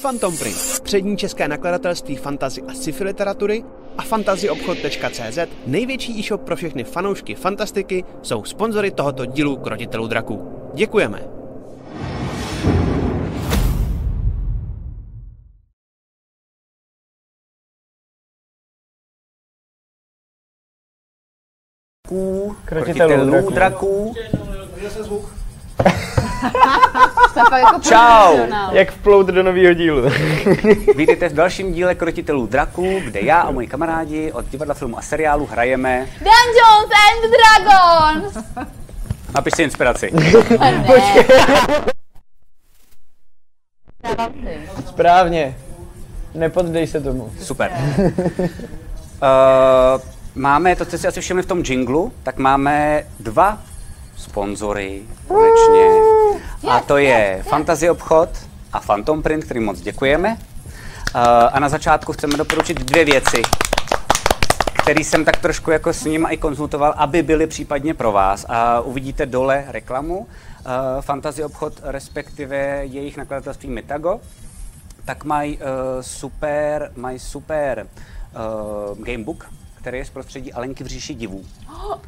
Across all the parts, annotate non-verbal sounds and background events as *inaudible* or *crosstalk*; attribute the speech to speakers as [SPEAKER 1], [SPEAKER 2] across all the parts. [SPEAKER 1] Phantom Print, přední české nakladatelství fantazy a sci-fi literatury a fantazyobchod.cz, největší e-shop pro všechny fanoušky fantastiky, jsou sponzory tohoto dílu Krotitelů draků. Děkujeme!
[SPEAKER 2] draků,
[SPEAKER 3] Krotitelů
[SPEAKER 2] krotitelů
[SPEAKER 3] draků.
[SPEAKER 2] draků.
[SPEAKER 4] To je fakt
[SPEAKER 2] Čau.
[SPEAKER 4] jako profesionál.
[SPEAKER 3] Jak vplout do nového dílu.
[SPEAKER 2] Vítejte v dalším díle Krotitelů draků, kde já a moji kamarádi od divadla, filmu a seriálu hrajeme.
[SPEAKER 4] Dungeons and Dragons!
[SPEAKER 2] Napište inspiraci.
[SPEAKER 3] Správně. Nepoddej se tomu.
[SPEAKER 2] Super. Uh, máme, to jste si asi všimli v tom jinglu, tak máme dva sponzory konečně. A to je Fantasy Obchod a Phantom Print, kterým moc děkujeme. Uh, a na začátku chceme doporučit dvě věci, který jsem tak trošku jako s nimi i konzultoval, aby byly případně pro vás. A uvidíte dole reklamu. Uh, Fantasy Obchod, respektive jejich nakladatelství Mitago, tak mají uh, super, mají super uh, gamebook, který je z prostředí Alenky v říši divů.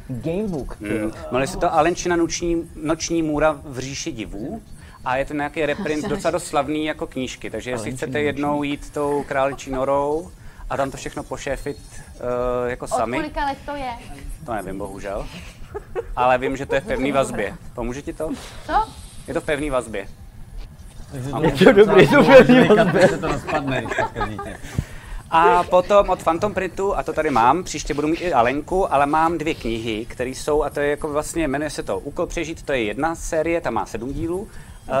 [SPEAKER 3] Gamebook.
[SPEAKER 2] Mm. Jmenuje se to Alenčina noční, noční můra v říši divů. A je to nějaký reprint docela dost slavný jako knížky, takže jestli chcete jednou jít tou králičí norou a tam to všechno pošéfit uh, jako
[SPEAKER 4] Od
[SPEAKER 2] sami,
[SPEAKER 4] kolika let to je?
[SPEAKER 2] to nevím bohužel, ale vím, že to je v pevné vazbě. Pomůže ti to?
[SPEAKER 4] Co?
[SPEAKER 2] Je to v pevné vazbě.
[SPEAKER 3] Je to dobrý, je to pevný vazby.
[SPEAKER 5] se to rozpadne, když teďka dítě.
[SPEAKER 2] A potom od Phantom Printu, a to tady mám, příště budu mít i Alenku, ale mám dvě knihy, které jsou, a to je jako vlastně, jmenuje se to Úkol přežít, to je jedna série, ta má sedm dílů,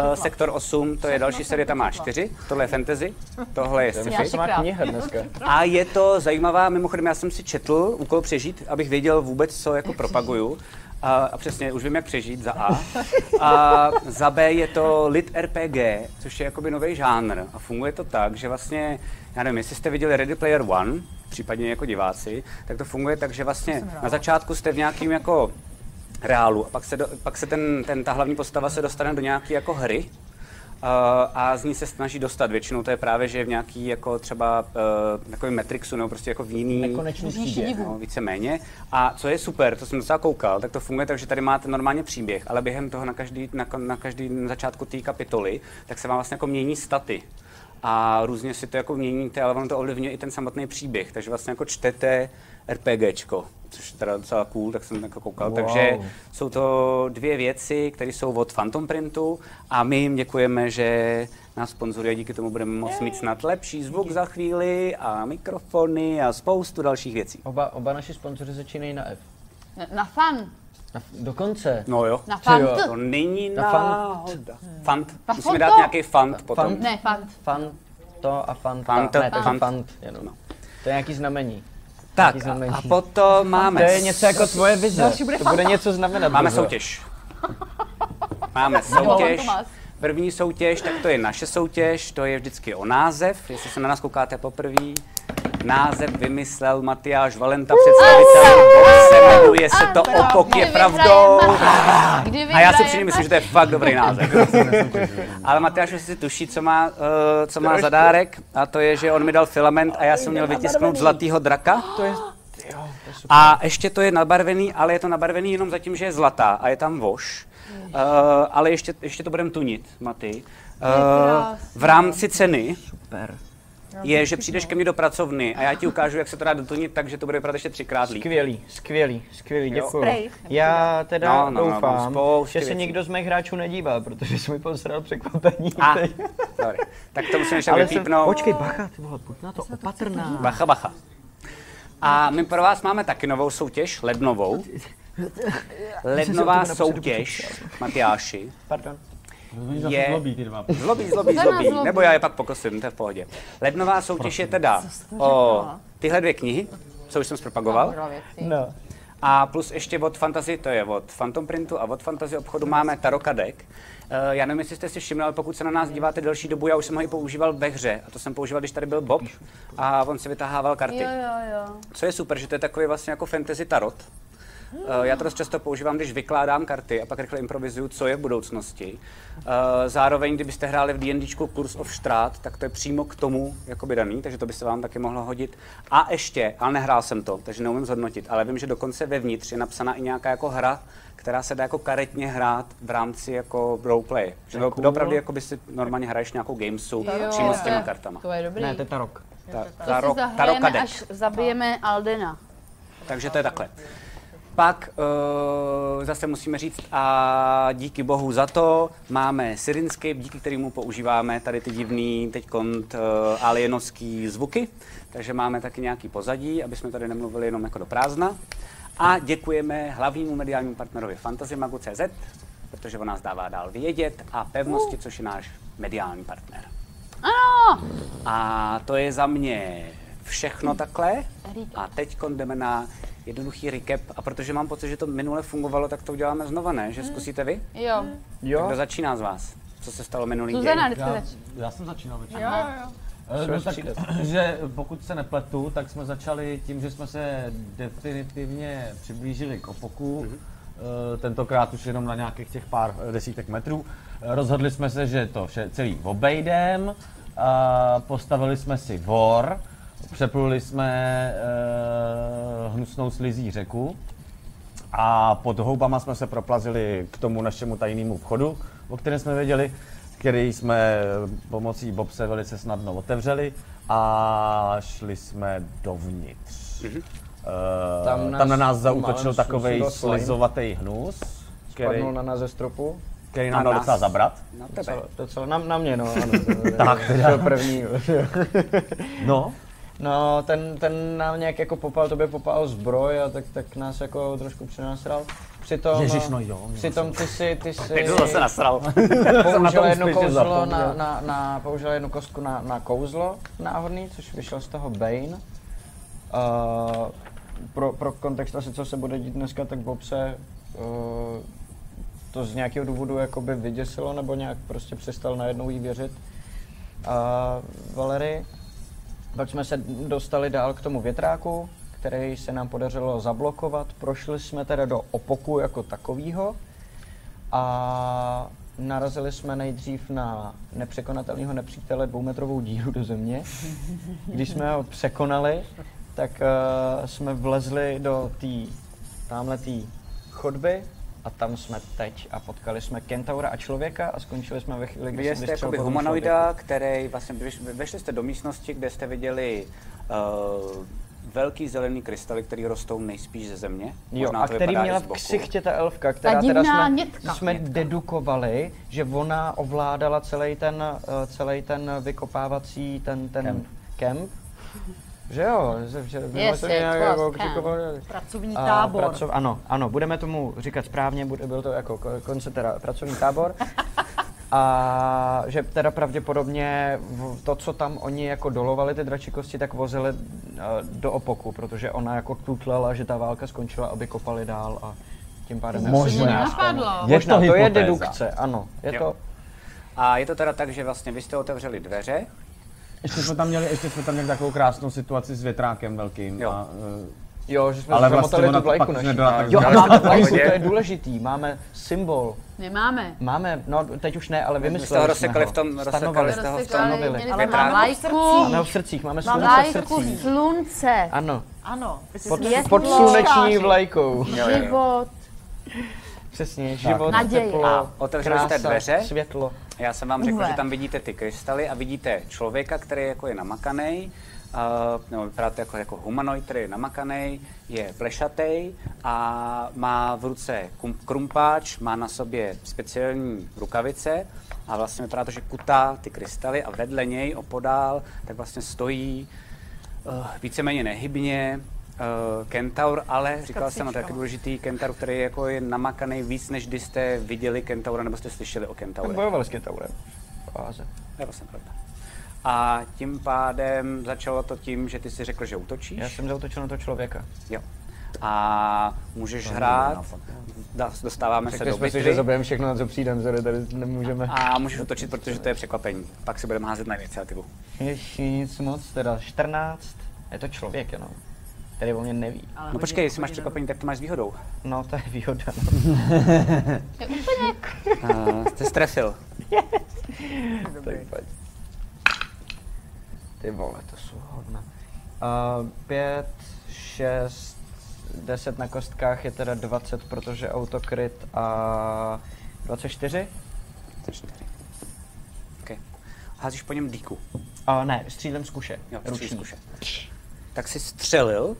[SPEAKER 2] Uh, sektor 8, to je další série, ta má čtyři. Tohle je fantasy, tohle je sci-fi.
[SPEAKER 4] Já
[SPEAKER 3] To má
[SPEAKER 4] Třikrát.
[SPEAKER 3] kniha dneska.
[SPEAKER 2] A je to zajímavá, mimochodem já jsem si četl úkol přežít, abych věděl vůbec, co jako propaguju. A, a přesně, už vím, jak přežít, za A. A za B je to lit RPG, což je jakoby nový žánr. A funguje to tak, že vlastně, já nevím, jestli jste viděli Ready Player One, případně jako diváci, tak to funguje tak, že vlastně na začátku jste v nějakým jako reálu a pak se, do, pak se ten, ten, ta hlavní postava se dostane do nějaké jako hry, Uh, a z ní se snaží dostat. Většinou to je právě, že je v nějaký jako třeba uh, takový Matrixu nebo prostě jako v jiný
[SPEAKER 3] Nekonečný třídě.
[SPEAKER 2] no, víceméně. A co je super, to jsem docela koukal, tak to funguje tak, že tady máte normálně příběh, ale během toho na každý, na, kon- na každý na začátku té kapitoly, tak se vám vlastně jako mění staty. A různě si to jako měníte, ale vám to ovlivňuje i ten samotný příběh, takže vlastně jako čtete RPGčko, což je teda docela cool, tak jsem jako koukal.
[SPEAKER 3] Wow.
[SPEAKER 2] Takže jsou to dvě věci, které jsou od Phantom Printu a my jim děkujeme, že nás sponzoruje. Díky tomu budeme moct mít snad lepší zvuk za chvíli a mikrofony a spoustu dalších věcí.
[SPEAKER 3] Oba, oba naši sponzory začínají na F.
[SPEAKER 4] Na, na fan.
[SPEAKER 3] Na, dokonce.
[SPEAKER 2] No jo.
[SPEAKER 4] Na
[SPEAKER 3] Co
[SPEAKER 4] fan.
[SPEAKER 3] jo?
[SPEAKER 2] To není
[SPEAKER 3] Na fant.
[SPEAKER 2] náhoda. Fant.
[SPEAKER 4] Na
[SPEAKER 2] Musíme
[SPEAKER 4] fanto.
[SPEAKER 2] dát nějaký fant potom.
[SPEAKER 3] Fant.
[SPEAKER 4] Ne, fan.
[SPEAKER 3] Fan to a fan.
[SPEAKER 2] Fant,
[SPEAKER 3] Ne, takže
[SPEAKER 2] fant. No.
[SPEAKER 3] fant jenom. To je nějaký znamení.
[SPEAKER 2] Tak
[SPEAKER 3] Nějaký
[SPEAKER 2] a,
[SPEAKER 3] znamení.
[SPEAKER 2] a potom
[SPEAKER 3] To
[SPEAKER 2] máme...
[SPEAKER 3] je něco jako tvoje vize.
[SPEAKER 4] Další bude
[SPEAKER 3] To bude něco znamenat.
[SPEAKER 2] Máme
[SPEAKER 3] Bozo.
[SPEAKER 2] soutěž. *laughs* Máme
[SPEAKER 4] Nebo
[SPEAKER 2] soutěž.
[SPEAKER 4] Fantomas.
[SPEAKER 2] První soutěž, tak to je naše soutěž, to je vždycky o název, jestli se na nás koukáte poprvé. Název vymyslel Matyáš Valenta, představitel boxe, jmenuje se to
[SPEAKER 4] Ano,
[SPEAKER 2] Opok je
[SPEAKER 4] kdy
[SPEAKER 2] pravdou.
[SPEAKER 4] vyhraje- *laughs* kdy
[SPEAKER 2] A já si
[SPEAKER 4] vyhraje-
[SPEAKER 2] přijde myslím, že to je fakt dobrý název. Ale Matyáš už si tuší, co má, eh, co má za dárek, a to je, že on mi dal filament a já jsem měl vytisknout zlatýho draka. A ještě to je nabarvený, ale je to nabarvený jenom zatím, že je zlatá a je tam voš. Uh, ale ještě, ještě to budeme tunit, Maty. Uh, v rámci ceny
[SPEAKER 3] Super.
[SPEAKER 2] je, že přijdeš ke mně do pracovny a já ti ukážu, jak se to dá dotunit, takže to bude vypadat ještě třikrát líp.
[SPEAKER 3] Skvělý, skvělý, skvělý, děkuji.
[SPEAKER 4] Spray.
[SPEAKER 3] Já teda
[SPEAKER 2] No, no, no,
[SPEAKER 3] doufám,
[SPEAKER 2] spousty
[SPEAKER 3] že se
[SPEAKER 2] věcí.
[SPEAKER 3] nikdo z mých hráčů nedívá, protože jsi mi posral překvapení.
[SPEAKER 2] A,
[SPEAKER 3] teď.
[SPEAKER 2] sorry. Tak to musím ještě
[SPEAKER 3] Ale jsem,
[SPEAKER 2] vypípnout.
[SPEAKER 3] počkej, bacha, ty vole, buď na to opatrná.
[SPEAKER 2] Bacha, bacha. A my pro vás máme taky novou soutěž, lednovou. Lednová soutěž, Matyáši,
[SPEAKER 3] Pardon.
[SPEAKER 2] je...
[SPEAKER 5] Zlobí ty dva.
[SPEAKER 2] Zlobí, zlobí,
[SPEAKER 4] To nás
[SPEAKER 2] zlobí.
[SPEAKER 4] zlobí.
[SPEAKER 2] Nebo já je pak pokosím, to je v pohodě. Lednová soutěž je teda o tyhle dvě knihy, co už jsem zpropagoval.
[SPEAKER 4] Dobrá věcí.
[SPEAKER 3] No.
[SPEAKER 2] A plus ještě od Fantasy, to je od Phantom Printu a od Fantasy obchodu máme Tarokadek. Eh, Já nevím, jestli jste si všimli, ale pokud se na nás díváte delší dobu, já už jsem ho i používal ve hře. A to jsem používal, když tady byl Bob a on si vytahával karty.
[SPEAKER 4] Jo, jo, jo.
[SPEAKER 2] Co je super, že to je takový vlastně jako fantasy tarot. Eh, Já to dost často používám, když vykládám karty a pak rychle improvizuju, co je v budoucnosti. Eh, Zároveň, kdybyste hráli v D&D kurz of štrát, tak to je přímo k tomu jakoby daný, takže to by se vám taky mohlo hodit. A ještě, ale nehrál jsem to, takže neumím zhodnotit, ale vím, že dokonce vevnitř je napsaná i nějaká jako hra, která se dá jako karetně hrát v rámci jako roleplay. Že to
[SPEAKER 3] cool.
[SPEAKER 2] opravdu jako by si normálně hraješ nějakou gamesu přímo s těma kartama.
[SPEAKER 4] To je dobrý.
[SPEAKER 3] Ne, teta rok.
[SPEAKER 2] Ta,
[SPEAKER 4] to si
[SPEAKER 2] ta, ro, ta
[SPEAKER 4] zahrajeme,
[SPEAKER 2] rokadek.
[SPEAKER 4] až zabijeme Aldena.
[SPEAKER 2] Takže to je takhle. Pak uh, zase musíme říct, a díky bohu za to, máme Syrinscape, díky kterému používáme tady ty divný teď kont uh, alienovský zvuky, takže máme taky nějaký pozadí, aby jsme tady nemluvili jenom jako do prázdna. A děkujeme hlavnímu mediálnímu partnerovi Fantasymagu.cz, protože on nás dává dál vědět, a pevnosti, což je náš mediální partner.
[SPEAKER 4] Ano!
[SPEAKER 2] A to je za mě všechno takhle. A teď jdeme na jednoduchý recap. A protože mám pocit, že to minule fungovalo, tak to uděláme znova, ne? Že zkusíte vy?
[SPEAKER 4] Jo.
[SPEAKER 2] Tak
[SPEAKER 3] Jo?
[SPEAKER 2] Kdo začíná z vás? Co se stalo minulý
[SPEAKER 4] Zuzana,
[SPEAKER 2] den?
[SPEAKER 4] vždycky začne.
[SPEAKER 5] Já jsem začínal většinou. Eh, No, tak, *laughs* že pokud se nepletu, tak jsme začali tím, že jsme se definitivně přiblížili k opoku. Eh, Tentokrát už jenom na nějakých těch pár eh, desítek metrů. Eh, Rozhodli jsme se, že to vše celý obejdem. A postavili jsme si vor. Přepluli jsme eh, hnusnou slizí řeku. A pod houbama jsme se proplazili k tomu našemu tajnému vchodu, o kterém jsme věděli, který jsme pomocí Bobse velice snadno otevřeli a šli jsme dovnitř. Eh,
[SPEAKER 3] Tam
[SPEAKER 5] tam,
[SPEAKER 3] nás
[SPEAKER 5] na nás
[SPEAKER 3] málem
[SPEAKER 5] zautočil takový
[SPEAKER 3] zkusil slime.
[SPEAKER 5] slizovatý hnus, který,
[SPEAKER 3] Spadnul na nás ze stropu.
[SPEAKER 5] který
[SPEAKER 2] na
[SPEAKER 5] nám dal
[SPEAKER 2] nás.
[SPEAKER 5] docela zabrat.
[SPEAKER 2] Na No, tebe.
[SPEAKER 3] To- To co, na, na mě, no, ano. to- to-
[SPEAKER 5] Tak,
[SPEAKER 3] to
[SPEAKER 5] teda.
[SPEAKER 3] byl první.
[SPEAKER 5] No,
[SPEAKER 3] No, ten, ten nám nějak jako popal, tobě popal zbroj a tak, tak nás jako trošku přenásral. Přitom,
[SPEAKER 5] Ježiš, no jo, měl
[SPEAKER 3] přitom ty si, ty si
[SPEAKER 2] Teď to zase nasral.
[SPEAKER 3] *laughs*
[SPEAKER 5] Jsem *laughs* na to
[SPEAKER 3] použil jedno
[SPEAKER 5] úspěšně
[SPEAKER 3] kouzlo
[SPEAKER 5] zapomněl.
[SPEAKER 3] na, na, na, použil jednu kostku na, na kouzlo náhodný, což vyšel z toho Bane. Uh, pro, pro kontext asi, co se bude dít dneska, tak Bob se uh, to z nějakého důvodu jakoby vyděsilo, nebo nějak prostě přestal najednou jí věřit. A Valery, pak jsme se dostali dál k tomu větráku, který se nám podařilo zablokovat. Prošli jsme teda do opoku jako takového a narazili jsme nejdřív na nepřekonatelného nepřítele dvoumetrovou díru do země. Když jsme ho překonali, tak eh, jsme vlezli do té tamhle té chodby a tam jsme teď a potkali jsme kentaura a člověka a skončili jsme ve chvíli, kdy
[SPEAKER 2] Vy
[SPEAKER 3] jsem
[SPEAKER 2] jste
[SPEAKER 3] vystřelil
[SPEAKER 2] jakoby
[SPEAKER 3] po tom
[SPEAKER 2] humanoida, který vlastně, vyš- vešli jste do místnosti, kde jste viděli uh, velký zelený krystaly, který rostou nejspíš ze země.
[SPEAKER 3] Jo,
[SPEAKER 2] Možná
[SPEAKER 3] a
[SPEAKER 2] to
[SPEAKER 3] který
[SPEAKER 2] vypadá i
[SPEAKER 3] měla
[SPEAKER 2] z
[SPEAKER 3] v
[SPEAKER 2] boku.
[SPEAKER 3] ksichtě ta elfka, která teda
[SPEAKER 4] divná
[SPEAKER 3] jsme,
[SPEAKER 4] nětka.
[SPEAKER 3] jsme dedukovali, že ona ovládala celý ten, eh, celý ten vykopávací ten, ten kemp. kemp. Že jo, že, že minule
[SPEAKER 4] Yes,
[SPEAKER 3] to
[SPEAKER 4] it
[SPEAKER 3] nějak
[SPEAKER 4] was
[SPEAKER 3] jako
[SPEAKER 4] camp.
[SPEAKER 3] křikovali.
[SPEAKER 6] Pracovní
[SPEAKER 3] A
[SPEAKER 6] tábor.
[SPEAKER 3] Pracov, ano, ano, budeme tomu říkat správně, bude, byl to jako ko- konce teda pracovní tábor. A že teda pravděpodobně v- to, co tam oni jako dolovali ty dračí kosti, tak vozili eh, do opoku, protože ona jako tutlala, že ta válka skončila, aby kopali dál a tím pádem... jako-
[SPEAKER 5] Možná.
[SPEAKER 4] Mě napadlo.
[SPEAKER 5] Je
[SPEAKER 3] Možná,
[SPEAKER 5] to
[SPEAKER 3] to je
[SPEAKER 5] hypotéza.
[SPEAKER 3] dedukce, ano. Je
[SPEAKER 2] Jo.
[SPEAKER 3] to,
[SPEAKER 2] A je to teda tak, že vlastně vy jste otevřeli dveře,
[SPEAKER 5] ještě jsme tam měli, ještě jsme tam měli takovou krásnou situaci s větrákem velkým.
[SPEAKER 2] Jo.
[SPEAKER 5] A,
[SPEAKER 3] jo, že jsme
[SPEAKER 5] Ale
[SPEAKER 3] ale
[SPEAKER 5] vlastně
[SPEAKER 3] zamotali
[SPEAKER 5] ona
[SPEAKER 3] tu
[SPEAKER 5] to
[SPEAKER 3] vlajku
[SPEAKER 5] pak
[SPEAKER 3] naši.
[SPEAKER 5] nedala tak
[SPEAKER 3] Jo, a
[SPEAKER 5] zdravé.
[SPEAKER 3] máme vlajku, to je důležitý, máme symbol.
[SPEAKER 4] Nemáme.
[SPEAKER 3] Máme, no teď už ne, ale
[SPEAKER 2] my jste ho
[SPEAKER 3] vymysleli jsme
[SPEAKER 2] rozsekali
[SPEAKER 3] ho.
[SPEAKER 2] v tom, rozsekali
[SPEAKER 3] Stanovali.
[SPEAKER 2] jste ho v tom,
[SPEAKER 4] Rozsekali,
[SPEAKER 3] stanovili.
[SPEAKER 4] měli
[SPEAKER 6] Ale
[SPEAKER 4] jsme
[SPEAKER 6] máme
[SPEAKER 4] lajku.
[SPEAKER 3] Máme ho v srdcích, máme
[SPEAKER 6] Máme
[SPEAKER 3] slunce v
[SPEAKER 4] Lajku
[SPEAKER 3] srdcích.
[SPEAKER 4] slunce.
[SPEAKER 3] Ano,
[SPEAKER 6] Ano.
[SPEAKER 3] pod,
[SPEAKER 4] Světlo.
[SPEAKER 3] pod sluneční vlajkou.
[SPEAKER 4] Život.
[SPEAKER 3] Přesně, život,
[SPEAKER 4] Naděje.
[SPEAKER 3] teplo,
[SPEAKER 2] A otevřeli jste
[SPEAKER 3] krása,
[SPEAKER 2] dveře?
[SPEAKER 3] světlo.
[SPEAKER 2] Já jsem vám řekl,
[SPEAKER 6] Uve.
[SPEAKER 2] že tam vidíte ty krystaly a vidíte člověka, který jako je namakaný, uh, nebo vypadá to jako, jako humanoid, který je namakaný, je plešatý a má v ruce kum- krumpáč, má na sobě speciální rukavice a vlastně vypadá to, že kutá ty krystaly a vedle něj opodál tak vlastně stojí uh, víceméně nehybně uh, kentaur, ale říkal jsem, a to je taky důležitý kentaur, který je jako je namakaný víc, než když jste viděli kentaura nebo jste slyšeli o
[SPEAKER 3] Tak
[SPEAKER 2] kentauru.
[SPEAKER 3] bojoval s Ketaurem. Fáze.
[SPEAKER 2] Nebo jsem pravda. A tím pádem začalo to tím, že ty si řekl, že útočíš.
[SPEAKER 3] Já jsem zautočil na toho člověka.
[SPEAKER 2] Jo. A můžeš hrát, Da- dostáváme se
[SPEAKER 3] Řekli
[SPEAKER 2] do
[SPEAKER 3] jsme si, že
[SPEAKER 2] bitvy
[SPEAKER 3] zabijeme všechno, na co přijdem, tady, tady nemůžeme.
[SPEAKER 2] a můžeš útočit, protože to je překvapení. Pak si budeme házet na iniciativu.
[SPEAKER 3] Ještě nic moc, teda 14. Je to člověk jenom. který o mě neví.
[SPEAKER 4] Ale
[SPEAKER 2] No
[SPEAKER 4] oni-
[SPEAKER 2] počkej, jestli máš
[SPEAKER 4] oni
[SPEAKER 2] překvapení, tak to máš s výhodou.
[SPEAKER 3] No, to je výhoda.
[SPEAKER 4] To je úplně
[SPEAKER 3] Eh,
[SPEAKER 2] Uh, jste strefil.
[SPEAKER 3] No. tak pojď. Ty vole, to jsou hodna. Uh, pět, šest, deset na kostkách je teda 20, protože autokryt a 24?
[SPEAKER 2] To čtyři. Okay. Házíš po něm díku.
[SPEAKER 3] A ne, střílem z kuše.
[SPEAKER 2] Jo,
[SPEAKER 3] ruční.
[SPEAKER 2] střílíš kuše. Tak si střelil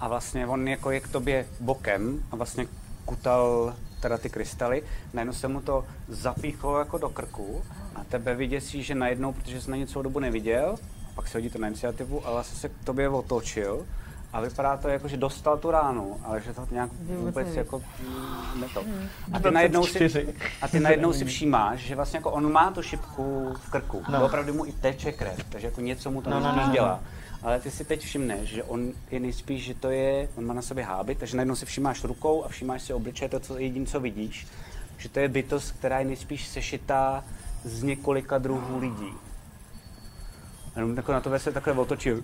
[SPEAKER 2] a vlastně on jako je k tobě bokem a vlastně kutal teda ty krystaly. Najednou se mu to zapíchlo jako do krku a tebe vyděsí, že najednou, protože jsi na něco dobu neviděl, a pak se hodíte na iniciativu, ale vlastně se k tobě otočil a vypadá to jako, že dostal tu ránu, ale že to nějak vůbec jako mm, ne to. A ty najednou si, a ty najednou si všímáš, že vlastně jako on má tu šipku v krku. No. Opravdu mu i teče krev, takže jako něco mu to no, no, no, dělá. Ale ty si teď všimneš, že on je nejspíš, že to je, on má na sobě hábit, takže najednou si všímáš rukou a všímáš si obličeje, to co, jediné, co vidíš, že to je bytost, která je nejspíš sešitá z několika druhů lidí. Jenom jako na to se takhle otočil.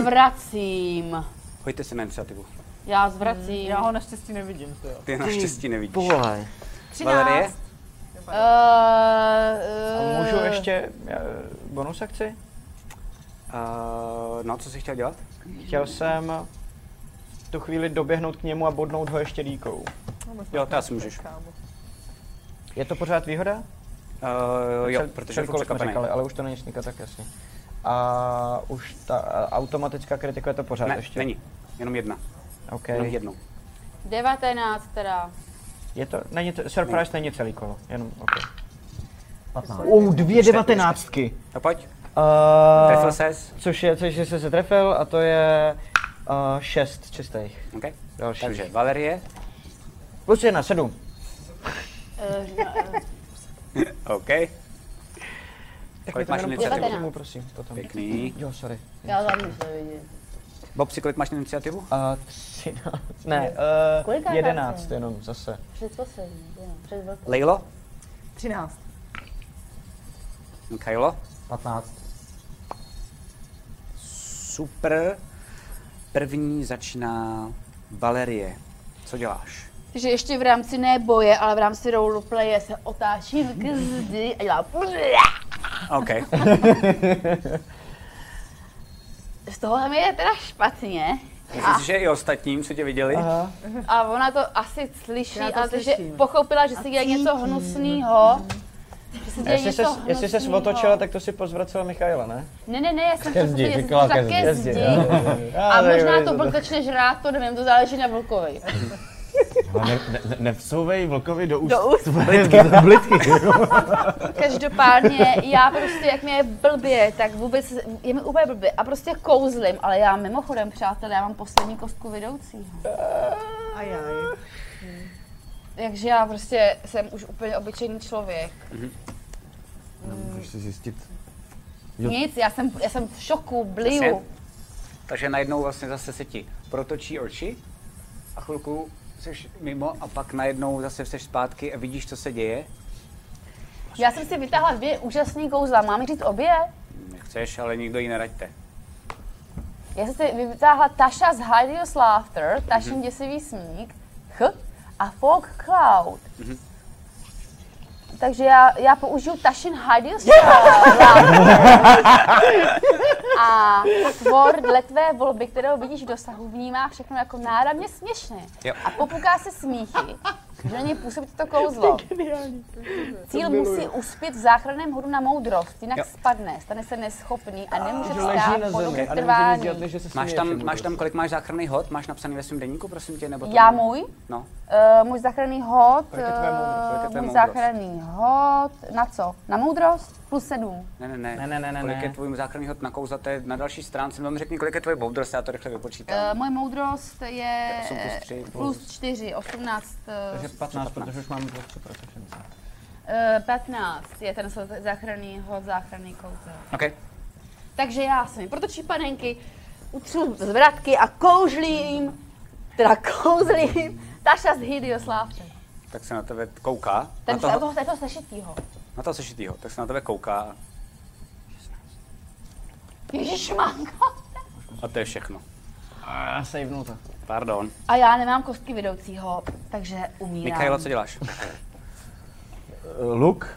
[SPEAKER 4] Zvracím.
[SPEAKER 2] Hojte si na iniciativu.
[SPEAKER 4] Já zvracím.
[SPEAKER 3] Mm-hmm.
[SPEAKER 6] Já ho naštěstí nevidím, to jo.
[SPEAKER 2] Ty naštěstí nevidíš. Valerie?
[SPEAKER 4] Valerie? Uh,
[SPEAKER 3] A
[SPEAKER 4] uh,
[SPEAKER 3] můžu ještě eh, bonus akci?
[SPEAKER 2] Uh, no, co jsi chtěl dělat?
[SPEAKER 3] Chtěl jsem v tu chvíli doběhnout k němu a bodnout ho ještě díkou.
[SPEAKER 2] Jo, to asi můžeš.
[SPEAKER 6] Kámo.
[SPEAKER 3] Je to pořád výhoda?
[SPEAKER 2] Uh, jo,
[SPEAKER 3] Před-
[SPEAKER 2] protože
[SPEAKER 3] před
[SPEAKER 2] je furt
[SPEAKER 3] kolik jsme
[SPEAKER 2] překvapený.
[SPEAKER 3] říkali, ale už to není sníka, tak jasně. A už ta a automatická kritika je to pořád
[SPEAKER 2] Ne,
[SPEAKER 3] ještě?
[SPEAKER 2] není. Jenom jedna.
[SPEAKER 3] OK.
[SPEAKER 2] Jenom jednou.
[SPEAKER 4] 19 teda.
[SPEAKER 3] Je to, není to, surprise není celý kolo, jenom OK.
[SPEAKER 5] 15.
[SPEAKER 3] Uh, dvě devatenáctky.
[SPEAKER 2] No pojď.
[SPEAKER 3] Eh,
[SPEAKER 2] Trefil
[SPEAKER 3] Uh,
[SPEAKER 2] ses.
[SPEAKER 3] což je, což je, se setrefil a to je uh, šest čistých.
[SPEAKER 2] Okay.
[SPEAKER 3] Další.
[SPEAKER 2] Takže Valerie.
[SPEAKER 3] Plus jedna, sedm.
[SPEAKER 2] OK. Kolik
[SPEAKER 3] mi to
[SPEAKER 2] máš
[SPEAKER 3] jenom
[SPEAKER 2] iniciativu?
[SPEAKER 4] Devatenáct.
[SPEAKER 3] Mu, prosím, potom.
[SPEAKER 2] Pěkný.
[SPEAKER 3] Jo, sorry.
[SPEAKER 4] Já tam nevidím.
[SPEAKER 2] Bob, si kolik máš iniciativu?
[SPEAKER 3] Uh, třináct, ne,
[SPEAKER 4] Koliká
[SPEAKER 3] uh, jedenáct
[SPEAKER 4] práce?
[SPEAKER 3] jenom zase.
[SPEAKER 4] Předposlední, jo. Předposlední.
[SPEAKER 2] Lejlo?
[SPEAKER 6] 13.
[SPEAKER 2] Kajlo?
[SPEAKER 5] 15.
[SPEAKER 2] Super. První začíná Valerie. Co děláš?
[SPEAKER 4] Takže ještě v rámci ne boje, ale v rámci roleplaye se otáčím k zdi a dělám
[SPEAKER 2] OK.
[SPEAKER 4] Z tohohle mi je teda špatně
[SPEAKER 2] Myslím si, že i ostatním, co tě viděli.
[SPEAKER 3] Aha.
[SPEAKER 4] a ona to asi slyší,
[SPEAKER 6] Já to
[SPEAKER 4] ale takže
[SPEAKER 6] slyším.
[SPEAKER 4] pochopila, že se děje něco hnusného. Že se
[SPEAKER 3] A
[SPEAKER 4] děje
[SPEAKER 3] Jestli se,
[SPEAKER 4] něco
[SPEAKER 3] jestli se
[SPEAKER 4] hnusnýho.
[SPEAKER 3] otočila, tak to si pozvracela Michaela, ne?
[SPEAKER 4] Ne, ne, ne, já jsem
[SPEAKER 5] Ke
[SPEAKER 4] chtěla
[SPEAKER 5] zdi,
[SPEAKER 4] říct, jestli
[SPEAKER 5] říkala
[SPEAKER 4] se
[SPEAKER 5] ke
[SPEAKER 4] tak
[SPEAKER 5] zdi.
[SPEAKER 4] ke
[SPEAKER 5] Ke
[SPEAKER 4] zdi.
[SPEAKER 5] zdi,
[SPEAKER 4] A možná to vlk začne žrát, to nevím, to záleží na vlkovi.
[SPEAKER 5] Ale No, ne, ne, ne, nevsouvej vlkovi do úst. *laughs*
[SPEAKER 4] Do úst.
[SPEAKER 5] Blitky. Blitky.
[SPEAKER 4] *laughs* Každopádně já prostě, jak mě je blbě, tak vůbec, je mi úplně blbě a prostě kouzlim, ale já mimochodem, přátelé, já mám poslední kostku vedoucího.
[SPEAKER 6] A já.
[SPEAKER 4] Takže já prostě jsem už úplně obyčejný člověk.
[SPEAKER 5] Můžeš si zjistit. Jo.
[SPEAKER 4] Nic, já jsem, já jsem v šoku, bliju.
[SPEAKER 2] Jasně. Takže najednou vlastně zase se ti protočí oči a chvilku jsi mimo a pak najednou zase jsi zpátky a vidíš, co se děje.
[SPEAKER 4] Já jsem si vytáhla dvě úžasné kouzla, mám říct obě?
[SPEAKER 2] Nechceš, ale nikdo ji neraďte.
[SPEAKER 4] Já jsem si vytáhla Tasha z Hideous Laughter, Tashin
[SPEAKER 3] Mhm.
[SPEAKER 4] mm-hmm. děsivý smík, ch, a Fog Cloud. Takže já, já použiju Tashin Hideous Laughter a tvor dle tvé volby, kterého vidíš v dosahu, vnímá všechno jako náramně směšné
[SPEAKER 2] Jo.
[SPEAKER 4] a popuká se smíchy. Že na něj působí to kouzlo. Cíl musí uspět v záchranném hodu na moudrost, jinak
[SPEAKER 2] Jo.
[SPEAKER 4] spadne, stane se neschopný a nemůže
[SPEAKER 3] Že leží
[SPEAKER 4] vstát
[SPEAKER 3] na
[SPEAKER 4] po
[SPEAKER 3] zemi
[SPEAKER 4] době
[SPEAKER 3] a nemůže nic
[SPEAKER 4] trvání.
[SPEAKER 3] dělat, než že se
[SPEAKER 2] Máš
[SPEAKER 3] směje
[SPEAKER 2] tam,
[SPEAKER 3] všemu
[SPEAKER 2] máš
[SPEAKER 3] prostě.
[SPEAKER 2] tam kolik máš záchranný hod? Máš napsaný ve svém deníku, prosím tě? Nebo to
[SPEAKER 4] Já
[SPEAKER 2] ne?
[SPEAKER 4] můj?
[SPEAKER 2] No,
[SPEAKER 4] Uh, můj záchranný hod,
[SPEAKER 3] je tvoje moudrost?
[SPEAKER 4] eh,
[SPEAKER 2] Kolik je tvoje
[SPEAKER 4] můj
[SPEAKER 2] moudrost?
[SPEAKER 4] záchranný hod, na co? Na moudrost? Plus sedm.
[SPEAKER 2] ne, ne, ne.
[SPEAKER 3] Ne, ne, ne, ne,
[SPEAKER 2] kolik je
[SPEAKER 3] ne.
[SPEAKER 2] tvůj záchranný hod na kouzla, to je na další stránce. No mi řekni, kolik je tvoje moudrost, já to rychle vypočítám.
[SPEAKER 4] Uh, moje moudrost je
[SPEAKER 2] Osm plus tři
[SPEAKER 4] eh,
[SPEAKER 2] plus-
[SPEAKER 4] plus eh, 4, 18,
[SPEAKER 3] Takže 15, protože už máme plus 3 proficiency.
[SPEAKER 4] 15 eh, je ten sl- záchranný hod, záchranný kouzel.
[SPEAKER 2] OK.
[SPEAKER 4] Takže já se mi protočí panenky, utřu zvratky a koužlím, teda kouzlím, Taša z Hideous Laughter.
[SPEAKER 2] Tak se na tebe kouká.
[SPEAKER 4] Ten
[SPEAKER 2] na
[SPEAKER 4] toho,
[SPEAKER 2] toho,
[SPEAKER 4] toho, toho sešitýho.
[SPEAKER 2] na toho sešitýho, tak se na tebe kouká
[SPEAKER 4] Ježišmanko.
[SPEAKER 2] a to je všechno.
[SPEAKER 3] A savenul to.
[SPEAKER 2] Pardon.
[SPEAKER 4] A já nemám kostky vedoucího, takže umírám.
[SPEAKER 2] Mikaela, co děláš?
[SPEAKER 5] eh, Luk?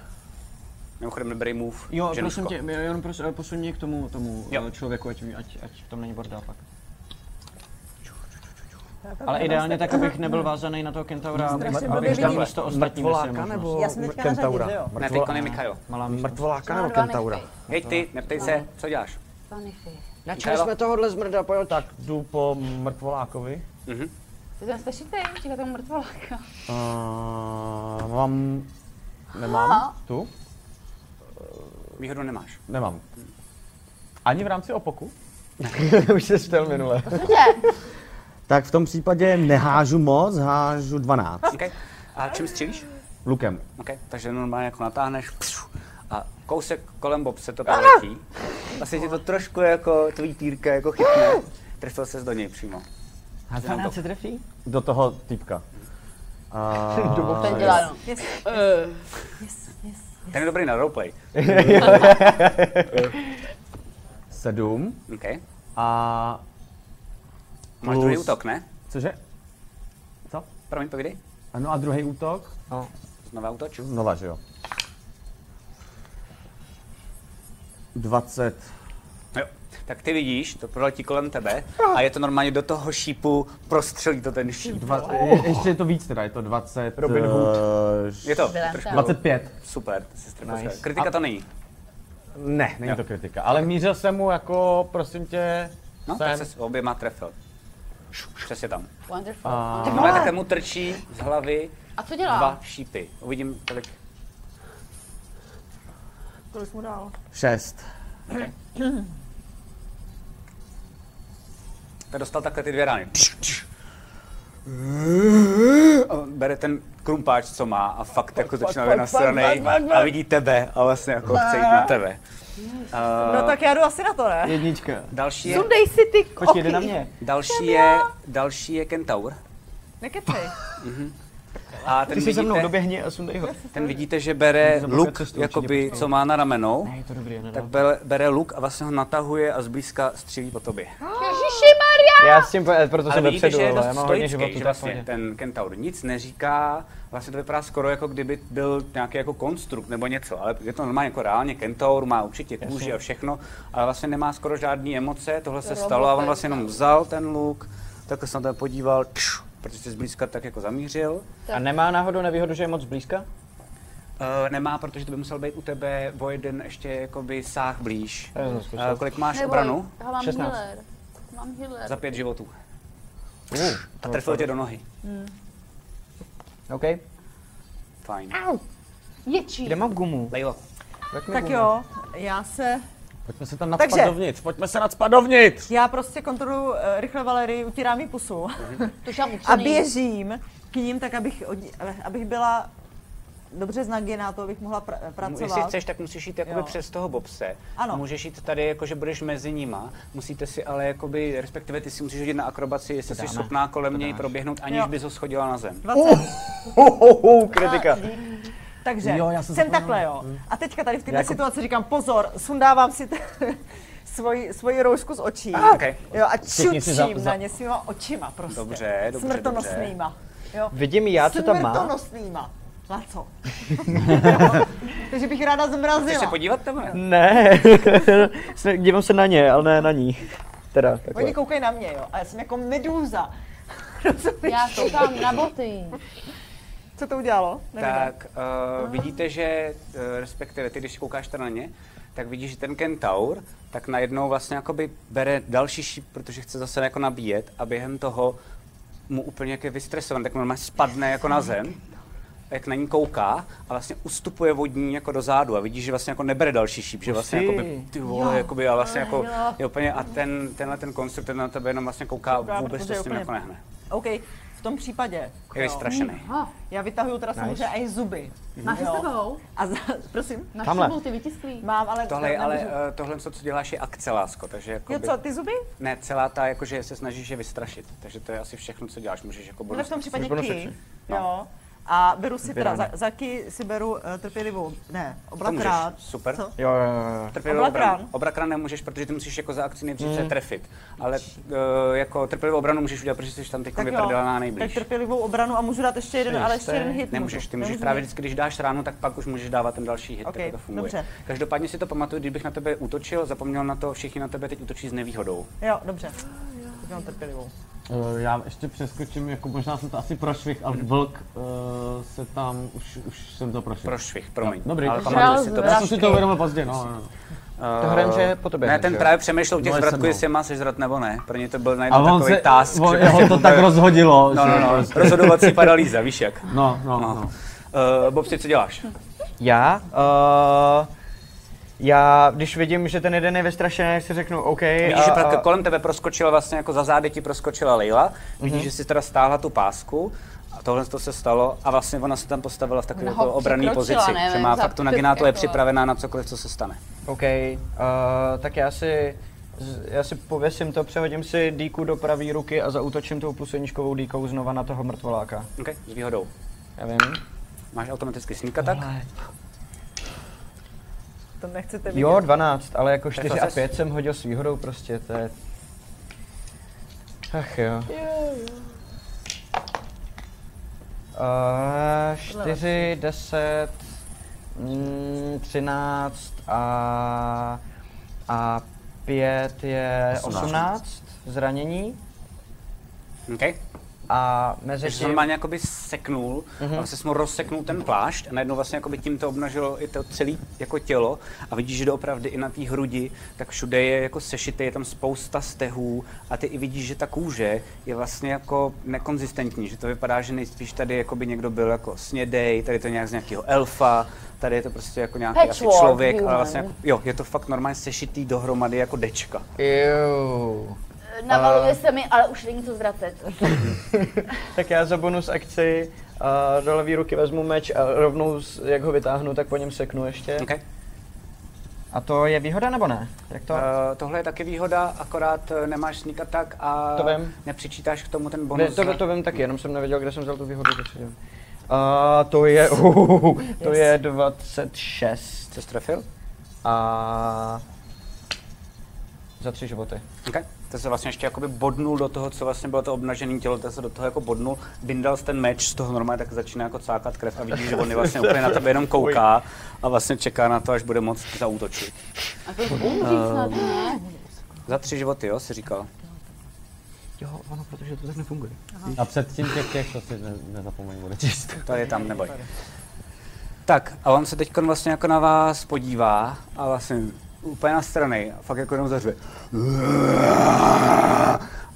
[SPEAKER 2] Mimochodem dobrý move.
[SPEAKER 3] Jo,
[SPEAKER 2] ženuško.
[SPEAKER 3] prosím tě, jenom prosím, eh, posuň mě k tomu, tomu
[SPEAKER 2] Jo.
[SPEAKER 3] eh, člověku, ať, ať, ať v tom není bordel pak.
[SPEAKER 6] Já tam
[SPEAKER 3] Ale
[SPEAKER 6] mám
[SPEAKER 3] ideálně
[SPEAKER 6] dostatek-
[SPEAKER 3] tak, abych nebyl vázaný na toho kentaura,
[SPEAKER 6] strašně
[SPEAKER 3] abych-
[SPEAKER 6] blbě
[SPEAKER 3] abych prostě dal
[SPEAKER 6] vidím.
[SPEAKER 3] místo ostatním, jestli
[SPEAKER 7] Mrtvoláka
[SPEAKER 3] můžu.
[SPEAKER 7] nebo
[SPEAKER 6] Já jsem teďka na řadě,
[SPEAKER 7] kentaura?
[SPEAKER 6] že jo?
[SPEAKER 2] Ne, teď je Mikael.
[SPEAKER 3] Malá místo.
[SPEAKER 7] Mrtvoláka
[SPEAKER 4] Mám
[SPEAKER 7] nebo
[SPEAKER 4] dva
[SPEAKER 7] kentaura?
[SPEAKER 4] nechty.
[SPEAKER 2] Hej ty, neptej se, co děláš?
[SPEAKER 4] Dva nechty.
[SPEAKER 7] Načali
[SPEAKER 2] Mikaela?
[SPEAKER 7] jsme tohohle zmrda, pojď.
[SPEAKER 5] Tak jdu po mrtvolákovi.
[SPEAKER 4] Ty tam slyšíte? Čeká tam mrtvoláka.
[SPEAKER 5] Uh, mám... Nemám. Tu?
[SPEAKER 2] Výhodu nemáš.
[SPEAKER 5] Nemám. Ani v
[SPEAKER 7] *laughs*
[SPEAKER 5] rámci opoku? Už jsi chtěl minule.
[SPEAKER 4] Dobře,
[SPEAKER 7] Tak v tom případě nehážu moc, hážu 12.
[SPEAKER 2] Okay. A čím střílíš?
[SPEAKER 7] Lukem.
[SPEAKER 2] Okay. Takže normálně jako natáhneš pšu, a kousek kolem Bob se to proletí. Vlastně ti to trošku jako tvý týrka jako chytne. Trefil ses do něj přímo. Jenom to.
[SPEAKER 3] trefí?
[SPEAKER 5] Do toho Eh, typka.
[SPEAKER 7] *laughs*
[SPEAKER 4] to je
[SPEAKER 6] no.
[SPEAKER 4] děláno.
[SPEAKER 2] Ten je dobrý na roleplay.
[SPEAKER 5] Sedm.
[SPEAKER 2] Okay.
[SPEAKER 5] A...
[SPEAKER 2] Máš
[SPEAKER 5] Plus.
[SPEAKER 2] druhý útok, ne?
[SPEAKER 5] Cože? Co?
[SPEAKER 2] Promiň, povídej.
[SPEAKER 5] Ano a druhý útok?
[SPEAKER 2] Znova útoč.
[SPEAKER 5] Znova, že jo.
[SPEAKER 7] 20.
[SPEAKER 2] Jo. Tak ty vidíš, to proletí kolem tebe a je to normálně do toho šípu, prostřelí to ten šíp.
[SPEAKER 5] Dva, je, ještě je to víc teda, je to eh, 20... Robin
[SPEAKER 2] Je to
[SPEAKER 4] Byla
[SPEAKER 2] trošku
[SPEAKER 4] tam.
[SPEAKER 5] 25.
[SPEAKER 2] super, ty jsi nice. Kritika to není.
[SPEAKER 5] Ne, není to kritika, ale mířil jsem mu jako, prosím tě,
[SPEAKER 2] No,
[SPEAKER 5] sem.
[SPEAKER 2] tak se oběma trefil. Přesně tam.
[SPEAKER 4] Wonderful.
[SPEAKER 2] No, ale takhle mu trčí z hlavy
[SPEAKER 4] A co dělá?
[SPEAKER 2] dva šípy. Uvidím, kolik.
[SPEAKER 6] Kolik mu dal?
[SPEAKER 7] 6.
[SPEAKER 2] Tak dostal takhle ty dvě rány. A bere ten krumpáč, co má a fakt jako začíná být nasranej a vidí tebe a vlastně jako chce jít na tebe.
[SPEAKER 6] No tak já jdu asi na to, ne?
[SPEAKER 3] Jednička.
[SPEAKER 2] Další je,
[SPEAKER 4] Sundej si ty
[SPEAKER 3] Počkej,
[SPEAKER 4] koky.
[SPEAKER 3] jde na mě.
[SPEAKER 2] další je, další je kentaur.
[SPEAKER 3] *laughs*
[SPEAKER 6] Nekecej.
[SPEAKER 2] A ten
[SPEAKER 3] Ty jsi se mnou,
[SPEAKER 2] vidíte,
[SPEAKER 3] doběhni a sundej ho.
[SPEAKER 2] ten vidíte, že bere
[SPEAKER 3] Zablokat
[SPEAKER 2] luk,
[SPEAKER 3] cestu, určitě
[SPEAKER 2] jakoby,
[SPEAKER 3] počkej.
[SPEAKER 2] co má na ramenou.
[SPEAKER 3] Ne, no. je to dobrý,
[SPEAKER 2] Tak
[SPEAKER 3] nedám.
[SPEAKER 2] bere, bere luk a vlastně ho natahuje a zblízka střílí po tobě.
[SPEAKER 4] Ježiši Maria!
[SPEAKER 3] Já s tím, po- eh, proto
[SPEAKER 2] Ale
[SPEAKER 3] jsem
[SPEAKER 2] vidíte,
[SPEAKER 3] vepředu,
[SPEAKER 2] že je
[SPEAKER 3] ale já
[SPEAKER 2] dost
[SPEAKER 3] mám hodně
[SPEAKER 2] stoický,
[SPEAKER 3] životů,
[SPEAKER 2] že
[SPEAKER 3] tak
[SPEAKER 2] vlastně
[SPEAKER 3] hodně.
[SPEAKER 2] ten kentaur nic neříká, vlastně to vypadá skoro jako kdyby byl nějaký jako konstrukt nebo něco, ale je to normálně jako reálně kentaur, má určitě kůži a všechno, ale vlastně nemá skoro žádné emoce, tohle se
[SPEAKER 4] Robot
[SPEAKER 2] stalo a on
[SPEAKER 4] ten.
[SPEAKER 2] vlastně jenom vzal ten luk, takhle se na to podíval, kš, protože se zblízka tak jako zamířil.
[SPEAKER 3] A nemá náhodou nevýhodu, že je moc blízka?
[SPEAKER 2] Eh, nemá, protože to by musel být u tebe o jeden ještě jakoby sáh blíž.
[SPEAKER 3] Já jsem zkusil.
[SPEAKER 2] Eh, kolik máš
[SPEAKER 4] Neboj,
[SPEAKER 2] obranu?
[SPEAKER 4] Já mám
[SPEAKER 3] 16.
[SPEAKER 4] healer. Mám healer.
[SPEAKER 2] Za pět životů.
[SPEAKER 3] Uh.
[SPEAKER 2] A trefil tě do nohy.
[SPEAKER 3] OK.
[SPEAKER 2] Fajn.
[SPEAKER 4] Ječí.
[SPEAKER 3] Kde mám gumu?
[SPEAKER 2] Lejlo,
[SPEAKER 6] Tak jo, já se...
[SPEAKER 5] Pojďme se tam nadspat
[SPEAKER 6] Takže-
[SPEAKER 5] dovnitř, pojďme se nadspat dovnitř!
[SPEAKER 6] Já prostě kontrolu eh, rychle Valerii, utírám jí pusu
[SPEAKER 3] Mhm.
[SPEAKER 4] To žám
[SPEAKER 6] a běžím k ním tak, abych, od, eh, abych byla dobře znagená, to abych mohla pr-
[SPEAKER 2] Jestli
[SPEAKER 6] pracovat.
[SPEAKER 2] chceš, tak musíš jít jakoby
[SPEAKER 6] Jo.
[SPEAKER 2] přes toho bobse.
[SPEAKER 6] Ano.
[SPEAKER 2] Můžeš jít tady, jakože budeš mezi nima. Musíte si ale, jakoby, respektive ty si musíš hodit na akrobaci, jestli jsi schopná kolem něj proběhnout, aniž
[SPEAKER 6] Jo.
[SPEAKER 2] bys ho schodila na zem.
[SPEAKER 6] 20.
[SPEAKER 3] Kritika.
[SPEAKER 6] Takže
[SPEAKER 5] Jo,
[SPEAKER 6] jo,
[SPEAKER 5] já
[SPEAKER 6] já
[SPEAKER 5] jsem
[SPEAKER 6] jsem,
[SPEAKER 5] zapomněl.
[SPEAKER 6] takhle, jo. A teďka tady v této
[SPEAKER 5] Já jako-
[SPEAKER 6] situaci říkám, pozor, sundávám si t- *laughs* svoji, svoji roušku z očí.
[SPEAKER 2] okay.
[SPEAKER 6] Jo, a
[SPEAKER 5] Všichni si
[SPEAKER 6] čučím
[SPEAKER 5] za- za-
[SPEAKER 6] na ně svýma očima prostě.
[SPEAKER 2] Dobře, dobře,
[SPEAKER 6] Smrtonosnýma. Jo.
[SPEAKER 3] Vidím já, co tam má.
[SPEAKER 6] Smrtonosnýma. Laco. *laughs* Takže bych ráda
[SPEAKER 2] Chceš se
[SPEAKER 6] zmrazila.
[SPEAKER 2] podívat tam? ne?
[SPEAKER 3] Ne, *laughs* Jsem- dívám se na ně, ale ne na ní. Teda, takhle.
[SPEAKER 6] Oni koukají na mě, jo. A já jsem jako medúza. *laughs*
[SPEAKER 4] Já koukám na boty.
[SPEAKER 6] Co to udělalo? Nevím.
[SPEAKER 2] Tak uh, vidíte, že, uh, respektive ty, když koukáš teda na ně, tak vidíš, že ten kentaur, tak najednou vlastně jakoby bere další šíp, protože chce zase jako nabíjet a během toho mu úplně jak je vystresovaný, tak normálně spadne jako na zem, jak na ní kouká a vlastně ustupuje vodní jako do zádu a vidíš, že vlastně jako nebere další šíp, že vlastně jakoby, ty vole, jakoby a vlastně jako je úplně a ten, tenhle ten konstrukt ten na tebe jenom vlastně kouká,
[SPEAKER 6] Kouká,
[SPEAKER 2] vůbec
[SPEAKER 6] protože
[SPEAKER 2] to
[SPEAKER 6] je
[SPEAKER 2] s ním
[SPEAKER 6] úplně-
[SPEAKER 2] jako nehne.
[SPEAKER 6] OK, v tom případě.
[SPEAKER 2] Jako Je
[SPEAKER 6] jo.
[SPEAKER 2] vystrašený.
[SPEAKER 6] Já vytahuju teda samozřejmě i zuby.
[SPEAKER 4] Máš je s
[SPEAKER 6] Jo.
[SPEAKER 4] tebou?
[SPEAKER 6] A za, prosím?
[SPEAKER 4] Máš
[SPEAKER 3] Tamhle.
[SPEAKER 4] s tebou ty vytisklý.
[SPEAKER 6] Mám, ale...
[SPEAKER 2] Tohle, je ale
[SPEAKER 6] nemůžu-
[SPEAKER 2] eh, tohle, co co děláš, je akce, lásko, takže jako
[SPEAKER 6] Jo, co, ty zuby?
[SPEAKER 2] Ne, celá ta, jakože se snažíš je vystrašit. Takže to je asi všechno, co děláš. Můžeš jako
[SPEAKER 6] No tak
[SPEAKER 2] bonus.
[SPEAKER 6] v tom případě
[SPEAKER 3] Bonus
[SPEAKER 6] ky.
[SPEAKER 2] No.
[SPEAKER 3] action.
[SPEAKER 6] Jo. A beru si teda,
[SPEAKER 2] Vyrane.
[SPEAKER 6] za, zaky si beru uh, trpělivou, ne,
[SPEAKER 2] To můžeš,
[SPEAKER 6] oblakrát.
[SPEAKER 2] super.
[SPEAKER 6] Co?
[SPEAKER 3] Jo, jo, jo, jo.
[SPEAKER 2] Trpělivou
[SPEAKER 6] Obrakran.
[SPEAKER 2] obranu. Obrakran nemůžeš, protože ty musíš jako za akci nejdřív
[SPEAKER 5] Hmm.
[SPEAKER 2] se trefit. Ale eh, jako trpělivou obranu můžeš udělat, protože jsi tam teď
[SPEAKER 6] Tak jo,
[SPEAKER 2] vyprdelená
[SPEAKER 6] tak
[SPEAKER 2] nejblíž.
[SPEAKER 6] trpělivou obranu a můžu dát ještě jeden, ale ještě jeden hit.
[SPEAKER 2] Nemůžeš,
[SPEAKER 6] můžu.
[SPEAKER 2] ty můžeš
[SPEAKER 6] Nemůžu
[SPEAKER 2] právě
[SPEAKER 6] mít.
[SPEAKER 2] vždycky, když dáš ránu, tak pak už můžeš dávat ten další hit,
[SPEAKER 6] Ok,
[SPEAKER 2] tak to funguje.
[SPEAKER 6] dobře.
[SPEAKER 2] Každopádně si to pamatuju, kdybych na tebe útočil, zapomněl na to, všichni na tebe teď útočí s nevýhodou.
[SPEAKER 6] Jo, dobře. Tak mám trpělivou.
[SPEAKER 5] Eh, Já ještě přeskočím, jako možná jsem to asi prošvih, ale vlk eh, se tam, už, už jsem to prošvih.
[SPEAKER 2] Prošvih, promiň.
[SPEAKER 5] No, Dobrý,
[SPEAKER 2] ale
[SPEAKER 5] to-
[SPEAKER 2] pamatuju si to.
[SPEAKER 5] Já jsem si to uvědomil pozdě, no. no.
[SPEAKER 3] To hrajem, že je po tobě.
[SPEAKER 2] Ne, ten
[SPEAKER 3] že jo?
[SPEAKER 2] právě přemýšlel u těch
[SPEAKER 5] No,
[SPEAKER 2] zvratků,
[SPEAKER 5] jsem, no.
[SPEAKER 2] jestli je má sežrat nebo ne. Pro ně to byl
[SPEAKER 5] A
[SPEAKER 2] najednou
[SPEAKER 5] on
[SPEAKER 2] takový
[SPEAKER 5] se,
[SPEAKER 2] task.
[SPEAKER 5] on,
[SPEAKER 2] že
[SPEAKER 5] jeho to
[SPEAKER 2] prostě
[SPEAKER 5] tak
[SPEAKER 2] bude- *laughs*
[SPEAKER 5] rozhodilo,
[SPEAKER 2] No,
[SPEAKER 5] že
[SPEAKER 2] no,
[SPEAKER 5] *laughs*
[SPEAKER 2] no,
[SPEAKER 5] prostě-
[SPEAKER 2] rozhodovací paralýza, víš jak.
[SPEAKER 5] no, no,
[SPEAKER 2] No.
[SPEAKER 5] no.
[SPEAKER 2] Uh, Bobci, co děláš?
[SPEAKER 3] Já? Uh, já, když vidím, že ten jeden je vystrašený, tak si řeknu OK.
[SPEAKER 2] Vidíš, že pak kolem tebe proskočila vlastně jako za zády ti proskočila Leila.
[SPEAKER 5] Mhm.
[SPEAKER 2] Vidíš, že si teda stáhla tu pásku. A tohle to se stalo a vlastně ona se tam postavila v takové
[SPEAKER 4] Ona
[SPEAKER 2] jako
[SPEAKER 4] ho
[SPEAKER 2] obranné
[SPEAKER 4] překročila,
[SPEAKER 2] pozici,
[SPEAKER 4] nevím,
[SPEAKER 2] že má
[SPEAKER 4] za
[SPEAKER 2] fakt tu
[SPEAKER 4] pět
[SPEAKER 2] naginátu, je
[SPEAKER 4] jako-
[SPEAKER 2] připravená na cokoliv, co se stane.
[SPEAKER 3] OK, uh, tak já si, z- já si pověsím to, přehodím si díku do pravé ruky a zautočím tou plus jedničkovou díkou znova na toho mrtvoláka.
[SPEAKER 2] OK, s výhodou.
[SPEAKER 3] Já vím.
[SPEAKER 2] Máš automaticky sníka tak?
[SPEAKER 6] To nechcete vidět.
[SPEAKER 3] Jo, 12, ale jako 4 a
[SPEAKER 2] zas-
[SPEAKER 3] 5 jsem hodil s výhodou prostě, to je... Ach jo. Uh, 4, 10, 13 mm, a, a 5 je 18 zranění
[SPEAKER 2] OK.
[SPEAKER 3] a mezi
[SPEAKER 2] Takže se
[SPEAKER 3] tím...
[SPEAKER 2] normálně jakoby seknul,
[SPEAKER 4] Mhm.
[SPEAKER 2] mm-hmm. a vlastně jsi mu rozseknul ten plášť a najednou vlastně jakoby tím to obnažilo i to celé jako tělo a vidíš, že doopravdy i na té hrudi, tak všude je jako sešité, je tam spousta stehů a ty i vidíš, že ta kůže je vlastně jako nekonzistentní, že to vypadá, že nejspíš tady jakoby někdo byl jako snědej, tady to je nějak z nějakého elfa, tady je to prostě jako nějaký asi
[SPEAKER 4] Patchwork
[SPEAKER 2] člověk, ale
[SPEAKER 4] human.
[SPEAKER 2] vlastně jako, jo, je to fakt normálně sešitý dohromady jako dečka.
[SPEAKER 3] Ew.
[SPEAKER 2] Eh,
[SPEAKER 4] Navaluje se mi, ale už není co zvracet.
[SPEAKER 2] *laughs*
[SPEAKER 3] Tak já za bonus akci uh, do levé ruky vezmu meč a rovnou, s- jak ho vytáhnu, tak po něm seknu ještě.
[SPEAKER 2] Okay?
[SPEAKER 3] A to je výhoda nebo ne? Jak to?
[SPEAKER 2] Eh, tohle je taky výhoda, akorát eh, nemáš sneak attack a
[SPEAKER 3] To vím.
[SPEAKER 2] nepřičítáš k tomu ten
[SPEAKER 3] Ne,
[SPEAKER 2] bonus.
[SPEAKER 3] to, to vím taky, jenom jsem nevěděl, kde jsem vzal tu výhodu. Tak si dělám. A to je, *laughs* uh, to je 26
[SPEAKER 2] Jsi strefil?
[SPEAKER 3] a za tři životy.
[SPEAKER 2] Okay. To se vlastně ještě jakoby bodnul do toho, co vlastně bylo to obnažené tělo, to se do toho jako bodnul, vyndal jsi ten meč z toho normálně, tak začíná jako cákat krev a vidíš, že on je vlastně úplně na tebe jenom kouká a vlastně čeká na to, až bude moc zaútočit. Ehm,
[SPEAKER 4] A to umří snad, ne?
[SPEAKER 2] Za tři životy, jo, si říkal.
[SPEAKER 3] Jo, ono, protože to tak nefunguje.
[SPEAKER 5] A předtím těch těch, to si ne, nezapomeň odečíst.
[SPEAKER 2] To je tam, neboj. Tak a on se teď vlastně jako na vás podívá a vlastně úplně na strany, a fakt jako jenom zařve.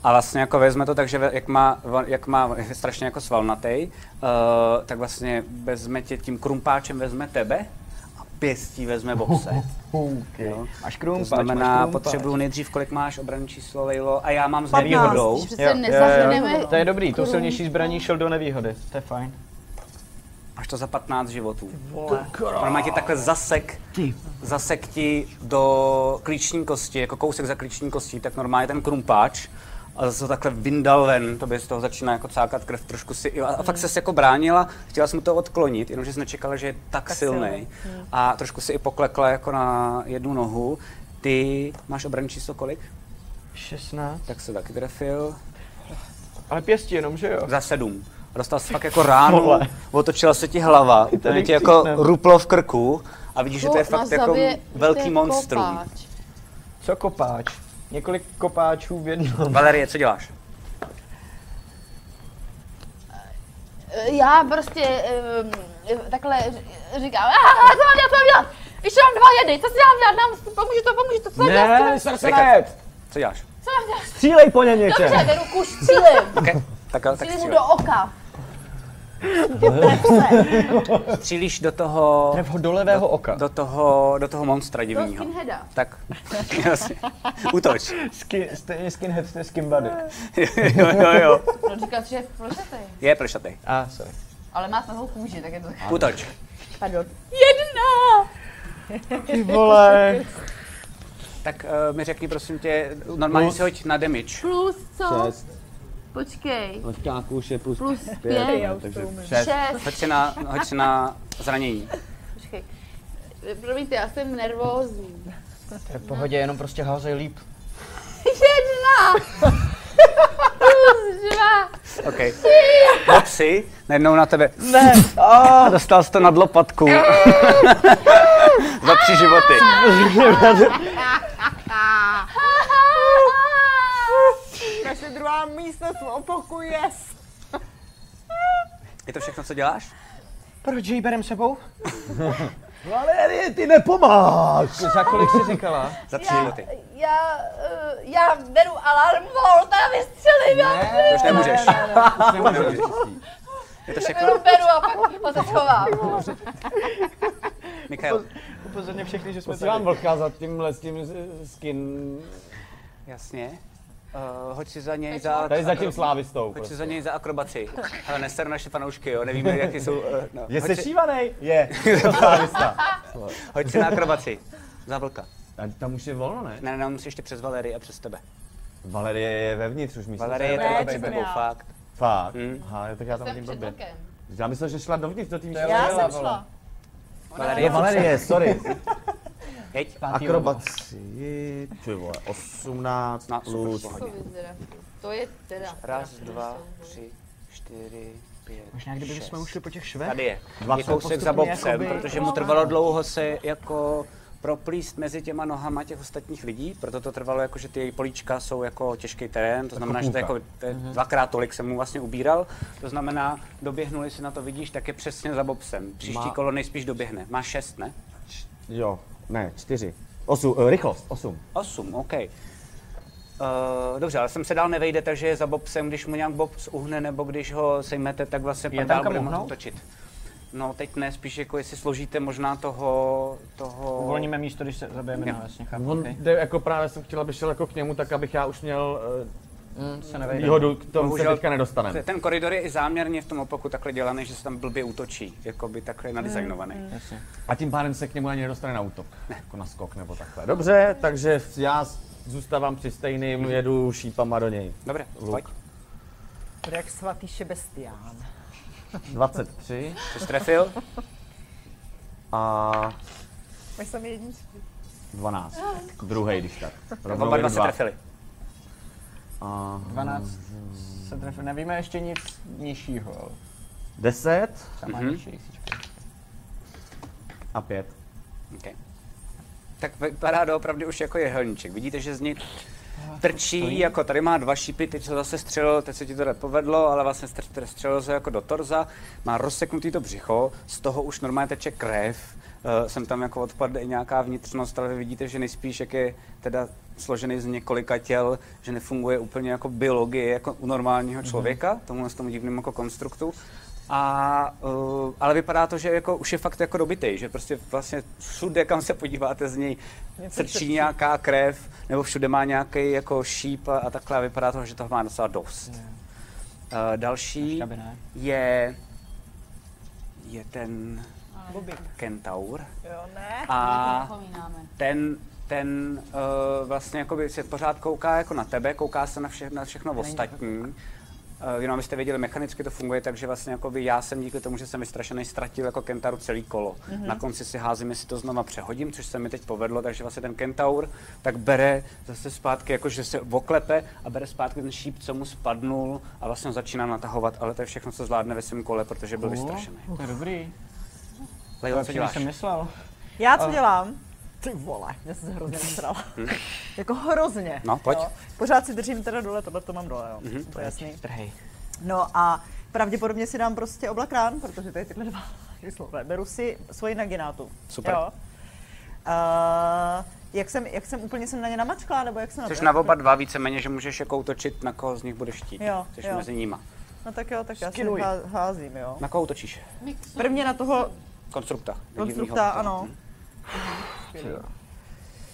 [SPEAKER 2] A vlastně jako vezme to tak, že ve- jak má, on- jak má on je strašně jako svalnatej, uh, tak vlastně vezme tě tím krumpáčem vezme tebe a pěstí vezme boxe. Jo.
[SPEAKER 3] Máš
[SPEAKER 2] To
[SPEAKER 3] krumpáč, máš
[SPEAKER 2] znamená,
[SPEAKER 3] krumpáč.
[SPEAKER 2] potřebuju nejdřív, kolik máš obranné číslo, Lejlo, a já mám s
[SPEAKER 6] Patnáct.
[SPEAKER 2] nevýhodou.
[SPEAKER 4] Že
[SPEAKER 3] Jo,
[SPEAKER 4] se
[SPEAKER 3] jo, jo.
[SPEAKER 4] nezahrneme.
[SPEAKER 3] To je dobrý, tou silnější zbraní šel do nevýhody. To je fajn.
[SPEAKER 2] Až to za 15 životů. Normálně ti takhle zasek, zasek ti do klíční kosti, jako kousek za klíční kostí, tak normálně ten krumpáč a zase to takhle vyndal ven, tobě z toho začíná jako cákat krev, trošku si, a fakt se jako bránila, chtěla jsi mu to odklonit, jenomže jsi nečekala, že je tak, tak silný.
[SPEAKER 6] silnej,
[SPEAKER 2] A trošku si i poklekla jako na jednu nohu. Ty máš obranné číslo kolik?
[SPEAKER 3] 16.
[SPEAKER 2] Tak se taky trefil.
[SPEAKER 3] Ale pěstí jenom, že jo?
[SPEAKER 2] Za sedm. A Dostal jsi fakt jako ránu,
[SPEAKER 3] Vole.
[SPEAKER 2] otočila se ti hlava, úplně ti jako
[SPEAKER 3] chcípnem.
[SPEAKER 2] ruplo v krku a vidíš, že to je
[SPEAKER 4] Ko- nás
[SPEAKER 2] fakt jako
[SPEAKER 4] zabije
[SPEAKER 2] velký
[SPEAKER 4] ten
[SPEAKER 2] monstrum.
[SPEAKER 4] kopáč.
[SPEAKER 3] Co kopáč? Několik kopáčů v jednom.
[SPEAKER 2] Valerie, co děláš?
[SPEAKER 4] Já prostě um, takhle ř- říkám, aha, co mám dělat, co mám dělat? Ještě mám dva jedy, co si mám dělat, nám, pomůžu to, pomůžu to, co mám dělat, co mám,
[SPEAKER 7] Ne, srsenet!
[SPEAKER 2] Co děláš?
[SPEAKER 4] co mám dělat?
[SPEAKER 7] Střílej po ně něčem!
[SPEAKER 4] Dobře, beru kuš, střílim,
[SPEAKER 2] Okay. Tak, tak
[SPEAKER 4] střílim mu
[SPEAKER 2] střílej.
[SPEAKER 4] do oka.
[SPEAKER 2] střílíš do toho,
[SPEAKER 3] Tref ho do levého oka.
[SPEAKER 2] do toho, do toho monstra
[SPEAKER 4] Do
[SPEAKER 2] divního.
[SPEAKER 4] skinheada.
[SPEAKER 2] Tak, *laughs* jasně. Útoč. *laughs*
[SPEAKER 3] Skin, stejně skinhead, jste skin buddy.
[SPEAKER 2] jo, jo, jo.
[SPEAKER 4] On No, říkal, že je plešatej,
[SPEAKER 2] Je plešatej.
[SPEAKER 3] A, ah, sorry.
[SPEAKER 4] ale má tmavou kůži, tak je to
[SPEAKER 2] Útoč.
[SPEAKER 4] Pardon. Jedna!
[SPEAKER 3] Ty vole.
[SPEAKER 2] eh, Tak uh, mi řekni prosím tě, normálně si hoď na damage.
[SPEAKER 4] Plus co?
[SPEAKER 5] Šest.
[SPEAKER 4] Počkej.
[SPEAKER 2] Hoďkáku už je plus,
[SPEAKER 4] Plus
[SPEAKER 2] pět,
[SPEAKER 4] pět.
[SPEAKER 2] no,
[SPEAKER 8] Já už
[SPEAKER 2] takže
[SPEAKER 8] to umím.
[SPEAKER 2] šest.
[SPEAKER 4] Šest.
[SPEAKER 2] Hoď si na, hoď si na zranění.
[SPEAKER 4] Počkej. Eh, Promiňte, já jsem nervózní. *laughs*
[SPEAKER 3] To je v pohodě, jenom prostě házej líp.
[SPEAKER 4] Jedna! *laughs* Plus dva!
[SPEAKER 2] OK. Hop si, najednou na tebe.
[SPEAKER 6] Ne,
[SPEAKER 2] A *laughs* dostal jsi to nad lopatku. *laughs* Za tři životy.
[SPEAKER 6] naše druhá místnost v opoku je
[SPEAKER 2] Je to všechno, co děláš?
[SPEAKER 3] Proč ji berem sebou?
[SPEAKER 7] Valérie, ty nepomáš!
[SPEAKER 3] Za kolik jsi říkala?
[SPEAKER 2] Za tři životy.
[SPEAKER 4] Já, eh, já beru alarm, Volta, vystřelím, já
[SPEAKER 2] To už nemůžeš.
[SPEAKER 5] Nemůžu.
[SPEAKER 2] Je to všechno?
[SPEAKER 4] beru, beru a pak ho zachovám.
[SPEAKER 2] Mikael,
[SPEAKER 3] Upozorně všechny, že jsme
[SPEAKER 5] Posílám vlka za tímhle s tím eh, skin,
[SPEAKER 2] jasně. Uh, hoď si za něj za...
[SPEAKER 5] tady za tím slávistou.
[SPEAKER 2] Hoď si
[SPEAKER 5] Prostě.
[SPEAKER 2] za něj za akrobaci. Ale nester naše fanoušky, jo, nevíme, jaký jsou... Uh, no.
[SPEAKER 7] Je
[SPEAKER 2] hoď, si,
[SPEAKER 7] sešívanej?
[SPEAKER 2] *laughs*
[SPEAKER 7] Je, slávista.
[SPEAKER 2] hoď si na akrobaci. Za vlka.
[SPEAKER 5] A tam už je volno, ne?
[SPEAKER 2] Ne, ne, ne, musíš ještě přes Valerii a přes tebe.
[SPEAKER 7] Valerie je vevnitř už, myslím.
[SPEAKER 2] Valerie je
[SPEAKER 6] Ne,
[SPEAKER 2] tady
[SPEAKER 6] to
[SPEAKER 2] před
[SPEAKER 6] jsem
[SPEAKER 2] tebou,
[SPEAKER 6] já.
[SPEAKER 2] fakt.
[SPEAKER 7] Fakt.
[SPEAKER 2] Hm.
[SPEAKER 7] Aha, jo, tak já tam
[SPEAKER 4] Jsem
[SPEAKER 7] vidím
[SPEAKER 4] před
[SPEAKER 7] blbě.
[SPEAKER 4] okem.
[SPEAKER 7] Já myslel, že šla dovnitř do té místnosti.
[SPEAKER 6] Já
[SPEAKER 3] Vole,
[SPEAKER 6] jsem
[SPEAKER 3] vole.
[SPEAKER 6] šla.
[SPEAKER 2] Valerie,
[SPEAKER 7] Je Valerie,
[SPEAKER 2] *laughs*
[SPEAKER 7] sorry.
[SPEAKER 2] Jeď.
[SPEAKER 7] Akrobaci, ty vole, 18
[SPEAKER 2] Na, super,
[SPEAKER 7] plus.
[SPEAKER 2] pohodě.
[SPEAKER 4] To vyzvedá. To je teda.
[SPEAKER 2] Raz, dva, tři, čtyři, pět,
[SPEAKER 3] Možná kdyby
[SPEAKER 2] šest.
[SPEAKER 3] jsme ušli po těch švech?
[SPEAKER 2] Tady je.
[SPEAKER 7] Dvacet
[SPEAKER 2] Je kousek za
[SPEAKER 7] postupně
[SPEAKER 2] bobcem,
[SPEAKER 3] jakoby-
[SPEAKER 2] protože mu trvalo dlouho se jako proplíst mezi těma nohama těch ostatních lidí, proto to trvalo jako, že ty políčka jsou jako těžký terén, to znamená, že to je jako to je dvakrát tolik jsem mu vlastně ubíral, to znamená, doběhnuli si na to, vidíš, tak je přesně za bobsem. Příští
[SPEAKER 7] Má-
[SPEAKER 2] kolo nejspíš doběhne. Má šest, ne?
[SPEAKER 7] Jo, ne, 4. 8, uh, rychlost, 8.
[SPEAKER 2] Osm, OK. Uh, dobře, ale sem se dál nevejde, takže je za bobsem, když mu nějak bobs uhne, nebo když ho sejmete, tak vlastně
[SPEAKER 3] Je tam
[SPEAKER 2] pak dál
[SPEAKER 3] kam
[SPEAKER 2] bude moct
[SPEAKER 3] uhnout?
[SPEAKER 2] točit. No teď ne, spíš jako jestli složíte možná toho, toho...
[SPEAKER 3] Uvolníme místo, když se zabijeme, no jasně, chápu,
[SPEAKER 5] On
[SPEAKER 3] okej.
[SPEAKER 5] jde, jako právě jsem chtěl, aby šel jako k němu, tak abych já už měl
[SPEAKER 3] Mm, se
[SPEAKER 5] eh,
[SPEAKER 3] nevejde.
[SPEAKER 5] výhodu, k tomu se
[SPEAKER 2] Bohužel-
[SPEAKER 5] teďka nedostaneme.
[SPEAKER 2] Ten koridor je i záměrně v tom opaku takhle dělaný, že se tam blbě útočí, jako by takhle je nadizajnovaný.
[SPEAKER 3] Jasně.
[SPEAKER 5] A tím pádem se k němu ani nedostane na útok, jako na skok nebo takhle. Dobře, takže já s- zůstávám při stejným, jedu šípama do něj.
[SPEAKER 2] Dobré,
[SPEAKER 5] Luk.
[SPEAKER 2] pojď.
[SPEAKER 6] Bude jak svatý šebestián.
[SPEAKER 5] 23
[SPEAKER 2] Jsi strefil?
[SPEAKER 7] A
[SPEAKER 6] My jsme jedničky.
[SPEAKER 7] 12. Druhý, když tak. Rovnou
[SPEAKER 2] Oba dva
[SPEAKER 7] jen
[SPEAKER 2] se trefili.
[SPEAKER 7] A
[SPEAKER 3] 12 se trefí, nevíme ještě nic nižšího, ale
[SPEAKER 7] 10
[SPEAKER 3] sama
[SPEAKER 2] Mhm.
[SPEAKER 3] mm-hmm. nižší chvílička.
[SPEAKER 7] a 5.
[SPEAKER 2] Okay. Tak vypadá doopravdy už jako jehelníček. Vidíte, že z ní trčí, jako tady má dva šípy, teď se zase střelil, teď se ti to nepovedlo, ale vlastně str- str- střelil se jako do torza, má rozseknutý to břicho, z toho už normálně teče krev, eh, sem tam jako odpadne i nějaká vnitřnost, ale vy vidíte, že nejspíš, jak je teda složený z několika těl, že nefunguje úplně jako biologie jako u normálního člověka, tomu tomu divnému jako konstruktu. A, uh, ale vypadá to, že jako, už je fakt jako dobitej, že prostě vlastně všude, kam se podíváte z něj, trčí nějaká krev, nebo všude má nějaký jako šíp a, a takhle a vypadá to, že toho má docela dost. Uh, další
[SPEAKER 3] Šťavy ne.
[SPEAKER 2] je, je ten kentaur
[SPEAKER 6] Jo, ne?
[SPEAKER 2] a
[SPEAKER 4] Zapomínáme.
[SPEAKER 2] ten, ten uh, vlastně jakoby se pořád kouká jako na tebe, kouká se na, vše, na všechno ostatní. Uh, jenom abyste věděli, mechanicky to funguje, takže vlastně jakoby já jsem díky tomu, že jsem vystrašený, ztratil jako kentauru celý kolo. Mm-hmm. Na konci si házím, jestli to znova přehodím, což se mi teď povedlo, takže vlastně ten kentaur tak bere zase zpátky, jakože se oklepe a bere zpátky ten šíp, co mu spadnul a vlastně ho začíná natahovat, ale to je všechno, co zvládne ve svém kole, protože byl vystrašený.
[SPEAKER 3] To je dobrý.
[SPEAKER 2] Lejlo,
[SPEAKER 3] To
[SPEAKER 2] co
[SPEAKER 3] jsem
[SPEAKER 2] děláš?
[SPEAKER 3] jsem myslel.
[SPEAKER 6] Já
[SPEAKER 2] Eh.
[SPEAKER 6] co dělám? Ty vole, já jsem
[SPEAKER 2] *laughs*
[SPEAKER 6] se hrozně nasrala. jako hrozně.
[SPEAKER 2] Hm. No, pojď. Mhm,
[SPEAKER 6] Jo. Pořád si držím teda dole, tohle to mám dole, jo. To je jasný.
[SPEAKER 3] Trhej.
[SPEAKER 6] No a pravděpodobně si dám prostě oblak rán, protože tady tyhle dva *laughs* slové. Beru si svoji naginátu.
[SPEAKER 2] Super.
[SPEAKER 6] Jo. Uh, jak, jsem, jak jsem úplně jsem na ně namačkla, nebo jak jsem
[SPEAKER 2] Což na oba dva víceméně, že můžeš jako útočit, na koho z nich budeš chtít.
[SPEAKER 6] Jo,
[SPEAKER 2] což
[SPEAKER 6] jo.
[SPEAKER 2] mezi nima.
[SPEAKER 6] No tak jo, tak já si
[SPEAKER 3] Skinuj.
[SPEAKER 6] há- házím, jo.
[SPEAKER 2] Na koho útočíš?
[SPEAKER 6] Prvně na toho
[SPEAKER 2] Konstrukta.
[SPEAKER 6] konstrukta, ano.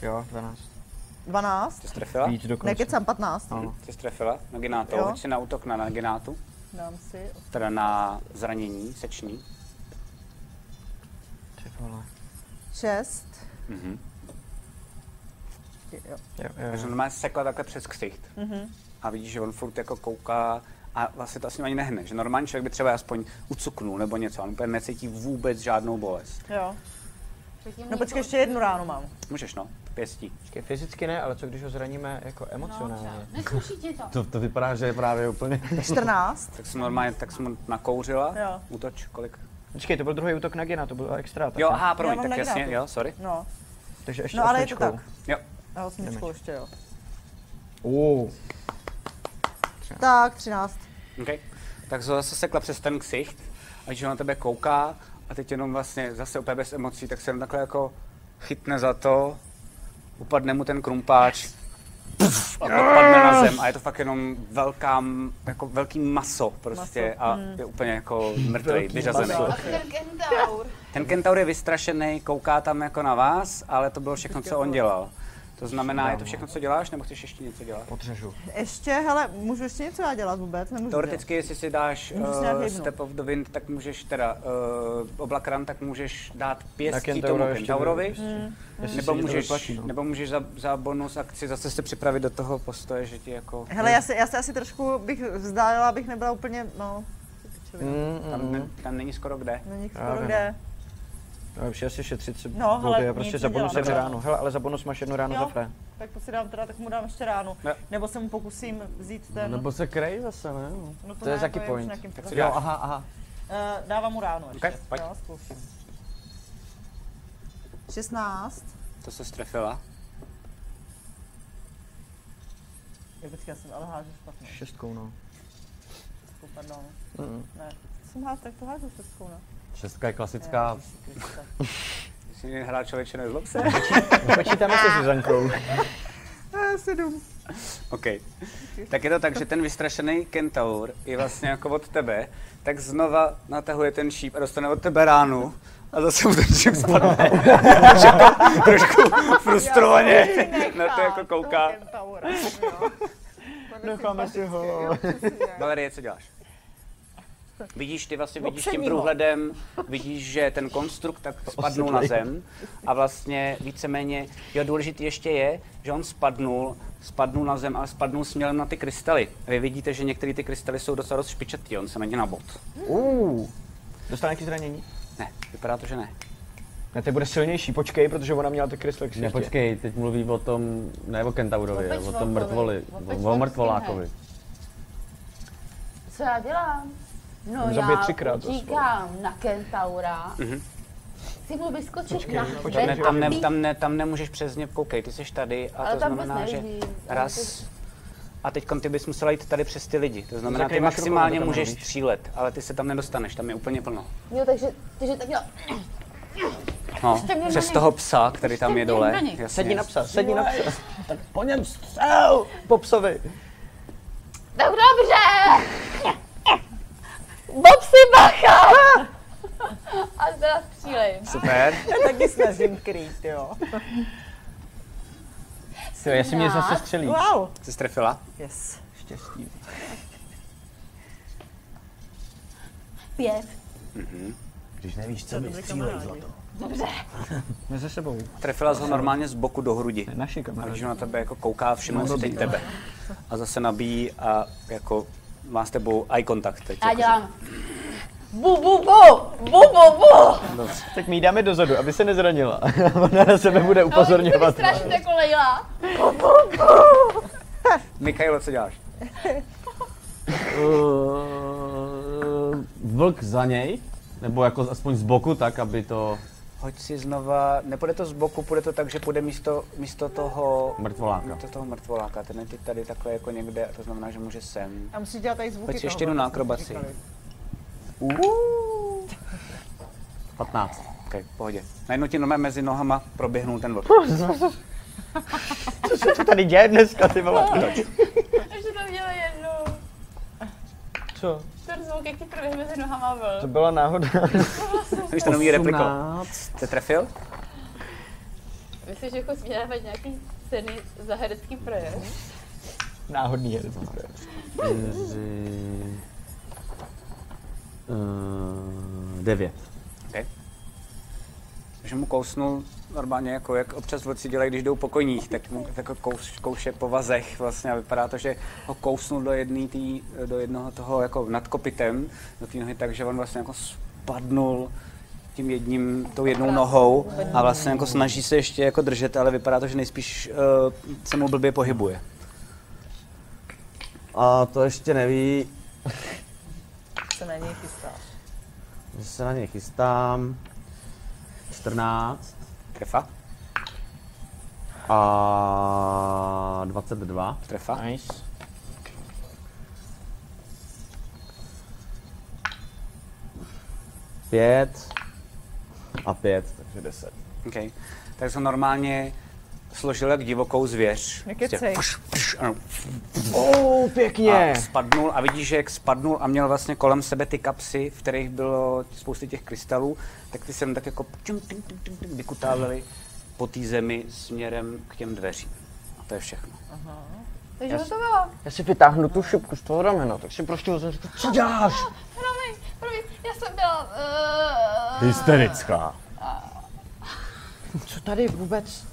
[SPEAKER 3] Jo, 12.
[SPEAKER 6] 12,
[SPEAKER 2] Ty strefila?
[SPEAKER 3] Víc dokonce.
[SPEAKER 6] nekecám 15.
[SPEAKER 2] Ty strefila na genátu.
[SPEAKER 6] Jo.
[SPEAKER 2] Hoď si na útok na genátu,
[SPEAKER 6] Dám si
[SPEAKER 2] teda na zranění seční.
[SPEAKER 3] Ty vole.
[SPEAKER 6] 6.
[SPEAKER 2] Mhm.
[SPEAKER 6] Jo.
[SPEAKER 3] Jo, jo,
[SPEAKER 2] Takže
[SPEAKER 3] jo.
[SPEAKER 6] Mhm.
[SPEAKER 2] normálně sekla takhle přes ksicht. a vidíš, že on furt jako kouká a vlastně to asi ani nehne, že normální člověk by třeba aspoň ucuknul nebo něco, on úplně necítí vůbec žádnou bolest.
[SPEAKER 6] Jo.
[SPEAKER 4] Předtím
[SPEAKER 6] No
[SPEAKER 4] mě
[SPEAKER 6] počkej,
[SPEAKER 4] to-
[SPEAKER 6] ještě jednu ránu mám.
[SPEAKER 2] Můžeš no, pěstí.
[SPEAKER 3] Počkej, fyzicky ne, ale co když ho zraníme jako
[SPEAKER 4] No, třeba.
[SPEAKER 3] emocionálně?
[SPEAKER 4] Nesluší ti to.
[SPEAKER 5] To, to vypadá, že je právě úplně...
[SPEAKER 6] 14.
[SPEAKER 2] Tak jsem normálně, tak jsem mu nakouřila,
[SPEAKER 6] Jo.
[SPEAKER 2] útoč, kolik?
[SPEAKER 3] Počkej, to byl druhý útok na Gena, to bylo extra.
[SPEAKER 2] Jo, aha,
[SPEAKER 6] Já
[SPEAKER 2] promiň,
[SPEAKER 6] mám
[SPEAKER 2] tak
[SPEAKER 6] nagrátu.
[SPEAKER 2] jasně, jo, sorry.
[SPEAKER 6] No,
[SPEAKER 3] Takže ještě
[SPEAKER 6] no ale je to tak.
[SPEAKER 3] osmičkou.
[SPEAKER 2] Jo,
[SPEAKER 6] Na osmičku ještě, jo.
[SPEAKER 3] Uh,
[SPEAKER 6] Tak, 13.
[SPEAKER 2] Okay. Tak ho zase sekla přes ten ksicht a že na tebe kouká a teď jenom vlastně zase úplně bez emocí, tak se jenom takhle jako chytne za to, upadne mu ten krumpáč puf, a padne na zem a je to fakt jenom velká, m- jako velký maso prostě
[SPEAKER 6] Maso,
[SPEAKER 2] a je úplně jako mrtvý, vyřazený.
[SPEAKER 4] Hmm. A ten kentaur.
[SPEAKER 2] Ten kentaur je vystrašený, kouká tam jako na vás, ale to bylo všechno, co on dělal. To znamená, je to všechno, co děláš, nebo chceš ještě něco dělat?
[SPEAKER 3] podřežu.
[SPEAKER 6] Ještě, hele, můžu ještě něco já dělat vůbec? Nemůžu
[SPEAKER 2] Teoreticky, jestli si dáš
[SPEAKER 6] Můžu si nějak
[SPEAKER 2] uh,
[SPEAKER 6] hejbnout.
[SPEAKER 2] Step of the Wind, tak můžeš teda uh, oblak ran, tak můžeš dát pěstí
[SPEAKER 3] kentaura
[SPEAKER 2] tomu
[SPEAKER 3] ještě
[SPEAKER 2] kentaurovi.
[SPEAKER 3] bude-
[SPEAKER 6] Hmm.
[SPEAKER 3] Jestli se
[SPEAKER 2] Nebo
[SPEAKER 3] ti to
[SPEAKER 2] můžeš,
[SPEAKER 3] vyplatí, no.
[SPEAKER 2] nebo můžeš za, za bonus akci zase se připravit do toho postoje, že ti jako...
[SPEAKER 6] dělat. Hele, já se, já se asi trošku bych vzdálila, abych nebyla úplně, no, pičovina.
[SPEAKER 3] Mm,
[SPEAKER 2] Tam, ne, tam není skoro kde.
[SPEAKER 6] Není
[SPEAKER 3] Já
[SPEAKER 6] skoro
[SPEAKER 3] vím.
[SPEAKER 6] kde.
[SPEAKER 3] No, lepší asi šetřit si
[SPEAKER 6] No, hele,
[SPEAKER 3] body a
[SPEAKER 6] nic
[SPEAKER 3] prostě za
[SPEAKER 6] nedělám,
[SPEAKER 3] bonus jednu
[SPEAKER 6] dobrá.
[SPEAKER 3] ránu. Hele, ale za bonus máš jednu ránu
[SPEAKER 6] Jo.
[SPEAKER 3] za fré.
[SPEAKER 6] Tak to si dám teda, tak mu dám ještě ránu.
[SPEAKER 2] Ne.
[SPEAKER 6] Nebo se mu pokusím vzít ten...
[SPEAKER 5] Nebo se krej zase, ne? No.
[SPEAKER 6] no
[SPEAKER 3] to je
[SPEAKER 6] ne,
[SPEAKER 3] taky
[SPEAKER 6] už
[SPEAKER 3] point.
[SPEAKER 6] nějakým-
[SPEAKER 2] si
[SPEAKER 5] Jo,
[SPEAKER 2] dáš?
[SPEAKER 5] aha, aha.
[SPEAKER 6] Eh, dávám mu ránu ještě.
[SPEAKER 2] Ok, pojď.
[SPEAKER 6] Jo, zkouším. 16.
[SPEAKER 2] To se strefila.
[SPEAKER 6] Je, počkej, já jsem ale hážu špatně.
[SPEAKER 3] Šestkou, no.
[SPEAKER 6] Šestku, Pardon.
[SPEAKER 3] Mm.
[SPEAKER 6] Ne. Jsem ház, tak to hážu šestkou, ne?
[SPEAKER 5] Šestka je klasická.
[SPEAKER 6] Ježiši Kriste.
[SPEAKER 2] Jsi hrál člověče, nezlob se.
[SPEAKER 3] Počítáme se Zuzankou.
[SPEAKER 2] OK. Tak je to tak, že ten vystrašený kentaur je vlastně jako od tebe, tak znova natahuje ten šíp a dostane od tebe ránu a zase mu ten šíp spadne. *laughs* Takže jako trošku frustrovaně na to jako kouká.
[SPEAKER 3] Necháme si ho.
[SPEAKER 2] Valerie, co děláš? Vidíš, ty vlastně vidíš tím průhledem, vidíš, že ten konstrukt tak spadnul na zem a vlastně víceméně, jo, důležitý ještě je, že on spadnul, spadnul na zem, ale spadnul směrem na ty krystaly. Vy vidíte, že některé ty krystaly jsou docela dost špičatý, on se na ně nabot.
[SPEAKER 3] Uh. Dostal nějaký zranění?
[SPEAKER 2] Ne, vypadá to, že ne.
[SPEAKER 3] Ne, ty bude silnější, počkej, protože ona měla ty krysle k
[SPEAKER 5] Ne,
[SPEAKER 3] světě.
[SPEAKER 5] počkej, teď mluví o tom, ne o Kentaurovi,
[SPEAKER 4] O
[SPEAKER 5] o tom
[SPEAKER 4] Pečvorkovi.
[SPEAKER 5] mrtvoli,
[SPEAKER 4] O
[SPEAKER 5] o, o
[SPEAKER 4] Pečvorským,
[SPEAKER 5] mrtvolákovi.
[SPEAKER 4] Co já dělám? No
[SPEAKER 3] Tam zabije
[SPEAKER 4] já
[SPEAKER 3] třikrát to
[SPEAKER 4] říkám na kentaura. Ty mu vyskočit na
[SPEAKER 3] počkej,
[SPEAKER 2] Ne,
[SPEAKER 4] hřbet.
[SPEAKER 2] tam, ne, tam, ne, tam nemůžeš přes ně, koukej, ty jsi tady a
[SPEAKER 4] Ale
[SPEAKER 2] to
[SPEAKER 4] tam vůbec
[SPEAKER 2] znamená, že
[SPEAKER 4] nevidím.
[SPEAKER 2] raz a teď ty bys musela jít tady přes ty lidi. To znamená, ty
[SPEAKER 3] Zakrýváš rukou,
[SPEAKER 2] maximálně
[SPEAKER 3] nebo tam
[SPEAKER 2] můžeš
[SPEAKER 3] mluvíš?
[SPEAKER 2] střílet, ale ty se tam nedostaneš, tam je úplně plno.
[SPEAKER 4] Jo, takže, takže tak dělám.
[SPEAKER 2] No,
[SPEAKER 4] Pusťte mě
[SPEAKER 2] přes
[SPEAKER 4] na něj.
[SPEAKER 2] toho psa, který tam
[SPEAKER 4] Pusťte
[SPEAKER 2] je
[SPEAKER 4] mě na
[SPEAKER 2] dole.
[SPEAKER 4] něj.
[SPEAKER 2] Jasně.
[SPEAKER 3] Sedni na psa, sedni na psa. Tak po něm střel, po psovi.
[SPEAKER 4] Tak dobře! Bob si bacha! A teda střílej.
[SPEAKER 2] Super.
[SPEAKER 6] Taky snažím krýt, jo.
[SPEAKER 5] Ty, jestli mě zase střelí.
[SPEAKER 6] Wow.
[SPEAKER 2] Jsi strefila?
[SPEAKER 6] Yes.
[SPEAKER 3] Štěstí.
[SPEAKER 4] Pět.
[SPEAKER 5] Když nevíš, co mi střílej zlato.
[SPEAKER 3] Mezi sebou.
[SPEAKER 2] Trefila jsi ho normálně z boku do hrudi.
[SPEAKER 3] Naši
[SPEAKER 2] A když
[SPEAKER 3] kamarádi.
[SPEAKER 2] ho na tebe jako kouká,
[SPEAKER 3] No,
[SPEAKER 2] všiml si teď tebe. A zase nabíjí a jako má s tebou eye contact teď.
[SPEAKER 4] Já
[SPEAKER 2] jakože.
[SPEAKER 4] dělám. Bu, bu, bu! Bu, bu, bu!
[SPEAKER 3] Tak mi ji dáme dozadu, aby se nezranila. *laughs* Ona na sebe
[SPEAKER 6] No,
[SPEAKER 3] bude
[SPEAKER 4] Ale
[SPEAKER 3] upozorňovat.
[SPEAKER 4] ty strašně jako Leila.
[SPEAKER 2] Mikhailo, co děláš?
[SPEAKER 5] Uh, Eh, vlk za něj, nebo jako aspoň z boku, tak aby to
[SPEAKER 2] Hoď si znova, nepůjde to z boku, půjde to tak, že půjde místo, místo toho
[SPEAKER 5] mrtvoláka.
[SPEAKER 2] místo toho mrtvoláka, ten je teď tady takhle jako někde a to znamená, že může sem.
[SPEAKER 6] A musíš dělat tady zvuky
[SPEAKER 2] Pojď si
[SPEAKER 6] toho,
[SPEAKER 2] ještě jednu na
[SPEAKER 6] jak jsme
[SPEAKER 2] akrobaci.
[SPEAKER 6] říkali.
[SPEAKER 5] 15.
[SPEAKER 2] Okay, v pohodě. Najednou ti normálně mezi nohama proběhnul ten vlk.
[SPEAKER 3] Co tady děje dneska, ty
[SPEAKER 6] No.
[SPEAKER 3] vole?
[SPEAKER 4] Ještě tam měla jednu.
[SPEAKER 3] Co?
[SPEAKER 4] Ten zvuk, jak ti prvě mezi nohama
[SPEAKER 3] To
[SPEAKER 4] byl.
[SPEAKER 3] byla náhoda. *laughs*
[SPEAKER 2] Víš, to nový repliko. Jste trefil?
[SPEAKER 4] Myslíš, že jako směrávat nějaký ceny za herecký
[SPEAKER 3] Mhm.
[SPEAKER 4] projev?
[SPEAKER 3] Náhodný je.
[SPEAKER 5] čtyři, uh, devět.
[SPEAKER 2] Okay. že mu kousnul normálně, jako jak občas vlci dělají, když jdou po koních, tak mu tak ho kous, kouše po vazech vlastně a vypadá to, že ho kousnul do, jedný tý, do jednoho toho jako nad kopitem, do té nohy, takže on vlastně jako spadnul tím jedním, tou jednou nohou a vlastně jako snaží se ještě jako držet, ale vypadá to, že nejspíš uh, se mu blbě pohybuje.
[SPEAKER 7] A to ještě neví,
[SPEAKER 6] se na něj chystáš.
[SPEAKER 7] že se na něj chystám. 14
[SPEAKER 2] Trefa?
[SPEAKER 7] a 22.
[SPEAKER 2] Trefa?
[SPEAKER 3] Nice.
[SPEAKER 7] Pět a pět, takže deset.
[SPEAKER 2] Okay. Tak jsem normálně složil jak divokou zvěř.
[SPEAKER 6] Nekecej.
[SPEAKER 2] Prostě pš, pš, ano,
[SPEAKER 7] Oh, pěkně!
[SPEAKER 2] a spadnul a vidíš, že jak spadnul a měl vlastně kolem sebe ty kapsy, v kterých bylo spousty těch krystalů, tak ty se jenom tak jako tčum, tčum, tčum, tčum, tčum, vykutálely po té zemi směrem k těm dveřím. A to je všechno.
[SPEAKER 4] Takže to bylo.
[SPEAKER 3] Já si vytáhnu tu šipku z toho ramena, tak si prostě vezmu říkám, co děláš?
[SPEAKER 4] Promiň, No, promiň, já jsem byla... Uh,
[SPEAKER 7] Hysterická.
[SPEAKER 3] Co tady vůbec?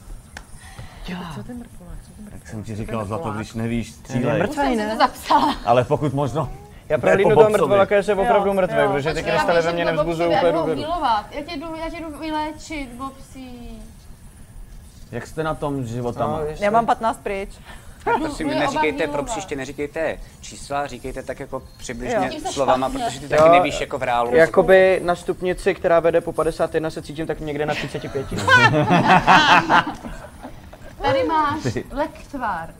[SPEAKER 7] Jak jsem ti říkal, za to, když nevíš, střílej.
[SPEAKER 3] Mrtvej,
[SPEAKER 4] jsem si to
[SPEAKER 3] ne?
[SPEAKER 4] zapsala.
[SPEAKER 7] Ale pokud možno.
[SPEAKER 3] Já
[SPEAKER 7] Ne,
[SPEAKER 3] prohlídnu
[SPEAKER 7] po
[SPEAKER 3] toho
[SPEAKER 7] Bobsovi.
[SPEAKER 3] mrtvého, že je opravdu
[SPEAKER 6] Jo,
[SPEAKER 3] mrtvý,
[SPEAKER 6] jo.
[SPEAKER 3] protože ty
[SPEAKER 4] Já
[SPEAKER 3] krystaly ve
[SPEAKER 4] běžím
[SPEAKER 3] mně
[SPEAKER 4] do
[SPEAKER 3] nevzbuzují
[SPEAKER 4] Bobsy,
[SPEAKER 3] úplně
[SPEAKER 4] já jdu ho
[SPEAKER 3] důvěru.
[SPEAKER 4] healovat. Já tě jdu, já tě jdu vyléčit, Bobsí.
[SPEAKER 5] Jak jste na tom s životama?
[SPEAKER 3] No, jestli-
[SPEAKER 6] Já mám 15 pryč.
[SPEAKER 4] Jdu
[SPEAKER 2] Prosím,
[SPEAKER 4] No, je
[SPEAKER 2] neříkejte
[SPEAKER 4] obavila.
[SPEAKER 2] pro příště, neříkejte čísla, říkejte tak jako přibližně
[SPEAKER 4] Tím se
[SPEAKER 2] slovama,
[SPEAKER 4] špatně.
[SPEAKER 2] protože ty taky
[SPEAKER 3] Jo,
[SPEAKER 2] nevíš jako v reálu.
[SPEAKER 3] Jakoby na stupnici, která vede po 51, se cítím tak někde na 35.
[SPEAKER 4] Tady máš lektvar.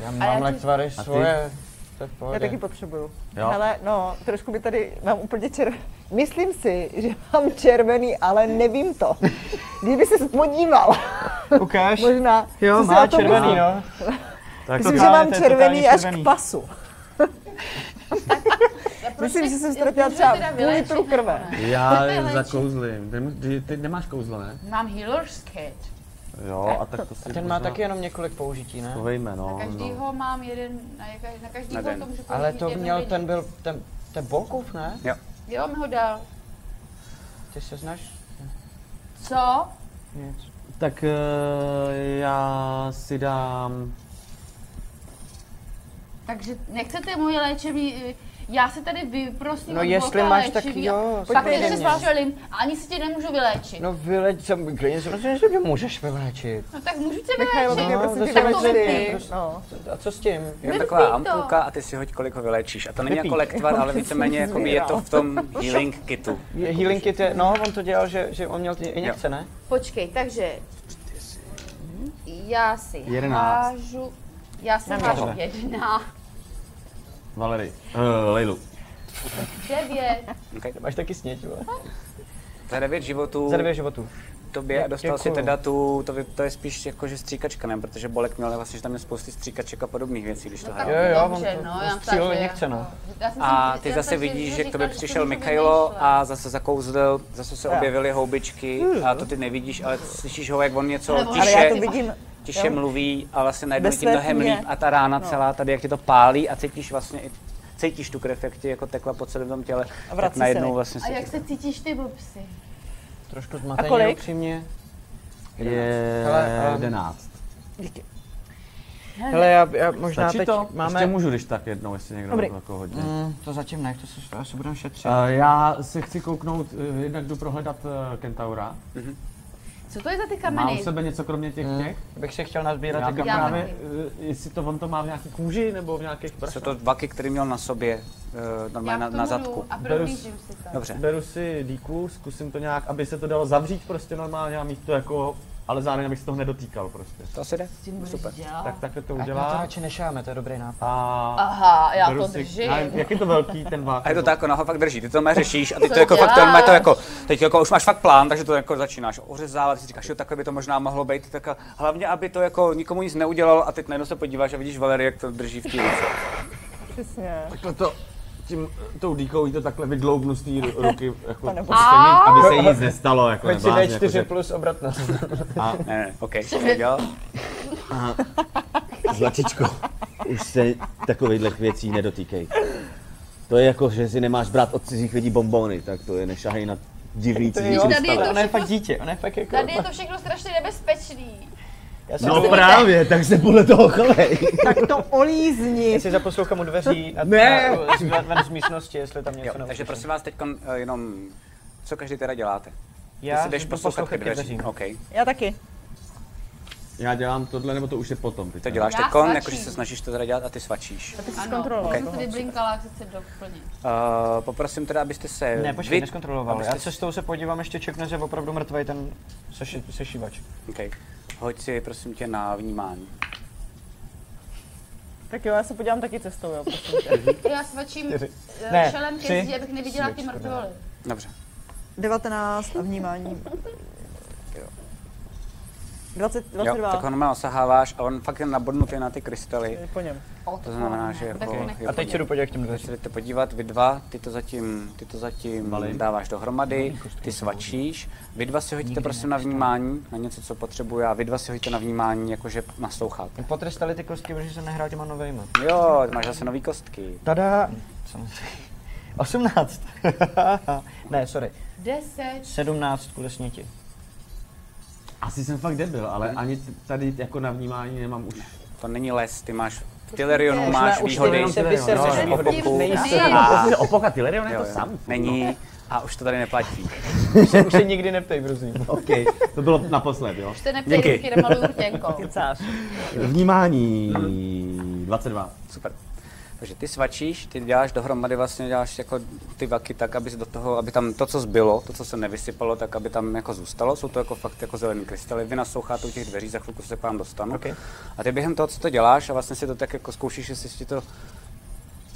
[SPEAKER 3] Já
[SPEAKER 4] A já
[SPEAKER 3] mám
[SPEAKER 4] ti-
[SPEAKER 3] lektvary svoje, to je v
[SPEAKER 6] Já taky
[SPEAKER 3] pohodě.
[SPEAKER 6] potřebuju.
[SPEAKER 7] Jo.
[SPEAKER 6] Ale no, trošku mi tady mám úplně čer... Myslím si, že mám červený, ale
[SPEAKER 2] *laughs*
[SPEAKER 6] nevím to. Kdyby se podíval,
[SPEAKER 3] Ukáž.
[SPEAKER 6] možná.
[SPEAKER 3] Jo,
[SPEAKER 6] co si
[SPEAKER 3] má
[SPEAKER 6] o tom
[SPEAKER 3] červený,
[SPEAKER 6] myslíš?
[SPEAKER 3] no.
[SPEAKER 7] Tak
[SPEAKER 6] Myslím, že mám červený až k pasu. Myslím,
[SPEAKER 4] Prostě
[SPEAKER 6] že jsem ztratila třeba půl litru krve.
[SPEAKER 5] Já
[SPEAKER 4] je
[SPEAKER 5] je
[SPEAKER 4] léčí.
[SPEAKER 5] zakouzlím. Nemu- Ty, ty nemáš kouzlo, ne?
[SPEAKER 4] Mám healer's kit.
[SPEAKER 7] Jo, a tak to si
[SPEAKER 3] Ten má taky jenom několik použití, ne?
[SPEAKER 7] Chovejme, no. no.
[SPEAKER 4] Každýho mám jeden, na, jaka, na každýho
[SPEAKER 2] Na den.
[SPEAKER 4] to můžu použít
[SPEAKER 3] Ale to
[SPEAKER 4] jeden
[SPEAKER 3] měl,
[SPEAKER 4] lidi.
[SPEAKER 3] ten byl, ten, ten Bolkov, ne?
[SPEAKER 4] Jo, mi ho dal.
[SPEAKER 3] Ty se znáš?
[SPEAKER 4] Co?
[SPEAKER 3] Nic.
[SPEAKER 5] Tak eh, já si dám...
[SPEAKER 4] Takže nechcete moje léčivý... Já si tady vyprosím
[SPEAKER 3] No
[SPEAKER 4] od
[SPEAKER 3] jestli
[SPEAKER 4] Boha
[SPEAKER 3] máš, tak
[SPEAKER 4] léčivý
[SPEAKER 3] jo,
[SPEAKER 4] a Pak
[SPEAKER 3] pojďte
[SPEAKER 4] mě se
[SPEAKER 3] jen.
[SPEAKER 4] svařelím a ani si tě nemůžu vyléčit. No,
[SPEAKER 3] No vyleč, jsem klidně samozřejmě, že mě můžeš vyléčit.
[SPEAKER 4] tak můžu tě
[SPEAKER 6] Michailo,
[SPEAKER 4] vyléčit.
[SPEAKER 3] No,
[SPEAKER 6] tak je prosím prostě tě
[SPEAKER 3] zase
[SPEAKER 6] vymyslí.
[SPEAKER 3] vymyslí.
[SPEAKER 6] No.
[SPEAKER 3] A co s tím?
[SPEAKER 2] Je to
[SPEAKER 4] Vypij
[SPEAKER 2] taková
[SPEAKER 4] to.
[SPEAKER 2] ampulka a ty si hoď, kolik ho vyléčíš. A to není jako lektvar, ale víceméně jakoby je to v tom healing kitu.
[SPEAKER 3] Je, healing kit je, no on to dělal, že, že on měl ty injekce, ne?
[SPEAKER 4] Počkej, takže... Já si
[SPEAKER 7] Jedenáct.
[SPEAKER 4] hážu... Já si hážu jedna,
[SPEAKER 7] Valery.
[SPEAKER 5] Eh,
[SPEAKER 7] Uh, Lejlu.
[SPEAKER 4] devět,
[SPEAKER 2] Okay.
[SPEAKER 3] Máš taky sněť, vole.
[SPEAKER 2] Za devět životů
[SPEAKER 3] Za dvě životů.
[SPEAKER 2] Tobě a dostal si
[SPEAKER 3] Děkuju.
[SPEAKER 2] teda tu, to, vy- to je spíš jako, že stříkačka, ne? Protože Bolek měl vlastně, že tam je spousty stříkaček a podobných věcí, když to
[SPEAKER 4] No tak
[SPEAKER 2] hrál.
[SPEAKER 3] Jo, jo, on
[SPEAKER 4] dobře,
[SPEAKER 3] to-
[SPEAKER 4] no,
[SPEAKER 3] on
[SPEAKER 4] já
[SPEAKER 3] střílel
[SPEAKER 4] takže
[SPEAKER 3] někce, no.
[SPEAKER 4] jako- já jsem
[SPEAKER 2] A
[SPEAKER 4] si-
[SPEAKER 2] ty
[SPEAKER 4] já
[SPEAKER 2] zase
[SPEAKER 4] jsem si
[SPEAKER 2] vidíš, že
[SPEAKER 4] říkala,
[SPEAKER 2] k tobě
[SPEAKER 4] to
[SPEAKER 2] přišel
[SPEAKER 4] můžu
[SPEAKER 2] Mikhailo
[SPEAKER 4] vymýšlet.
[SPEAKER 2] a zase zakouzl, zase se objevily houbičky a to ty nevidíš, ale slyšíš ho, jak on něco
[SPEAKER 4] Ale
[SPEAKER 6] Ale já
[SPEAKER 2] tiše,
[SPEAKER 6] to vidím,
[SPEAKER 2] tiše
[SPEAKER 6] jo. No.
[SPEAKER 2] mluví a vlastně najednou
[SPEAKER 6] Bez
[SPEAKER 2] tím
[SPEAKER 6] své
[SPEAKER 2] nohem
[SPEAKER 6] tmě.
[SPEAKER 2] líp a ta rána celá tady, jak ti to pálí a cítíš vlastně i cítíš tu krev, jak ti jako tekla po celém tom těle,
[SPEAKER 6] A vrací
[SPEAKER 2] tak
[SPEAKER 6] se
[SPEAKER 2] najednou
[SPEAKER 6] mi.
[SPEAKER 2] vlastně
[SPEAKER 4] A
[SPEAKER 2] se
[SPEAKER 4] jak se cítíš ty, Bobsy?
[SPEAKER 3] Trošku zmatený,
[SPEAKER 6] kolik?
[SPEAKER 3] upřímně.
[SPEAKER 7] Je
[SPEAKER 3] Hele, ehm,
[SPEAKER 7] jedenáct.
[SPEAKER 3] Hele, já, já možná
[SPEAKER 7] Stačí
[SPEAKER 3] teď
[SPEAKER 7] to? Máme...
[SPEAKER 5] Prostě
[SPEAKER 3] máme...
[SPEAKER 7] Ještě můžu, když tak jednou, jestli někdo
[SPEAKER 6] Dobrý.
[SPEAKER 7] jako hodně.
[SPEAKER 3] Mm, to zatím ne, to se asi budeme šetřit.
[SPEAKER 5] Eh, Já se chci kouknout, eh, jednak jdu prohledat eh, Kentaura.
[SPEAKER 4] Co to je za ty
[SPEAKER 5] Má u
[SPEAKER 4] kameny?
[SPEAKER 5] sebe něco kromě těch
[SPEAKER 2] Mm.
[SPEAKER 5] těch?
[SPEAKER 3] Bych se chtěl nazbírat
[SPEAKER 5] Já
[SPEAKER 3] jako
[SPEAKER 5] bych
[SPEAKER 4] Já
[SPEAKER 5] právě,
[SPEAKER 4] taky.
[SPEAKER 5] eh, jestli to on to má v nějaký kůži nebo v nějakých
[SPEAKER 2] Jsou
[SPEAKER 5] prachách.
[SPEAKER 2] to vaky, který měl na sobě, eh,
[SPEAKER 4] Já
[SPEAKER 2] normálně
[SPEAKER 4] k
[SPEAKER 2] na,
[SPEAKER 4] tomu
[SPEAKER 2] na zadku.
[SPEAKER 4] jdu a
[SPEAKER 5] Beru s-
[SPEAKER 4] prohlížím si to.
[SPEAKER 2] Dobře.
[SPEAKER 5] Beru si díku, zkusím to nějak, aby se to dalo zavřít prostě normálně a mít to jako, ale zároveň abych se toho nedotýkal prostě.
[SPEAKER 2] To asi jde? Super.
[SPEAKER 5] Tak takhle to
[SPEAKER 3] Ať na to
[SPEAKER 5] udělá.
[SPEAKER 3] radši nešáme, to je dobrý nápad.
[SPEAKER 5] A
[SPEAKER 4] Aha, já
[SPEAKER 5] beru
[SPEAKER 4] to
[SPEAKER 5] si-
[SPEAKER 4] držím.
[SPEAKER 5] já nevím, Jak je to velký ten vák?
[SPEAKER 2] A je to tak, ona ho fakt drží, ty to má řešíš a ty
[SPEAKER 4] Co
[SPEAKER 2] to jako fakt, to, má to
[SPEAKER 4] děláš?
[SPEAKER 2] jako, teď jako už máš fakt plán, takže to jako začínáš ořezávat, si říkáš, jo, takhle by to možná mohlo být, tak a hlavně, aby to jako nikomu nic neudělalo a teď najednou se podíváš a vidíš Valerie, jak to drží v té ruce.
[SPEAKER 6] přesně.
[SPEAKER 5] Takhle No to, tím, tou díkou jí to takhle vydloubnu z té ru- ruky, jako,
[SPEAKER 6] To nebo-
[SPEAKER 5] prostě nic, aby se jí nic nestalo, jako
[SPEAKER 3] Hoď si
[SPEAKER 5] neblázni,
[SPEAKER 3] D4
[SPEAKER 5] jakože-
[SPEAKER 3] plus obratnost.
[SPEAKER 2] Ne, ne,
[SPEAKER 4] *laughs*
[SPEAKER 2] OK, co jsi udělal?
[SPEAKER 7] Zlatičko, už se takovýchhle věcí nedotýkej. To je jako, že si nemáš brát od cizích lidí bombony, tak to je nešahej na divný
[SPEAKER 3] To
[SPEAKER 7] cizí
[SPEAKER 3] je jo,
[SPEAKER 4] tady je to
[SPEAKER 3] ona je
[SPEAKER 4] všechno-
[SPEAKER 3] fakt dítě, ona je fakt jako...
[SPEAKER 4] Tady je to všechno strašně nebezpečný.
[SPEAKER 3] Já si,
[SPEAKER 7] No
[SPEAKER 3] no,
[SPEAKER 7] právě, tak se podle toho chovej.
[SPEAKER 6] Tak to olízni.
[SPEAKER 3] já si zaposlouchám u dveří a
[SPEAKER 7] Ne.
[SPEAKER 3] a- si ven- ven z místnosti, jestli tam
[SPEAKER 2] Jo,
[SPEAKER 3] něco
[SPEAKER 2] takže
[SPEAKER 3] naučíš.
[SPEAKER 2] prosím vás teď eh, jenom, co každý teda děláte? Ty
[SPEAKER 3] Já
[SPEAKER 2] si jdeš
[SPEAKER 3] jdu
[SPEAKER 2] poslouchat ke
[SPEAKER 3] poslouchat ke
[SPEAKER 2] dveřím.
[SPEAKER 3] dveřím.
[SPEAKER 2] OK.
[SPEAKER 6] Já taky.
[SPEAKER 5] Já dělám tohle, nebo to už je potom.
[SPEAKER 2] To děláš
[SPEAKER 4] Já
[SPEAKER 2] teď,
[SPEAKER 4] svačím.
[SPEAKER 2] jakože se snažíš to teda dělat a ty svačíš.
[SPEAKER 6] Ty jsi
[SPEAKER 4] Ano,
[SPEAKER 6] zkontroloval.
[SPEAKER 4] okay.
[SPEAKER 2] Okay.
[SPEAKER 4] jsem to vyblinkala, jak se chce doplnit.
[SPEAKER 2] Uh, poprosím teda, abyste se...
[SPEAKER 3] Ne, počkej,
[SPEAKER 2] vy-
[SPEAKER 3] neskontroloval.
[SPEAKER 2] abyste
[SPEAKER 3] Já cestou se podívám, ještě čekne, že je opravdu mrtvej ten seši, sešívač.
[SPEAKER 2] OK. Hoď si prosím tě na vnímání.
[SPEAKER 6] Tak jo, já se podívám taky cestou, jo. prosím tě.
[SPEAKER 4] Já svačím
[SPEAKER 3] Čtyři.
[SPEAKER 4] eh,
[SPEAKER 3] Ne,
[SPEAKER 4] šelem ke
[SPEAKER 3] tři,
[SPEAKER 4] zdi, abych neviděla ty mrtvoly.
[SPEAKER 2] Dobře.
[SPEAKER 8] 19 a vnímání.
[SPEAKER 6] 20,
[SPEAKER 2] Jo,
[SPEAKER 6] 22.
[SPEAKER 2] tak ho normálně osaháváš a on fakt je nabodnutý na ty krystaly.
[SPEAKER 6] po něm.
[SPEAKER 2] To znamená, že
[SPEAKER 4] Tak
[SPEAKER 2] jako...
[SPEAKER 4] to nech-
[SPEAKER 2] je
[SPEAKER 3] A teď
[SPEAKER 2] po
[SPEAKER 3] se
[SPEAKER 2] něm.
[SPEAKER 3] jdu podívat k těm
[SPEAKER 2] Když se
[SPEAKER 3] dveřím.
[SPEAKER 2] jdete podívat, vy dva, ty to zatím, ty to zatím dáváš dohromady, ty svačíš. Vy dva si hoďte prosím na vnímání, na něco, co potřebuje, a vy dva si hoďte na vnímání, jakože nasloucháte.
[SPEAKER 3] Potrestali ty kostky, protože jsem nehrál těma novejma.
[SPEAKER 2] Jo, máš zase nový kostky.
[SPEAKER 3] Tada! Samozřejmě. 18. *laughs* ne, sorry.
[SPEAKER 4] Deset.
[SPEAKER 3] 17 kvůli sněti.
[SPEAKER 5] Asi jsem fakt debil, ale ani t- tady jako na vnímání nemám už.
[SPEAKER 2] To není les, ty máš v Tylerionu máš výhody.
[SPEAKER 3] Už se vyser,
[SPEAKER 5] No,
[SPEAKER 3] seš
[SPEAKER 5] no,
[SPEAKER 3] výhody.
[SPEAKER 2] opoku.
[SPEAKER 3] Nejsi.
[SPEAKER 4] Ty,
[SPEAKER 2] A, jo,
[SPEAKER 5] Opoka Tylerion je to
[SPEAKER 2] jo,
[SPEAKER 5] samý.
[SPEAKER 2] není a už to tady neplatí.
[SPEAKER 3] Už se nikdy neptej, prosím.
[SPEAKER 5] no. OK, to bylo naposled, jo.
[SPEAKER 4] Už se neptej ruky, nemaluju rtěnkou.
[SPEAKER 7] Vnímání
[SPEAKER 5] 22.
[SPEAKER 2] Super. Takže ty svačíš, ty děláš dohromady vlastně děláš jako ty vaky tak, aby do toho, aby tam to, co zbylo, to, co se nevysypalo, tak aby tam jako zůstalo. Jsou to jako fakt jako zelený krystaly. Vy nasloucháte u těch dveří, za chvilku se k vám dostanu.
[SPEAKER 3] Ok.
[SPEAKER 2] A ty během toho, co to děláš a vlastně si to tak jako zkoušíš, jestli si to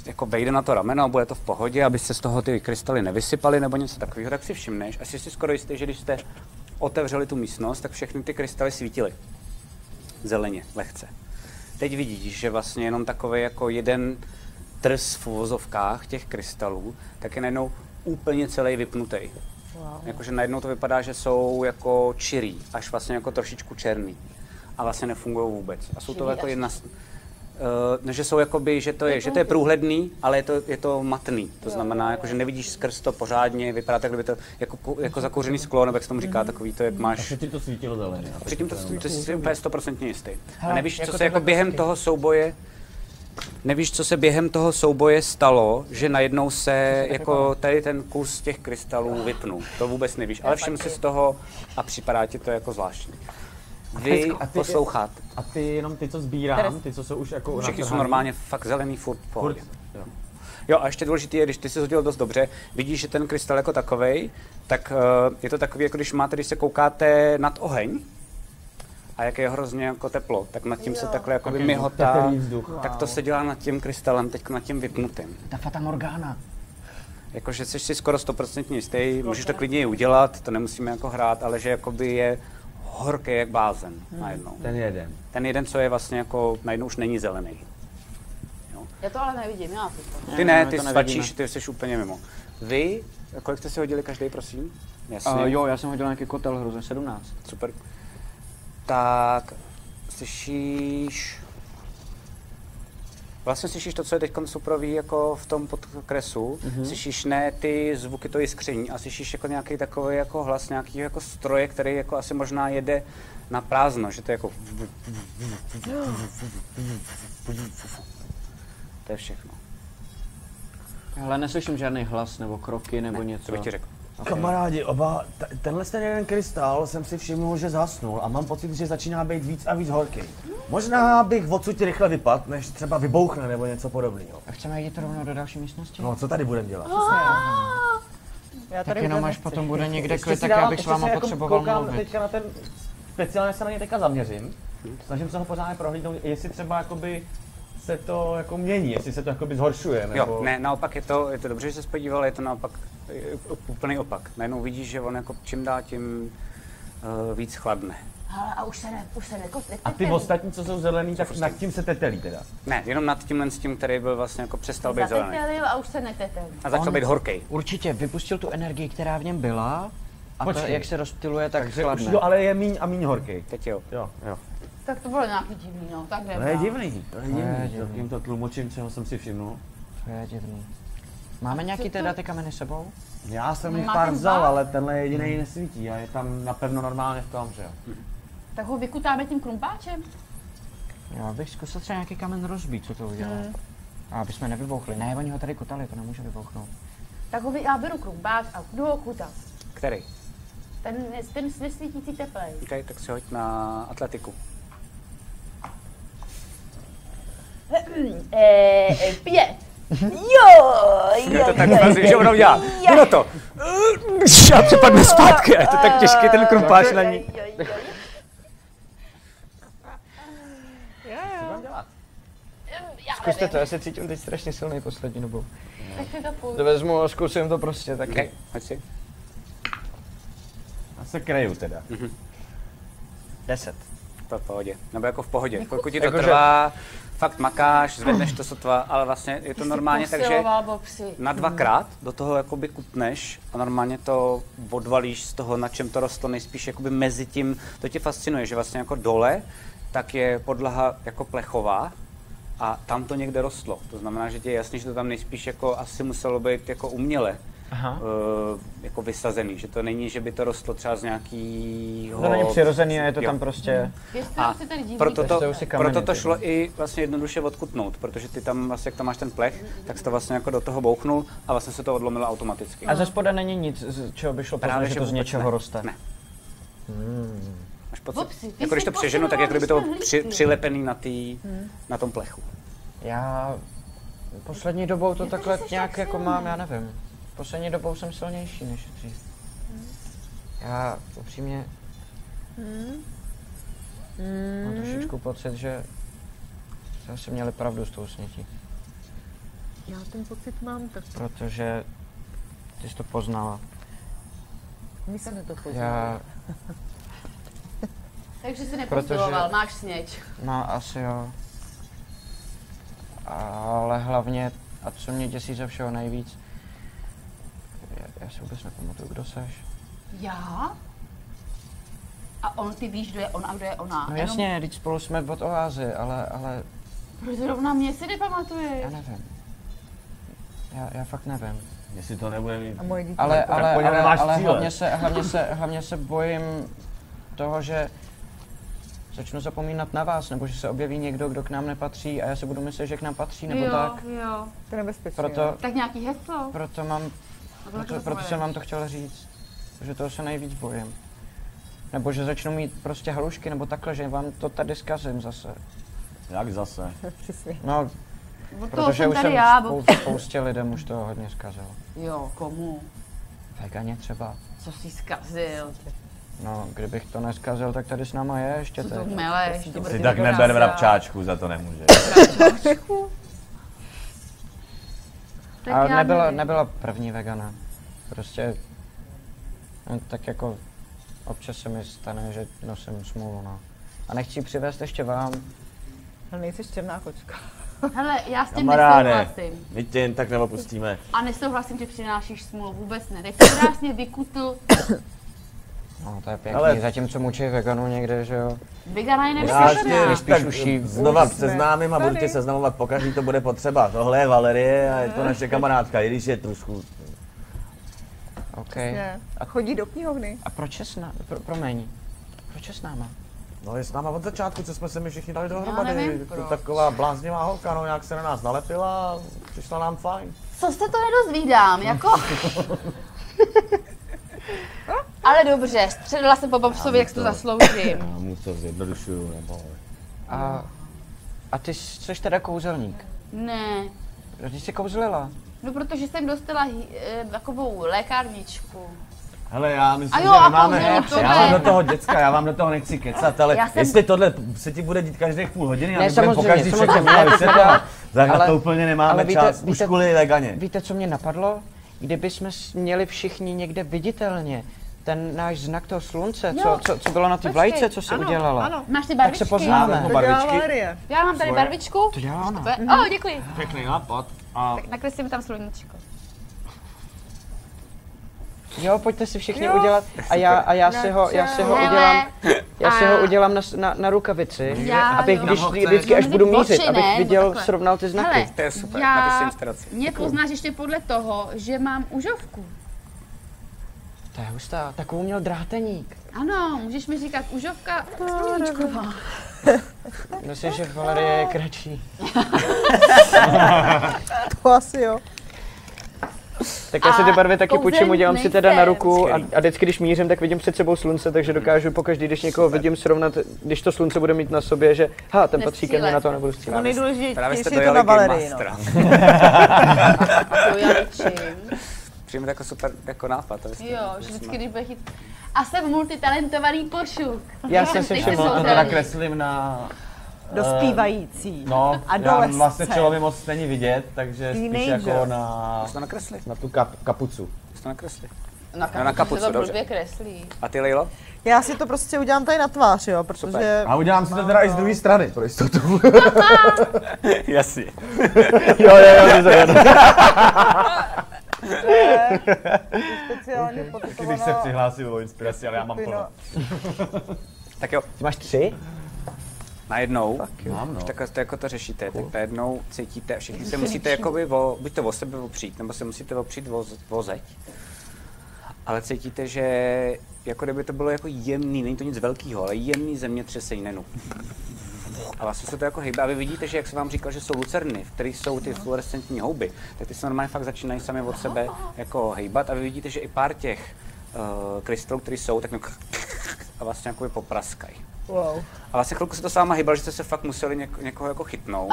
[SPEAKER 2] jako vejde na to rameno a bude to v pohodě, aby se z toho ty krystaly nevysypaly nebo něco takového, tak si všimneš. Asi si skoro jistý, že když jste otevřeli tu místnost, tak všechny ty krystaly svítily. Zeleně, lehce. Teď vidíš, že vlastně jenom takový jako jeden trs v uvozovkách těch krystalů, tak je najednou úplně celý vypnutý. Wow. Jakože najednou to vypadá, že jsou jako čirý, až vlastně jako trošičku černý. A vlastně nefungují vůbec. A jsou to jako
[SPEAKER 4] Čirý až Jako-
[SPEAKER 2] jedna, Uh, že jsou jakoby, že to je, že to je průhledný, ale je to, je to matný. To znamená, jako, že nevidíš skrz to pořádně, vypadá tak, kdyby to jako, ku- jako zakouřený sklo, nebo jak se tomu
[SPEAKER 4] Mhm.
[SPEAKER 2] říká, takový to, jak máš.
[SPEAKER 5] Že ti to svítilo zeleně. a
[SPEAKER 2] Předtím to, to jsi si úplně stoprocentně jistý. A
[SPEAKER 3] Hele,
[SPEAKER 2] nevíš, co
[SPEAKER 3] jako
[SPEAKER 2] se jako
[SPEAKER 3] tohle
[SPEAKER 2] během
[SPEAKER 3] kostky.
[SPEAKER 2] toho souboje Nevíš, co se během toho souboje stalo, že najednou se jako tady ten kus těch krystalů vypnul. To vůbec nevíš, ale všem si z toho a připadá ti to jako zvláštní. Vy
[SPEAKER 5] a ty-
[SPEAKER 2] posloucháte.
[SPEAKER 5] A ty jenom ty, co sbírám, ty, co jsou už jako...
[SPEAKER 2] Všichni jsou
[SPEAKER 5] natrhaný.
[SPEAKER 2] normálně fakt zelený furt v pohodě.
[SPEAKER 5] Furt, jo.
[SPEAKER 2] Jo, a ještě důležité je, když ty jsi hodil dost dobře, vidíš, že ten krystal jako takovej, tak eh, je to takový, jako když máte, když se koukáte nad oheň, a jak je hrozně jako teplo, tak nad tím se takhle jako by mihotá,
[SPEAKER 5] teplý vzduch.
[SPEAKER 2] tak to se dělá nad tím krystalem, teď nad tím vypnutým.
[SPEAKER 3] Ta Fata Morgana.
[SPEAKER 2] Jakože jsi si skoro 100% jistý, můžeš to klidně i udělat, to nemusíme jako hrát, ale že jakoby je horký jak blázen najednou.
[SPEAKER 5] Ten jeden.
[SPEAKER 2] Ten jeden, co je vlastně jako, najednou už není zelený.
[SPEAKER 4] Já to ale nevidím, já to.
[SPEAKER 2] Ty ne,
[SPEAKER 3] my
[SPEAKER 2] ty
[SPEAKER 3] Eh, to nevidíme.
[SPEAKER 2] svačíš, ty jsi úplně mimo. Vy, kolik jste si hodili každý, prosím? Jasně,
[SPEAKER 3] Uh, jo, já jsem hodil nějaký kotel hru za 17.
[SPEAKER 2] super. Tak, slyšíš... Vlastně slyšíš to, co je teď suprový jako v tom podkresu.
[SPEAKER 3] Mhm.
[SPEAKER 2] Mm-hmm. Slyšíš ne ty zvuky to jiskření a slyšíš jako nějaký takový jako hlas nějakého jako stroje, který jako asi možná jede na prázdno, že to je jako... To je všechno,
[SPEAKER 3] Ale neslyším žádný hlas nebo kroky nebo něco.
[SPEAKER 2] co bych ti řekl.
[SPEAKER 7] No, Kamarádi, oba, t- tenhle ten jeden krystal jsem si všiml, že zhasnul a mám pocit, že začíná být víc a víc horký. Možná bych odsud rychle vypad, než třeba vybouchne nebo něco podobného.
[SPEAKER 3] A chceme jít rovnou do další místnosti?
[SPEAKER 7] No, co tady budeme dělat?
[SPEAKER 6] Já
[SPEAKER 3] tak
[SPEAKER 6] tady vůbec
[SPEAKER 3] jenom až
[SPEAKER 6] nechci.
[SPEAKER 3] potom bude někde
[SPEAKER 5] Ještě
[SPEAKER 3] klid,
[SPEAKER 5] si
[SPEAKER 3] tak
[SPEAKER 5] dávám-
[SPEAKER 3] já bych s
[SPEAKER 5] ještě
[SPEAKER 3] váma
[SPEAKER 5] se jako
[SPEAKER 3] potřeboval
[SPEAKER 5] koukám
[SPEAKER 3] mluvit.
[SPEAKER 5] teďka na ten, speciálně se na něj teďka zaměřím. Snažím se ho pořádně prohlídnout, jestli třeba jakoby se to jako mění, jestli se to jakoby zhoršuje, nebo...
[SPEAKER 2] Jo, ne, naopak je to, je to dobře, že se podíval, ale je to naopak je úplný opak. Najednou vidíš, že on jako čím dál tím uh, víc chladne.
[SPEAKER 4] Hele, a už se ne, už se neko,
[SPEAKER 5] A ty ostatní, co jsou zelený, tak nad tím se tetelí teda.
[SPEAKER 2] Ne, jenom nad tímhle s tím, který byl vlastně jako přestal být zelený.
[SPEAKER 4] Zatetelil a už se netetelil.
[SPEAKER 2] A začal
[SPEAKER 3] On-
[SPEAKER 2] být horkej.
[SPEAKER 3] Určitě, vypustil tu energii, která v něm byla. A to,
[SPEAKER 5] Počkej.
[SPEAKER 3] jak se rozptiluje, tak
[SPEAKER 5] Takže už
[SPEAKER 3] chladne.
[SPEAKER 5] jo, ale je míň a míň horký.
[SPEAKER 2] Teď jo.
[SPEAKER 5] Jo, jo.
[SPEAKER 4] Tak to bylo nějaký divný, no, tak
[SPEAKER 7] To je
[SPEAKER 4] nevím.
[SPEAKER 7] divný, to je
[SPEAKER 3] To je
[SPEAKER 7] divný.
[SPEAKER 5] Tak
[SPEAKER 3] divný,
[SPEAKER 5] jim to tlumočím, čeho jsem si všimnul.
[SPEAKER 3] to je divný. Máme nějaký teda ty kameny sebou?
[SPEAKER 5] Já jsem
[SPEAKER 3] No,
[SPEAKER 4] Vy
[SPEAKER 5] jich
[SPEAKER 4] máte
[SPEAKER 5] pár
[SPEAKER 4] dva?
[SPEAKER 5] vzal, ale tenhle jediný nesvítí a je tam napevno normálně v tom, že jo.
[SPEAKER 4] Tak ho vykutáme tím krumpáčem.
[SPEAKER 3] Já bych zkusil třeba nějaký kamen rozbít, co to udělá. A aby jsme nevybouchli. Ne, oni ho tady kutali, to nemůže vybouchnout.
[SPEAKER 4] Tak ho vy, já beru krumpáč a jdu ho kutat.
[SPEAKER 2] Který?
[SPEAKER 4] Ten, ten nesvítící teplej.
[SPEAKER 2] Okay, tak si hoď na atletiku.
[SPEAKER 4] Eh, pět. Jo,
[SPEAKER 2] *laughs* Je
[SPEAKER 4] jo,
[SPEAKER 2] to tak fazí, že ono udělá. Ono to. A přepadne zpátky. A je to tak těžké ten krumpáč na ní.
[SPEAKER 4] jo, jo, jo. Já
[SPEAKER 3] Zkuste
[SPEAKER 4] nevím,
[SPEAKER 3] to, já se cítím teď strašně silný poslední dobou.
[SPEAKER 4] tak si to půjdu.
[SPEAKER 3] To vezmu a zkusím to prostě taky.
[SPEAKER 2] Okay, hoď si.
[SPEAKER 5] A se kreju teda.
[SPEAKER 3] Mhm. Deset.
[SPEAKER 2] To v pohodě. Nebo jako v pohodě. Pokud ti to
[SPEAKER 3] Jakože-
[SPEAKER 2] trvá, fakt makáš, zvedneš to sotva, ale vlastně je to normálně tak, že
[SPEAKER 4] Posiloval boxy.
[SPEAKER 2] na dvakrát do toho jakoby kupneš a normálně to odvalíš z toho, na čem to rostlo, nejspíš jakoby mezi tím, to tě fascinuje, že vlastně jako dole, tak je podlaha jako plechová a tam to někde rostlo. To znamená, že tě je jasný, že to tam nejspíš jako asi muselo být jako uměle
[SPEAKER 3] Aha.
[SPEAKER 2] eh, jako vysazený, že to není, že by to rostlo třeba z nějakýho...
[SPEAKER 3] To není přirozený a je to
[SPEAKER 2] No, Jo.
[SPEAKER 3] tam prostě...
[SPEAKER 2] A
[SPEAKER 4] Pěstuju si ten divný
[SPEAKER 2] proto to,
[SPEAKER 3] Pěstují si kameny,
[SPEAKER 2] proto to
[SPEAKER 3] ty.
[SPEAKER 2] šlo i vlastně jednoduše odkutnout, protože ty tam vlastně, jak tam máš ten plech, tak jsi to vlastně jako do toho bouchnul a vlastně se to odlomilo automaticky.
[SPEAKER 3] A ze spoda není nic, z čeho by šlo poznat, že to z
[SPEAKER 2] vůbec
[SPEAKER 3] něčeho
[SPEAKER 2] ne.
[SPEAKER 3] roste.
[SPEAKER 2] Ne. Máš pocit,
[SPEAKER 4] Vopsi, ty
[SPEAKER 2] jako když
[SPEAKER 4] jsi
[SPEAKER 2] to přeženu, tak
[SPEAKER 4] posiloval,
[SPEAKER 2] jak kdyby
[SPEAKER 4] když
[SPEAKER 2] to
[SPEAKER 4] jsme
[SPEAKER 2] bylo
[SPEAKER 4] hlídli.
[SPEAKER 2] při, přilepený na, tý,
[SPEAKER 4] Hmm.
[SPEAKER 2] na tom plechu.
[SPEAKER 3] Já poslední dobou to takhle
[SPEAKER 4] jsi
[SPEAKER 3] nějak
[SPEAKER 4] tak
[SPEAKER 3] jako
[SPEAKER 4] silný.
[SPEAKER 3] mám, já nevím. Poslední dobou jsem silnější než dřív. Hmm. Já upřímně Hmm. mám trošičku pocit, že jsme asi měli pravdu s tou snětí.
[SPEAKER 8] Já ten pocit mám tak.
[SPEAKER 3] Protože ty jsi to poznala.
[SPEAKER 8] My se to
[SPEAKER 3] Já
[SPEAKER 4] Takže si neposiloval,
[SPEAKER 3] Protože-
[SPEAKER 4] máš sněč.
[SPEAKER 3] No, asi jo. Ale hlavně, a co mě děsí ze všeho nejvíc, já, já si vůbec nepamatuju, kdo seš.
[SPEAKER 4] Já? A on, ty víš, kdo je on a kdo je ona.
[SPEAKER 3] No
[SPEAKER 4] Jenom-
[SPEAKER 3] jasně, teď spolu jsme od oázy, ale, ale
[SPEAKER 4] Proč zrovna mě si
[SPEAKER 3] já
[SPEAKER 4] nepamatuješ?
[SPEAKER 3] nevím. Já, já fakt nevím.
[SPEAKER 9] Jestli to nebude mít.
[SPEAKER 8] A moje dítě.
[SPEAKER 3] Ale,
[SPEAKER 9] Tak
[SPEAKER 3] ale,
[SPEAKER 9] po něm
[SPEAKER 3] ale,
[SPEAKER 9] nemáš
[SPEAKER 3] ale
[SPEAKER 9] cíle.
[SPEAKER 3] hlavně, se, hlavně, se, hlavně se bojím toho, že začnu zapomínat na vás, nebo že se objeví někdo, kdo k nám nepatří a já si budu myslet, že k nám patří, nebo
[SPEAKER 4] jo,
[SPEAKER 3] tak.
[SPEAKER 4] jo.
[SPEAKER 8] To je nebezpečné.
[SPEAKER 3] Proto,
[SPEAKER 4] Tak nějaký heslo?
[SPEAKER 3] proto mám
[SPEAKER 4] A tohle
[SPEAKER 3] Proto,
[SPEAKER 4] to
[SPEAKER 3] proto
[SPEAKER 4] bude.
[SPEAKER 3] jsem vám Jako to chtěl říct, že toho se nejvíc bojím. Nebo že začnu mít prostě halušky, nebo takhle, že vám to tady zkazím zase.
[SPEAKER 5] Jak zase?
[SPEAKER 8] Přesně.
[SPEAKER 3] No,
[SPEAKER 4] Od toho
[SPEAKER 3] protože
[SPEAKER 4] jsem
[SPEAKER 3] už
[SPEAKER 4] tady
[SPEAKER 3] jsem
[SPEAKER 4] já, bo...
[SPEAKER 3] spou- spoustě lidem už toho hodně zkazil.
[SPEAKER 4] Jo, komu?
[SPEAKER 3] Veganě třeba.
[SPEAKER 4] Co jsi zkazil?
[SPEAKER 3] No, kdybych to neskazil, tak tady s náma je ještě
[SPEAKER 4] Co to
[SPEAKER 3] teď.
[SPEAKER 4] meleš? To prostě
[SPEAKER 5] Si
[SPEAKER 4] bude
[SPEAKER 5] tak neber v
[SPEAKER 4] vrapčák.
[SPEAKER 5] rapčáčku, za to nemůže.
[SPEAKER 3] Ale nebyla, nebyla první vegana. Prostě, no, tak jako občas se mi stane, že nosím smůlu, no. A nechci ji přivést ještě vám.
[SPEAKER 8] Ale nejsi černá kočka.
[SPEAKER 4] Hele, já s tím
[SPEAKER 5] Kamaráde,
[SPEAKER 4] nesouhlasím.
[SPEAKER 5] my tě jen tak neopustíme.
[SPEAKER 4] A nesouhlasím, že přinášíš smůlu. Vůbec ne. Teď jsi krásně vykutl.
[SPEAKER 3] No, to je pěkný.
[SPEAKER 5] Ale-
[SPEAKER 3] Ale... Zatímco mučí veganů někde, že jo.
[SPEAKER 4] Vegana je
[SPEAKER 5] Já tě
[SPEAKER 4] nemyslitelná.
[SPEAKER 3] spíš
[SPEAKER 5] tak
[SPEAKER 3] uší-
[SPEAKER 5] znova
[SPEAKER 8] uší jsme.
[SPEAKER 5] seznámím a budu tě
[SPEAKER 8] Tady.
[SPEAKER 5] seznamovat pokaždé, to bude potřeba. Tohle je Valerie a je to naše kamarádka, i když je trošku...
[SPEAKER 3] OK.
[SPEAKER 8] Ne. Chodí do knihovny.
[SPEAKER 3] A proč je s náma? Pro, promiň. Proč je s náma?
[SPEAKER 5] No je s náma od začátku, co jsme se my všichni dali
[SPEAKER 4] Já nevím,
[SPEAKER 5] dohromady. To
[SPEAKER 4] proč.
[SPEAKER 5] taková bláznivá holka, no nějak se na nás nalepila a přišla nám fajn.
[SPEAKER 4] Co se to nedozvídám,
[SPEAKER 3] *laughs*
[SPEAKER 4] jako... Ale dobře, středila jsem po Bobsovi, jak si to zasloužím.
[SPEAKER 5] Já mu to zjednodušuju, nebo...
[SPEAKER 3] A, a ty jsi teda kouzelník.
[SPEAKER 4] Ne,
[SPEAKER 3] Proč jsi kouzelila?
[SPEAKER 4] no protože jsem dostala hý- eh, takovou lékárničku.
[SPEAKER 5] Hele, já myslím,
[SPEAKER 4] A jo,
[SPEAKER 5] že
[SPEAKER 4] a
[SPEAKER 5] nemáme.
[SPEAKER 4] kouzelník,
[SPEAKER 5] já
[SPEAKER 4] tohle.
[SPEAKER 5] mám do toho děcka, já vám do toho nechci kecat, ale
[SPEAKER 4] Já
[SPEAKER 5] jsem...
[SPEAKER 4] jsem-
[SPEAKER 5] jestli tohle se ti bude dít každých půl hodiny, a
[SPEAKER 3] Ne,
[SPEAKER 5] my budeme po
[SPEAKER 3] samozřejmě,
[SPEAKER 5] každý
[SPEAKER 3] samozřejmě,
[SPEAKER 5] všechno
[SPEAKER 3] já
[SPEAKER 5] ale
[SPEAKER 3] to
[SPEAKER 5] vysvětlovat,
[SPEAKER 3] chápu.
[SPEAKER 5] tak na
[SPEAKER 3] Ale-
[SPEAKER 5] to úplně nemáme
[SPEAKER 3] ale víte-
[SPEAKER 5] čas, už
[SPEAKER 3] víte-
[SPEAKER 5] kvůli veganě.
[SPEAKER 3] Víte, co mě napadlo? Kdyby jsme s- měli všichni někde viditelně ten náš znak toho slunce, co,
[SPEAKER 4] Jo.
[SPEAKER 3] co, co bylo na té
[SPEAKER 4] Počkej,
[SPEAKER 3] vlajce, co si
[SPEAKER 8] ano,
[SPEAKER 3] udělala.
[SPEAKER 8] ano.
[SPEAKER 4] Máš ty
[SPEAKER 3] Tak
[SPEAKER 4] barvičky?
[SPEAKER 3] se poznáme.
[SPEAKER 5] Ano.
[SPEAKER 8] To dělá
[SPEAKER 5] Barvičky.
[SPEAKER 8] Valerie.
[SPEAKER 4] Já mám tady barvičku.
[SPEAKER 3] To dělá ona.
[SPEAKER 4] O, oh, děkuji.
[SPEAKER 5] Pěkný nápad. A
[SPEAKER 4] Tak nakreslím tam sluníčko.
[SPEAKER 3] Jo, pojďte si všichni
[SPEAKER 6] Jo,
[SPEAKER 3] udělat. A já, a já si ho, já si ho udělám, já si ho
[SPEAKER 4] a-
[SPEAKER 3] udělám na, s- na, na rukavici,
[SPEAKER 4] Já-
[SPEAKER 3] abych
[SPEAKER 4] jo.
[SPEAKER 3] když,
[SPEAKER 5] Tam ho chceš.
[SPEAKER 3] vždycky, až
[SPEAKER 4] No,
[SPEAKER 3] budu
[SPEAKER 4] nebo
[SPEAKER 3] mířit,
[SPEAKER 4] oči, ne,
[SPEAKER 3] abych
[SPEAKER 4] nebo
[SPEAKER 3] viděl,
[SPEAKER 4] takhle.
[SPEAKER 3] srovnal ty znaky.
[SPEAKER 2] To je super, napiš jim
[SPEAKER 4] já,
[SPEAKER 2] inspiraci.
[SPEAKER 4] mě poznáš ještě podle toho, že mám užovku.
[SPEAKER 3] To je hustá, takovou měl dráteník.
[SPEAKER 4] Ano, můžeš mi říkat užovka sluníčková.
[SPEAKER 3] Myslím, že Valerie je kratší.
[SPEAKER 6] To asi jo.
[SPEAKER 3] Tak já si ty
[SPEAKER 4] A
[SPEAKER 3] barvy taky
[SPEAKER 4] kouzelník
[SPEAKER 3] půjčím, udělám si teda na
[SPEAKER 4] nejsem.
[SPEAKER 3] ruku a, a vždycky, když mířím, tak vidím před sebou slunce, takže dokážu pokaždý, když někoho vidím, srovnat, když to slunce bude mít na sobě, že ha, ten patří ke mně,
[SPEAKER 4] Nestřílet.
[SPEAKER 3] na to nebudu střílet.
[SPEAKER 6] To
[SPEAKER 2] Právě jste
[SPEAKER 6] nejdůležitější je to
[SPEAKER 2] dojeli
[SPEAKER 6] na
[SPEAKER 2] Game
[SPEAKER 4] jako
[SPEAKER 6] Valerii, no.
[SPEAKER 2] Mastera.
[SPEAKER 4] A to já učím.
[SPEAKER 2] Přijme to jako super jako nápad. To byste-
[SPEAKER 4] Jo, že vždycky, když bude chyt. A jsem multitalentovaný pošuk.
[SPEAKER 3] Já jsem si
[SPEAKER 4] Ty jsi
[SPEAKER 3] všiml,
[SPEAKER 5] To
[SPEAKER 4] kouzelník.
[SPEAKER 5] teda kreslím na...
[SPEAKER 6] Eh, Dospívající.
[SPEAKER 5] No,
[SPEAKER 6] A
[SPEAKER 5] já
[SPEAKER 6] dole
[SPEAKER 5] vlastně
[SPEAKER 6] se.
[SPEAKER 5] čelo mi moc není vidět, takže spíš
[SPEAKER 6] Teenager.
[SPEAKER 5] jako na,
[SPEAKER 2] Jsi to nakresli,
[SPEAKER 5] na tu kap, kapucu.
[SPEAKER 2] jsi to nakresli.
[SPEAKER 4] Na
[SPEAKER 2] na kapucu,
[SPEAKER 4] se to
[SPEAKER 2] dobře.
[SPEAKER 4] blbě kreslí.
[SPEAKER 2] A ty, Lejlo?
[SPEAKER 6] Já si to prostě udělám tady na tvář, jo, protože...
[SPEAKER 7] A udělám si to teda i z druhé strany, pro
[SPEAKER 5] *laughs*
[SPEAKER 7] jistotu.
[SPEAKER 2] Jasně.
[SPEAKER 7] jo, jo, jo,
[SPEAKER 5] *laughs*
[SPEAKER 7] to je
[SPEAKER 6] Speciálně
[SPEAKER 5] Když se přihlásil o inspiraci, ale já
[SPEAKER 3] no.
[SPEAKER 5] mám plno.
[SPEAKER 2] Tak jo,
[SPEAKER 3] Ty máš tři?
[SPEAKER 2] najednou,
[SPEAKER 5] Mám no.
[SPEAKER 2] tak to jako to řešíte, tak najednou cítíte, všichni se musíte jakoby o, buď to o sebe opřít, nebo se musíte opřít o, z- o zeď. Ale cítíte, že jako kdyby to bylo jako jemný, není to nic velkého, ale jemný zemětřesení nenu. A vlastně se to jako hýbe. A vy vidíte, že jak jsem vám říkal, že jsou lucerny, v kterých jsou ty fluorescentní houby, tak ty se normálně fakt začínají sami od sebe jako hejbat. A vy vidíte, že i pár těch uh, krystalů, které jsou, tak jako *laughs* a vlastně jako popraskají.
[SPEAKER 6] Wow.
[SPEAKER 2] A vlastně chvilku se to sama hýbal, že jste se fakt museli něk- někoho jako chytnout.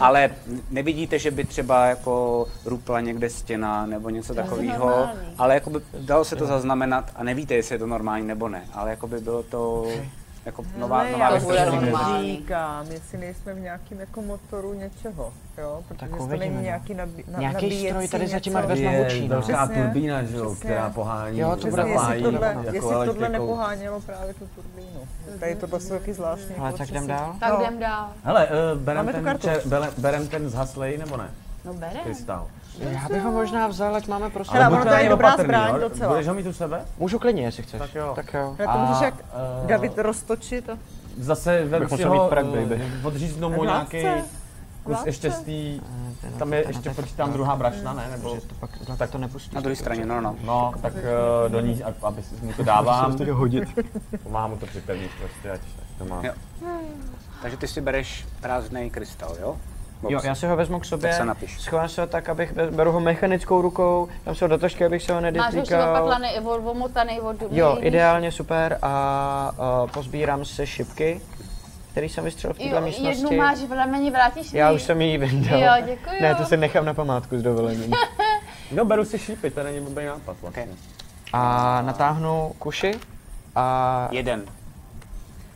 [SPEAKER 2] Ale nevidíte, že by třeba jako rupla někde stěna nebo něco takového,
[SPEAKER 4] normální.
[SPEAKER 2] ale jako by dalo se to zaznamenat a nevíte, jestli je to normální nebo ne, ale jako by bylo to jako nová, nová
[SPEAKER 4] No, to
[SPEAKER 2] věc,
[SPEAKER 4] bude
[SPEAKER 2] kterou jste
[SPEAKER 4] normální.
[SPEAKER 2] nikdy-
[SPEAKER 6] Říkám, jestli nejsem v nějakém jako motoru něčeho, jo, protože
[SPEAKER 3] Tak
[SPEAKER 6] tak to
[SPEAKER 3] uvidíme,
[SPEAKER 6] není
[SPEAKER 3] no.
[SPEAKER 6] nějaký nabí, na,
[SPEAKER 3] Nějaký
[SPEAKER 6] nabíjecí
[SPEAKER 3] stroj tady za těma
[SPEAKER 6] něco.
[SPEAKER 3] dveřma.
[SPEAKER 5] je
[SPEAKER 3] zvučí, no.
[SPEAKER 5] velká
[SPEAKER 6] Přesně,
[SPEAKER 5] turbína, že jo,
[SPEAKER 6] přesně.
[SPEAKER 5] která pohání.
[SPEAKER 3] Jo, to bude
[SPEAKER 6] Přesně, jestli
[SPEAKER 3] Zapálí,
[SPEAKER 6] tohle,
[SPEAKER 5] jako
[SPEAKER 6] jestli tohle
[SPEAKER 5] elektrikou.
[SPEAKER 6] nepohánělo právě tu turbínu. Tady tohle jsou taky zvláštní.
[SPEAKER 3] Ale
[SPEAKER 6] jako
[SPEAKER 3] tak jdem
[SPEAKER 6] procesy.
[SPEAKER 3] dál.
[SPEAKER 4] Tak
[SPEAKER 6] No.
[SPEAKER 4] jdem dál.
[SPEAKER 5] Hele, eh, berem
[SPEAKER 6] Máme tu
[SPEAKER 5] ten,
[SPEAKER 6] kartu.
[SPEAKER 5] čer, bele- berem ten zhaslej nebo ne?
[SPEAKER 4] No berem.
[SPEAKER 5] Krystal.
[SPEAKER 3] Já bych ho možná vzal, ať máme prostor.
[SPEAKER 6] Hele,
[SPEAKER 5] buď
[SPEAKER 6] ono
[SPEAKER 5] na
[SPEAKER 6] to je
[SPEAKER 5] něj
[SPEAKER 6] dobrá
[SPEAKER 5] opatrný,
[SPEAKER 6] zbraň
[SPEAKER 5] jo?
[SPEAKER 6] docela.
[SPEAKER 5] Budeš ho mít u sebe?
[SPEAKER 3] Můžu klidně, jestli chceš.
[SPEAKER 5] Tak jo.
[SPEAKER 3] Tak jo.
[SPEAKER 6] Ale to můžeš
[SPEAKER 5] A,
[SPEAKER 6] jak
[SPEAKER 5] eh,
[SPEAKER 6] David roztočit a
[SPEAKER 5] Zase vem si
[SPEAKER 7] musel
[SPEAKER 5] ho,
[SPEAKER 7] mít prak,
[SPEAKER 5] eh,
[SPEAKER 7] baby.
[SPEAKER 5] odříznu mu
[SPEAKER 6] V lásce?
[SPEAKER 5] nějaký kus
[SPEAKER 6] lásce?
[SPEAKER 5] ještě z tý, tam je ještě počítám druhá brašna, ne? Nebo,
[SPEAKER 3] To pak no, tak to nepustíš.
[SPEAKER 2] Na druhé straně, no, no.
[SPEAKER 5] no, tak eh, do ní, a- aby si mu to dávám. hodit. *laughs* Pomáhám mu to připevnit prostě, ať to má.
[SPEAKER 2] Jo. Takže ty si bereš prázdný krystal, jo?
[SPEAKER 3] Jo, já si ho vezmu k sobě,
[SPEAKER 2] Tak se napiš.
[SPEAKER 3] schovám se ho tak, abych, beru ho mechanickou rukou, dám si ho do tašky, abych se ho
[SPEAKER 4] Máš už
[SPEAKER 3] nedotýkal.
[SPEAKER 4] opatla nej, omotanej od
[SPEAKER 3] Jo,
[SPEAKER 4] nejlíp.
[SPEAKER 3] ideálně super a uh, pozbírám se šipky, který jsem vystřelil v této
[SPEAKER 4] Jo,
[SPEAKER 3] místnosti.
[SPEAKER 4] jednu máš v rameni, vrátíš
[SPEAKER 3] Já
[SPEAKER 4] mi
[SPEAKER 3] už jsem ji vyndal.
[SPEAKER 4] Jo, děkuju.
[SPEAKER 3] Ne, to si nechám na památku s *laughs* dovolením.
[SPEAKER 5] No, beru si šípy, to není blbý nápad vlastně.
[SPEAKER 3] A natáhnu kuši a
[SPEAKER 2] Jeden.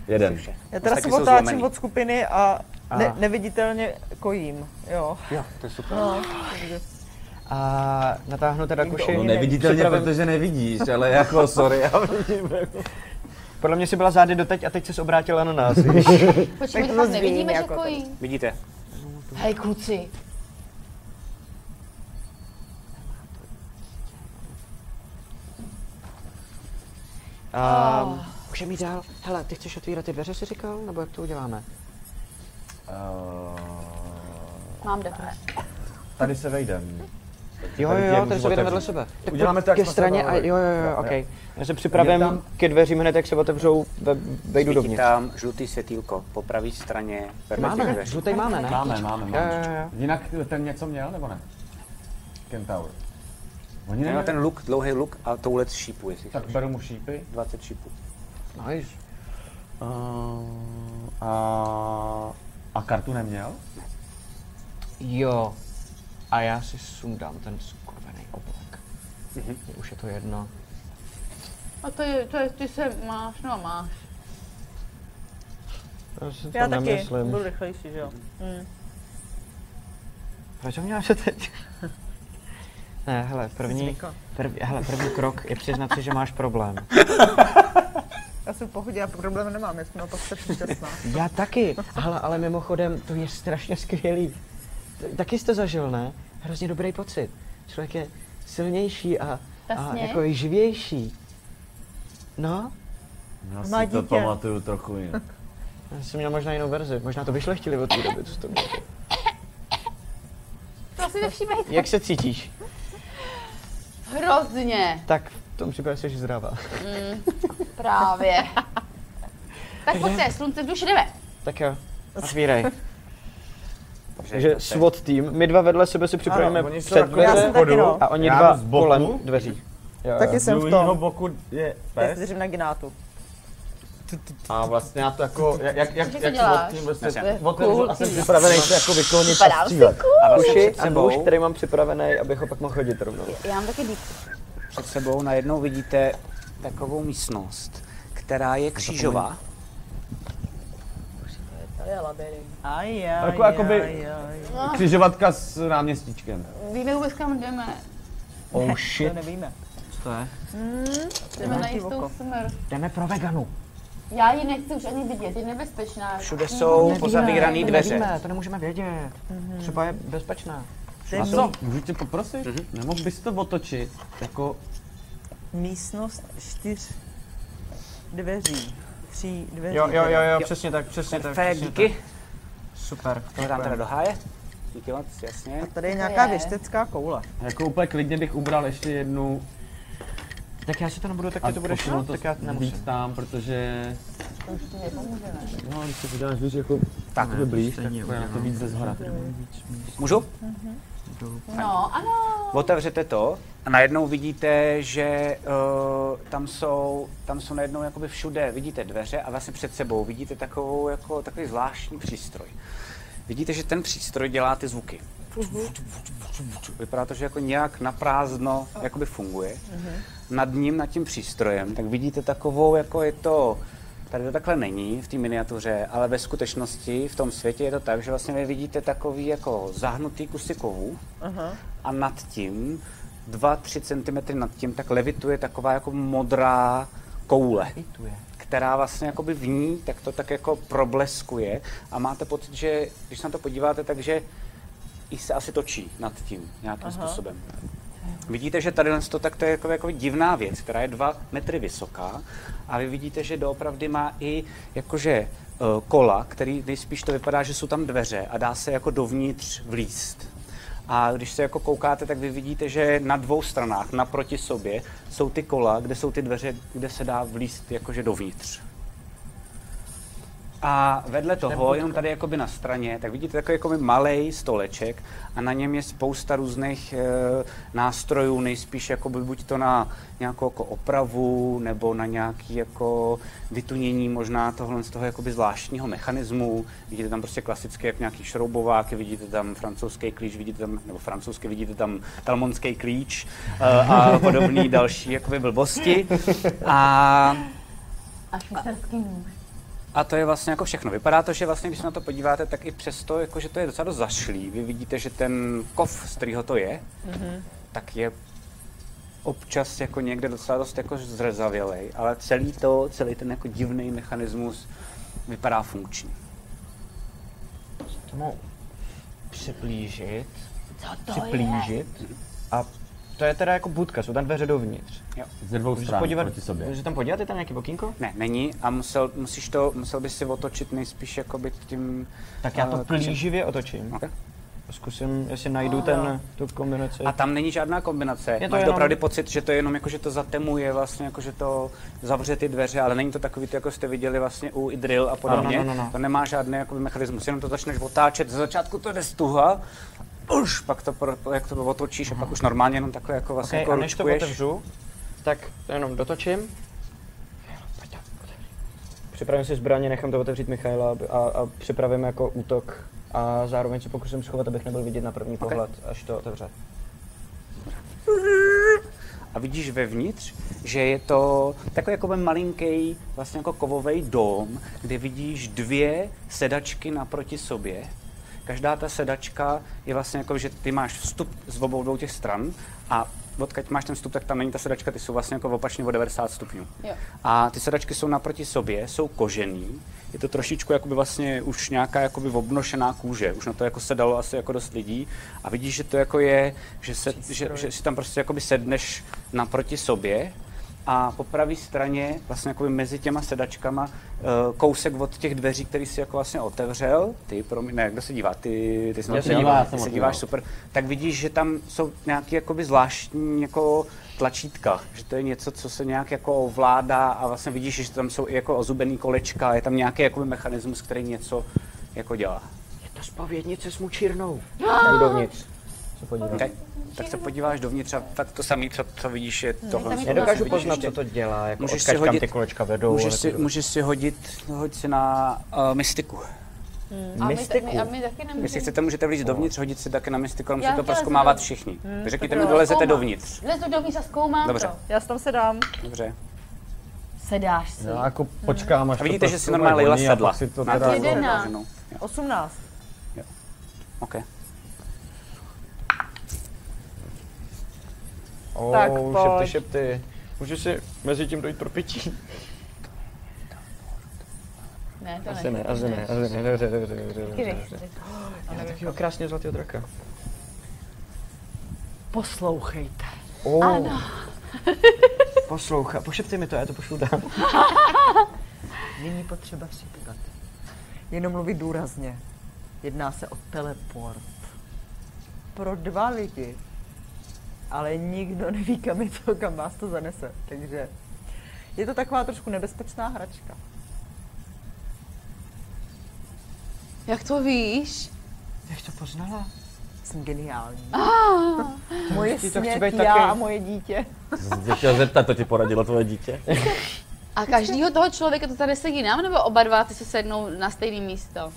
[SPEAKER 5] Jeden.
[SPEAKER 2] Vše.
[SPEAKER 6] Já teda
[SPEAKER 2] Ostatní
[SPEAKER 6] se
[SPEAKER 2] jsou
[SPEAKER 6] otáčím
[SPEAKER 2] zlomený.
[SPEAKER 6] od skupiny a
[SPEAKER 3] A.
[SPEAKER 6] ne, neviditelně kojím, jo.
[SPEAKER 2] Jo, to je super.
[SPEAKER 6] No,
[SPEAKER 3] A natáhnu teda kuši.
[SPEAKER 7] No neviditelně,
[SPEAKER 3] Připravím-
[SPEAKER 7] protože nevidíš, ale jako sorry, já vidím.
[SPEAKER 3] Podle mě si byla zády doteď a teď se obrátila na nás.
[SPEAKER 4] Počkej, my
[SPEAKER 6] Tak to
[SPEAKER 4] fakt
[SPEAKER 6] zvíjí
[SPEAKER 4] nevidíme, že
[SPEAKER 6] jako to.
[SPEAKER 4] kojí.
[SPEAKER 2] Vidíte?
[SPEAKER 4] Hej, kluci.
[SPEAKER 3] Um, *laughs* můžeme jít dál. Hele, ty chceš otvírat ty dveře, si říkal? Nebo jak to uděláme?
[SPEAKER 4] Mám depresi.
[SPEAKER 5] *laughs* Tady se vejdem.
[SPEAKER 3] Jo,
[SPEAKER 5] tady
[SPEAKER 3] jo,
[SPEAKER 5] tě
[SPEAKER 3] jo,
[SPEAKER 5] můžu
[SPEAKER 3] tady se vedeme vedle
[SPEAKER 5] otevřít.
[SPEAKER 3] sebe. Tak
[SPEAKER 5] Uděláme
[SPEAKER 3] pojď
[SPEAKER 5] to, jak
[SPEAKER 3] ke
[SPEAKER 5] jsme se
[SPEAKER 3] straně a
[SPEAKER 5] bavili.
[SPEAKER 3] jo, jo, jo,
[SPEAKER 5] Jo,
[SPEAKER 3] ok.
[SPEAKER 5] jo.
[SPEAKER 3] Já se připravím
[SPEAKER 5] tam-
[SPEAKER 3] ke dveřím hned, jak se otevřou, ve, vejdu
[SPEAKER 2] Svítí
[SPEAKER 3] dovnitř.
[SPEAKER 2] tam žlutý světýlko po pravé straně. vedle těch
[SPEAKER 3] Máme,
[SPEAKER 2] dveří.
[SPEAKER 3] žlutej máme, ne?
[SPEAKER 5] Máme, máme,
[SPEAKER 3] Jo, jo,
[SPEAKER 5] máme.
[SPEAKER 3] jo.
[SPEAKER 5] Jinak ten něco měl, nebo ne? Kentaur. Oni
[SPEAKER 2] Měl
[SPEAKER 5] neměli
[SPEAKER 2] ten luk, dlouhý luk a toule z šípů, jestli
[SPEAKER 5] Tak
[SPEAKER 2] chceš.
[SPEAKER 5] beru mu šípy.
[SPEAKER 2] 20 šípů.
[SPEAKER 3] Nice.
[SPEAKER 5] A, a kartu neměl?
[SPEAKER 3] Jo. A já si sundám ten skurvený oblek.
[SPEAKER 6] Mhm.
[SPEAKER 3] Mně Už je to jedno.
[SPEAKER 4] A No to je, to je, ty se máš, no máš.
[SPEAKER 3] Já, si to
[SPEAKER 6] já taky,
[SPEAKER 3] nemyslím.
[SPEAKER 6] budu rychlejší, že jo.
[SPEAKER 3] Proč to měla se teď? *laughs* Ne, hele, první, první, hele, první krok je přiznat si, že máš problém.
[SPEAKER 6] Já jsem v pohodě, já problém nemám, já jsem naopak strašně šťastná.
[SPEAKER 3] Já taky, hele, ale mimochodem, to je strašně skvělý. T- Taky jste zažil, ne? Hrozně dobrý pocit. Člověk je silnější a,
[SPEAKER 6] A,
[SPEAKER 4] Tasně.
[SPEAKER 6] jako je živější. No,
[SPEAKER 7] Já
[SPEAKER 8] Má
[SPEAKER 7] si to
[SPEAKER 8] dítě.
[SPEAKER 7] pamatuju trochu
[SPEAKER 3] *laughs*
[SPEAKER 7] jinak.
[SPEAKER 6] já jsem měl možná jinou verzi, možná to vyšlechtili od té doby, co to bylo.
[SPEAKER 4] To si nevšímejte.
[SPEAKER 6] Jak se cítíš?
[SPEAKER 4] Hrozně.
[SPEAKER 6] Tak v tom případě jsi zdravá.
[SPEAKER 4] Právě. tak pojďte, slunce v duši jdeme.
[SPEAKER 6] Tak jo, otvírej. Takže
[SPEAKER 2] Žehnete.
[SPEAKER 6] SWAT tým, my dva vedle sebe si připravíme
[SPEAKER 7] oni jsou
[SPEAKER 6] před
[SPEAKER 7] takhle
[SPEAKER 8] Já
[SPEAKER 6] dveře
[SPEAKER 8] jsem taky no.
[SPEAKER 6] a oni
[SPEAKER 7] Já
[SPEAKER 6] dva
[SPEAKER 7] jdu z boku.
[SPEAKER 6] kolem dveří. Jo,
[SPEAKER 8] Taky
[SPEAKER 6] jo.
[SPEAKER 8] jsem v
[SPEAKER 7] Z druhého
[SPEAKER 8] tom.
[SPEAKER 7] boku je
[SPEAKER 8] Já
[SPEAKER 7] pes
[SPEAKER 8] se držím na ginátu.
[SPEAKER 5] A vlastně já to jako, jak, jak, jak,
[SPEAKER 4] Co
[SPEAKER 5] jak
[SPEAKER 4] děláš?
[SPEAKER 5] od tím vlastně,
[SPEAKER 4] To je
[SPEAKER 5] od tím,
[SPEAKER 4] cool.
[SPEAKER 5] a jsem připravený se jako vyklonit a
[SPEAKER 4] Vypadal jsi
[SPEAKER 5] střílet.
[SPEAKER 2] A vlastně
[SPEAKER 6] Uši
[SPEAKER 2] před
[SPEAKER 6] a nůž,
[SPEAKER 2] sebou,
[SPEAKER 6] který mám připravený, abych ho pak mohl hodit rovnou.
[SPEAKER 4] Já mám taky díky.
[SPEAKER 2] před sebou najednou vidíte takovou místnost, která je křížová.
[SPEAKER 8] Aj, aj,
[SPEAKER 5] Jako- jakoby-
[SPEAKER 8] aj, aj.
[SPEAKER 4] no.
[SPEAKER 5] Křižovatka s náměstíčkem.
[SPEAKER 4] Víme vůbec, kam jdeme.
[SPEAKER 5] Oh
[SPEAKER 8] To
[SPEAKER 5] shit.
[SPEAKER 8] nevíme.
[SPEAKER 2] To je.
[SPEAKER 4] Jdeme na jistou smrt.
[SPEAKER 6] Jdeme pro veganu.
[SPEAKER 4] Já ji nechci už ani vidět, je nebezpečná.
[SPEAKER 2] Všude jsou pozavírané
[SPEAKER 6] to
[SPEAKER 2] dveře.
[SPEAKER 6] nevíme, to nemůžeme vědět. Třeba je bezpečná.
[SPEAKER 8] To je
[SPEAKER 5] A
[SPEAKER 8] mí-
[SPEAKER 5] co? Můžu tě poprosit? Nemohl bys to otočit? Jako,
[SPEAKER 8] místnost čtyř dveří. Tří dveří.
[SPEAKER 6] Jo, jo, jo, jo,
[SPEAKER 2] Jo.
[SPEAKER 6] přesně tak, přesně tak.
[SPEAKER 2] Fé,
[SPEAKER 6] přesně
[SPEAKER 2] díky.
[SPEAKER 6] tak. Super.
[SPEAKER 2] To dám teda do háje. Díky moc, jasně.
[SPEAKER 8] Tady je nějaká
[SPEAKER 4] je.
[SPEAKER 8] věštecká koule.
[SPEAKER 5] jako úplně klidně bych ubral ještě jednu
[SPEAKER 6] Tak já si to nebudu, tak
[SPEAKER 5] a
[SPEAKER 6] ty to budeš
[SPEAKER 5] posunul
[SPEAKER 6] no,
[SPEAKER 5] to
[SPEAKER 6] tak já nemusím.
[SPEAKER 5] víc tam, protože No, když se podíváš víš, jako
[SPEAKER 2] Tak.
[SPEAKER 5] takhle blíž, tak je na to víc ze zhora.
[SPEAKER 2] Můžu?
[SPEAKER 4] No, ano.
[SPEAKER 2] Otevřete to a najednou vidíte, že uh, tam, jsou, tam jsou najednou jakoby všude, vidíte dveře a vlastně před sebou vidíte takovou, jako, takový zvláštní přístroj. Vidíte, že ten přístroj dělá ty zvuky. Vypadá to, že jako nějak naprázdno jakoby funguje. Nad ním, nad tím přístrojem, tak vidíte takovou, jako je to, tady to takhle není v té miniatuře, ale ve skutečnosti v tom světě je to tak, že vlastně vy vidíte takový jako zahnutý kusy kovů, a nad tím, 2-3 cm nad tím, tak levituje taková jako modrá koule, která vlastně jakoby v ní tak to tak jako probleskuje a máte pocit, že když se na to podíváte, takže i se asi točí nad tím nějakým způsobem. Vidíte, že tady to, tak to je jako, jako divná věc, která je dva metry vysoká a vy vidíte, že doopravdy má i jakože eh, kola, který nejspíš to vypadá, že jsou tam dveře a dá se jako dovnitř vlíst. A když se jako koukáte, tak vy vidíte, že na dvou stranách, naproti sobě, jsou ty kola, kde jsou ty dveře, kde se dá vlíst jakože dovnitř. A vedle toho, jenom tady jakoby na straně, tak vidíte takový jakoby malej stoleček a na něm je spousta různých e, nástrojů, nejspíš jakoby buď to na nějakou jako opravu nebo na nějaký jako vytunění možná tohle z toho jakoby zvláštního mechanismu. Vidíte tam prostě klasické jak nějaký šroubováky, vidíte tam francouzský klíč, vidíte tam, nebo francouzsky vidíte tam talmonský klíč e, a podobné další jakoby blbosti. A
[SPEAKER 4] A švýcarský nůž.
[SPEAKER 2] a to je vlastně jako všechno. Vypadá to, že vlastně, když se na to podíváte, tak i přesto, jako, že to je docela dost zašlý. Vy vidíte, že ten kov, z kterého to je, tak je občas jako někde docela dost jako zrezavělej, ale celý to, celý ten jako divný mechanismus vypadá funkční.
[SPEAKER 6] Tomu připlížit.
[SPEAKER 4] Co to je?
[SPEAKER 6] připlížit. A to je teda jako budka, jsou tam dveře dovnitř.
[SPEAKER 5] Ze dvou
[SPEAKER 6] Můžeš
[SPEAKER 5] stran
[SPEAKER 6] podívat,
[SPEAKER 5] proti sobě.
[SPEAKER 6] můžeš tam podívat, je tam nějaký bokínko?
[SPEAKER 2] Ne, není a musel, musíš to, musel bys si otočit nejspíš jakoby tím...
[SPEAKER 6] Tak já to
[SPEAKER 2] eh, No, křem-
[SPEAKER 6] plíživě otočím.
[SPEAKER 2] Ok.
[SPEAKER 6] Zkusím, jestli najdu ten, tu kombinaci.
[SPEAKER 2] A tam není žádná kombinace.
[SPEAKER 6] to
[SPEAKER 2] Je to Máš
[SPEAKER 6] jenom-
[SPEAKER 2] opravdu pocit, že to je jenom jako, že to zatemuje, vlastně jako, že to zavře ty dveře, ale není to takový, to, jako jste viděli vlastně u Idril a podobně.
[SPEAKER 6] Ano, no, no, no.
[SPEAKER 2] To nemá žádný jakoby, mechanismus, jenom to začneš otáčet. Ze začátku to jde stuha, už, pak to, pro- jak to otočíš a pak už normálně jenom takhle jako vlastně
[SPEAKER 6] okay,
[SPEAKER 2] jako
[SPEAKER 6] a než to
[SPEAKER 2] ručkuješ.
[SPEAKER 6] otevřu, tak to jenom dotočím. Připravím si zbraně, nechám to otevřít Michaela aby- a, a připravím jako útok a zároveň se pokusím schovat, abych nebyl vidět na první pohled, až to otevře.
[SPEAKER 2] a vidíš vevnitř, že je to takový jako malinký vlastně jako kovový dom, kde vidíš dvě sedačky naproti sobě, Každá ta sedačka je vlastně jako, že ty máš vstup z obou dvou těch stran a odkud máš ten vstup, tak tam není ta sedačka, ty jsou vlastně jako opačně o 90 stupňů.
[SPEAKER 4] Jo.
[SPEAKER 2] A ty sedačky jsou naproti sobě, jsou kožený, je to trošičku jakoby vlastně už nějaká jakoby obnošená kůže, už na to jako sedalo asi jako dost lidí a vidíš, že to jako je, že, se, že, že si tam prostě jakoby sedneš naproti sobě a po pravé straně, vlastně jakoby mezi těma sedačkama, eh, kousek od těch dveří, který si jako vlastně otevřel, ty, promiň, ne, kdo se dívá, ty, ty jsi na to
[SPEAKER 5] se
[SPEAKER 2] dívá,
[SPEAKER 5] dívám, já
[SPEAKER 2] ty
[SPEAKER 5] jsem
[SPEAKER 2] se
[SPEAKER 5] na to
[SPEAKER 2] díváš,
[SPEAKER 5] díval.
[SPEAKER 2] super, tak vidíš, že tam jsou nějaké jakoby zvláštní jako tlačítka, že to je něco, co se nějak jako ovládá a vlastně vidíš, že tam jsou i jako ozubený kolečka, je tam nějaký jakoby mechanismus, který něco jako dělá.
[SPEAKER 6] To zpovědnice s mučírnou. Jdu dovnitř. Se podívám.
[SPEAKER 2] Okay? Tak se podíváš dovnitř a tak to samé, co, co vidíš, je tohle.
[SPEAKER 4] Hmm. tam je to vlastně
[SPEAKER 6] Nedokážu
[SPEAKER 2] Vidíš
[SPEAKER 6] poznat,
[SPEAKER 2] ještě-
[SPEAKER 6] co to dělá, jako
[SPEAKER 2] Můžeš
[SPEAKER 6] odkaď
[SPEAKER 2] si
[SPEAKER 6] kam
[SPEAKER 2] hodit-
[SPEAKER 6] ty kolečka vedou. jako-
[SPEAKER 2] Můžeš si,
[SPEAKER 6] ale-
[SPEAKER 2] můžeš si hodit, hoď si na uh, mystiku.
[SPEAKER 4] A my, ta- my, a my taky
[SPEAKER 2] Jestli
[SPEAKER 4] nemůžeme.
[SPEAKER 2] chcete, můžete
[SPEAKER 6] No.
[SPEAKER 2] vlít dovnitř, hodit si taky na mystiku, ale
[SPEAKER 4] Mhm. Já
[SPEAKER 2] musíte to
[SPEAKER 4] chtěla
[SPEAKER 2] proskomávat
[SPEAKER 4] zrovna. Mhm.
[SPEAKER 2] všichni. Hmm, Řekněte mi,
[SPEAKER 4] jo.
[SPEAKER 2] kdo lezete
[SPEAKER 4] Zkoumám.
[SPEAKER 2] dovnitř.
[SPEAKER 4] Lezu dovnitř a zkoumám
[SPEAKER 2] Dobře.
[SPEAKER 4] to.
[SPEAKER 8] Já se tam sedám.
[SPEAKER 2] Dobře.
[SPEAKER 4] Sedáš si.
[SPEAKER 5] Já jako počkám, až
[SPEAKER 2] A vidíte, že
[SPEAKER 5] to
[SPEAKER 2] si
[SPEAKER 5] prostě
[SPEAKER 2] normálně
[SPEAKER 5] bude
[SPEAKER 2] Leila
[SPEAKER 5] voní a
[SPEAKER 2] sedla.
[SPEAKER 5] pak si to
[SPEAKER 2] Na
[SPEAKER 5] teda...
[SPEAKER 2] tu
[SPEAKER 4] Jedenáct.
[SPEAKER 2] rovnou. Jo,
[SPEAKER 8] 18.
[SPEAKER 2] OK.
[SPEAKER 3] Oh,
[SPEAKER 8] Tak
[SPEAKER 3] šepty,
[SPEAKER 8] pojď.
[SPEAKER 3] šepty. Můžu si mezi tím dojít pro pití?
[SPEAKER 4] Ne, to
[SPEAKER 3] Asi ne, asi ne, asi ne, dobře, dobře, dobře, dobře.
[SPEAKER 6] *gasps*
[SPEAKER 4] ne.
[SPEAKER 3] Jo, krásně zlatý draka.
[SPEAKER 8] Poslouchejte.
[SPEAKER 3] Oh. Ano. Poslouchá, pošeptej mi to, já to pošlu dál.
[SPEAKER 8] Není potřeba šeptat. Jenom mluvit důrazně. Jedná se o teleport. Pro dva lidi. Ale nikdo neví, kam je to, kam vás to zanese. Takže je to taková trošku nebezpečná hračka.
[SPEAKER 4] Jak to víš?
[SPEAKER 3] Jak to poznala?
[SPEAKER 8] Jsem geniální. moje
[SPEAKER 3] Hustý, to chci
[SPEAKER 8] svět,
[SPEAKER 3] být
[SPEAKER 8] já
[SPEAKER 3] taky.
[SPEAKER 8] a moje dítě.
[SPEAKER 5] Jsem se chtěl zeptat, to ti poradilo tvoje dítě?
[SPEAKER 4] A každýho toho člověka to tady sedí nám, nebo oba dva ty se sednou na stejné místo?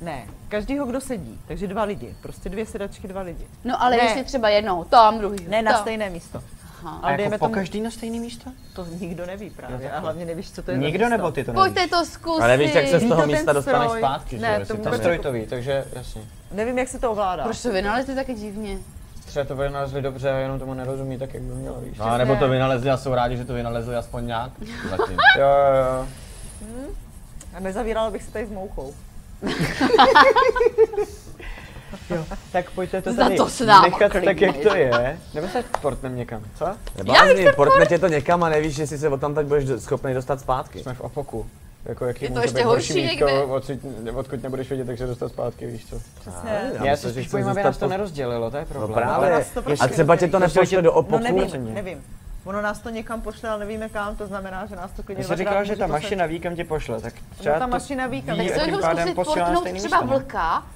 [SPEAKER 8] Ne, každýho, kdo sedí. Takže dva lidi. Prostě dvě sedačky, dva lidi.
[SPEAKER 4] No ale
[SPEAKER 8] Ne.
[SPEAKER 4] jestli třeba jednou tam, druhý
[SPEAKER 8] Ne na
[SPEAKER 4] tam.
[SPEAKER 8] stejné místo.
[SPEAKER 4] Aha.
[SPEAKER 8] Ale dejme tomu,
[SPEAKER 3] jako každý na stejný místo?
[SPEAKER 8] to nikdo neví právě. A hlavně nevíš, co to je za
[SPEAKER 3] Nikdo
[SPEAKER 8] místo.
[SPEAKER 3] nebo ty to nevíš?
[SPEAKER 4] Pojďte to zkusit.
[SPEAKER 5] A nevíš, jak se z
[SPEAKER 8] Ví
[SPEAKER 5] toho
[SPEAKER 8] to ten
[SPEAKER 5] místa dostaneš
[SPEAKER 8] stroj.
[SPEAKER 5] zpátky,
[SPEAKER 8] Ne,
[SPEAKER 5] že? jo,
[SPEAKER 8] to
[SPEAKER 5] jestli tam
[SPEAKER 8] vůbec jako-
[SPEAKER 5] je-
[SPEAKER 3] Strojtový, takže jasně.
[SPEAKER 8] Nevím, jak se to ovládá.
[SPEAKER 4] Proč no, to vynalezli taky divně?
[SPEAKER 3] Třeba to vynalezli dobře a jenom tomu nerozumí tak, jak by měla, víš.
[SPEAKER 5] No, a nebo to vynalezli a jsou rádi, že to vynalezli aspoň nějak zatím.
[SPEAKER 3] Jo, jo, jo.
[SPEAKER 8] A nezavírala bych se tady s mouchou.
[SPEAKER 3] Tak pojďte to
[SPEAKER 4] Za
[SPEAKER 3] tady
[SPEAKER 4] to s náma
[SPEAKER 3] nechat tak,
[SPEAKER 4] klidně.
[SPEAKER 3] jak to je. Nebo se portnem někam, co?
[SPEAKER 5] Neblázni, portme tě to někam a nevíš, jestli se tam tak budeš do- schopnej dostat zpátky.
[SPEAKER 3] Jsme v opoku. Jako jaký
[SPEAKER 4] Je to
[SPEAKER 3] může
[SPEAKER 4] ještě
[SPEAKER 3] být
[SPEAKER 4] horší někde.
[SPEAKER 3] mítko, odsud, odkud nebudeš vědět, tak se dostat zpátky, víš co.
[SPEAKER 8] Přesně.
[SPEAKER 5] Já
[SPEAKER 3] Já, já
[SPEAKER 5] myslím,
[SPEAKER 3] se
[SPEAKER 5] že
[SPEAKER 3] spíš
[SPEAKER 5] chceš
[SPEAKER 3] bojím, aby
[SPEAKER 5] zůstat
[SPEAKER 3] nás to
[SPEAKER 5] po-
[SPEAKER 3] nerozdělilo, to je problém.
[SPEAKER 5] No
[SPEAKER 8] Ale
[SPEAKER 5] právě.
[SPEAKER 8] nás to
[SPEAKER 5] A
[SPEAKER 8] prostě
[SPEAKER 5] třeba tě to
[SPEAKER 8] nezajímá.
[SPEAKER 5] nepošle do
[SPEAKER 8] No
[SPEAKER 5] opoku.
[SPEAKER 8] nevím,
[SPEAKER 3] Samozřejmě.
[SPEAKER 8] nevím. Ono nás to někam pošle, ale nevíme kam, to znamená, že nás to klidně
[SPEAKER 3] Ty jsi říkala, že ta mašina ví, kam tě pošle, tak třeba
[SPEAKER 8] No ta
[SPEAKER 3] to-
[SPEAKER 8] mašina ví, kam
[SPEAKER 3] ví,
[SPEAKER 8] je.
[SPEAKER 4] Tak
[SPEAKER 3] a
[SPEAKER 4] se
[SPEAKER 3] tím
[SPEAKER 4] můžu
[SPEAKER 3] pádem
[SPEAKER 4] zkusit
[SPEAKER 3] posílá na
[SPEAKER 4] portnout
[SPEAKER 3] stejný
[SPEAKER 4] třeba
[SPEAKER 3] místo. ne?
[SPEAKER 4] vlka.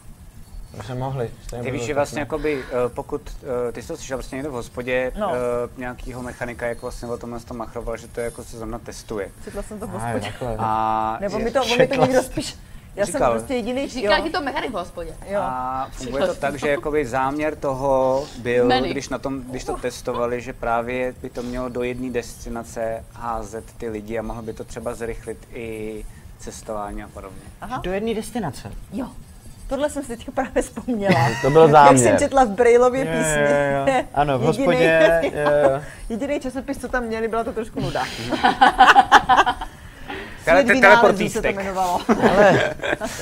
[SPEAKER 3] To jsme mohli. stejně
[SPEAKER 2] Ty
[SPEAKER 3] bylo
[SPEAKER 2] víš, že
[SPEAKER 3] tak,
[SPEAKER 2] vlastně
[SPEAKER 3] ne?
[SPEAKER 2] jakoby, eh, pokud eh, ty jsi to slyšel vlastně někde v hospodě
[SPEAKER 8] No.
[SPEAKER 2] eh, nějakýho mechanika, jak vlastně o tomhle tom machroval, že to jako se zrovna testuje.
[SPEAKER 8] Četla jsem to v
[SPEAKER 3] Aj,
[SPEAKER 8] hospodě.
[SPEAKER 3] takhle.
[SPEAKER 2] A
[SPEAKER 8] Nebo
[SPEAKER 2] je-
[SPEAKER 8] mi to, on mi to
[SPEAKER 3] četla
[SPEAKER 8] někdo
[SPEAKER 3] jsi.
[SPEAKER 8] spíš... Já jsem
[SPEAKER 2] Říkal.
[SPEAKER 8] prostě jediný,
[SPEAKER 4] Říká ti to mechanik v hospodě.
[SPEAKER 8] jo.
[SPEAKER 2] A funguje to tak, že jakoby záměr toho byl,
[SPEAKER 4] Menu.
[SPEAKER 2] když, na tom, když to testovali, že právě by to mělo do jedné destinace házet ty lidi a mohlo by to třeba zrychlit i cestování a podobně.
[SPEAKER 3] Do jedné destinace.
[SPEAKER 8] Jo. Tohle jsem si teďka právě vzpomněla.
[SPEAKER 5] *laughs* To byl
[SPEAKER 8] Jak
[SPEAKER 5] záměr.
[SPEAKER 8] jsem četla v Brailově písni. *laughs*
[SPEAKER 3] Ano, v
[SPEAKER 8] Jedinej-
[SPEAKER 3] hospodě. jo.
[SPEAKER 8] Jediný časopis, co tam měli, byla to
[SPEAKER 5] *laughs*
[SPEAKER 8] trošku nuda.
[SPEAKER 2] Tele-
[SPEAKER 8] Svět
[SPEAKER 2] teleportní
[SPEAKER 8] vynálezů se to
[SPEAKER 2] stek.
[SPEAKER 8] jmenovalo.
[SPEAKER 5] *laughs* Ale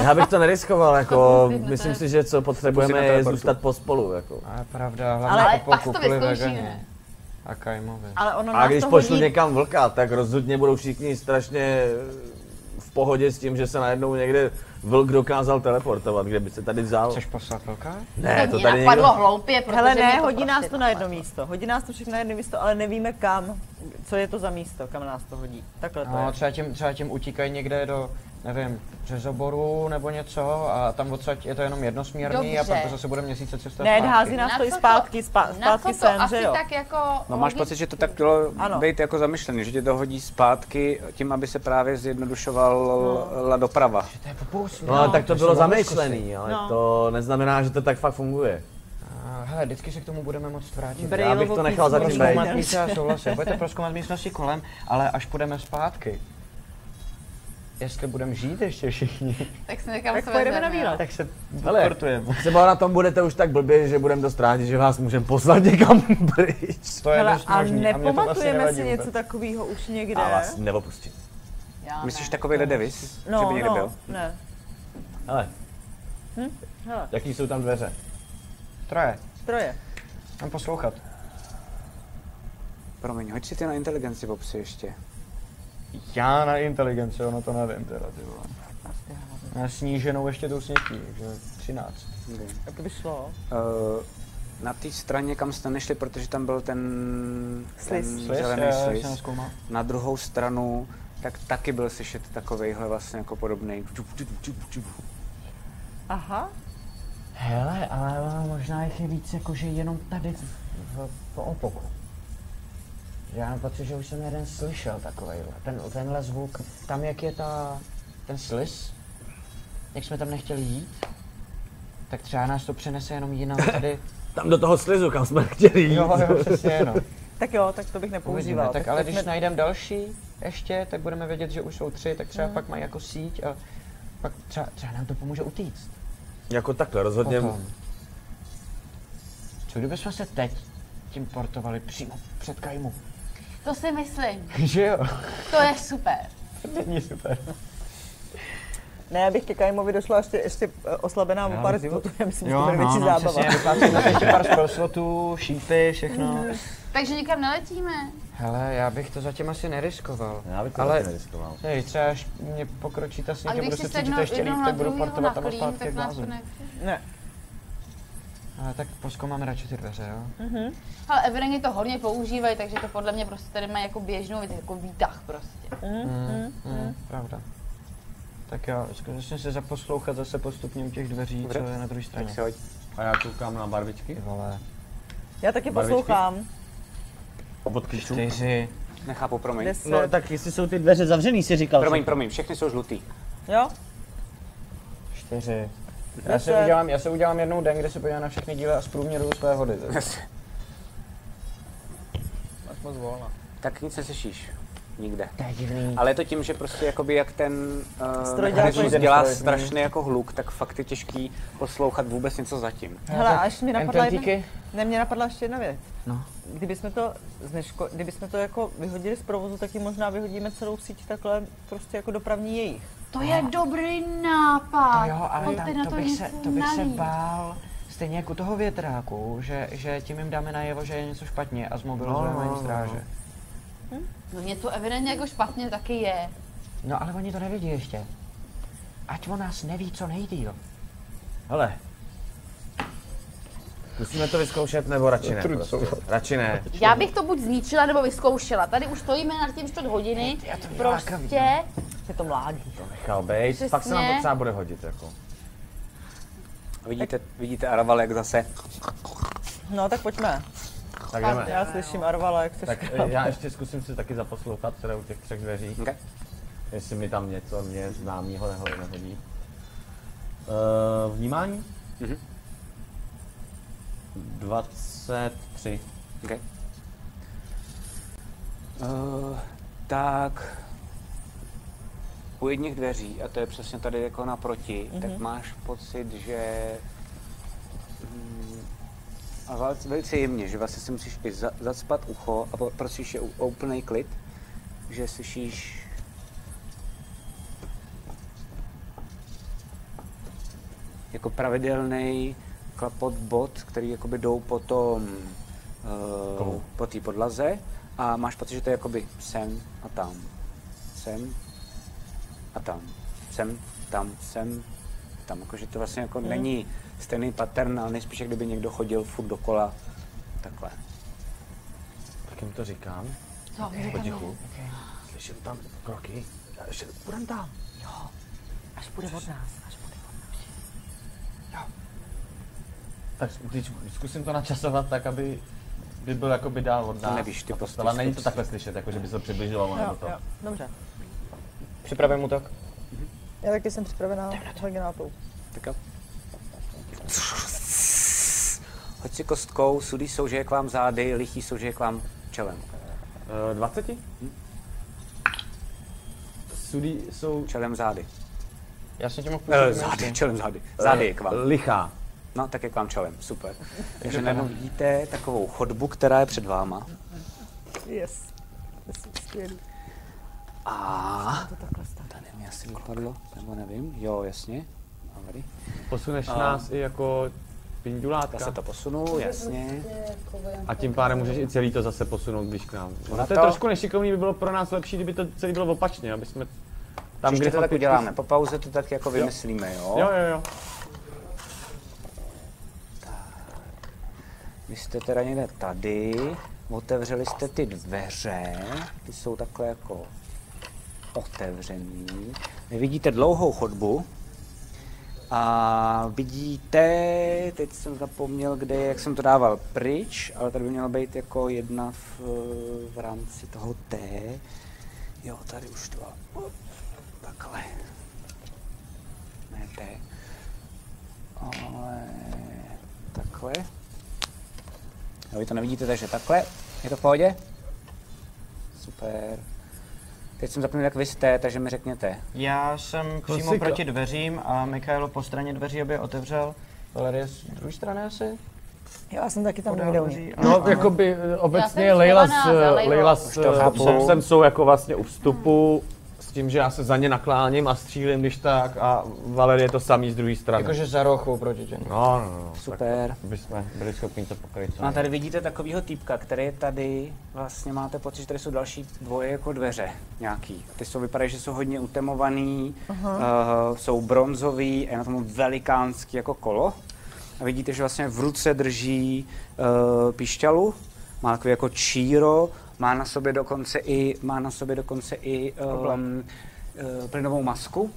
[SPEAKER 5] já bych to neriskoval,
[SPEAKER 8] *laughs*
[SPEAKER 5] jako myslím si, že co
[SPEAKER 2] Zkusíme
[SPEAKER 5] potřebujeme je
[SPEAKER 2] teleportu.
[SPEAKER 5] zůstat pospolu, jako.
[SPEAKER 3] A je pravda, hlavně
[SPEAKER 8] Ale
[SPEAKER 4] Ale
[SPEAKER 3] opoku
[SPEAKER 4] pak to
[SPEAKER 3] kvůli
[SPEAKER 4] vyzkoušíme.
[SPEAKER 3] veganě. A kajmovi.
[SPEAKER 8] Ale ono
[SPEAKER 5] A
[SPEAKER 8] nás
[SPEAKER 5] když
[SPEAKER 8] to
[SPEAKER 5] pošlu
[SPEAKER 8] hodí-
[SPEAKER 5] někam vlka, tak rozhodně budou všichni strašně v pohodě s tím, že se najednou někde vlk dokázal teleportovat, kde by se tady vzal.
[SPEAKER 3] Chceš poslat vlka?
[SPEAKER 5] Ne, to
[SPEAKER 4] mě
[SPEAKER 5] tady
[SPEAKER 4] napadlo
[SPEAKER 5] někdo...
[SPEAKER 4] hloupě, protože
[SPEAKER 8] Hele, ne,
[SPEAKER 4] mě to
[SPEAKER 8] hodí
[SPEAKER 4] prostě
[SPEAKER 5] vlastně
[SPEAKER 8] nás to na
[SPEAKER 4] napadlo.
[SPEAKER 8] jedno místo. Hodí nás to všechno na jedno místo, ale nevíme kam, co je to za místo, kam nás to hodí. Takhle to
[SPEAKER 3] No,
[SPEAKER 8] je.
[SPEAKER 3] třeba tím, třeba tím utíkají někde do, nevím, Řezoboru nebo něco a tam odsaď je to jenom jednosměrný a
[SPEAKER 4] Dobře.
[SPEAKER 3] pak to zase bude měsíce cestovat
[SPEAKER 8] Ne,
[SPEAKER 3] zpátky.
[SPEAKER 8] hází nás to i zpátky, spá,
[SPEAKER 4] na
[SPEAKER 8] zpátky
[SPEAKER 4] co to
[SPEAKER 8] sem,
[SPEAKER 4] asi
[SPEAKER 8] že jo?
[SPEAKER 4] tak jako...
[SPEAKER 2] No máš
[SPEAKER 4] logicky-
[SPEAKER 2] pocit, že to tak bylo
[SPEAKER 8] Ano.
[SPEAKER 2] být jako zamyšlený, že tě to hodí zpátky tím, aby se právě
[SPEAKER 8] No.
[SPEAKER 2] zjednodušovala doprava.
[SPEAKER 3] To je popousný.
[SPEAKER 5] No, ale tak to bylo zamýšlený,
[SPEAKER 7] prostě.
[SPEAKER 5] ale to neznamená, že to tak fakt funguje.
[SPEAKER 3] A Hele, vždycky se k tomu budeme moc vrátit.
[SPEAKER 8] Br-
[SPEAKER 5] Já bych to
[SPEAKER 8] Brailovo
[SPEAKER 5] nechal
[SPEAKER 8] písmo.
[SPEAKER 5] zatím
[SPEAKER 3] Proskoumat
[SPEAKER 5] být.
[SPEAKER 3] více a souhlasím. Budete proskoumat místnosti kolem, ale až půjdeme zpátky, jestli budeme žít ještě všichni,
[SPEAKER 4] Tak si někam
[SPEAKER 8] Tak
[SPEAKER 4] se vezmeme,
[SPEAKER 8] pojedeme na výlet.
[SPEAKER 4] no.
[SPEAKER 3] tak se
[SPEAKER 7] Hele,
[SPEAKER 3] portujeme.
[SPEAKER 7] třeba na tom budete už tak blbě, že budeme dost rádi, že vás můžeme poslat někam pryč.
[SPEAKER 3] To je
[SPEAKER 8] Hele,
[SPEAKER 3] dost
[SPEAKER 8] a
[SPEAKER 3] možný. mě to vlastně
[SPEAKER 8] nepamatujeme
[SPEAKER 3] nevadí
[SPEAKER 8] si
[SPEAKER 3] vůbec.
[SPEAKER 8] něco takového už někde?
[SPEAKER 7] A
[SPEAKER 5] vlastně,
[SPEAKER 7] vás neopustím.
[SPEAKER 4] Já
[SPEAKER 2] Myslíš
[SPEAKER 4] ne.
[SPEAKER 2] takovýhle devis? že by
[SPEAKER 8] no,
[SPEAKER 2] někde byl?
[SPEAKER 8] no, ne.
[SPEAKER 7] Hele,
[SPEAKER 8] Hele,
[SPEAKER 7] jaký jsou tam dveře?
[SPEAKER 3] Troje,
[SPEAKER 8] troje.
[SPEAKER 3] mám poslouchat.
[SPEAKER 2] Promiň, hoď si ty na inteligenci popsi ještě.
[SPEAKER 3] Já na inteligenci, ono to nevím teda, ty vole. Na sníženou ještě tou snětí, takže 13.
[SPEAKER 8] Tak by šlo.
[SPEAKER 2] Uh, na té straně, kam jste nešli, protože tam byl ten,
[SPEAKER 8] Slis.
[SPEAKER 2] ten
[SPEAKER 3] Slis,
[SPEAKER 2] zelený
[SPEAKER 3] já jsem
[SPEAKER 2] slis.
[SPEAKER 3] zkoumal.
[SPEAKER 2] Na druhou stranu, tak taky byl slyšet takovejhle vlastně jako podobný.
[SPEAKER 8] Aha.
[SPEAKER 5] Hele, ale možná jich je víc jakože jenom tady v, po opoku.
[SPEAKER 6] Já mám pocit, že už jsem jeden slyšel takovejhle. Ten, tenhle zvuk, tam jak je ta, ten slis, jak jsme tam nechtěli jít, tak třeba nás to přenese jenom jinam tady.
[SPEAKER 7] Tam do toho slizu, kam jsme chtěli jít.
[SPEAKER 3] Jo, jo, přesně, no.
[SPEAKER 8] Tak jo, tak to bych nepoužíval.
[SPEAKER 6] Uvidíme. Tak ale když
[SPEAKER 8] pojďme-
[SPEAKER 6] najdeme další ještě, tak budeme vědět, že už jsou tři, tak třeba pak mají jako síť a pak třeba, třeba nám to pomůže utíct.
[SPEAKER 7] Jako takhle, rozhodně.
[SPEAKER 6] Potom. Co kdybychom se teď tím portovali přímo před Kajmu? *laughs*
[SPEAKER 4] To si myslím.
[SPEAKER 3] Že jo,
[SPEAKER 4] To je super.
[SPEAKER 3] není super.
[SPEAKER 8] Ne, já bych ke Kajmovi došla ještě, ještě eh, oslabená o pár životů, já myslím, že to bude větší zábava.
[SPEAKER 3] přesně, vyplácím zase ještě pár spellslotů, šípy, všechno.
[SPEAKER 4] Takže nikam neletíme.
[SPEAKER 6] Hele, já bych to zatím asi neriskoval.
[SPEAKER 7] Já bych to
[SPEAKER 6] ale
[SPEAKER 7] ale... neriskoval.
[SPEAKER 6] Hej, třeba až mě pokročí ta
[SPEAKER 4] A
[SPEAKER 6] sníh,
[SPEAKER 4] když
[SPEAKER 6] budu
[SPEAKER 4] si
[SPEAKER 6] se cítit
[SPEAKER 4] sednou
[SPEAKER 6] ještě líp,
[SPEAKER 4] jednou na
[SPEAKER 6] tak budu
[SPEAKER 4] druhýho
[SPEAKER 6] portovat
[SPEAKER 4] na
[SPEAKER 6] tam
[SPEAKER 4] klín,
[SPEAKER 6] zpátky
[SPEAKER 4] tak
[SPEAKER 6] k
[SPEAKER 4] nás to
[SPEAKER 6] blázu.
[SPEAKER 4] ne...
[SPEAKER 8] Ne,
[SPEAKER 6] Ale tak proskoumáme radši ty dveře, jo?
[SPEAKER 4] Ale evidentně to hodně používají, takže to podle mě prostě tady má jako běžnou věc, jako výtah prostě.
[SPEAKER 3] Hmm,
[SPEAKER 4] hmm.
[SPEAKER 6] Mm, pravda.
[SPEAKER 3] Tak jo, zkusím se zaposlouchat zase postupně u těch dveří, co je na druhé
[SPEAKER 2] Tak
[SPEAKER 3] straně.
[SPEAKER 2] se hoď.
[SPEAKER 5] A já koukám na barvičky.
[SPEAKER 3] Ty vole,
[SPEAKER 8] já taky
[SPEAKER 5] Barvičky?
[SPEAKER 8] poslouchám.
[SPEAKER 5] Od klíčů.
[SPEAKER 3] čtyři.
[SPEAKER 2] Nechápu, promiň.
[SPEAKER 8] Deset.
[SPEAKER 7] No tak jestli jsou ty dveře zavřený, si říkal.
[SPEAKER 2] Promiň, promiň, všechny jsou žlutý.
[SPEAKER 8] Jo?
[SPEAKER 3] Čtyři. Já
[SPEAKER 8] Deset.
[SPEAKER 3] se, udělám, já se udělám jednou den, kde se podívám na všechny díly a zprůměruju své hody. tak.
[SPEAKER 2] Máš moc volna. Tak nic neslyšíš. Nikde.
[SPEAKER 6] To je divný.
[SPEAKER 2] Ale je to tím, že prostě jakoby jak ten uh,
[SPEAKER 8] Stroj dělá
[SPEAKER 2] mechanismus
[SPEAKER 8] svůj-
[SPEAKER 2] dělá
[SPEAKER 3] Ten stroj, mm.
[SPEAKER 2] strašný jako hluk, tak fakt je těžký poslouchat vůbec něco zatím.
[SPEAKER 8] Hele, až mi napadla jedna,
[SPEAKER 6] Ententíky?
[SPEAKER 8] ne, mě napadla ještě jedna věc.
[SPEAKER 6] No.
[SPEAKER 8] Kdybychom to, zneško, kdybychom to jako vyhodili z provozu, tak ji možná vyhodíme celou síť takhle prostě jako dopravní jejich.
[SPEAKER 4] To je dobrý nápad.
[SPEAKER 6] To jo, ale
[SPEAKER 4] On
[SPEAKER 6] tam,
[SPEAKER 4] teď na
[SPEAKER 6] to, bych se,
[SPEAKER 4] něco
[SPEAKER 6] to bych se
[SPEAKER 4] navíc.
[SPEAKER 6] bál. Stejně jako u toho větráku, že, že tím jim dáme najevo, že je něco špatně a
[SPEAKER 7] No,
[SPEAKER 6] zmobilizujeme no,
[SPEAKER 7] no,
[SPEAKER 6] jim
[SPEAKER 7] no.
[SPEAKER 6] stráže.
[SPEAKER 4] No něco evidentně jako špatně taky je.
[SPEAKER 6] No ale oni to nevidí ještě. Ať o nás neví, co nejdýl.
[SPEAKER 7] Hele. Musíme to vyzkoušet, nebo radši ne. Prostě. Radši ne.
[SPEAKER 4] Já bych to buď zničila nebo vyzkoušela. Tady už stojíme nad tím čtvrt hodiny.
[SPEAKER 6] Já to vylákám,
[SPEAKER 4] Prostě
[SPEAKER 8] Je to mládí.
[SPEAKER 7] Nechal bejt, pak se nám to
[SPEAKER 4] Přesně.
[SPEAKER 7] třeba bude hodit, jako.
[SPEAKER 2] Vidíte, vidíte Araval, jak zase
[SPEAKER 8] No tak pojďme.
[SPEAKER 7] Tak jdeme.
[SPEAKER 8] Já slyším Arvala, jak se
[SPEAKER 7] Tak
[SPEAKER 8] škrabá.
[SPEAKER 7] eh, já ještě zkusím si taky zaposlouchat, teda u těch třech dveří,
[SPEAKER 2] okay.
[SPEAKER 7] jestli mi tam něco mě známýho neho- nehodí. Uh, vnímání?
[SPEAKER 2] Mhm.
[SPEAKER 7] 23.
[SPEAKER 2] Okay. Uh, tak u jedných dveří, a to je přesně tady jako naproti, mm-hmm. tak máš pocit, že mm, a val- velice jemně, že vlastně si musíš i za, zacpat ucho a po- prosíš je o o úplný klid, že slyšíš jako pravidelný klapot bot, který jakoby jdou po tom, uh,
[SPEAKER 7] Kovu.
[SPEAKER 2] po té podlaze a máš pocit, že to je jakoby sem a tam, sem a tam, sem, tam, sem, tam. Jakože to vlastně
[SPEAKER 7] Mhm.
[SPEAKER 2] jako není stejný pattern, ale nejspíš, jak kdyby někdo chodil furt dokola takhle.
[SPEAKER 7] Tak jim to říkám,
[SPEAKER 4] Co?
[SPEAKER 7] potichu. Slyším tam kroky. Já ještě budem tam.
[SPEAKER 8] Až bude od nás, až bude.
[SPEAKER 5] Tak když zkusím to načasovat tak, aby by byl jakoby dál od nás.
[SPEAKER 2] nevíš, ty
[SPEAKER 5] a
[SPEAKER 2] prostě
[SPEAKER 5] postava. Není to
[SPEAKER 2] zkus.
[SPEAKER 5] takhle slyšet, jako že by se to přibližovalo nebo
[SPEAKER 8] Jo,
[SPEAKER 5] to.
[SPEAKER 8] jo, dobře.
[SPEAKER 6] Připravím útok.
[SPEAKER 8] Mhm. Já taky jsem připravená hodně na to.
[SPEAKER 2] Tak jo. Hoď si kostkou, sudý jsou, že je k vám zády, lichý jsou, Eh, že je k vám čelem.
[SPEAKER 7] Uh, 20? Hm?
[SPEAKER 5] sudý jsou
[SPEAKER 2] Čelem zády.
[SPEAKER 3] Já se tě mohu
[SPEAKER 2] Eh,
[SPEAKER 3] pustit.
[SPEAKER 2] zády, Eh. čelem zády. Zády je k vám.
[SPEAKER 5] lichá.
[SPEAKER 2] No, tak je k vám čelem, *laughs* super. Takže najednou vidíte takovou chodbu, která je před váma.
[SPEAKER 8] Yes. To jsou skvělý.
[SPEAKER 2] A...
[SPEAKER 8] To takhle stát.
[SPEAKER 2] To nevím, jestli dopadlo, nebo nevím. Jo, jasně. Dobrý.
[SPEAKER 5] Posuneš nás i jako pindulátka.
[SPEAKER 2] Já se to posunu, jasně.
[SPEAKER 5] A tím pádem můžeš i celý to zase posunout blíž k nám.
[SPEAKER 2] Ona
[SPEAKER 5] to je
[SPEAKER 2] to-
[SPEAKER 5] trošku nešikovný, by bylo pro nás lepší, kdyby to celý bylo opačně, aby jsme tam,
[SPEAKER 2] Příště
[SPEAKER 5] kde
[SPEAKER 2] to
[SPEAKER 5] chlapi-
[SPEAKER 2] tak uděláme. Po pauze to tak jako vymyslíme, jo?
[SPEAKER 5] Jo, jo, jo.
[SPEAKER 2] Vy jste teda někde tady, otevřeli jste ty dveře, ty jsou takhle jako otevřený. Vy vidíte dlouhou chodbu a vidíte, teď jsem zapomněl, kde je, jak jsem to dával pryč, ale tady by měla být jako jedna v, v rámci toho T. Jo, tady už to. op, Takhle. Ne T. Ale takhle. Jo, vy to nevidíte, takže takhle. Je to v pohodě? Super. Teď jsem zapomněl, jak vy jste, takže mi řekněte.
[SPEAKER 3] Já jsem přímo
[SPEAKER 5] Klasika.
[SPEAKER 3] proti dveřím a Michailo po straně dveří, aby je otevřel. Valerie z druhé strany asi?
[SPEAKER 8] Jo, já jsem taky tam
[SPEAKER 3] Podél
[SPEAKER 8] někde u ní.
[SPEAKER 3] dveří.
[SPEAKER 5] No,
[SPEAKER 3] a-
[SPEAKER 5] jako by
[SPEAKER 4] Já
[SPEAKER 5] obecně
[SPEAKER 4] jsem
[SPEAKER 5] Leila s,
[SPEAKER 4] schovaná za Leilou.
[SPEAKER 5] Leila s
[SPEAKER 2] Už to chápu.
[SPEAKER 5] Popsem jsou jako vlastně u vstupu s tím, že já se za ně nakláním a střílím, když tak, a Valerie je to samý z druhé strany.
[SPEAKER 3] Jakože za rochu proti těm.
[SPEAKER 5] No, no, no.
[SPEAKER 2] Super.
[SPEAKER 5] Tak bychom byli schopni to pokryt.
[SPEAKER 2] No
[SPEAKER 5] co
[SPEAKER 2] a
[SPEAKER 5] nejde.
[SPEAKER 2] tady vidíte takového týpka, který je tady, vlastně máte pocit, že tady jsou další dvoje jako dveře nějaký. Ty jsou vypadají, že jsou hodně utemovaný, uh, jsou bronzový a je na tom velikánský jako kolo. A vidíte, že vlastně v ruce drží uh, pišťalu, má takový jako číro, má na sobě dokonce i, má na sobě dokonce i um, uh, plynovou masku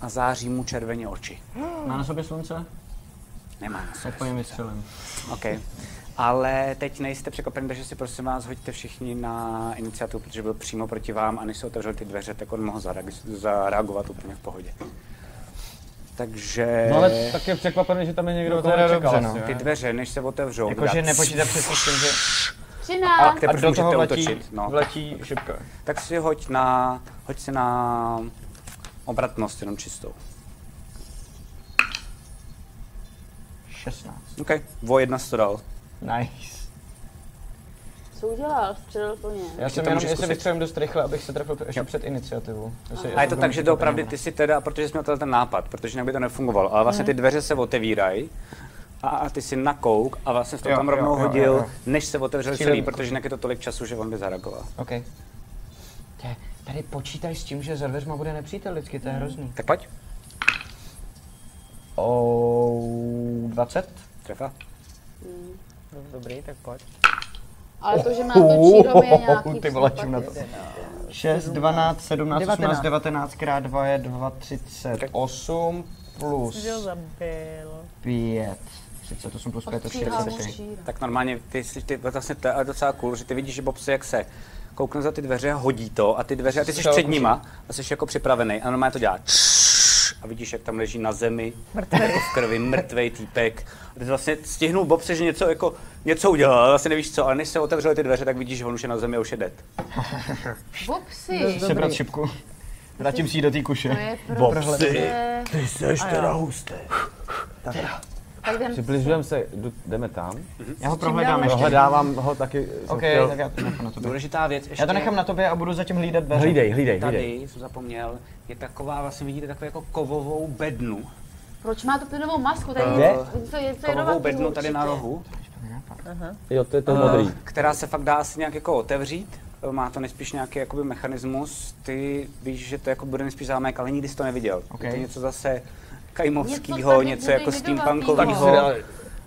[SPEAKER 2] a září mu červeně oči.
[SPEAKER 3] Má na sobě slunce?
[SPEAKER 2] Nemá na sobě.
[SPEAKER 3] Tak po něm vystřelím.
[SPEAKER 2] OK. Ale teď nejste překvapen, takže si prosím vás hoďte všichni na iniciativu, protože byl přímo proti vám a než se otevřel ty dveře, tak on mohl zareag- zareagovat úplně v pohodě. Takže
[SPEAKER 5] No ale tak je překvapený, že tam je někdo,
[SPEAKER 3] No, to
[SPEAKER 5] koho
[SPEAKER 3] je
[SPEAKER 6] Jako
[SPEAKER 5] nečekal
[SPEAKER 3] dobře,
[SPEAKER 5] asi,
[SPEAKER 3] no.
[SPEAKER 2] ty
[SPEAKER 5] ne?
[SPEAKER 2] dveře, než se otevřou,
[SPEAKER 3] Jakože
[SPEAKER 2] tak-
[SPEAKER 3] nepočítá přesně s tím, že...
[SPEAKER 2] a
[SPEAKER 4] 13.
[SPEAKER 3] A
[SPEAKER 2] teprve
[SPEAKER 3] do toho
[SPEAKER 2] můžete
[SPEAKER 3] vletí,
[SPEAKER 2] útočit. No.
[SPEAKER 3] vletí šipka.
[SPEAKER 2] Tak si hoď na, hoď si na obratnost jenom čistou.
[SPEAKER 3] 16.
[SPEAKER 2] OK, vo jedna jsi to dal.
[SPEAKER 3] Nice.
[SPEAKER 4] Co udělal? Střelil po něm.
[SPEAKER 3] Já jsem
[SPEAKER 2] to
[SPEAKER 3] jenom,
[SPEAKER 2] můžeš
[SPEAKER 3] jestli
[SPEAKER 2] zkusit.
[SPEAKER 3] vystřelím dost rychle, abych se trefil ještě před iniciativou. Jestli-
[SPEAKER 2] A je
[SPEAKER 3] jestli
[SPEAKER 2] to
[SPEAKER 3] budu
[SPEAKER 2] tak,
[SPEAKER 3] mít
[SPEAKER 2] že
[SPEAKER 3] úplně
[SPEAKER 2] doopravdy
[SPEAKER 3] jinak.
[SPEAKER 2] ty si teda, protože jsi měl tenhle ten nápad, protože jinak by to nefungovalo, ale vlastně ty dveře se otevírají a, a ty si nakouk a vlastně jsi to
[SPEAKER 3] Jo,
[SPEAKER 2] tam
[SPEAKER 3] jo,
[SPEAKER 2] rovnou
[SPEAKER 3] jo, jo,
[SPEAKER 2] hodil,
[SPEAKER 3] jo.
[SPEAKER 2] než se otevřel
[SPEAKER 3] Střílem.
[SPEAKER 2] celý, protože jinak je to tolik času, že on by zareagoval.
[SPEAKER 3] OK. Tě, tady počítaj s tím, že za dveřma bude nepřítel lidsky, to
[SPEAKER 2] Hmm.
[SPEAKER 3] je hrozný.
[SPEAKER 2] Tak pojď,
[SPEAKER 3] Oh, 20?
[SPEAKER 2] trefa.
[SPEAKER 3] Dobrý, tak pojď.
[SPEAKER 4] Ale to, že má to číro, je
[SPEAKER 3] *laughs*
[SPEAKER 4] nějaký
[SPEAKER 3] Ty vole, čím na to. 6,
[SPEAKER 2] no.
[SPEAKER 3] 12, 17, 18,
[SPEAKER 8] 19.
[SPEAKER 3] 19 krát 2 je 2, 38 plus
[SPEAKER 8] Že ho zabil.
[SPEAKER 3] 5. 38 plus 5 je 43.
[SPEAKER 2] Tak normálně, ty, jsi- ty vlastně to je docela cool, že ty vidíš, že Bob se jak se koukne za ty dveře, hodí to a ty dveře, a ty jsi
[SPEAKER 3] Střelba
[SPEAKER 2] před nima a jsi jako připravený a normálně to dělá čš, a vidíš, jak tam leží na zemi, jako v krvi, mrtvej týpek. A ty vlastně stihnul Bob se, že něco, jako, něco udělal, ale vlastně nevíš co, ale než se otevřely ty dveře, tak vidíš, že on už je na zemi a už je dead.
[SPEAKER 4] Bobsy.
[SPEAKER 3] Sebrat šipku. Vrátím si ji do té kuše.
[SPEAKER 4] To je prostě...
[SPEAKER 7] Ty seš teda hustý.
[SPEAKER 4] Tak jdem
[SPEAKER 5] Přibližujeme se, jdu- jdeme tam.
[SPEAKER 3] Já ho prohledám ještě.
[SPEAKER 5] Dohledávám ho taky. jsem
[SPEAKER 3] OK,
[SPEAKER 5] chtěl-
[SPEAKER 3] tak já to nechám na tobě.
[SPEAKER 2] Důležitá věc ještě,
[SPEAKER 3] Já to nechám na tobě a budu zatím hlídat dveře.
[SPEAKER 5] Hlídej, hlídej, hlídej.
[SPEAKER 2] tady, jsem zapomněl, je taková, vlastně vidíte takovou jako kovovou bednu.
[SPEAKER 4] Proč má tu plynovou masku? Tady
[SPEAKER 5] Kde?
[SPEAKER 4] je, to je, to je
[SPEAKER 2] Kovovou
[SPEAKER 4] nová
[SPEAKER 2] bednu tady na rohu.
[SPEAKER 5] Jo, to je to modrý.
[SPEAKER 2] Eh, která se fakt dá asi nějak jako otevřít. Má to nejspíš nějaký jakoby mechanismus. Ty víš, že to jako bude nejspíš zámek, ale nikdy jsi to neviděl. Je to něco zase
[SPEAKER 4] Něco
[SPEAKER 2] kajmovskýho,
[SPEAKER 4] tak
[SPEAKER 2] něco
[SPEAKER 4] jakoby
[SPEAKER 2] jako
[SPEAKER 4] jedovatýho.
[SPEAKER 2] steampunkového.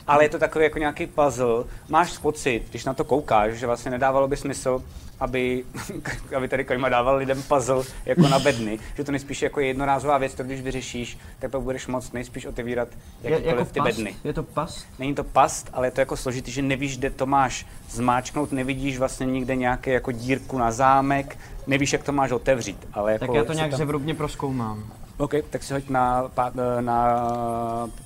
[SPEAKER 2] Ale je to takový jako nějaký puzzle. Máš pocit, když na to koukáš, že vlastně nedávalo by smysl, aby, *laughs* aby tady Kojma dával lidem puzzle jako na bedny. Že to nejspíš jako je jednorázová věc, to když vyřešíš, tak pak budeš moc nejspíš otevírat
[SPEAKER 6] jako
[SPEAKER 2] jakýkoliv ty
[SPEAKER 3] past?
[SPEAKER 2] bedny.
[SPEAKER 3] jako Je to past?
[SPEAKER 2] Není to past, ale je to jako složitý, že nevíš, kde to máš zmáčknout, nevidíš vlastně nikde nějaké jako dírku na zámek, nevíš, jak to máš otevřít, ale jako...
[SPEAKER 3] Tak já to
[SPEAKER 2] si
[SPEAKER 3] nějak
[SPEAKER 2] tam-
[SPEAKER 3] zevrubně proskoumám.
[SPEAKER 2] OK, tak si hoď na, pá, na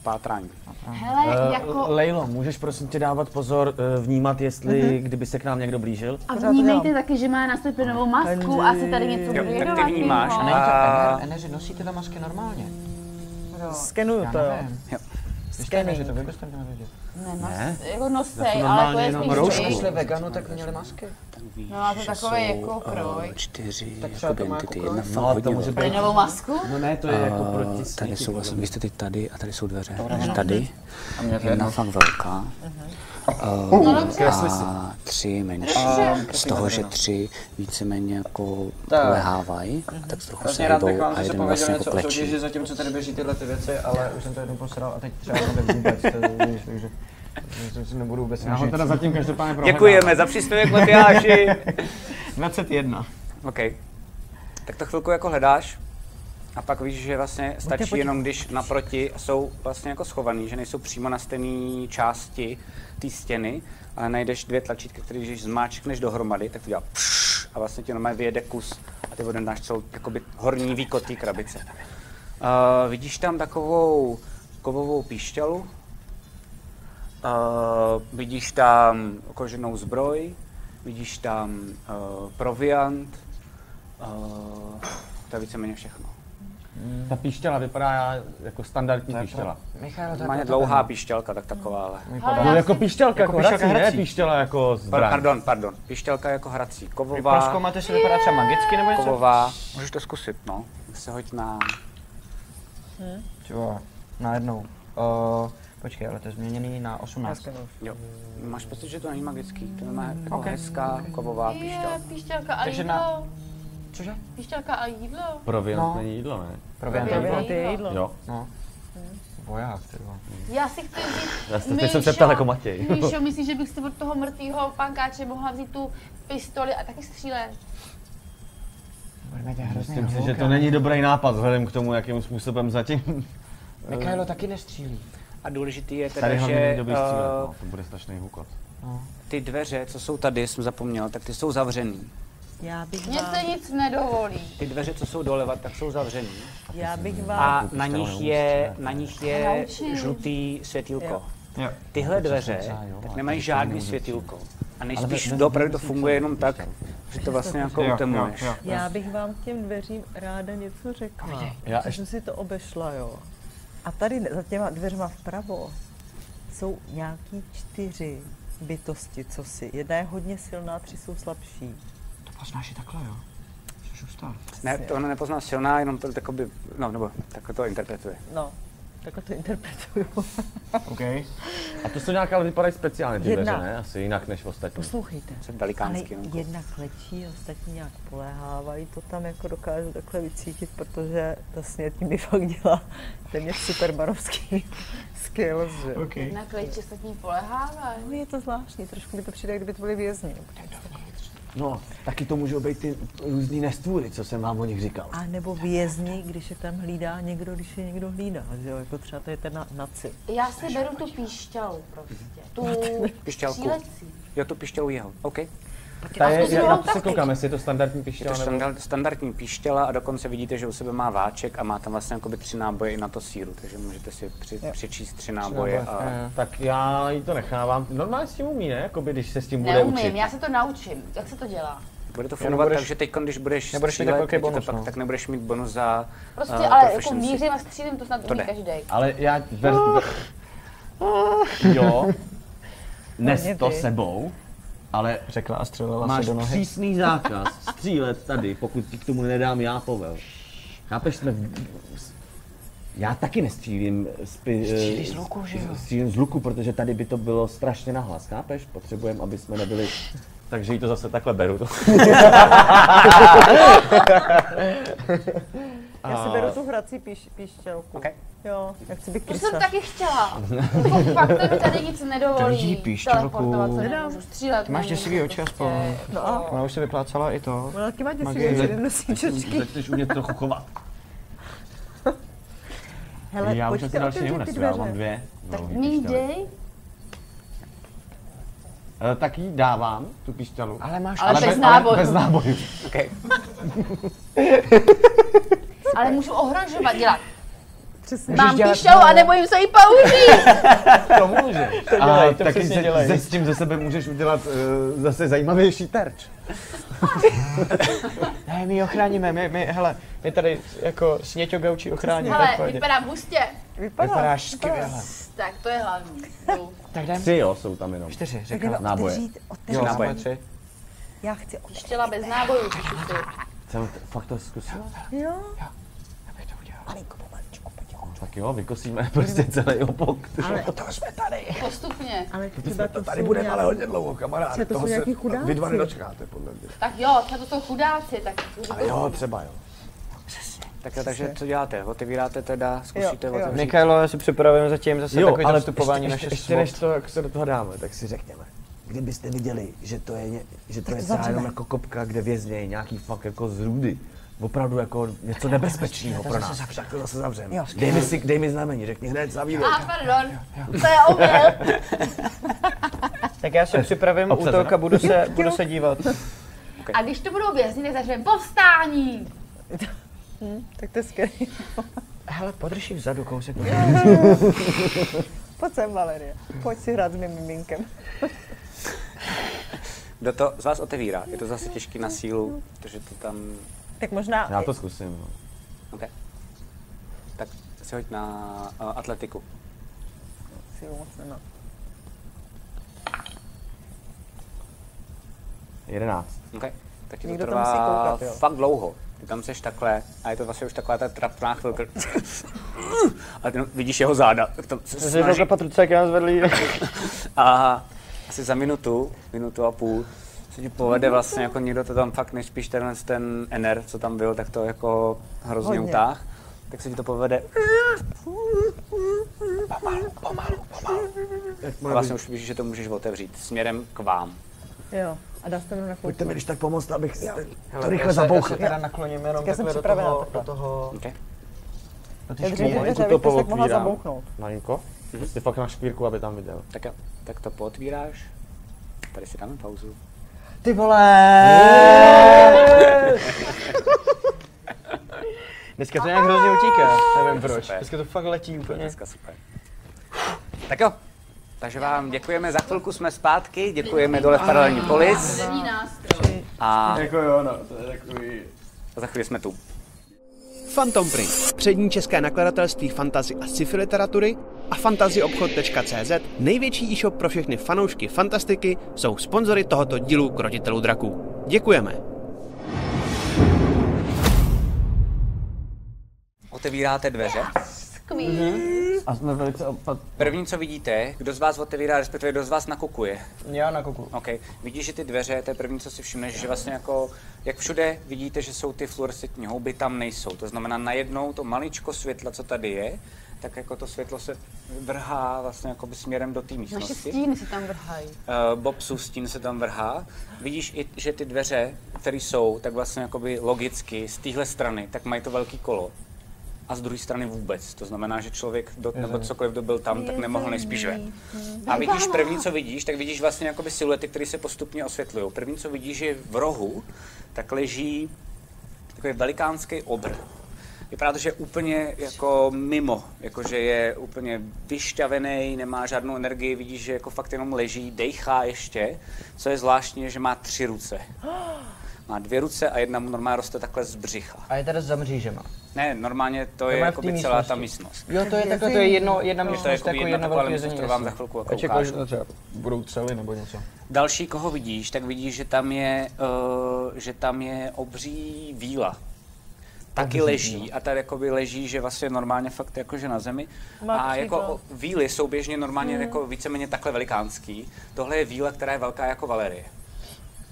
[SPEAKER 2] pátrání.
[SPEAKER 3] Eh,
[SPEAKER 4] Hele, jako...
[SPEAKER 7] Lejlo, můžeš prosím tě dávat pozor, eh, vnímat, jestli kdyby se k nám někdo blížil?
[SPEAKER 5] No,
[SPEAKER 3] eh,
[SPEAKER 4] A vnímejte taky, že má na sobě plynovou masku a asi tady něco
[SPEAKER 2] Jo,
[SPEAKER 4] bude
[SPEAKER 2] tak ty vnímáš.
[SPEAKER 4] no.
[SPEAKER 2] A
[SPEAKER 3] Není to
[SPEAKER 2] A-
[SPEAKER 3] ener, eneři, nosíte tam masky normálně?
[SPEAKER 8] Skenuju
[SPEAKER 3] Já
[SPEAKER 8] to, jo.
[SPEAKER 3] nevím.
[SPEAKER 2] Jo.
[SPEAKER 3] Jste eneři, to vy byste měli vědět.
[SPEAKER 4] Nenos, jako nosej, ale to je jako
[SPEAKER 1] jenom
[SPEAKER 4] spíš
[SPEAKER 1] roušku.
[SPEAKER 4] ty.
[SPEAKER 3] Jestli veganu, tak měli masky.
[SPEAKER 4] No a to takový jako kroj.
[SPEAKER 2] eh, Čtyři
[SPEAKER 3] třeba to má
[SPEAKER 2] identity,
[SPEAKER 3] jako
[SPEAKER 2] jedna
[SPEAKER 3] kroj.
[SPEAKER 2] fakt hodně velká.
[SPEAKER 4] Plynovou masku?
[SPEAKER 5] No ne, to je jako proti
[SPEAKER 2] Eh, Tady
[SPEAKER 5] sníti,
[SPEAKER 2] jsou
[SPEAKER 5] podle
[SPEAKER 2] vlastně, vy jste teď tady a tady jsou dveře. Takže tady, jedna fakt velká.
[SPEAKER 4] No dobře.
[SPEAKER 2] A tři menší. Z toho, že tři víceméně jako
[SPEAKER 3] no. Tak. Mhm.
[SPEAKER 2] lehávají, a tak trochu se
[SPEAKER 3] Hrozně rád
[SPEAKER 2] hýbou
[SPEAKER 3] bych vám
[SPEAKER 2] a
[SPEAKER 3] zase
[SPEAKER 2] jeden
[SPEAKER 3] pověděl
[SPEAKER 2] vlastně jako
[SPEAKER 3] něco o
[SPEAKER 2] plečí.
[SPEAKER 3] soutěži, zatímco tady běží tyhle ty věci, ale už jsem to jednou posral a teď třeba nevím vůbec, to je, víš, takže takže si nebudu vůbec
[SPEAKER 5] Já ho
[SPEAKER 3] snažit.
[SPEAKER 5] teda zatím každopádně prohledám.
[SPEAKER 2] Děkujeme za příspěvek,
[SPEAKER 8] *laughs*
[SPEAKER 2] Matyáši.
[SPEAKER 1] 21.
[SPEAKER 2] OK. Tak to chvilku jako hledáš a pak víš, že vlastně stačí
[SPEAKER 8] pojďte.
[SPEAKER 2] jenom, když naproti jsou vlastně jako schovaný, že nejsou přímo na stejné části té stěny, ale najdeš dvě tlačítka, které když zmáčkneš dohromady, tak to dělá pš, a vlastně ti normálně vyjede kus a ty odemnáš celou jakoby horní výkot té krabice. Uh, vidíš tam takovou kovovou píšťalu, Uh, vidíš tam koženou zbroj, vidíš tam uh, proviant, uh, to je víceméně všechno.
[SPEAKER 5] Ta píšťala vypadá jako standardní píšťala.
[SPEAKER 3] Michal,
[SPEAKER 2] Má dlouhá píšťalka, tak taková, ale.
[SPEAKER 5] No jako píšťalka, jako,
[SPEAKER 3] píšťalka
[SPEAKER 5] hrací, ne
[SPEAKER 3] hrací.
[SPEAKER 5] píšťala jako
[SPEAKER 2] Par-
[SPEAKER 5] zbraň.
[SPEAKER 2] pardon, pardon, píšťalka jako hrací, kovová,
[SPEAKER 3] Proskoumáte, jestli vypadá třeba magicky nebo něco?
[SPEAKER 2] kovová, můžeš to zkusit, no, Tak se hoď na,
[SPEAKER 3] Jo, najednou. Uh, počkej, ale to je změněný na 18.
[SPEAKER 2] jo, máš pocit, že to není magický, to má jako hezká kovová
[SPEAKER 4] Je,
[SPEAKER 2] píšťalka.
[SPEAKER 4] píšťalka a
[SPEAKER 3] Takže na-
[SPEAKER 4] jídlo.
[SPEAKER 3] Cože?
[SPEAKER 4] Píšťalka a jídlo.
[SPEAKER 5] Proviant
[SPEAKER 3] No.
[SPEAKER 5] není jídlo, ne?
[SPEAKER 3] Proviant.
[SPEAKER 4] Proviant.
[SPEAKER 8] Proviant je jídlo.
[SPEAKER 5] Jo.
[SPEAKER 3] No. Voják, ty vole.
[SPEAKER 4] Já si chci říct,
[SPEAKER 5] Já se- teď jsem se ptal jako Matěj.
[SPEAKER 4] Míšo, myslíš, že bych si od toho mrtvého pankáče mohla vzít tu pistoli a taky střílet?
[SPEAKER 3] Budeme tě hrozně
[SPEAKER 5] Myslím si, že
[SPEAKER 3] hloukat.
[SPEAKER 5] to není dobrý nápad, vzhledem k tomu, jakým způsobem zatím.
[SPEAKER 3] Michaelo taky nestřílí.
[SPEAKER 2] A důležitý je teda,
[SPEAKER 5] Tady hlavně není
[SPEAKER 2] že
[SPEAKER 5] dobrý střílet,
[SPEAKER 2] eh,
[SPEAKER 5] no. to bude strašný hukot.
[SPEAKER 2] ty dveře, co jsou tady, jsem zapomněl, tak ty jsou zavřený.
[SPEAKER 8] Já bych
[SPEAKER 4] Mně
[SPEAKER 8] vám,
[SPEAKER 3] No.
[SPEAKER 4] se nic nedovolí.
[SPEAKER 2] Ty dveře, co jsou doleva, tak jsou zavřený.
[SPEAKER 8] já bych vám,
[SPEAKER 2] A na nich je, na nich je
[SPEAKER 4] Naučil.
[SPEAKER 2] žlutý světilko.
[SPEAKER 8] Jo.
[SPEAKER 3] Jo.
[SPEAKER 2] Tyhle dveře tak nemají žádný světilko. A nejspíš opravdu to funguje jenom tak, že to vlastně jako utemuješ.
[SPEAKER 8] já bych vám k těm dveřím ráda něco řekla. Já jsem si to obešla, jo. A tady za těma dveřma vpravo jsou nějaký čtyři bytosti, co si. Jedna je hodně silná, tři jsou slabší.
[SPEAKER 3] To poznáš i takhle, jo? Jsi šustál.
[SPEAKER 2] Ne, to ona nepozná silná, jenom to takoby, no nebo takhle to interpretuje.
[SPEAKER 8] No, takhle to interpretuju.
[SPEAKER 3] OK.
[SPEAKER 5] A to jsou nějak ale vypadají speciálně ty dveře,
[SPEAKER 8] Jedna. Prostě-
[SPEAKER 5] ne? Asi jinak než ostatní.
[SPEAKER 8] Poslouchejte.
[SPEAKER 2] To je
[SPEAKER 8] Ale
[SPEAKER 2] velikánský. no.
[SPEAKER 8] jedna klečí, ostatní nějak polehávají, to tam jako dokážu takhle vycítit, protože ta směrt mi fakt dělá téměř supermanovský *laughs* skills, že? jo.
[SPEAKER 4] Na klejči se ní polehávají.
[SPEAKER 8] No, Je to zvláštní, trošku mi to přijde, jak kdyby to byli vězni.
[SPEAKER 7] No, taky to můžou být ty různý nestvůry, co jsem vám o nich říkal.
[SPEAKER 8] A nebo vězni, když je tam hlídá někdo, když je někdo hlídá, že jo? Jako třeba to je ten na, naci.
[SPEAKER 4] Já si beru tu píšťalu prostě.
[SPEAKER 3] *laughs*
[SPEAKER 4] Tu
[SPEAKER 2] Pišťalku.
[SPEAKER 4] střílecí.
[SPEAKER 2] Jo, tu pištělu jeho. OK.
[SPEAKER 5] Ta je,
[SPEAKER 4] zkusím
[SPEAKER 5] je,
[SPEAKER 4] ho
[SPEAKER 5] na to se
[SPEAKER 4] taky.
[SPEAKER 5] koukám, jestli je to standardní
[SPEAKER 2] Je to
[SPEAKER 5] píšťala nebo...
[SPEAKER 2] standard, standardní píštěla a dokonce vidíte, že u sebe má váček a má tam vlastně jakoby tři náboje i na to síru, takže můžete si při, přičíst tři náboje. A,
[SPEAKER 5] Tak já jí to nechávám. Normálně s tím umí, ne? Jakoby, když se s tím bude
[SPEAKER 4] Neumím,
[SPEAKER 5] učit.
[SPEAKER 4] já se to naučím. Jak se to dělá?
[SPEAKER 2] Bude to fungovat
[SPEAKER 3] budeš-
[SPEAKER 2] tak, že teď, když budeš
[SPEAKER 3] nebudeš mít
[SPEAKER 2] střílet,
[SPEAKER 3] takový
[SPEAKER 2] tak ti to
[SPEAKER 3] bonus,
[SPEAKER 2] pak,
[SPEAKER 3] no.
[SPEAKER 2] tak nebudeš mít bonus za
[SPEAKER 4] Prostě,
[SPEAKER 2] eh,
[SPEAKER 4] ale jako
[SPEAKER 2] proficiency.
[SPEAKER 4] mířím a střílím, to snad
[SPEAKER 2] To
[SPEAKER 4] umí
[SPEAKER 2] jde.
[SPEAKER 4] každý.
[SPEAKER 5] Ale já... Ver...
[SPEAKER 3] Ah, *laughs*
[SPEAKER 5] Jo. Nes to sebou, ale
[SPEAKER 3] Řekla a střelila
[SPEAKER 5] máš
[SPEAKER 3] se do nohy.
[SPEAKER 5] přísný zákaz střílet tady, pokud ti k tomu nedám já povel. Chápeš, jsme... v- Já taky nestřílím z, pi-
[SPEAKER 3] Střílíš z luku, že jo?
[SPEAKER 5] z- Střílím z luku, protože tady by to bylo strašně nahlas, chápeš? Potřebujeme, aby jsme nebyli... Takže jí to zase takhle beru.
[SPEAKER 8] Já si beru tu hrací píš, píšťalku.
[SPEAKER 2] Okay.
[SPEAKER 8] Jo, jak si bych
[SPEAKER 4] To jsem
[SPEAKER 8] krysa.
[SPEAKER 4] taky
[SPEAKER 5] *laughs*
[SPEAKER 4] chtěla. Jako fakt to mi tady nic nedovolí.
[SPEAKER 3] Drží píšťalku.
[SPEAKER 4] Teleportovat se nemůžu,
[SPEAKER 3] máš
[SPEAKER 4] střílet nemůžu,
[SPEAKER 3] děsivý oči
[SPEAKER 4] prostě.
[SPEAKER 3] aspoň.
[SPEAKER 8] No a
[SPEAKER 3] Ona už se vyplácala i to.
[SPEAKER 8] ona No, taky má těch
[SPEAKER 3] Magie.
[SPEAKER 8] svět, jeden nosí čočky.
[SPEAKER 5] Začneš umět trochu chovat.
[SPEAKER 8] Hele,
[SPEAKER 5] já už asi
[SPEAKER 8] pojďte
[SPEAKER 5] další
[SPEAKER 8] otevřít ty
[SPEAKER 5] neunesu, já mám
[SPEAKER 8] dveře.
[SPEAKER 5] dvě.
[SPEAKER 4] Tak
[SPEAKER 5] dlouhý
[SPEAKER 4] mi
[SPEAKER 5] píšťaly.
[SPEAKER 4] dej.
[SPEAKER 5] Eh, Tak jí dávám, tu píšťalu.
[SPEAKER 3] Ale máš
[SPEAKER 4] Ale bez
[SPEAKER 5] *laughs* be- ale
[SPEAKER 4] nábojů.
[SPEAKER 5] Bez nábojů.
[SPEAKER 2] Okay.
[SPEAKER 4] ale můžu ohrožovat dělat.
[SPEAKER 8] Přesně.
[SPEAKER 4] Mám
[SPEAKER 3] dělat
[SPEAKER 4] píšou a nebojím se jí *laughs* použít.
[SPEAKER 5] To může.
[SPEAKER 3] To dělej, to
[SPEAKER 7] taky
[SPEAKER 3] přesně dělej.
[SPEAKER 7] ze, s tím ze sebe můžeš udělat
[SPEAKER 5] eh,
[SPEAKER 7] uh, zase zajímavější terč.
[SPEAKER 3] Ne, my ji ochráníme, my, my, hele, my tady jako sněťo gauči ochráníme. tak
[SPEAKER 4] Ale
[SPEAKER 3] pojď.
[SPEAKER 4] vypadám hustě.
[SPEAKER 8] Vypadá.
[SPEAKER 3] Vypadáš skvěle.
[SPEAKER 4] Tak to je hlavní. Jdou.
[SPEAKER 3] Tak jdem.
[SPEAKER 5] Tři jo, jsou tam jenom.
[SPEAKER 3] Čtyři,
[SPEAKER 8] Jdeme
[SPEAKER 3] řekla.
[SPEAKER 5] Náboje.
[SPEAKER 8] otevřít,
[SPEAKER 3] Jo,
[SPEAKER 8] otevřít.
[SPEAKER 3] náboje tři.
[SPEAKER 8] Já chci otevřít.
[SPEAKER 4] Štěla bez nábojů.
[SPEAKER 5] Jsem t- fakt to zkusil?
[SPEAKER 8] Jo,
[SPEAKER 3] Abych to udělal.
[SPEAKER 5] jako
[SPEAKER 8] malinko, pomaličku, potichu.
[SPEAKER 5] Tak jo, vykosíme prostě celý opok.
[SPEAKER 8] Ale,
[SPEAKER 4] Postupně.
[SPEAKER 8] ale třeba to
[SPEAKER 7] Tady
[SPEAKER 8] jsou
[SPEAKER 7] budeme
[SPEAKER 8] nějaký-
[SPEAKER 7] ale hodně dlouho, kamaráde.
[SPEAKER 8] Třeba to jsou nějaký chudáci.
[SPEAKER 7] vy dva nedočkáte, podle mě.
[SPEAKER 4] Tak jo, třeba to jsou chudáci. Tak
[SPEAKER 7] Ale jo, třeba jo.
[SPEAKER 2] Tak, jo, takže co děláte? Otevíráte teda, zkusíte
[SPEAKER 8] Jo, jo.
[SPEAKER 2] otevřít.
[SPEAKER 3] Mikaelo, si připravujeme zatím zase jo, takový ale vstupování
[SPEAKER 7] ještě,
[SPEAKER 3] naše
[SPEAKER 7] ještě než to, jak se do toho dáme, tak si řekněme. Kdybyste viděli, že to je, ně- že to je celá jenom jako kopka, kde vězněj nějaký fakt jako zrůdy. Opravdu jako něco nebezpečného pro nás. Tak to zase zavřeme.
[SPEAKER 8] Jo,
[SPEAKER 7] Dej mi, si, dej mi znamení, řekni hned, zavírej.
[SPEAKER 4] A pardon, to je omyl.
[SPEAKER 3] Tak já si připravím
[SPEAKER 5] Obsazeno.
[SPEAKER 3] útok a budu se, budu se dívat.
[SPEAKER 4] A když to budou vězni, tak začneme povstání.
[SPEAKER 8] Tak to je skvělý.
[SPEAKER 3] Hele, podrž ji vzadu kousek.
[SPEAKER 8] Pojď sem, Valerie. Pojď si hrát s mým miminkem.
[SPEAKER 2] Kdo to z vás otevírá? Je to zase těžký na sílu, protože to tam...
[SPEAKER 8] Tak možná...
[SPEAKER 5] Já to zkusím. no.
[SPEAKER 2] Okay. Tak si hoď na uh, atletiku.
[SPEAKER 8] Sílu moc nemám.
[SPEAKER 5] 11.
[SPEAKER 2] Okay. Tak ti to
[SPEAKER 8] Někdo tam
[SPEAKER 2] trvá
[SPEAKER 8] musí koukat, jo.
[SPEAKER 2] fakt dlouho. Ty tam seš takhle a je to vlastně už taková ta trapná chvilka. *laughs* A ty no, vidíš jeho záda. tak Tam se
[SPEAKER 3] Jsi
[SPEAKER 2] snaží.
[SPEAKER 3] byl patruce, jak nás vedli.
[SPEAKER 2] A asi za minutu, minutu a půl, se ti povede vlastně, jako někdo to tam fakt nejspíš tenhle ten NR, co tam byl, tak to jako hrozně
[SPEAKER 8] Hodně.
[SPEAKER 2] utáh. Tak se ti to povede. A vlastně už víš, že to můžeš otevřít směrem k vám.
[SPEAKER 8] Jo. A dá se mi na
[SPEAKER 7] Pojďte mi
[SPEAKER 8] chvilku.
[SPEAKER 7] když tak pomoct, abych to rychle zabouchl.
[SPEAKER 3] teda nakloním jenom
[SPEAKER 8] Tak já jsem
[SPEAKER 3] takhle do
[SPEAKER 8] připravená
[SPEAKER 3] toho,
[SPEAKER 8] takhle.
[SPEAKER 3] do toho,
[SPEAKER 2] Okay?
[SPEAKER 3] do té
[SPEAKER 8] Otevřít
[SPEAKER 3] škůry.
[SPEAKER 8] dveře, abych to tak mohla zabouchnout.
[SPEAKER 5] Malinko. Jsi fakt na škvírku, aby tam viděl.
[SPEAKER 2] Tak, jo, tak to pootvíráš. Tady si dáme pauzu.
[SPEAKER 3] Ty vole! Dneska to nějak hrozně utíká, nevím proč.
[SPEAKER 2] Super.
[SPEAKER 3] Dneska to fakt letí
[SPEAKER 2] To je
[SPEAKER 3] úplně.
[SPEAKER 2] dneska super. Tak jo. Takže vám děkujeme, za chvilku jsme zpátky, děkujeme dole v paralelní polis
[SPEAKER 4] První nástroj.
[SPEAKER 2] a... Jako jo, no, to je takový... Za chvíli jsme tu.
[SPEAKER 1] Phantom Print, přední české nakladatelství fantazy a sci-fi literatury a fantazyobchod.cz, největší e-shop pro všechny fanoušky fantastiky, jsou sponzory tohoto dílu Krotitelů draků. Děkujeme!
[SPEAKER 2] Otevíráte dveře.
[SPEAKER 4] Skvělý.
[SPEAKER 5] A jsme velice opat...
[SPEAKER 2] První, co vidíte, kdo z vás otevírá, respektive kdo z vás nakukuje.
[SPEAKER 3] Já na kuku.
[SPEAKER 2] OK, vidíš, že ty dveře, to je první, co si všimneš, že vlastně jako, jak všude vidíte, že jsou ty fluorescentní houby, tam nejsou. To znamená, najednou to maličko světla, co tady je, tak jako to světlo se vrhá vlastně jako směrem do té
[SPEAKER 4] Naše
[SPEAKER 2] místnosti.
[SPEAKER 4] stíny se tam vrhají.
[SPEAKER 2] Uh, Bob Sustín se tam vrhá. Vidíš i, že ty dveře, které jsou, tak vlastně jakoby logicky z téhle strany, tak mají to velký kolo. A z druhé strany vůbec. To znamená, že člověk, do, nebo cokoliv, kdo byl tam, tak nemohl nejspíš ven. A vidíš první, co vidíš, tak vidíš vlastně jakoby siluety, které se postupně osvětlují. První, co vidíš, je v rohu, tak leží takový velikánský obr. Vypadá to, že je úplně jako mimo, jako že je úplně vyšťavený, nemá žádnou energii, vidíš, že jako fakt jenom leží, dejchá ještě. Co je zvláštní, je, že má tři ruce. Má dvě ruce a jedna mu normálně roste takhle z břicha.
[SPEAKER 3] A je teda za mřížema.
[SPEAKER 2] Ne, normálně to je
[SPEAKER 3] má v
[SPEAKER 2] jako
[SPEAKER 3] té
[SPEAKER 2] celá ta
[SPEAKER 3] místnosti.
[SPEAKER 2] místnost.
[SPEAKER 3] Jo, to je takhle, to je jedno, jedna
[SPEAKER 2] Je to
[SPEAKER 3] místnost,
[SPEAKER 2] jako
[SPEAKER 3] jako
[SPEAKER 2] jedna
[SPEAKER 3] jedno
[SPEAKER 2] taková
[SPEAKER 3] velké
[SPEAKER 2] místnost,
[SPEAKER 3] vězení.
[SPEAKER 2] kterou vám za chvilku jako
[SPEAKER 3] A čekal, že
[SPEAKER 2] ukážu.
[SPEAKER 3] to třeba budou cely nebo něco.
[SPEAKER 2] Další, koho vidíš, tak vidíš, že tam je, uh, že tam je obří víla. Taky leží a tady jakoby leží, že vlastně normálně fakt jakože na zemi.
[SPEAKER 8] Má
[SPEAKER 2] a
[SPEAKER 8] křídla.
[SPEAKER 2] jako o- víly jsou běžně normálně jako víceméně takhle velikánský. Tohle je víla, která je velká jako Valerie.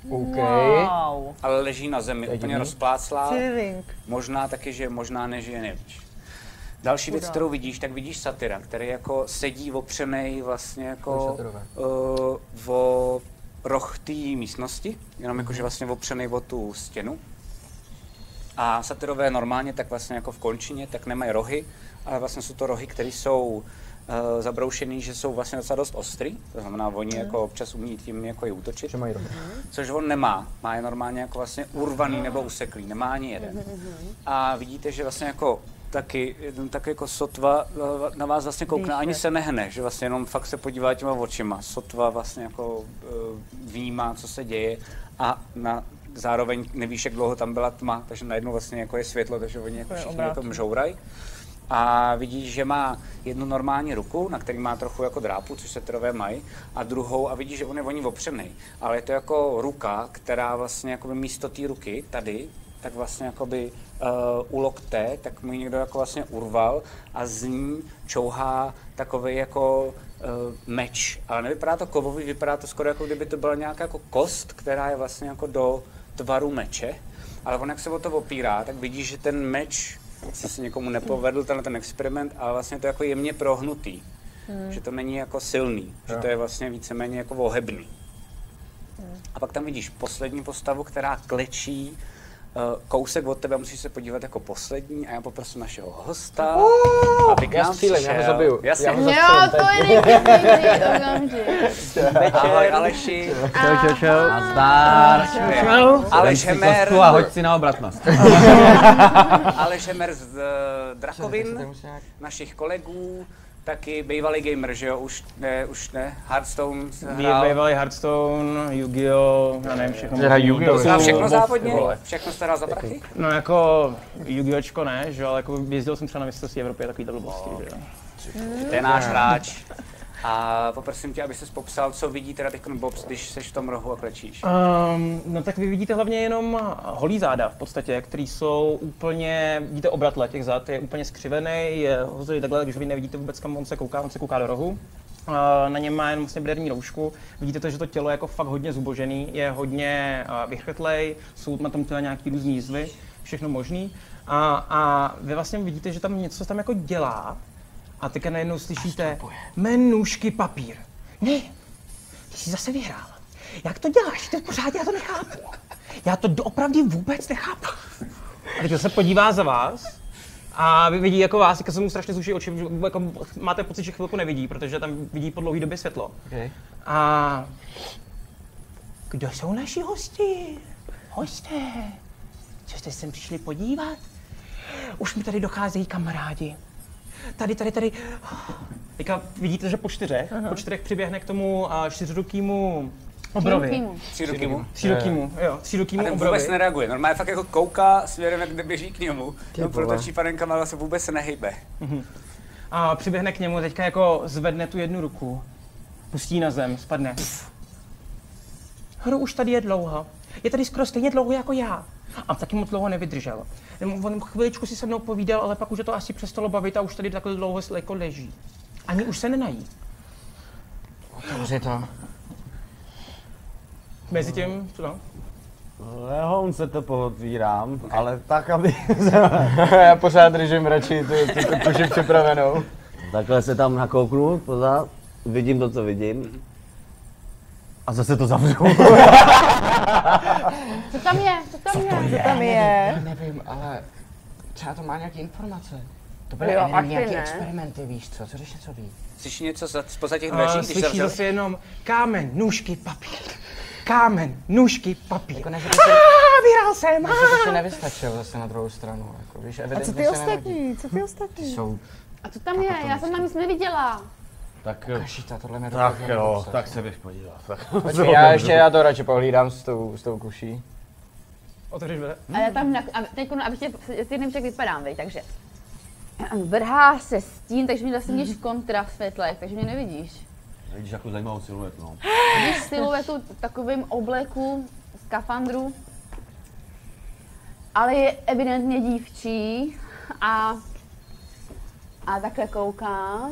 [SPEAKER 3] OK.
[SPEAKER 8] Wow.
[SPEAKER 2] Ale leží na zemi, úplně
[SPEAKER 3] divný.
[SPEAKER 2] rozpláclá.
[SPEAKER 8] Cyrink.
[SPEAKER 2] Možná taky, že možná nežije, nevíš. Další věc, kterou vidíš, tak vidíš satyra, který jako sedí opřenej vlastně jako
[SPEAKER 3] satyrové?
[SPEAKER 2] uh, vo roh té místnosti, jenom
[SPEAKER 3] Mhm.
[SPEAKER 2] jakože vlastně opřenej o tu stěnu. A satyrové normálně tak vlastně jako v končině, tak nemají rohy, ale vlastně jsou to rohy, které jsou eh, zabroušený, že jsou vlastně docela dost ostrý, to znamená, oni jako občas umí tím jako je útočit,
[SPEAKER 3] Že mají roh.
[SPEAKER 2] což on nemá. Má je normálně jako vlastně urvaný nebo useklý, nemá ani jeden. A vidíte, že vlastně jako taky, jenom tak jako sotva eh, na vás vlastně koukne, ani se nehne, že vlastně jenom fakt se podívá těma očima. Sotva vlastně jako eh, vnímá, co se děje a na, zároveň nevíš, jak dlouho tam byla tma, takže najednou vlastně jako je světlo, takže oni jako všichni jako mžouraj. A vidíš, že má jednu normální ruku, na který má trochu jako drápu, což se trové mají, a druhou a vidíš, že on je o ní opřený. Ale je to jako ruka, která vlastně jako místo té ruky tady, tak vlastně jakoby uh, u lokte, tak mu ji někdo jako vlastně urval a z ní čouhá takový jako uh, meč. Ale nevypadá to kovový, vypadá to skoro jako kdyby to byla nějaká jako kost, která je vlastně jako do tvaru meče. Ale on jak se o to opírá, tak vidíš, že ten meč si se někomu nepovedl tenhle ten experiment, ale vlastně to je jako jemně prohnutý. Hmm. Že to není jako silný, že to je vlastně víceméně jako ohebný. A pak tam vidíš poslední postavu, která klečí eh, kousek od tebe, musíš se podívat jako poslední a já poprosím našeho hosta, uh, aby k
[SPEAKER 3] já
[SPEAKER 2] nám
[SPEAKER 3] střílím, já
[SPEAKER 2] přišel.
[SPEAKER 3] ho zabiju.
[SPEAKER 2] Jasně.
[SPEAKER 3] Já ho zabiju.
[SPEAKER 4] Jo, to je nejlepší
[SPEAKER 2] *laughs*
[SPEAKER 4] okamžik.
[SPEAKER 2] Ahoj Aleši.
[SPEAKER 5] Čau, čau, čau. Nazdar. Dej
[SPEAKER 2] Aleš
[SPEAKER 5] si
[SPEAKER 2] Hemer,
[SPEAKER 5] kostku a hoď si na obratnost.
[SPEAKER 2] Aleš Hemer z eh, Drakovin, našich kolegů, taky bývalý gamer, že jo, už ne, už ne, Hearthstone se hrál.
[SPEAKER 10] Bývalý Hearthstone, Yu-Gi-Oh, já nevím všechno.
[SPEAKER 3] Že hrají Yu-Gi-Oh,
[SPEAKER 10] Dosu-
[SPEAKER 2] A všechno
[SPEAKER 3] Bov,
[SPEAKER 2] závodně?
[SPEAKER 3] ty vole.
[SPEAKER 2] Všechno stará za prachy?
[SPEAKER 10] No jako Yu-Gi-Ohčko ne, že jo, ale jako jezdil jsem třeba na mistrovství Evropy a takovýhle blbosti,
[SPEAKER 3] No.
[SPEAKER 10] že jo.
[SPEAKER 2] To je náš hráč. A poprosím tě, aby ses popsal, co vidí teda teď Bobs, když seš v tom rohu a klečíš.
[SPEAKER 10] Um, no tak vy vidíte hlavně jenom holý záda v podstatě, který jsou úplně, vidíte obratle těch zad, je úplně skřivený, je hozený takhle, takže vy nevidíte vůbec kam on se kouká, on se kouká do rohu. Uh, na něm má jenom vlastně brederní roušku, vidíte to, že to tělo je jako fakt hodně zubožený, je hodně uh, vychrtlej, jsou na tom těle nějaký různý jizvy, všechno možný. A, a vy vlastně vidíte, že tam něco tam jako dělá a teďka najednou slyšíte menušky papír. Ne, ty jsi zase vyhrál. Jak to děláš? Ty pořád já to nechápu. Já to doopravdy vůbec nechápu. A teď se podívá za vás a vy vidí jako vás, jako se mu strašně zuší oči, že jako máte pocit, že chvilku nevidí, protože tam vidí po dlouhé době světlo.
[SPEAKER 3] Okay.
[SPEAKER 10] A kdo jsou naši hosti? Hosté, co jste sem přišli podívat? Už mi tady docházejí kamarádi. Tady, tady, tady. Teďka vidíte, že po čtyřech, Aha. po čtyřech přiběhne k tomu a čtyřrukýmu obrovi.
[SPEAKER 4] Týmu.
[SPEAKER 2] Tři roky mu.
[SPEAKER 10] Třírukýmu, jo,
[SPEAKER 2] A
[SPEAKER 10] třírukýmu
[SPEAKER 2] ten
[SPEAKER 10] obrovi.
[SPEAKER 2] vůbec nereaguje. Normálně fakt jako kouká směrem, jak kde běží k němu. No, protočí panenkama, ale se vůbec se nehybe.
[SPEAKER 10] A přiběhne k němu, teďka jako zvedne tu jednu ruku, pustí na zem, spadne. Pff. Hru už tady je dlouho. Je tady skoro stejně dlouho jako já. A taky moc dlouho nevydržel. On chviličku si se mnou povídal, ale pak už je to asi přestalo bavit a už tady takhle dlouho jako leží. Ani už se nenají.
[SPEAKER 6] Dobře to.
[SPEAKER 10] Mezi tím, co no?
[SPEAKER 5] Lehoun se to pootvírám, ale tak, *laughs* aby...
[SPEAKER 3] já pořád držím radši tu, tu, tu koži připravenou.
[SPEAKER 7] Takhle se tam nakouknu, poza, vidím to, co vidím. A zase to zavřu.
[SPEAKER 4] Co tam je? Co tam je?
[SPEAKER 8] Tam je.
[SPEAKER 6] Nevím, ale třeba to má nějaké informace. To byly
[SPEAKER 11] Jo,
[SPEAKER 6] jo,
[SPEAKER 11] asi
[SPEAKER 6] nějaké
[SPEAKER 11] ne.
[SPEAKER 6] experimenty, víš co, co ještě co ví?
[SPEAKER 2] Slyší něco za, spoza těch
[SPEAKER 10] A
[SPEAKER 2] dveří, když
[SPEAKER 10] slyší
[SPEAKER 2] zavřel?
[SPEAKER 10] zase jenom kámen, nůžky, papír. Kámen, nůžky, papír.
[SPEAKER 6] Jako ne,
[SPEAKER 10] *laughs*
[SPEAKER 6] že by
[SPEAKER 10] Ah,
[SPEAKER 6] se-
[SPEAKER 10] vyhrál
[SPEAKER 2] *laughs*
[SPEAKER 10] jsem!
[SPEAKER 6] Že jsi se
[SPEAKER 10] Ah!
[SPEAKER 6] nevystačil zase na druhou stranu, jako víš,
[SPEAKER 8] A co
[SPEAKER 6] evidentně
[SPEAKER 8] ty
[SPEAKER 6] se nevodí.
[SPEAKER 8] ostatní? Co ty ostatní?
[SPEAKER 6] Jsou
[SPEAKER 4] A co tam je? Já jsem tam nic neviděla.
[SPEAKER 5] *laughs* Tak, eh,
[SPEAKER 6] šita, tohle mi
[SPEAKER 5] tak
[SPEAKER 6] dokáže
[SPEAKER 5] jo,
[SPEAKER 6] napsat.
[SPEAKER 5] tak se bych podíval. Tak.
[SPEAKER 3] Počkej, já ještě já to radši pohlídám s tou, s tou kuší.
[SPEAKER 10] Otevřeš dveře.
[SPEAKER 4] A já tam, na, a teď, no, abych tě, ty nevím, jak vypadám, vej, takže. *clears throat* Vrhá se stín, takže mě vlastně vidíš v kontrasvětlech, takže mě nevidíš.
[SPEAKER 5] Vidíš jako zajímavou siluetu, no.
[SPEAKER 4] Vidíš siluetu v takovým obleku, skafandru, ale je evidentně dívčí a, a takhle koukám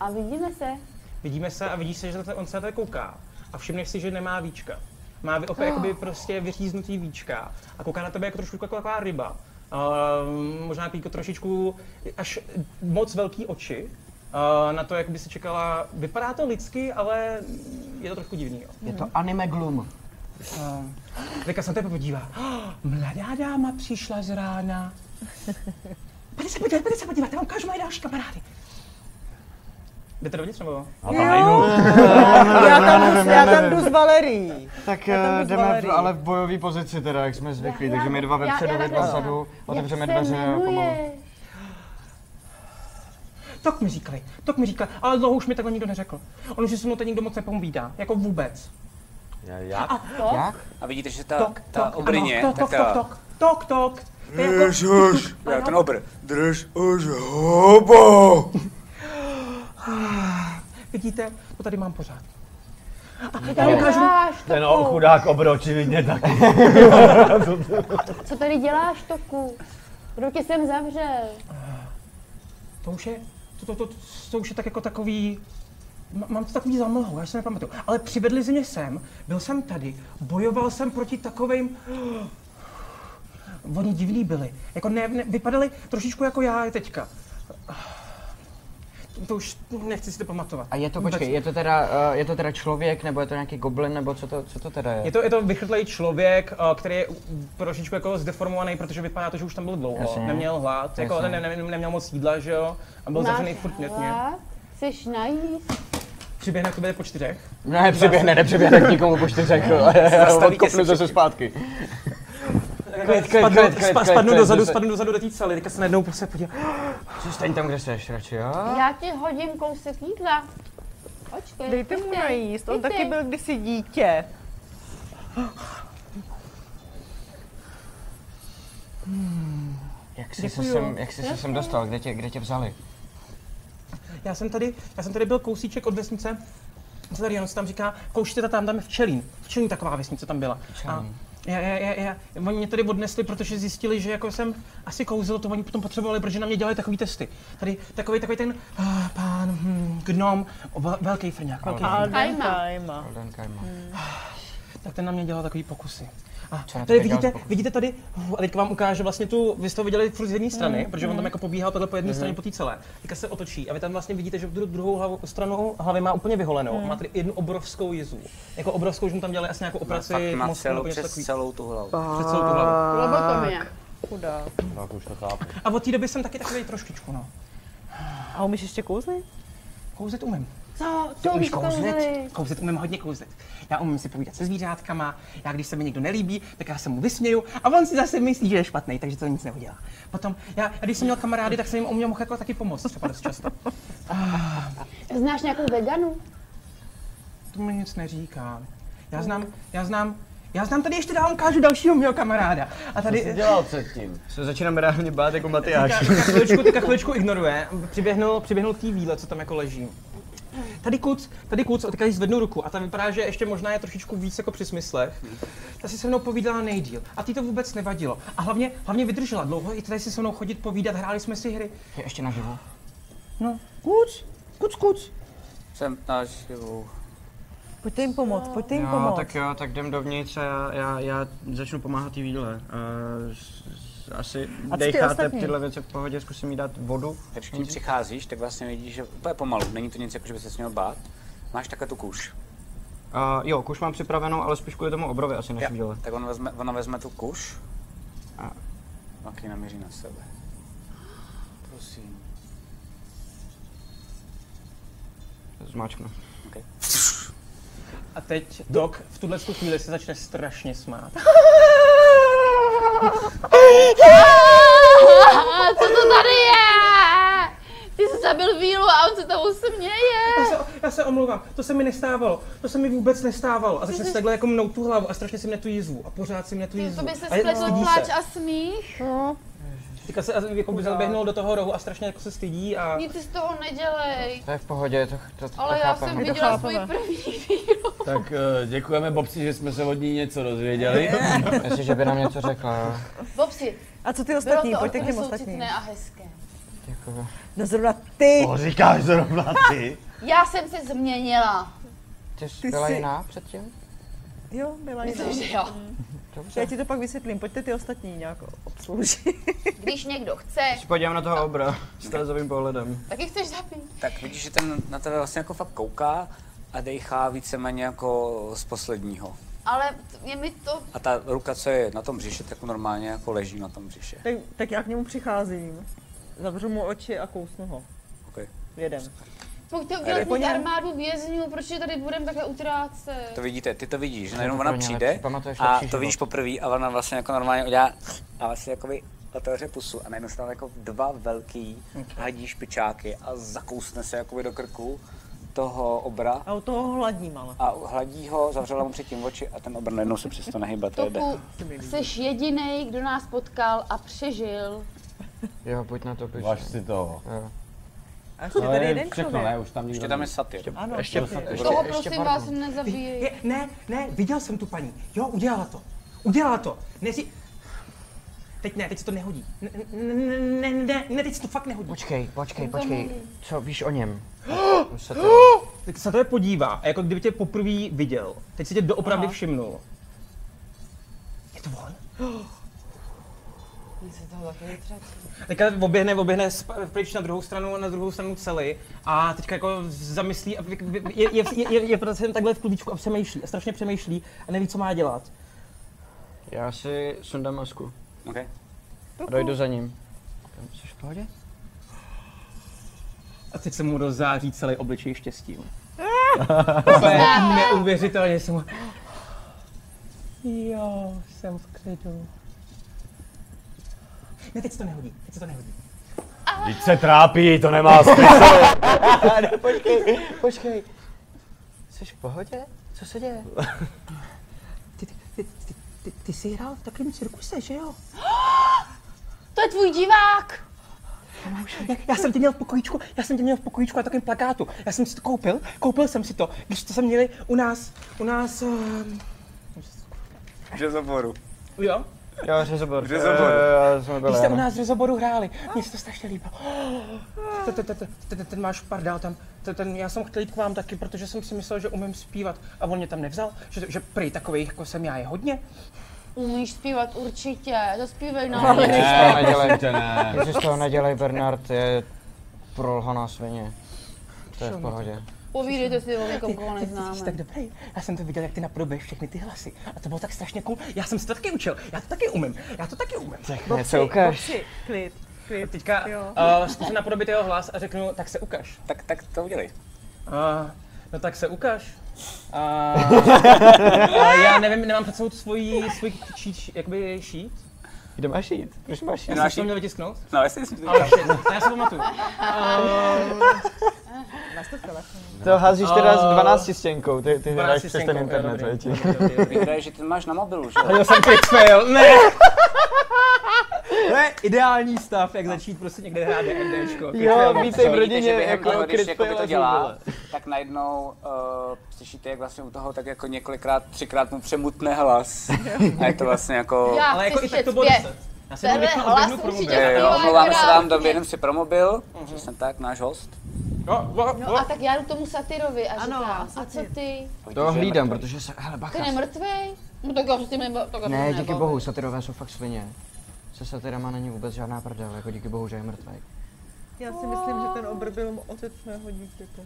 [SPEAKER 4] a vidíme se.
[SPEAKER 10] Vidíme se a vidíš se, že zase on se na to kouká a všimneš si, že nemá víčka. Má vy- opět jakoby prostě vyříznutý víčka a kouká na tebe jako trošku jako taková ryba. Uh, možná jako trošičku až moc velký oči. Uh, na to, jak by si čekala, vypadá to lidsky, ale je to trošku divný. Jo.
[SPEAKER 6] Je to anime gloom.
[SPEAKER 10] Vika se na tebe podívá. Oh, mladá dáma přišla z rána. Pojďte se podívat, pojďte se podívat, já vám ukážu moje další kamarády. Jdete dovnitř nebo?
[SPEAKER 8] Jo, já tam jdu, s- já tam jdu s Valerií.
[SPEAKER 3] Tak
[SPEAKER 8] Já tam jdu
[SPEAKER 3] eh,
[SPEAKER 8] s
[SPEAKER 3] jdeme v,
[SPEAKER 8] Valerií.
[SPEAKER 3] ale v bojové pozici teda, jak jsme zvyklí,
[SPEAKER 4] já-
[SPEAKER 3] takže my dva
[SPEAKER 4] já- já
[SPEAKER 3] vepředu, vy dva
[SPEAKER 4] takhle-
[SPEAKER 3] vzadu, otevřeme
[SPEAKER 4] Jak se
[SPEAKER 3] dveře a pomalu.
[SPEAKER 4] jmenuje?
[SPEAKER 10] Tak mi říkali, tak mi říkali, ale dlouho už mi takhle nikdo neřekl. On, že se mnou to nikdo moc nepovídá, jako vůbec.
[SPEAKER 2] A vidíte, že ta,
[SPEAKER 10] Tok,
[SPEAKER 2] ta
[SPEAKER 10] tok,
[SPEAKER 2] obrně,
[SPEAKER 10] ano,
[SPEAKER 2] tak
[SPEAKER 10] tok, tok,
[SPEAKER 2] ta,
[SPEAKER 10] tok, tok, tok, To je jako-
[SPEAKER 2] jo, ten obr.
[SPEAKER 11] Drž už hubu!
[SPEAKER 10] Vidíte, to tady mám pořád.
[SPEAKER 4] Já děláš,
[SPEAKER 5] Ten
[SPEAKER 4] Toku?
[SPEAKER 5] chudák obr očividně tak.
[SPEAKER 4] Co tady děláš, Toku? Kdo tě sem zavřel?
[SPEAKER 10] To už je, to, to, to, to, to už je tak jako takový, m- mám to takový zamlhou, já se nepamatuju. Ale přivedli ze mě sem, byl jsem tady, bojoval jsem proti takovým, *gasps* oni divný byli. Jako ne, ne, vypadali trošičku jako já je teďka. *sighs* To, to už nechci si to pamatovat.
[SPEAKER 3] A je to,
[SPEAKER 10] Vůbec.
[SPEAKER 3] počkej, je to teda, eh, je to teda člověk, nebo je to nějaký goblin, nebo co to, co to teda je?
[SPEAKER 10] Je to, je to vychrtlej člověk, a, který je trošičku jako zdeformovaný, protože vypadá to, že už tam byl dlouho.
[SPEAKER 3] Jasně.
[SPEAKER 10] Neměl hlad, jako
[SPEAKER 3] Jasně.
[SPEAKER 10] ne, ne, neměl moc jídla, že jo? A byl zavřený furt netně.
[SPEAKER 4] hlad? Chceš najíst?
[SPEAKER 10] Přiběhne k tobě po čtyřech.
[SPEAKER 3] Ne, nepřiběhne, nepřiběhne k nikomu po čtyřech,
[SPEAKER 8] *laughs*
[SPEAKER 3] odkopnu zase zpátky. Klid, klid,
[SPEAKER 10] Spadnu-
[SPEAKER 3] klid, klid,
[SPEAKER 10] spa-
[SPEAKER 3] klid,
[SPEAKER 10] Spadnu
[SPEAKER 3] klid,
[SPEAKER 10] dozadu,
[SPEAKER 3] klid.
[SPEAKER 10] spadnu dozadu do té cely, teďka se najednou se podívám.
[SPEAKER 3] Zůstaň tam, kde seš, radši, jo?
[SPEAKER 4] Já ti hodím kousek jídla. Počkej,
[SPEAKER 8] Dejte mu
[SPEAKER 4] počkej,
[SPEAKER 8] najíst, on
[SPEAKER 4] počkej.
[SPEAKER 8] taky byl kdysi dítě.
[SPEAKER 3] Jak jsi se
[SPEAKER 10] Děkuju.
[SPEAKER 3] sem, jak jsi se sem dostal, kde tě, kde tě vzali?
[SPEAKER 10] Já jsem tady, já jsem tady byl kousíček od vesnice, co tady jenom se tam říká, kouštěta tam, tam je včelín. Včelín taková vesnice tam byla. A já, já, já, já, oni mě tady odnesli, protože zjistili, že jako jsem asi kouzel, to oni potom potřebovali, protože na mě dělali takový testy. Tady takový, takový ten ah, pán, hm, gnom, oba, velký frňák, velký frňák.
[SPEAKER 8] Alden
[SPEAKER 4] Kajma.
[SPEAKER 8] Kajma.
[SPEAKER 3] Golden Karma.
[SPEAKER 10] Tak ten na mě dělal takový pokusy. A
[SPEAKER 3] Co na
[SPEAKER 10] tady
[SPEAKER 3] tebe dělal
[SPEAKER 10] vidíte,
[SPEAKER 3] pokusy?
[SPEAKER 10] vidíte tady, a teďka vám ukážu vlastně tu, vy jste ho viděli furt z
[SPEAKER 2] Mhm,
[SPEAKER 10] jedné strany, protože on tam jako pobíhal takhle po jedné straně po té celé. Teďka se otočí a vy tam vlastně vidíte, že tu druhou hlavu, stranu hlavy má úplně vyholenou.
[SPEAKER 2] Mhm.
[SPEAKER 10] a Má tady jednu obrovskou jizu. Jako obrovskou, že mu tam dělali asi nějakou operaci
[SPEAKER 2] No, Fakt má
[SPEAKER 10] mozku
[SPEAKER 2] celou,
[SPEAKER 10] nebo něco
[SPEAKER 2] přes
[SPEAKER 10] takový.
[SPEAKER 2] celou tu hlavu.
[SPEAKER 10] Přes celou tu hlavu.
[SPEAKER 4] Lobotomie.
[SPEAKER 8] Chudá.
[SPEAKER 5] Tak už No, to chápu.
[SPEAKER 10] A od té doby jsem taky takový trošičku, no.
[SPEAKER 8] A umíš ještě kouzlit?
[SPEAKER 10] Kouzit umím.
[SPEAKER 4] Co? Co
[SPEAKER 10] Umíš
[SPEAKER 4] už
[SPEAKER 10] kouzlit?
[SPEAKER 4] kouzili?
[SPEAKER 10] Kouzit umím hodně kouzlit. Já umím si povídat se zvířátkama, já když se mi někdo nelíbí, tak já se mu vysměju a on si zase myslí, že je špatný, takže to nic neudělá. Potom, já, já když jsem měl kamarády, tak jsem jim uměl mohl jako taky pomoct, třeba dost často.
[SPEAKER 4] Znáš nějakou veganu?
[SPEAKER 10] To mi nic neříká. Já znám, já znám, já znám tady ještě dál ukážu dalšího mého kamaráda. A tady,
[SPEAKER 5] Dělal předtím.
[SPEAKER 3] Se začínám reálně bát jako Matyáš.
[SPEAKER 10] Teďka- teďka chviličku, teďka chviličku ignoruje, přiběhnul, přiběhnul k té víle, co tam jako leží. Tady kuc, tady kuc, a teďka jí zvednu ruku a tam vypadá, že ještě možná je trošičku víc jako při smyslech. Ta si se mnou povídala nejdíl a ty to vůbec nevadilo. A hlavně, hlavně vydržela dlouho, i tady si se mnou chodit povídat, hráli jsme si hry.
[SPEAKER 3] Je ještě naživu.
[SPEAKER 10] No, kuc, kuc, kuc.
[SPEAKER 2] Jsem naživu.
[SPEAKER 8] Pojďte jim pomoct, pojďte jim
[SPEAKER 3] Jo,
[SPEAKER 8] pomoct.
[SPEAKER 3] tak jo, tak jdem dovnitř a já, já, já začnu pomáhat té výdle. Eh, s- s- Asi
[SPEAKER 8] ty
[SPEAKER 3] dejcháte
[SPEAKER 8] ostatní?
[SPEAKER 3] tyhle věci v pohodě, zkusím jí dát vodu.
[SPEAKER 2] Tak všichni přicházíš, tak vlastně vidíš, že úplně pomalu, není to nic, jako že by se měl bát. Máš takhle tu kuš.
[SPEAKER 3] Uh, jo, kuš mám připravenou, ale spíš kvůli tomu obrovi asi než výdle.
[SPEAKER 2] Tak on vezme, ona vezme tu kuš
[SPEAKER 3] A.
[SPEAKER 2] a pak ji namíří na sebe. Prosím.
[SPEAKER 3] Zmáčknu.
[SPEAKER 10] A teď Dok v tuhle tu chvíli se začne strašně smát.
[SPEAKER 4] A co to tady je? Ty jsi zabil vílu a on se tomu
[SPEAKER 10] Já
[SPEAKER 4] směje.
[SPEAKER 10] se, já se omlouvám, to se mi nestávalo, to se mi vůbec nestávalo. A začne si takhle jako mnout tu hlavu a strašně si mě tu jizvu a pořád si mě tu
[SPEAKER 4] Ty,
[SPEAKER 10] jizvu.
[SPEAKER 4] to by se
[SPEAKER 10] A je-
[SPEAKER 4] spletl
[SPEAKER 10] stydí
[SPEAKER 4] pláč
[SPEAKER 10] se.
[SPEAKER 4] a smích.
[SPEAKER 10] Teďka se a- jako by zaběhnul do toho rohu a strašně jako se stydí a...
[SPEAKER 4] Nic si z toho nedělej.
[SPEAKER 3] To je v pohodě, to, to, to
[SPEAKER 4] Ale já jsem
[SPEAKER 8] My to
[SPEAKER 4] viděla svůj
[SPEAKER 8] chápeme.
[SPEAKER 4] první
[SPEAKER 5] Tak eh, děkujeme Bobsi, že jsme se od ní něco dozvěděli.
[SPEAKER 3] Jestli, že by nám něco řekla, jo.
[SPEAKER 4] Bobsi,
[SPEAKER 8] A co ty
[SPEAKER 4] bylo
[SPEAKER 8] ostatní,
[SPEAKER 4] to
[SPEAKER 8] pojďte k
[SPEAKER 4] opravdu
[SPEAKER 8] těm ostatním.
[SPEAKER 4] soucitné a hezké.
[SPEAKER 3] Děkuji.
[SPEAKER 8] No zrovna ty,
[SPEAKER 5] To říkáš zrovna ty.
[SPEAKER 4] Já jsem se změnila.
[SPEAKER 3] Ty jsi byla
[SPEAKER 8] jsi-
[SPEAKER 3] jiná předtím?
[SPEAKER 8] jo, milá Jino.
[SPEAKER 4] Myslím, že jo.
[SPEAKER 8] Já ti to pak vysvětlím, pojďte ty ostatní nějak obsloužit.
[SPEAKER 4] Když někdo chce,
[SPEAKER 3] Když *laughs* podívám na toho obra s telezovým pohledem.
[SPEAKER 4] taky chceš zabít.
[SPEAKER 2] Tak vidíš, že ten na tebe vlastně jako fakt kouká a dejchá víceméně jako z posledního.
[SPEAKER 4] Ale je mi to...
[SPEAKER 2] A ta ruka, co je na tom břiše, tak normálně jako leží na tom břiše.
[SPEAKER 8] *laughs* Tak, tak já k němu přicházím, zavřu mu oči a kousnu ho.
[SPEAKER 2] Okay.
[SPEAKER 8] Jeden.
[SPEAKER 4] Pojďte udělat buď armádu vězňů, proč je tady budeme takhle utrácet?
[SPEAKER 2] To vidíte, ty to vidíš, najednou
[SPEAKER 3] to
[SPEAKER 2] ona
[SPEAKER 3] pro ně
[SPEAKER 2] přijde
[SPEAKER 3] lepší, pamatuješ
[SPEAKER 2] a
[SPEAKER 3] lepší
[SPEAKER 2] to vidíš
[SPEAKER 3] život.
[SPEAKER 2] poprvé a ona vlastně jako normálně udělá a vlastně jakoby otevře pusu a najednou se tam jako dva velký hadí špičáky a zakousne se jakoby do krku toho obra
[SPEAKER 8] A u toho hladím ale.
[SPEAKER 2] a hladí ho, zavřela mu předtím oči a ten obr najednou se přesto nehybe, to jde.
[SPEAKER 4] Toku, jsi jediný, kdo nás potkal a přežil.
[SPEAKER 3] Jo, pojď na to, piš.
[SPEAKER 5] Váž si toho.
[SPEAKER 8] A ještě tady jeden
[SPEAKER 5] všechno, ne,
[SPEAKER 8] člověk.
[SPEAKER 5] už tam nikdo
[SPEAKER 2] Ještě tam je
[SPEAKER 5] není.
[SPEAKER 2] satyr.
[SPEAKER 8] Ano,
[SPEAKER 3] Ještě,
[SPEAKER 8] to je-
[SPEAKER 3] ještě,
[SPEAKER 4] Toho
[SPEAKER 3] ještě
[SPEAKER 4] prosím
[SPEAKER 3] pardon.
[SPEAKER 4] vás nezabíjí.
[SPEAKER 10] Je, ne, ne, viděl jsem tu paní. Jo, udělala to. Udělala to. Neří... Teď ne, teď se to nehodí. Ne, ne, ne, ne, ne, teď se to fakt nehodí.
[SPEAKER 3] Počkej, počkej, počkej. Co víš o něm? Se to-
[SPEAKER 10] Teď se na tebe podívá, a jako kdyby tě poprvé viděl. Teď si tě doopravdy Aha. všimnul. Je to on? Teďka oběhne, oběhne sp- pryč na druhou stranu, na druhou stranu celý a teďka jako zamyslí a vy- vy- je, je, je, je, je prostě jen takhle v klubíčku a přemýšlí, a strašně přemýšlí a neví, co má dělat.
[SPEAKER 3] Já si sundám masku
[SPEAKER 2] Okay.
[SPEAKER 3] a dojdu za ním. Jsi v pohodě?
[SPEAKER 10] A teď se mu rozáří celý obličej štěstím. Úplně neuvěřitelně se mu... Jo, jsem v klidu. Ne, teď se to nehodí, teď se to nehodí.
[SPEAKER 5] Teď se trápí, to nemá smysl.
[SPEAKER 3] Počkej. Jsi v pohodě? Co se děje?
[SPEAKER 10] Ty, ty, ty, ty, ty, ty jsi hrál v takovém cirkuse, že jo?
[SPEAKER 4] To je tvůj divák!
[SPEAKER 10] Já, já jsem tě měl v pokojíčku, já jsem tě měl v pokojíčku na takovém plakátu. Já jsem si to koupil, koupil jsem si to, když to jsem měli u nás, u nás, um,
[SPEAKER 2] Že zaboru.
[SPEAKER 10] jo?
[SPEAKER 3] Jo, řezobor.
[SPEAKER 2] Řezobor.
[SPEAKER 3] Jo, jo, jsme
[SPEAKER 10] Když
[SPEAKER 3] byli,
[SPEAKER 10] jste u
[SPEAKER 3] ano.
[SPEAKER 10] nás v Rizoboru hráli, mně se to strašně líbilo. *gasps* To- to- to- to- to- to- Ten máš pardál tam, to- ten, já jsem chtěl jít k vám taky, protože jsem si myslel, že umím zpívat a on mě tam nevzal, že, že prý takových jako jsem já je hodně.
[SPEAKER 4] Umíš zpívat určitě, to zpívej nám.
[SPEAKER 3] Nic z toho nedělej.
[SPEAKER 5] Ještě ne.
[SPEAKER 3] Nic z toho nedělej, Bernard je prolhaná svině. To je v pohodě.
[SPEAKER 4] Povídejte si o někom, koho
[SPEAKER 10] ty, ty jsi
[SPEAKER 4] neznáme.
[SPEAKER 10] tak dobrý. Já jsem to viděl, jak ty napodobuješ všechny ty hlasy. A to bylo tak strašně cool. Já jsem se to taky učil. Já to taky umím. Já to taky umím.
[SPEAKER 3] Ne, se ukáž.
[SPEAKER 8] Bobři, klid, klid.
[SPEAKER 10] Teďka
[SPEAKER 8] Jo.
[SPEAKER 10] uh, zkusím napodobit jeho hlas a řeknu, tak se ukaž.
[SPEAKER 2] Tak, tak to udělej.
[SPEAKER 10] Uh, no tak se ukaž. *laughs* Uh, uh, já nevím, nemám před sebou svoji, svůj či, či, jakoby sheet.
[SPEAKER 3] Kde máš jít? Proč máš
[SPEAKER 10] Já
[SPEAKER 3] jít?
[SPEAKER 10] jsem si to měl vytisknout.
[SPEAKER 2] No, jestli jsi
[SPEAKER 10] Ale shit, to já si pamatuju.
[SPEAKER 8] Máš to v telefonu.
[SPEAKER 3] To házíš teda s
[SPEAKER 10] A-
[SPEAKER 3] 12 stěnkou, ty, ty
[SPEAKER 10] Dobrá,
[SPEAKER 3] hráš
[SPEAKER 10] si
[SPEAKER 3] přes ten
[SPEAKER 10] stěnkou,
[SPEAKER 3] internet,
[SPEAKER 10] jo, dobrý.
[SPEAKER 3] větši.
[SPEAKER 10] Dobrý, dobrý, dobrý.
[SPEAKER 2] Vyhraje, že ty máš na mobilu, že jo?
[SPEAKER 10] Měl jsem quick fail, ne! To je ideální stav, jak začít prostě někde hrát D&Dčko. Quick fail.
[SPEAKER 3] Jo, vítej v
[SPEAKER 2] Vidíte, že
[SPEAKER 3] rodině,
[SPEAKER 2] během
[SPEAKER 3] jako
[SPEAKER 2] toho, když
[SPEAKER 3] kryt
[SPEAKER 2] jako by to dělá, tak najednou uh, slyšíte, jak vlastně u toho tak jako několikrát, třikrát mu přemutne hlas. A je to vlastně jako...
[SPEAKER 4] Já
[SPEAKER 10] Ale
[SPEAKER 4] chci
[SPEAKER 10] jako i tak
[SPEAKER 4] slyšet
[SPEAKER 10] to bylo
[SPEAKER 4] zpěv.
[SPEAKER 10] deset. Já se
[SPEAKER 4] Tenhle
[SPEAKER 10] odběhnu
[SPEAKER 4] hlas
[SPEAKER 10] pro mobil.
[SPEAKER 4] určitě
[SPEAKER 2] Jo, jo,
[SPEAKER 4] zpívá
[SPEAKER 2] omlouváme se vám,
[SPEAKER 4] krásně.
[SPEAKER 2] dovědem si pro mobil. Přesně tak, náš host.
[SPEAKER 10] Jo, jo,
[SPEAKER 4] No a tak já jdu tomu satyrovi a
[SPEAKER 8] Ano,
[SPEAKER 4] říkám, a co
[SPEAKER 8] satyr.
[SPEAKER 4] ty?
[SPEAKER 3] To hlídám, protože se, hele,
[SPEAKER 4] Ty
[SPEAKER 3] bacha.
[SPEAKER 4] nemrtvej? No tak já s tím nebo, tak já se
[SPEAKER 3] Ne,
[SPEAKER 4] tím
[SPEAKER 3] díky
[SPEAKER 4] nebavím.
[SPEAKER 3] bohu, satyrové jsou fakt svině. Se satyrama není vůbec žádná prdel, jako díky bohu, že je mrtvý.
[SPEAKER 8] Já si myslím, že ten obr byl otec mého dítěte.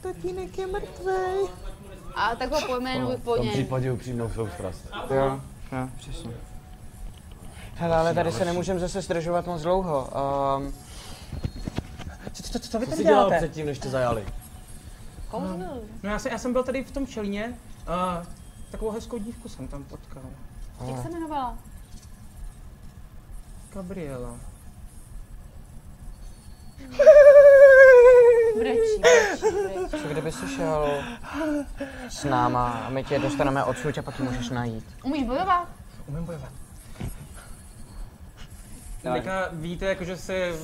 [SPEAKER 8] Tatínek je mrtvej.
[SPEAKER 4] A tak ho pojmenuji po
[SPEAKER 5] V tom
[SPEAKER 4] něm.
[SPEAKER 5] případě upřímnou soustrast.
[SPEAKER 3] Jo, jo, přesně. Hele, ale tady se nemůžeme zase zdržovat moc dlouho. Um,
[SPEAKER 10] Co, co, co, co vy
[SPEAKER 5] Co jsi
[SPEAKER 10] tam
[SPEAKER 5] dělal
[SPEAKER 10] děláte?
[SPEAKER 5] předtím, než tě zajali?
[SPEAKER 10] No já, jsem, já jsem byl tady v tom čelíně. Uh, takovou hezkou dívku jsem tam potkal.
[SPEAKER 4] Jak se jmenovala?
[SPEAKER 10] Gabriela.
[SPEAKER 4] Brečí, brečí, brečí.
[SPEAKER 3] co kdyby jsi šel s náma a my tě dostaneme odsud a pak ji můžeš najít.
[SPEAKER 4] Umíš bojovat?
[SPEAKER 10] Umím bojovat.
[SPEAKER 2] Dělej.
[SPEAKER 10] Teďka víte, jakože se...
[SPEAKER 5] Ze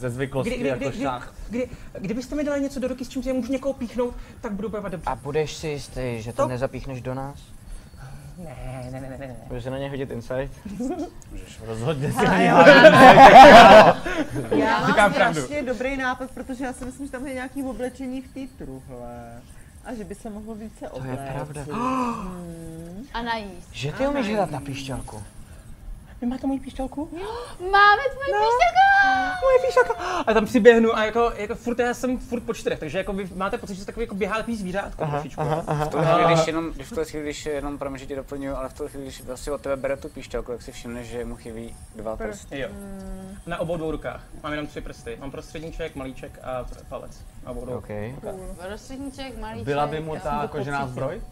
[SPEAKER 10] Kdy,
[SPEAKER 5] zvyklosti
[SPEAKER 10] kdy, kdy,
[SPEAKER 5] jako
[SPEAKER 10] kdy,
[SPEAKER 5] šach.
[SPEAKER 10] kdy, kdybyste mi dali něco do ruky, s čím si můžu někoho píchnout, tak budu bojovat dobře.
[SPEAKER 3] A budeš si jistý, že to,
[SPEAKER 10] To-
[SPEAKER 3] nezapíchneš do nás?
[SPEAKER 10] Ne, ne, ne, ne, ne, ne.
[SPEAKER 3] Můžeš se na ně hodit insight?
[SPEAKER 5] Rozhodně si
[SPEAKER 8] Já mám
[SPEAKER 10] Říkám pravdu.
[SPEAKER 8] strašně dobrý nápad, protože já si myslím, že tam je nějaký oblečení v té truhle. A že by se mohlo více
[SPEAKER 3] To je
[SPEAKER 8] obléct.
[SPEAKER 3] pravda.
[SPEAKER 8] *gasps*
[SPEAKER 3] *gasps*
[SPEAKER 4] A najíst.
[SPEAKER 3] Že ty umíš hrát na pišťalku?
[SPEAKER 10] Vy máte moji píšťalku?
[SPEAKER 4] Máme tvoje no. píšťalku!
[SPEAKER 10] Moje píšťalka! jako, a tam přiběhnu a jako, jako furt já jsem furt po čtyřech, takže jako vy máte pocit, že jste takový jako běhá takový zvířátko aha, trošičku. no. Aha, aha.
[SPEAKER 2] V tuhle
[SPEAKER 3] *laughs*
[SPEAKER 2] chvíli, když jenom, když v tuhle chvíli, když jenom, promiň, že tě doplňuju, ale v tuhle chvíli, když vlastně od tebe bere tu píšťalku, tak si všimneš, že mu chybí dva prsty.
[SPEAKER 10] Jo. Na obou dvou rukách. Mám jenom tři prsty. Mám prostředníček, malíček a pr- palec. Na obou dvou.
[SPEAKER 3] OK.
[SPEAKER 4] Rostlinníček, malíček.
[SPEAKER 5] Byla by mu
[SPEAKER 4] jo.
[SPEAKER 5] ta kožená zbroj?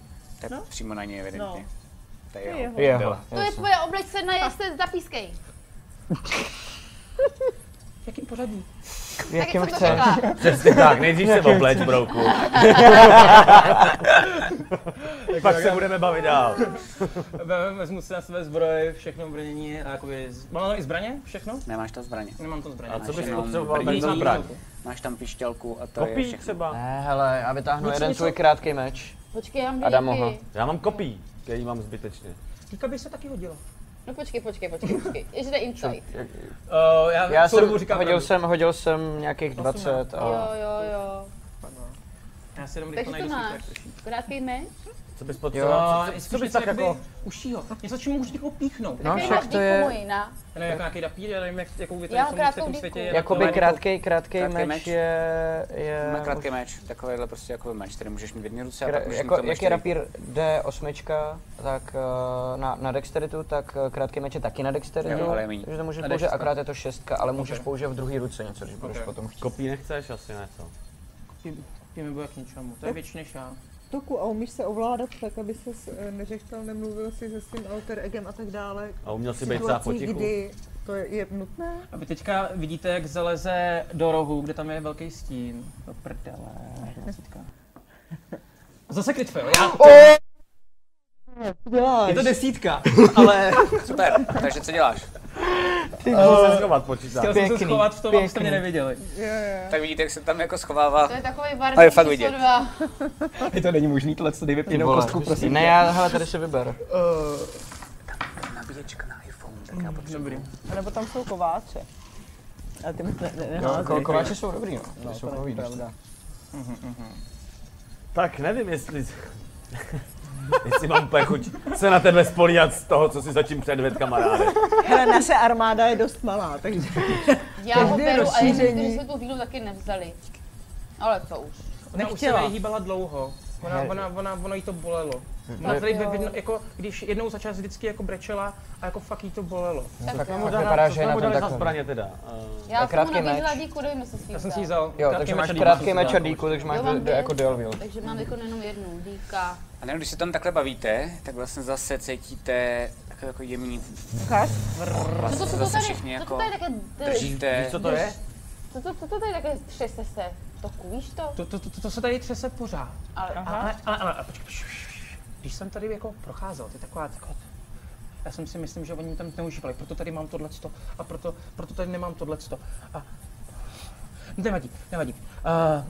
[SPEAKER 2] Tak přímo na něj evidentně.
[SPEAKER 10] No.
[SPEAKER 2] To je jeho.
[SPEAKER 3] Je, hele.
[SPEAKER 4] To je tvoje obleč se na jeste zapískej.
[SPEAKER 10] V jakým pořadí?
[SPEAKER 4] Jak jsem to řekla.
[SPEAKER 5] Přesně tak, nejdřív se obleč brouku. *laughs* Pak se budeme bavit dál.
[SPEAKER 10] Ve- Vezmu si na své zbroje, všechno brnění a jakoby... z- Mám tam i zbraně? Všechno?
[SPEAKER 2] Nemáš tam zbraně.
[SPEAKER 10] Nemám to zbraně.
[SPEAKER 5] A co
[SPEAKER 2] Máš
[SPEAKER 5] bys
[SPEAKER 2] jenom
[SPEAKER 5] potřeboval tak
[SPEAKER 2] brnění,
[SPEAKER 5] za zbraň?
[SPEAKER 2] Máš tam pišťalku a to je
[SPEAKER 5] Kopí
[SPEAKER 2] všechno.
[SPEAKER 5] třeba.
[SPEAKER 3] Ne, hele, já vytáhnu jeden svůj krátký meč.
[SPEAKER 4] Počkej, já mám
[SPEAKER 3] Adamo,
[SPEAKER 4] dvě
[SPEAKER 5] Já mám kopí, který mám zbytečně.
[SPEAKER 10] Týka by se taky hodilo.
[SPEAKER 4] No počkej, počkej, počkej, počkej. Ještě to je insight.
[SPEAKER 10] Uh, já,
[SPEAKER 3] Já
[SPEAKER 10] celou dobu
[SPEAKER 3] jsem,
[SPEAKER 10] říkám
[SPEAKER 3] hodil
[SPEAKER 10] pravdu.
[SPEAKER 3] jsem, hodil jsem nějakých 20
[SPEAKER 4] Jo,
[SPEAKER 3] a...
[SPEAKER 4] jo, jo.
[SPEAKER 10] Já si jenom rychle
[SPEAKER 4] Takže to
[SPEAKER 10] najdu svůj
[SPEAKER 4] máš.
[SPEAKER 10] kartu.
[SPEAKER 4] Krátký meč?
[SPEAKER 5] Co bys
[SPEAKER 10] Jo,
[SPEAKER 5] potřeboval?
[SPEAKER 10] co, co, co bys tak jako... Ušího. Něco, čím můžu někoho píchnout.
[SPEAKER 3] No,
[SPEAKER 4] Takový
[SPEAKER 3] však to je-
[SPEAKER 4] díku můj, na.
[SPEAKER 10] Já nevím, jako nějaký rapír, já nevím, jak, jakou vy tady
[SPEAKER 4] Já
[SPEAKER 10] v tom- v
[SPEAKER 4] krátkou
[SPEAKER 10] tom
[SPEAKER 4] dýku.
[SPEAKER 10] světě... je
[SPEAKER 3] Jakoby
[SPEAKER 10] taková-
[SPEAKER 3] krátký, krátký
[SPEAKER 2] Krátkej
[SPEAKER 3] meč
[SPEAKER 2] meč.
[SPEAKER 3] je... je
[SPEAKER 2] Má krátký meč, takovýhle prostě jako meč, který můžeš mít v jedné ruce a pak
[SPEAKER 3] Kra-
[SPEAKER 2] můžeš
[SPEAKER 3] jako,
[SPEAKER 2] mít
[SPEAKER 3] jak je rapír D8, tak eh, na, na dexteritu, tak eh, krátký meč je taky na dexteritu,
[SPEAKER 2] Jo, ale je míň.
[SPEAKER 3] takže to můžeš
[SPEAKER 10] Na
[SPEAKER 3] použít,
[SPEAKER 10] dextra.
[SPEAKER 3] akorát je to šestka, ale můžeš použít v druhé ruce něco, když budeš
[SPEAKER 10] Ok.
[SPEAKER 3] potom chtít.
[SPEAKER 5] Kopí nechceš asi něco.
[SPEAKER 10] Eh, Ty mi bude k ničemu, to je větší než já.
[SPEAKER 8] Toku, a umíš se ovládat tak, aby se neřeštal, nemluvil si se svým alter egem a tak dále.
[SPEAKER 5] A uměl si
[SPEAKER 8] V
[SPEAKER 5] být třeba
[SPEAKER 8] situacích,
[SPEAKER 5] potichu?
[SPEAKER 8] kdy to je, je nutné?
[SPEAKER 10] A vy teďka vidíte, jak zaleze do rohu, kde tam je velký stín. Do prdele, dvacítka. Zase crit fail, já... Je to desítka, ale
[SPEAKER 2] Super, takže co děláš?
[SPEAKER 5] Můžu se schovat počítám.
[SPEAKER 10] chtěl jsem se schovat v tom, abyste mě neviděli.
[SPEAKER 2] Tak vidíte, jak se tam jako schovává.
[SPEAKER 4] To je takový
[SPEAKER 2] A je
[SPEAKER 4] varný
[SPEAKER 2] fakt
[SPEAKER 4] číslo
[SPEAKER 2] vidět.
[SPEAKER 4] dva.
[SPEAKER 10] Je to není možný, tohle co dej vypnout
[SPEAKER 3] Vole, Ne, já, hele, tady si vyber.
[SPEAKER 2] Nabíječka na iPhone, tak já potřebuji.
[SPEAKER 10] Dobrý.
[SPEAKER 8] A nebo tam jsou kováče. Ale ty mi ne, ne, ne,
[SPEAKER 3] Jo,
[SPEAKER 5] jako-
[SPEAKER 3] ko- kováče jsou dobrý, no. Ty jsou nový, když to-
[SPEAKER 5] Tak nevím, jestli... jestli mám úplně chuť se na tebe spolíhat z toho, co si zatím předvedl, kamaráde.
[SPEAKER 8] Hele, naše armáda je dost malá, takže...
[SPEAKER 4] Já ho
[SPEAKER 8] Každé
[SPEAKER 4] beru a
[SPEAKER 8] rozšíření.
[SPEAKER 4] jenom, když jsme tu vílu taky nevzali. Ale to už.
[SPEAKER 10] Ona už se
[SPEAKER 8] Nechtěla.
[SPEAKER 10] hýbala dlouho. Ona, ona, ona, ono jí to bolelo. Ona tady by, by, jako, když jednou za čas vždycky jako brečela a jako fakt jí to bolelo.
[SPEAKER 4] Tak jo.
[SPEAKER 5] Co
[SPEAKER 3] No, vypadá, že
[SPEAKER 5] jsme
[SPEAKER 3] je na
[SPEAKER 5] mu
[SPEAKER 3] tom
[SPEAKER 5] dali za
[SPEAKER 3] takhle.
[SPEAKER 5] zbraně teda? Eh,
[SPEAKER 4] Já jsem mu
[SPEAKER 3] krátký
[SPEAKER 4] nabízela
[SPEAKER 3] meč.
[SPEAKER 4] díku, dejme se s ním.
[SPEAKER 10] Já jsem si ji vzal.
[SPEAKER 3] Jo,
[SPEAKER 10] krátký
[SPEAKER 3] takže
[SPEAKER 10] meč
[SPEAKER 3] máš
[SPEAKER 10] a dýku jsem
[SPEAKER 3] krátký
[SPEAKER 10] si
[SPEAKER 3] meč a
[SPEAKER 10] vzal.
[SPEAKER 3] díku, takže máš
[SPEAKER 4] Jo, mám
[SPEAKER 3] d- d-
[SPEAKER 4] dvě.
[SPEAKER 3] jako dual wield.
[SPEAKER 4] Takže mám jako jenom jednu, díka.
[SPEAKER 2] A nevím, když se tam takhle bavíte, tak vlastně zase cítíte takové jako jemný,
[SPEAKER 4] Co to, co to
[SPEAKER 2] zase
[SPEAKER 4] tady,
[SPEAKER 2] všichni
[SPEAKER 4] co to
[SPEAKER 2] jako
[SPEAKER 4] tady také,
[SPEAKER 2] držíte.
[SPEAKER 5] Co to je?
[SPEAKER 4] co to, co to tady také třese se? To víš to?
[SPEAKER 10] To, to, to, to se tady třese pořád.
[SPEAKER 4] Ale,
[SPEAKER 10] Aha. Ale, ale, ale, ale počkej, pš, pš, pš. když jsem tady jako procházel, ty taková, taková, já jsem si myslím, že oni tam neužívali, proto tady mám tohleto a proto, proto tady nemám tohleto. A No, nevadí, nevadí. Uh,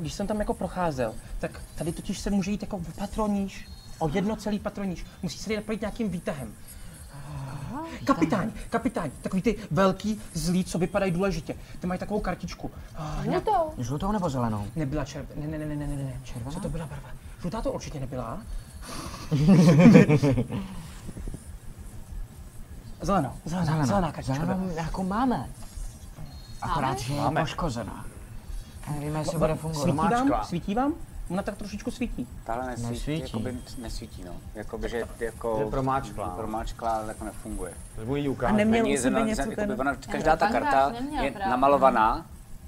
[SPEAKER 10] když jsem tam jako procházel, tak tady totiž se může jít jako v patroníž, o jedno celý patroníž. Musí se tady projít nějakým výtahem. Kapitán, kapitán, takový ty velký zlí, co vypadají důležitě. Ty mají takovou kartičku. Uh, nějak,
[SPEAKER 4] to.
[SPEAKER 3] Žlutou nebo zelenou?
[SPEAKER 10] Nebyla červená. Ne, ne, ne, ne, ne, ne, ne. Červená? Co to byla barva? Žlutá to určitě nebyla.
[SPEAKER 2] *laughs*
[SPEAKER 10] Zelená,
[SPEAKER 3] No,
[SPEAKER 10] zelená, zelená, zelená kartička. Zelená.
[SPEAKER 6] Zelenou jako máme. Akorát, že je poškozená. Nevíme,
[SPEAKER 10] No,
[SPEAKER 6] jestli bude fungovat.
[SPEAKER 10] Svítí vám? Svítí vám? Ona tak trošičku svítí.
[SPEAKER 2] Tahle nesvítí,
[SPEAKER 3] Nesvítí.
[SPEAKER 2] nesvítí. Jakoby, nesvítí, no. Jakoby, že jako...
[SPEAKER 5] Je promáčklá.
[SPEAKER 2] Promáčklá, ale jako nefunguje.
[SPEAKER 5] Tak mu ji
[SPEAKER 8] A
[SPEAKER 5] ukážu.
[SPEAKER 8] neměl u
[SPEAKER 2] Není
[SPEAKER 8] sebe
[SPEAKER 2] zelená,
[SPEAKER 8] něco
[SPEAKER 2] jakoby,
[SPEAKER 8] ten...
[SPEAKER 2] ona, každá ta
[SPEAKER 4] Pan Krás
[SPEAKER 2] karta
[SPEAKER 4] neměl
[SPEAKER 2] je
[SPEAKER 4] právě. no.
[SPEAKER 2] namalovaná,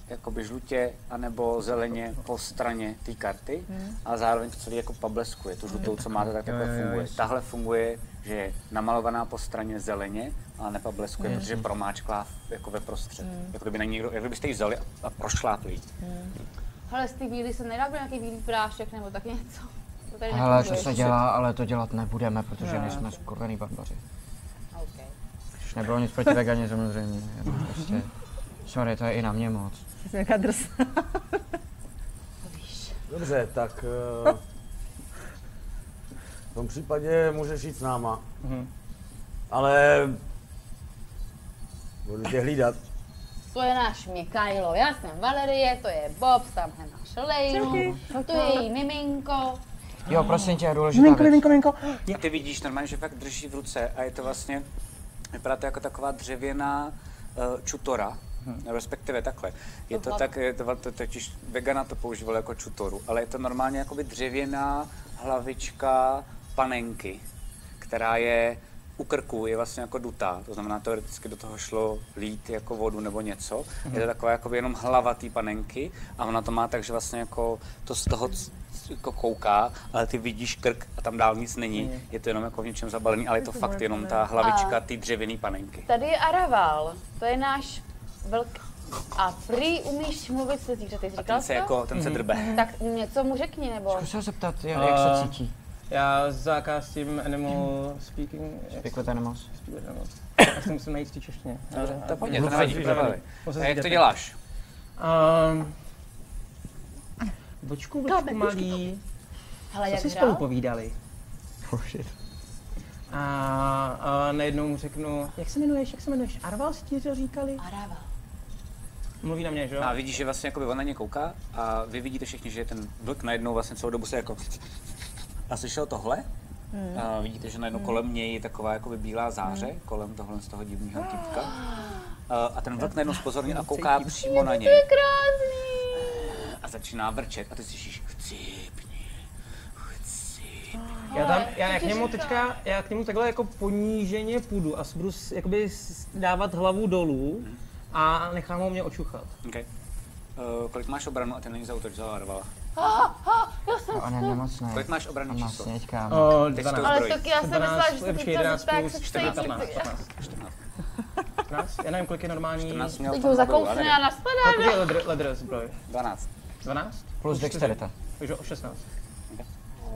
[SPEAKER 2] jakoby žlutě, anebo zeleně po straně té karty,
[SPEAKER 4] Hmm.
[SPEAKER 2] a zároveň to celé jako pableskuje. Tu žlutou, co máte, tak takhle funguje. Tahle funguje, že je namalovaná po straně zeleně, ale nepableskuje,
[SPEAKER 4] Hmm.
[SPEAKER 2] protože je promáčklá jako ve prostřed. Jako kdyby na ní někdo, jako byste ji vzali a, a prošlápli ji.
[SPEAKER 4] Hele, z ty víly se nedá bude nějaký bílý prášek nebo tak něco. To tady
[SPEAKER 3] Hele, to
[SPEAKER 4] nefunguje.
[SPEAKER 3] se dělá, ale to dělat nebudeme, protože nejsme skurvený barbaři.
[SPEAKER 4] OK.
[SPEAKER 3] Což nebylo nic proti veganě samozřejmě, jenom prostě... Sorry, to je i na mě moc.
[SPEAKER 8] Nějaká drs.
[SPEAKER 7] Dobře, tak... eh, v tom případě můžeš jít s náma.
[SPEAKER 5] Mhm.
[SPEAKER 7] Ale... Budu tě hlídat.
[SPEAKER 4] To je náš Mikajlo, já jsem Valerie, to je Bob, tam je náš Lejlu, to je její miminko.
[SPEAKER 3] Jo, prosím tě, důležitá věc.
[SPEAKER 10] miminko.
[SPEAKER 2] A ty vidíš normálně, že fakt drží v ruce a je to vlastně, vypadá to jako taková dřevěná eh, čutora, respektive takhle. Je to tak, je to, to, totiž vegana to používal jako čutoru, ale je to normálně jakoby dřevěná hlavička panenky, která je u krku, je vlastně jako dutá, to znamená teoreticky do toho šlo lít jako vodu nebo něco. Je to taková jakoby jenom hlava té panenky a ona to má tak, že vlastně jako to z toho c- jako kouká, ale ty vidíš krk a tam dál nic není. Je to jenom jako v něčem zabalený, ale je to fakt jenom ta hlavička té dřevěné panenky.
[SPEAKER 4] Tady je Araval, to je náš vlk. A prý umíš mluvit se zvířaty, říkal
[SPEAKER 2] Ten
[SPEAKER 4] jsi
[SPEAKER 2] se,
[SPEAKER 4] to?
[SPEAKER 2] jako, ten se drbe.
[SPEAKER 4] Tak něco mu řekni, nebo...
[SPEAKER 3] Musel zeptat, jak, jak se
[SPEAKER 10] Eh,
[SPEAKER 3] cítí.
[SPEAKER 10] Já zákaz tím animal speaking.
[SPEAKER 3] Pěkot animals.
[SPEAKER 10] speaking animal. Já si musím najít v té češtině. Dobře,
[SPEAKER 2] To pojď, to nevadí, to nevadí. A jak to děláš?
[SPEAKER 10] Um, bočku, bočku malý,
[SPEAKER 4] Hele,
[SPEAKER 10] co
[SPEAKER 4] jak
[SPEAKER 10] si spolu
[SPEAKER 4] hrál?
[SPEAKER 10] povídali?
[SPEAKER 2] Oh,
[SPEAKER 10] A, a najednou mu řeknu, jak se jmenuješ, jak se jmenuješ? Arval si ti to říkali?
[SPEAKER 4] Araval.
[SPEAKER 10] Mluví na mě, že jo?
[SPEAKER 2] A vidíš, že vlastně jako ona na ně kouká a vy vidíte všichni, že ten vlk najednou vlastně celou dobu se jako... A slyšel tohle?
[SPEAKER 4] Hmm.
[SPEAKER 2] A vidíte, že najednou kolem něj je taková jakoby bílá záře, kolem tohle z toho divného
[SPEAKER 4] Ah.
[SPEAKER 2] typka. A- A ten vlk najednou spozornil a kouká přímo na něj.
[SPEAKER 4] Krásný!
[SPEAKER 2] A začíná vrčet a ty slyšíš chcípni, chcípni.
[SPEAKER 10] Já, tam, já,
[SPEAKER 4] co
[SPEAKER 10] já k
[SPEAKER 4] ti
[SPEAKER 10] němu
[SPEAKER 4] říká?
[SPEAKER 10] teďka, já k němu takhle jako poníženě půjdu a s- budu s- jakoby s- dávat hlavu dolů
[SPEAKER 2] Mhm.
[SPEAKER 10] a nechám ho mě očuchat.
[SPEAKER 2] Okay. Uh, Eh, kolik máš obranu a ten není zautoč, zavarvala.
[SPEAKER 3] On je nemocný.
[SPEAKER 2] Kolik máš obranu
[SPEAKER 3] Má
[SPEAKER 2] číslo?
[SPEAKER 3] sněďka.
[SPEAKER 10] O,
[SPEAKER 2] Teď si to
[SPEAKER 4] Ale
[SPEAKER 2] zbrojí.
[SPEAKER 4] Toki, já jsem myslela, že se ty chtěl zeptat, jak se cítí.
[SPEAKER 10] 14, 15, 15. Já nevím, kolik je normální.
[SPEAKER 2] 14 měl
[SPEAKER 4] Teď
[SPEAKER 2] tam
[SPEAKER 4] ho
[SPEAKER 2] dobrou, ale
[SPEAKER 4] zakousne
[SPEAKER 2] ne.
[SPEAKER 4] a naspadá.
[SPEAKER 10] Kolik je ledr, ledr zbroj?
[SPEAKER 2] 12.
[SPEAKER 10] 12?
[SPEAKER 3] Plus dexterita.
[SPEAKER 10] Takže o 16.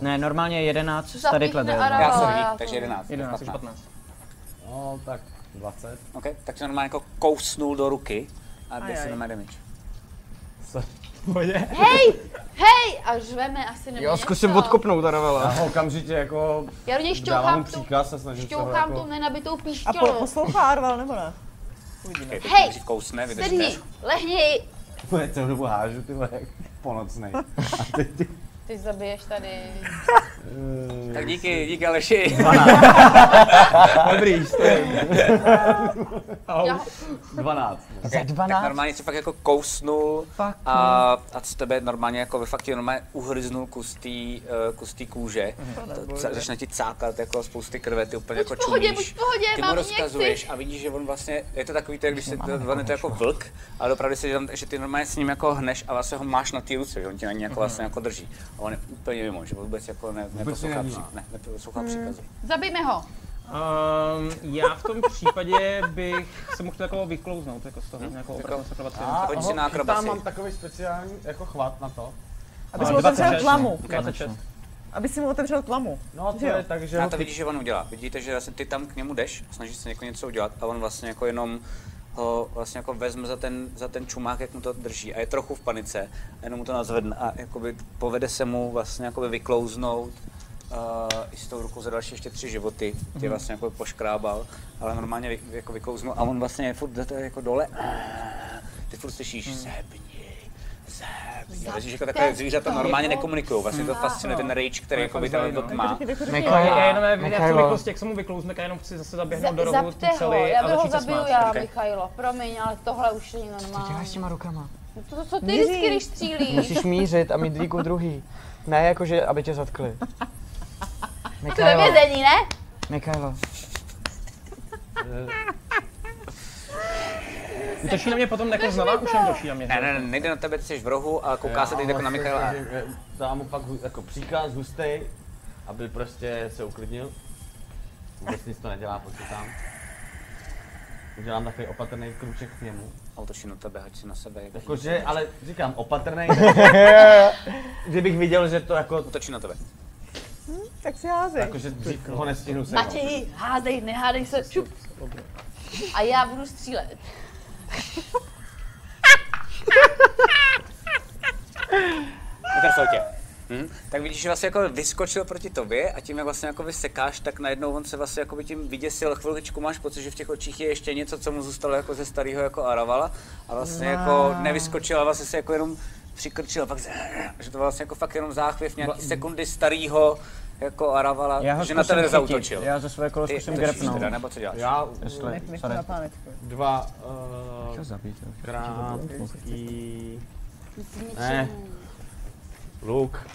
[SPEAKER 3] Ne, normálně je 11 s
[SPEAKER 4] Zapíchne
[SPEAKER 3] tady kladem.
[SPEAKER 4] Ara-
[SPEAKER 2] Já
[SPEAKER 4] Jo,
[SPEAKER 2] jsem
[SPEAKER 4] já
[SPEAKER 2] vidí, takže
[SPEAKER 4] to-
[SPEAKER 2] 11.
[SPEAKER 10] 11,
[SPEAKER 2] 11
[SPEAKER 10] takže 15.
[SPEAKER 5] No, tak 20.
[SPEAKER 2] Ok, tak tě normálně jako kousnul do ruky a jde si
[SPEAKER 10] aj.
[SPEAKER 2] na damage.
[SPEAKER 5] Pojde.
[SPEAKER 4] Hej! Hej! A žveme asi nebo
[SPEAKER 3] Jo,
[SPEAKER 4] něco.
[SPEAKER 3] zkusím odkopnout Aravela.
[SPEAKER 5] A okamžitě jako
[SPEAKER 4] Já do něj
[SPEAKER 5] dávám
[SPEAKER 4] šťouchám
[SPEAKER 5] mu
[SPEAKER 4] tu,
[SPEAKER 5] příkaz a snažím se ho
[SPEAKER 4] šťouchám tu
[SPEAKER 5] jako...
[SPEAKER 4] nenabitou
[SPEAKER 8] A po,
[SPEAKER 4] píšťolu.
[SPEAKER 8] poslouchá Arval, nebo ne?
[SPEAKER 2] Okay,
[SPEAKER 4] Hej,
[SPEAKER 2] Nejdřív kousne,
[SPEAKER 4] Sedni,
[SPEAKER 2] vydržte.
[SPEAKER 4] lehni!
[SPEAKER 5] Úplně celou dobu hážu tyhle jak ponocnej. A teď ty...
[SPEAKER 4] Ty zabiješ tady.
[SPEAKER 5] eh,
[SPEAKER 2] Tak díky, díky Aleši.
[SPEAKER 5] Dobrý, stojím.
[SPEAKER 4] Já ho
[SPEAKER 5] 12.
[SPEAKER 2] Okay,
[SPEAKER 6] Za
[SPEAKER 2] tak
[SPEAKER 6] 12?
[SPEAKER 2] normálně si fakt jako kousnul a, a z tebe normálně jako by fakt ti normálně uhryznul kus tý, eh, kus tý kůže. To, ca- začne ti cákat jako spousty krve, ty úplně jako
[SPEAKER 4] v pohodě,
[SPEAKER 2] čumíš.
[SPEAKER 4] buď v pohodě,
[SPEAKER 2] ty mu
[SPEAKER 4] mám
[SPEAKER 2] rozkazuješ a vidíš, že on vlastně, je to takový, to, jak když se to, on je to jako vlk, ale opravdu si, že, tam, že ty normálně s ním jako hneš a vlastně ho máš na té ruce, že on ti na ní jako vlastně jako drží. A on je úplně mimo, že vůbec jako ne, neposlouchá,
[SPEAKER 5] nevnímá.
[SPEAKER 2] při, ne, neposlouchá
[SPEAKER 4] Hmm.
[SPEAKER 2] příkazy.
[SPEAKER 4] Zabijme ho.
[SPEAKER 10] Um, já v tom případě bych se mu chtěl jako vyklouznout jako z toho,
[SPEAKER 4] Hm?
[SPEAKER 10] nějakou opravdu se akrobaci.
[SPEAKER 5] A
[SPEAKER 2] Pojď si
[SPEAKER 5] oho,
[SPEAKER 2] na akrobaci.
[SPEAKER 5] Tam mám takový speciální jako chvat na to.
[SPEAKER 8] Aby si
[SPEAKER 5] A
[SPEAKER 8] mu otevřel
[SPEAKER 5] 26,
[SPEAKER 8] tlamu.
[SPEAKER 10] 26.
[SPEAKER 8] Aby si mu otevřel tlamu.
[SPEAKER 5] No to
[SPEAKER 8] Že jo?
[SPEAKER 5] je tak, že
[SPEAKER 2] A
[SPEAKER 5] ho
[SPEAKER 2] to vidíš, že on udělá. Vidíte, že vlastně ty tam k němu jdeš, snažíš se něko něco udělat a on vlastně jako jenom ho vlastně jako vezme za ten, za ten čumák, jak mu to drží a je trochu v panice a jenom mu to nazvedne a jakoby povede se mu vlastně jakoby vyklouznout uh, i s tou rukou za další ještě tři životy, ty
[SPEAKER 5] Mhm.
[SPEAKER 2] vlastně jako poškrábal, ale normálně vy, jako vyklouznul a on vlastně je furt jde jako dole, ty furt slyšíš,
[SPEAKER 5] Mhm.
[SPEAKER 2] mm. zebni, zebni. A Vidíš, jako takové zvířata normálně nekomunikují, vlastně to fascinuje ten rage, který jako by ten vlk má.
[SPEAKER 10] Já, já jenom
[SPEAKER 3] Michaela,
[SPEAKER 10] nevím, jak to
[SPEAKER 3] Michaelo,
[SPEAKER 10] rychlost, jak se mu vyklouzne, já jenom chci zase
[SPEAKER 4] Za,
[SPEAKER 10] zaběhnout do rohu
[SPEAKER 4] zapte
[SPEAKER 10] tu
[SPEAKER 4] ho,
[SPEAKER 10] celý
[SPEAKER 4] já
[SPEAKER 10] a
[SPEAKER 4] bych ho
[SPEAKER 10] začít se
[SPEAKER 4] zabiju
[SPEAKER 10] smát.
[SPEAKER 4] já,
[SPEAKER 2] okej.
[SPEAKER 4] Michailo. Promiň, ale tohle už není normální.
[SPEAKER 3] děláš s těma rukama?
[SPEAKER 4] To, to co ty
[SPEAKER 8] Míří.
[SPEAKER 4] vždycky, když střílíš.
[SPEAKER 3] Musíš mířit a mít dvíku druhý. Ne jakože, aby tě zatkli.
[SPEAKER 4] To ve
[SPEAKER 3] Michaelo,
[SPEAKER 4] vězení, ne?
[SPEAKER 3] Michaelo,
[SPEAKER 10] Útočí na mě potom jako znova, už jenom točí na mě.
[SPEAKER 2] Ne, ne, ne, nejde na tebe, ty jsi v rohu a kouká se teď jako na Michaela.
[SPEAKER 5] Dám mu pak hu- jako příkaz hustej, aby prostě se uklidnil. Vůbec nic to nedělá, počítám. Udělám takový opatrný kruček k němu.
[SPEAKER 2] A otočí na tebe, hoď si na sebe. jak-
[SPEAKER 5] Jakože, ale říkám opatrný. Kdybych viděl, že to jako,
[SPEAKER 2] Otočí na tebe.
[SPEAKER 8] Tak si házej.
[SPEAKER 5] jakože dřív ho nestihnu se.
[SPEAKER 4] Matěji, házej, nehádej se, čup. A já budu střílet.
[SPEAKER 2] Ukrsou tě. Hm? Tak vidíš, že vlastně jako vyskočil proti tobě a tím, jak vlastně jako vysekáš, tak najednou on se vlastně jako by tím vyděsil. Chviličku máš pocit, že v těch očích je ještě něco, co mu zůstalo jako ze starého jako Aravala a vlastně jako nevyskočil a vlastně se jako jenom přikrčil a pak z... že to byl vlastně jako fakt jenom záchvěv nějaký sekundy starého jako aravala,
[SPEAKER 8] Já ho
[SPEAKER 2] že na tebe
[SPEAKER 8] zkusím
[SPEAKER 2] zautočil.
[SPEAKER 8] Já za své kolo
[SPEAKER 2] Ty
[SPEAKER 8] zkusím
[SPEAKER 2] točíš
[SPEAKER 8] grepnout.
[SPEAKER 2] teda, nebo co děláš?
[SPEAKER 3] Já, jestli,
[SPEAKER 8] Nech mi to
[SPEAKER 3] sorry.
[SPEAKER 8] na pánečku.
[SPEAKER 12] Dva
[SPEAKER 3] Chtěl
[SPEAKER 12] uh,
[SPEAKER 3] zabít, jo.
[SPEAKER 12] krátký... Ne. Luk.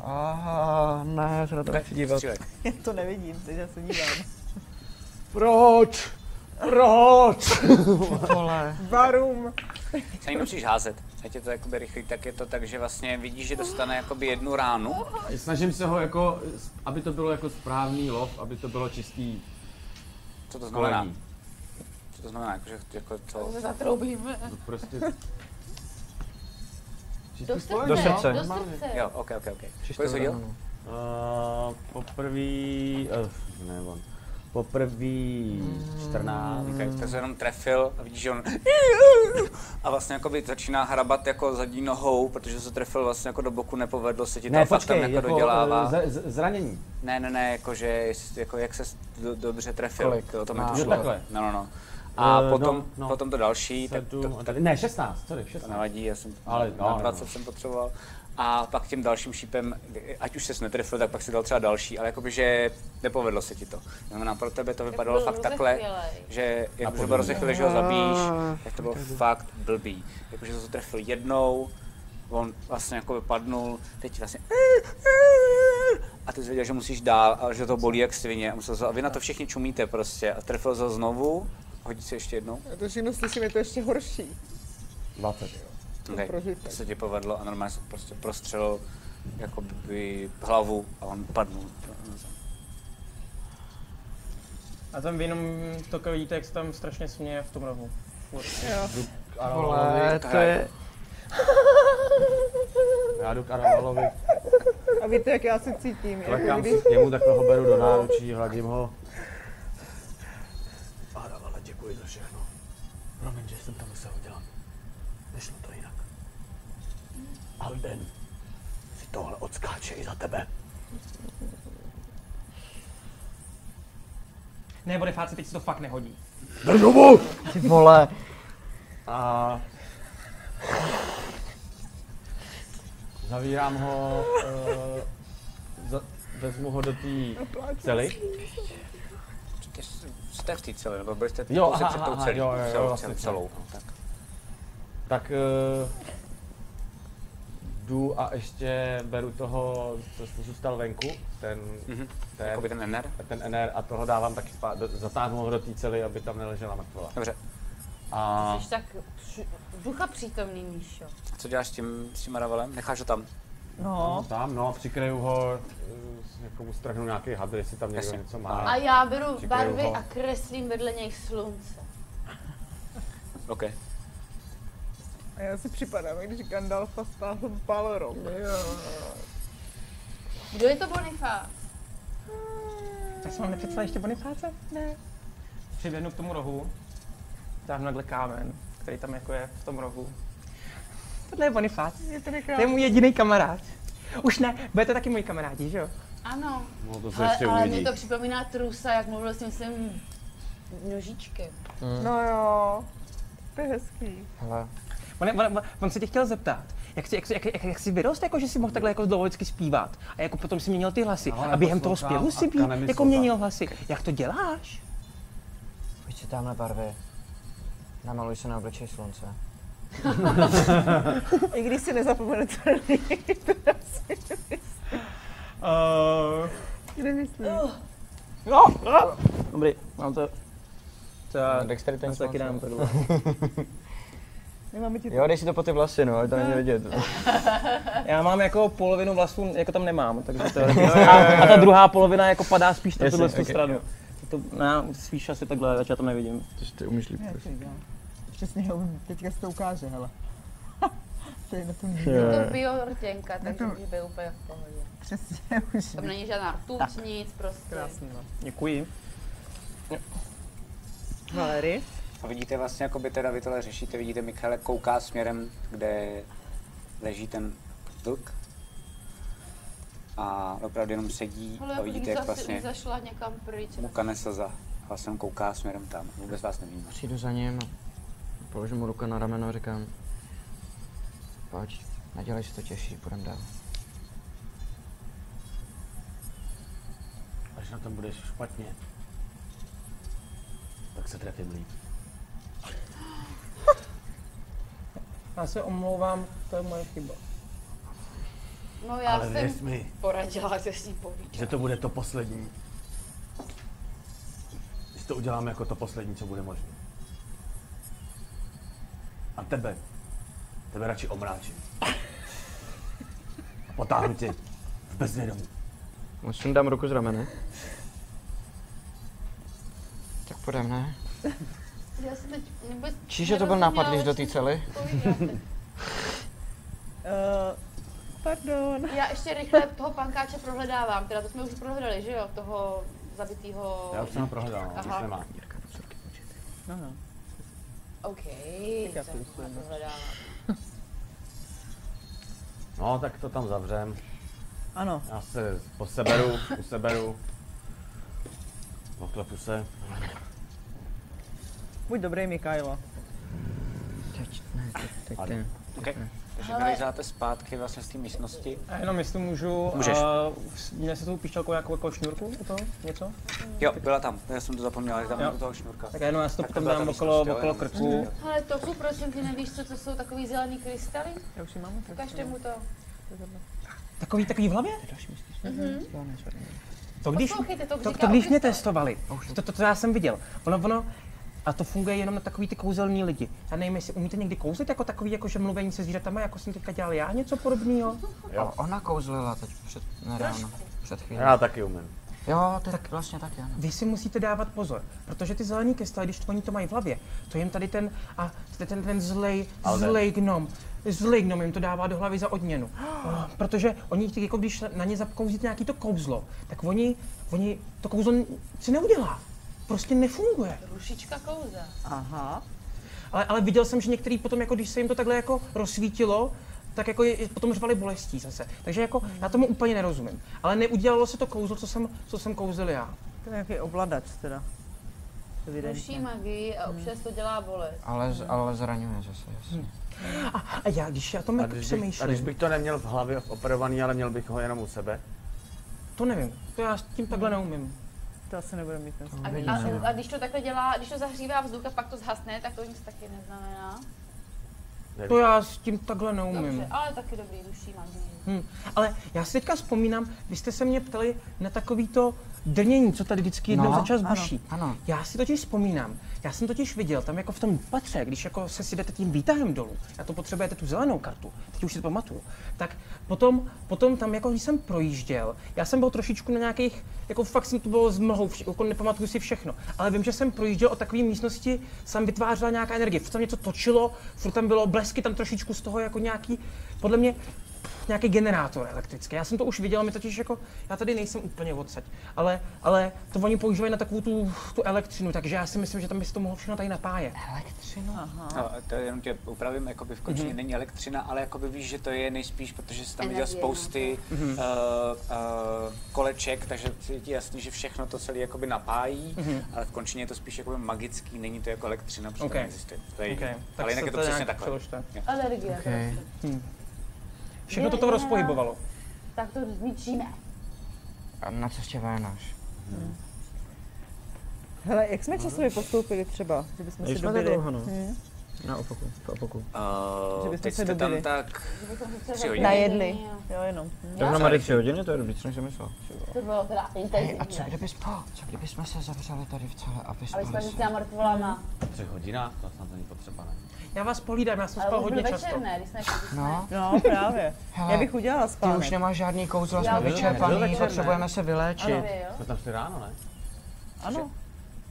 [SPEAKER 3] Aha, ne, se na to nechci dívat.
[SPEAKER 2] Střílek.
[SPEAKER 8] Já to nevidím, takže já se dívám.
[SPEAKER 12] Proč? Proč?
[SPEAKER 8] Varum!
[SPEAKER 2] Se nemusíš házet, ať je to jakoby rychlý, tak je to tak, že vlastně vidíš, že dostane jakoby jednu ránu.
[SPEAKER 5] Snažím se ho jako, aby to bylo jako správný lov, aby to bylo čistý
[SPEAKER 2] Co to znamená?
[SPEAKER 5] kolení.
[SPEAKER 2] Co to znamená, jako, že jako to...
[SPEAKER 4] Zatroubíme.
[SPEAKER 5] No prostě
[SPEAKER 4] Do srdce.
[SPEAKER 12] Do srdce.
[SPEAKER 4] Do srdce.
[SPEAKER 2] Jo, ok, ok, ok. Kolik jsi hodil?
[SPEAKER 5] no.
[SPEAKER 12] Uh, poprvý... Uh, ne, on. Poprvý 14.
[SPEAKER 2] Okay, tak se jenom trefil a vidíš, že on a vlastně jakoby začíná hrabat jako zadní nohou, protože se trefil vlastně jako do boku, nepovedlo se ti to a
[SPEAKER 5] Ne,
[SPEAKER 2] fakt tam
[SPEAKER 5] počkej,
[SPEAKER 2] jako,
[SPEAKER 5] jako,
[SPEAKER 2] dodělává.
[SPEAKER 5] eh, z, z, zranění.
[SPEAKER 2] Ne, ne, ne, jakože jestli- jako jak se do, dobře trefil, Kolik? to, to mi
[SPEAKER 5] Ah,
[SPEAKER 2] to
[SPEAKER 5] jo,
[SPEAKER 2] šlo.
[SPEAKER 5] takhle.
[SPEAKER 2] No, no, no. A
[SPEAKER 5] Eh,
[SPEAKER 2] potom,
[SPEAKER 5] no, no.
[SPEAKER 2] potom to další, tak to,
[SPEAKER 5] Sedm, a tady- ne, 16, sorry,
[SPEAKER 2] to
[SPEAKER 5] 16.
[SPEAKER 2] nevadí, já jsem
[SPEAKER 5] Ale-
[SPEAKER 2] na
[SPEAKER 5] no,
[SPEAKER 2] 20
[SPEAKER 5] no.
[SPEAKER 2] jsem potřeboval. A pak tím dalším šípem, ať už ses netrefil, tak pak si dal třeba další, ale jakoby, že nepovedlo se ti to. Znamená, pro tebe to vypadalo
[SPEAKER 4] byl
[SPEAKER 2] fakt takhle,
[SPEAKER 4] rozechvělej.
[SPEAKER 2] že jakože byl rozechvělej, že ho zabíjíš,
[SPEAKER 5] Ah,
[SPEAKER 2] tak to bylo fakt blbý. Jakože to trefil jednou, on vlastně jako vypadnul, teď vlastně a ty jsi věděl, že musíš dál a že to bolí jak svině. A, musel se, a vy na to všichni čumíte prostě. A trefil se ho znovu, hodí se ještě jednou.
[SPEAKER 8] Já to všechno slyším, je to ještě horší.
[SPEAKER 12] 20, jo.
[SPEAKER 2] Ne,
[SPEAKER 8] prožitek.
[SPEAKER 2] to se ti povedlo a normálně se prostě prostřelil jakoby hlavu a on padnul. na zem.
[SPEAKER 10] A tam vy jenom to jako vidíte, jak se tam strašně směje v tom rohu.
[SPEAKER 3] Vole, to je...
[SPEAKER 12] Já jdu k Aravalovi,
[SPEAKER 8] A víte, jak já se cítím? Jako
[SPEAKER 12] klekám
[SPEAKER 8] když...
[SPEAKER 12] si k němu, takhle ho beru do náručí, hladím ho. Aravala, děkuji za všechno. Promiň, že jsem to musel udělat. Nešlo to jinak. Alden si tohle odskáče i za tebe.
[SPEAKER 10] Ne, bude fáci, teď se to fakt nehodí.
[SPEAKER 8] Ty vole.
[SPEAKER 12] A zavírám ho, eh, za, vezmu ho do té cely.
[SPEAKER 2] Ty Jste v té celé, nebo byli jste
[SPEAKER 12] Jo,
[SPEAKER 2] kousek
[SPEAKER 12] aha,
[SPEAKER 2] před tou
[SPEAKER 12] aha,
[SPEAKER 2] celý,
[SPEAKER 12] jo, jo, jo,
[SPEAKER 2] celou,
[SPEAKER 12] vlastně
[SPEAKER 2] celou.
[SPEAKER 12] tak.
[SPEAKER 2] no, tak.
[SPEAKER 12] Tak eh, jdu a ještě beru toho, co jsi zůstal venku, ten,
[SPEAKER 2] Mhm.
[SPEAKER 12] ten,
[SPEAKER 2] Jakoby ten NR.
[SPEAKER 12] ten NR a toho dávám taky zpátky, zatáhnu ho do té cely, aby tam neležela mrtvela.
[SPEAKER 2] Dobře,
[SPEAKER 12] A
[SPEAKER 4] Jsi tak při- ducha přítomný, Míšo.
[SPEAKER 2] co děláš s tím, s tím Aravalem? Necháš ho tam?
[SPEAKER 8] No,
[SPEAKER 12] tam, no, přikryju ho, eh, někomu strhnu nějaký hadr, jestli tam někdo
[SPEAKER 2] Jasně.
[SPEAKER 12] něco
[SPEAKER 4] A
[SPEAKER 12] má.
[SPEAKER 4] já beru
[SPEAKER 12] Čekaj,
[SPEAKER 4] barvy
[SPEAKER 12] ho.
[SPEAKER 4] a kreslím vedle něj slunce.
[SPEAKER 2] OK.
[SPEAKER 8] a já si připadám, jak když Gandalfa stáhl Balrog.
[SPEAKER 4] Kdo je to Bonifá?
[SPEAKER 10] Já jsem vám nepředstavil ještě Bonifáce? Ne. Přiběhnu k tomu rohu, dám takhle kámen, který tam jako je v tom rohu. Tohle je Bonifác,
[SPEAKER 8] Je to
[SPEAKER 10] to je můj jediný kamarád. Už ne, budete taky můj kamarádi, že jo?
[SPEAKER 4] Ano.
[SPEAKER 12] No to se
[SPEAKER 4] Ale,
[SPEAKER 12] ještě
[SPEAKER 4] ale
[SPEAKER 12] uvidí.
[SPEAKER 4] mě to připomíná trusa, jak mluvil s tím svým nožičkem.
[SPEAKER 8] No jo, to je hezký.
[SPEAKER 3] Hele,
[SPEAKER 10] On, on, on, on se tě chtěl zeptat, jak jsi, jak, jsi- jak, jak, jak jsi vyrost, jako, že jsi mohl takhle jako dlouho vždycky zpívat a jako potom si měnil ty hlasy
[SPEAKER 12] Ale
[SPEAKER 10] a během toho
[SPEAKER 12] neposlouchám
[SPEAKER 10] zpěvu
[SPEAKER 12] a
[SPEAKER 10] si bí,
[SPEAKER 12] Kana mi
[SPEAKER 10] jako
[SPEAKER 12] slova.
[SPEAKER 10] měnil hlasy. Jak to děláš?
[SPEAKER 6] Víš co, tamhle barvy. Namaluj se na obličej slunce.
[SPEAKER 8] I když si nezapomenu, co
[SPEAKER 10] Uh,
[SPEAKER 8] kde myslím.
[SPEAKER 10] no, no. Dobrý, mám to. To já
[SPEAKER 3] dexterity
[SPEAKER 10] já
[SPEAKER 3] nic
[SPEAKER 10] to taky
[SPEAKER 3] moc,
[SPEAKER 10] dám.
[SPEAKER 3] ne?
[SPEAKER 10] takhle.
[SPEAKER 8] Nemáme ti to.
[SPEAKER 3] Jo, dej si to po ty vlasy, no, ať to není vidět.
[SPEAKER 10] Já mám jako polovinu vlasů, jako tam nemám, takže
[SPEAKER 2] *laughs*
[SPEAKER 10] to a, a ta druhá polovina jako padá spíš na
[SPEAKER 3] Jasně,
[SPEAKER 10] tuhle tu
[SPEAKER 3] ok.
[SPEAKER 10] stranu. To, ne, spíš asi takhle, takže já to nevidím.
[SPEAKER 3] Což ty umíš líp.
[SPEAKER 8] Já to dělám. Přesně, jo, teďka se to ukáže, hele. to je na tom
[SPEAKER 4] Je to biortěnka, takže
[SPEAKER 8] to-
[SPEAKER 4] může být úplně v pohodě. *laughs*
[SPEAKER 8] Přesně, už.
[SPEAKER 4] Tam není žádná tuč, nic prostě.
[SPEAKER 8] Krásný, no.
[SPEAKER 10] Děkuji.
[SPEAKER 8] Valery?
[SPEAKER 2] A vidíte vlastně, jakoby teda vy tohle řešíte, vidíte Michale kouká směrem, kde leží ten vlk. A opravdu jenom sedí
[SPEAKER 4] Hele,
[SPEAKER 2] a
[SPEAKER 4] jako
[SPEAKER 2] vidíte,
[SPEAKER 4] vidíte,
[SPEAKER 2] jak
[SPEAKER 4] zase vlastně...
[SPEAKER 2] vlastně
[SPEAKER 4] zašla někam pryč.
[SPEAKER 2] mu kane slza. A vlastně on kouká směrem tam. Vůbec vás nevidí.
[SPEAKER 6] Přijdu za ním, položím mu ruku na rameno a říkám, pojď, nedělej si to těžší, půjdem dál.
[SPEAKER 5] Až na tom budeš špatně, tak se trefím líp.
[SPEAKER 10] Já se omlouvám, to je moje chyba.
[SPEAKER 4] No já
[SPEAKER 5] Ale věř
[SPEAKER 4] jsem
[SPEAKER 5] mi.
[SPEAKER 4] poradila, že s ní povídat.
[SPEAKER 5] Že to bude to poslední. Že to uděláme jako to poslední, co bude možné. A tebe. Tebe radši omráčím. A potáhnu tě v bezvědomí.
[SPEAKER 13] Sundám ruku z ramene.
[SPEAKER 6] Tak půjdem, ne?
[SPEAKER 4] Já se teď vůbec
[SPEAKER 6] Čiže to byl
[SPEAKER 4] nerozuměla,
[SPEAKER 6] nápad, když do
[SPEAKER 4] že
[SPEAKER 6] té
[SPEAKER 4] jsi
[SPEAKER 6] cely?
[SPEAKER 4] povídala.
[SPEAKER 8] Pardon.
[SPEAKER 4] Já ještě rychle toho pankáče prohledávám, teda to jsme už prohledali, že jo, toho zabitýho...
[SPEAKER 5] Já už jsem ho prohledal, no, už nemám.
[SPEAKER 8] No, no.
[SPEAKER 4] OK,
[SPEAKER 8] já
[SPEAKER 4] tak to
[SPEAKER 8] to usuneme.
[SPEAKER 4] prohledávám.
[SPEAKER 5] No, tak to tam zavřem.
[SPEAKER 8] Ano.
[SPEAKER 5] Já se poseberu, useberu. Oklepu se.
[SPEAKER 8] Buď dobrý, Mikajlo.
[SPEAKER 2] Ale-
[SPEAKER 8] Okay.
[SPEAKER 10] Mhm.
[SPEAKER 2] Takže
[SPEAKER 8] Hele.
[SPEAKER 2] vylejzáte zpátky vlastně z té místnosti.
[SPEAKER 10] A jenom jestli můžu,
[SPEAKER 2] Můžeš.
[SPEAKER 10] a měl jsi tou píšťalkou jako, jako šňůrku u toho? Něco?
[SPEAKER 2] Jo, byla tam. Já jsem to zapomněl, že tam
[SPEAKER 10] Jo.
[SPEAKER 2] do toho šňůrka.
[SPEAKER 10] Tak jenom já si to
[SPEAKER 2] Tak
[SPEAKER 10] potom
[SPEAKER 2] byla
[SPEAKER 10] dám
[SPEAKER 2] ta
[SPEAKER 10] okolo,
[SPEAKER 2] místnost, jo,
[SPEAKER 10] okolo
[SPEAKER 2] jenom
[SPEAKER 10] krku.
[SPEAKER 8] Mhm.
[SPEAKER 4] Ale Toku, prosím, ty nevíš, co to jsou takový zelený krystaly?
[SPEAKER 8] Já už si mám
[SPEAKER 4] Ukažte mu to.
[SPEAKER 10] Takový, takový v hlavě?
[SPEAKER 4] Mhm.
[SPEAKER 10] To když,
[SPEAKER 4] Poslouchejte, to
[SPEAKER 10] to, to
[SPEAKER 4] říká
[SPEAKER 10] když mě testovali, to, to, to, já jsem viděl. Ono, ono, a to funguje jenom na takový ty kouzelní lidi. Já nevím, jestli umíte někdy kouzlit jako takový, jako že mluvení se zvířatama, jako jsem teďka dělal já, něco podobného?
[SPEAKER 5] Jo.
[SPEAKER 6] Ona kouzlila teď před, nedávno, před chvílí.
[SPEAKER 5] Já taky umím.
[SPEAKER 6] Jo, ty tak vlastně taky, ano.
[SPEAKER 10] Vy si musíte dávat pozor, protože ty zelení kestaly, když to oni to mají v hlavě, to jim tady ten, a tady ten, ten zlej,
[SPEAKER 5] Ale ne.
[SPEAKER 10] zlej gnom, zlej gnom jim to dává do hlavy za odměnu. *gasps* Ah, Protože oni, ty jako když na ně zakouzíte nějaký to kouzlo, tak oni, oni to kouzlo si neudělá. Prostě nefunguje.
[SPEAKER 4] Rušička kouza.
[SPEAKER 8] Aha.
[SPEAKER 10] Ale, ale viděl jsem, že některý potom, jako když se jim to takhle jako rozsvítilo, tak jako je, potom řvali bolestí zase. Takže jako já tomu úplně nerozumím. Ale neudělalo se to kouzlo, co jsem, co jsem kouzil já.
[SPEAKER 8] To je nějaký ovladač teda.
[SPEAKER 4] Ruší magii a občas to dělá bolest.
[SPEAKER 6] Ale, z- ale zraňuje zase, jasně.
[SPEAKER 8] Hm.
[SPEAKER 10] A, a já, když já tom
[SPEAKER 5] A
[SPEAKER 10] jako
[SPEAKER 5] když, bych, a když
[SPEAKER 10] přemýšlím,
[SPEAKER 5] bych to neměl v hlavě operovaný, ale měl bych ho jenom u sebe,
[SPEAKER 10] to nevím, to já s tím takhle neumím.
[SPEAKER 8] To asi nebude mít
[SPEAKER 6] No.
[SPEAKER 8] ten
[SPEAKER 4] A, a, a, když to takhle dělá, když to zahřívá vzduch a pak to zhasne, tak to nic taky neznamená.
[SPEAKER 5] Nevím.
[SPEAKER 10] To já s tím takhle neumím.
[SPEAKER 4] Dobře, ale taky dobrý ruší magii.
[SPEAKER 10] Hm. Ale já si teďka vzpomínám, vy jste se mě ptali na takový to drnění, co tady vždycky jednou
[SPEAKER 6] No,
[SPEAKER 10] za čas
[SPEAKER 6] ano,
[SPEAKER 10] buší.
[SPEAKER 6] ano.
[SPEAKER 10] Já si totiž vzpomínám, já jsem totiž viděl tam jako v tom patře, když jako se si jdete tím výtahem dolů, a to potřebujete tu zelenou kartu, teď už si to pamatuju, tak potom, potom tam jako když jsem projížděl, já jsem byl trošičku na nějakých, jako fakt jsem to bylo s mlhou, vš- jako nepamatuju si všechno, ale vím, že jsem projížděl o takové místnosti, jsem vytvářela nějaká energie, furt tam něco točilo, furt tam bylo blesky, tam trošičku z toho jako nějaký, podle mě nějaký generátor elektrický. Já jsem to už viděl, my totiž jako, já tady nejsem úplně odsaď, ale, ale to oni používají na takovou tu, tu elektřinu, takže já si myslím, že tam by se to mohlo všechno tady napájet.
[SPEAKER 8] Elektřina? Aha.
[SPEAKER 2] No, to jenom tě upravím, jakoby v končině
[SPEAKER 10] Mhm.
[SPEAKER 2] není elektřina, ale jakoby víš, že to je nejspíš, protože jsi tam viděl
[SPEAKER 4] Energie, no.
[SPEAKER 2] spousty uh, uh,
[SPEAKER 10] Mhm.
[SPEAKER 2] koleček, takže je ti jasný, že všechno to celé jakoby napájí,
[SPEAKER 10] Mhm.
[SPEAKER 2] ale v končině je to spíš jakoby magický, není to jako elektřina, protože
[SPEAKER 10] Ok.
[SPEAKER 2] to neexistuje. To je
[SPEAKER 10] Ok,
[SPEAKER 2] okay.
[SPEAKER 10] tak
[SPEAKER 2] Ale jinak
[SPEAKER 10] se
[SPEAKER 2] je to
[SPEAKER 10] to
[SPEAKER 2] přesně
[SPEAKER 10] nějak
[SPEAKER 2] takhle.
[SPEAKER 10] přeložte.
[SPEAKER 2] Jo.
[SPEAKER 4] Alergie. prostě.
[SPEAKER 6] Okay.
[SPEAKER 10] Všechno to to rozpohybovalo.
[SPEAKER 4] Tak to zničíme.
[SPEAKER 6] A na cestě Vénaš.
[SPEAKER 8] Hele, jak jsme
[SPEAKER 6] No.
[SPEAKER 8] časově postoupili třeba, že bychom si
[SPEAKER 13] Nejsme tak
[SPEAKER 8] dobili?
[SPEAKER 13] dlouho, no.
[SPEAKER 8] Hm?
[SPEAKER 13] Na opoku, po opoku.
[SPEAKER 8] Že
[SPEAKER 2] Uh,
[SPEAKER 8] bychom
[SPEAKER 2] teď
[SPEAKER 8] se
[SPEAKER 2] jste tam
[SPEAKER 8] dobili.
[SPEAKER 2] tak tři hodiny.
[SPEAKER 8] Najedli. Jo, jenom. Hm.
[SPEAKER 13] Tak nám tady tři hodiny, to je dobrý, co jsem si myslel.
[SPEAKER 4] To bylo teda
[SPEAKER 6] Hej, a
[SPEAKER 8] Hm.
[SPEAKER 6] co
[SPEAKER 4] intenzivní.
[SPEAKER 6] kdyby spal? Co kdyby jsme se zavřeli tady v celé a
[SPEAKER 4] Ale jsme
[SPEAKER 6] vyspali
[SPEAKER 4] s
[SPEAKER 6] se?
[SPEAKER 4] těma mrtvolama.
[SPEAKER 5] tři hodinách, to snad není potřeba, ne?
[SPEAKER 10] Já vás pohlídám, já jsem
[SPEAKER 4] Ale
[SPEAKER 10] spal
[SPEAKER 4] už byl
[SPEAKER 10] hodně často.
[SPEAKER 4] večer, ne? Když jsme
[SPEAKER 6] No,
[SPEAKER 8] No, právě.
[SPEAKER 6] Hele,
[SPEAKER 8] Já bych udělala
[SPEAKER 6] ty
[SPEAKER 8] spánek.
[SPEAKER 6] už nemáš žádný kouzla,
[SPEAKER 4] Já
[SPEAKER 6] jsme
[SPEAKER 4] bych-
[SPEAKER 5] Byl
[SPEAKER 6] vyčerpaný,
[SPEAKER 5] večer, ne?
[SPEAKER 6] potřebujeme se vyléčit.
[SPEAKER 4] Tady, jo?
[SPEAKER 5] Jsme tam šli ráno, ne?
[SPEAKER 8] Ano.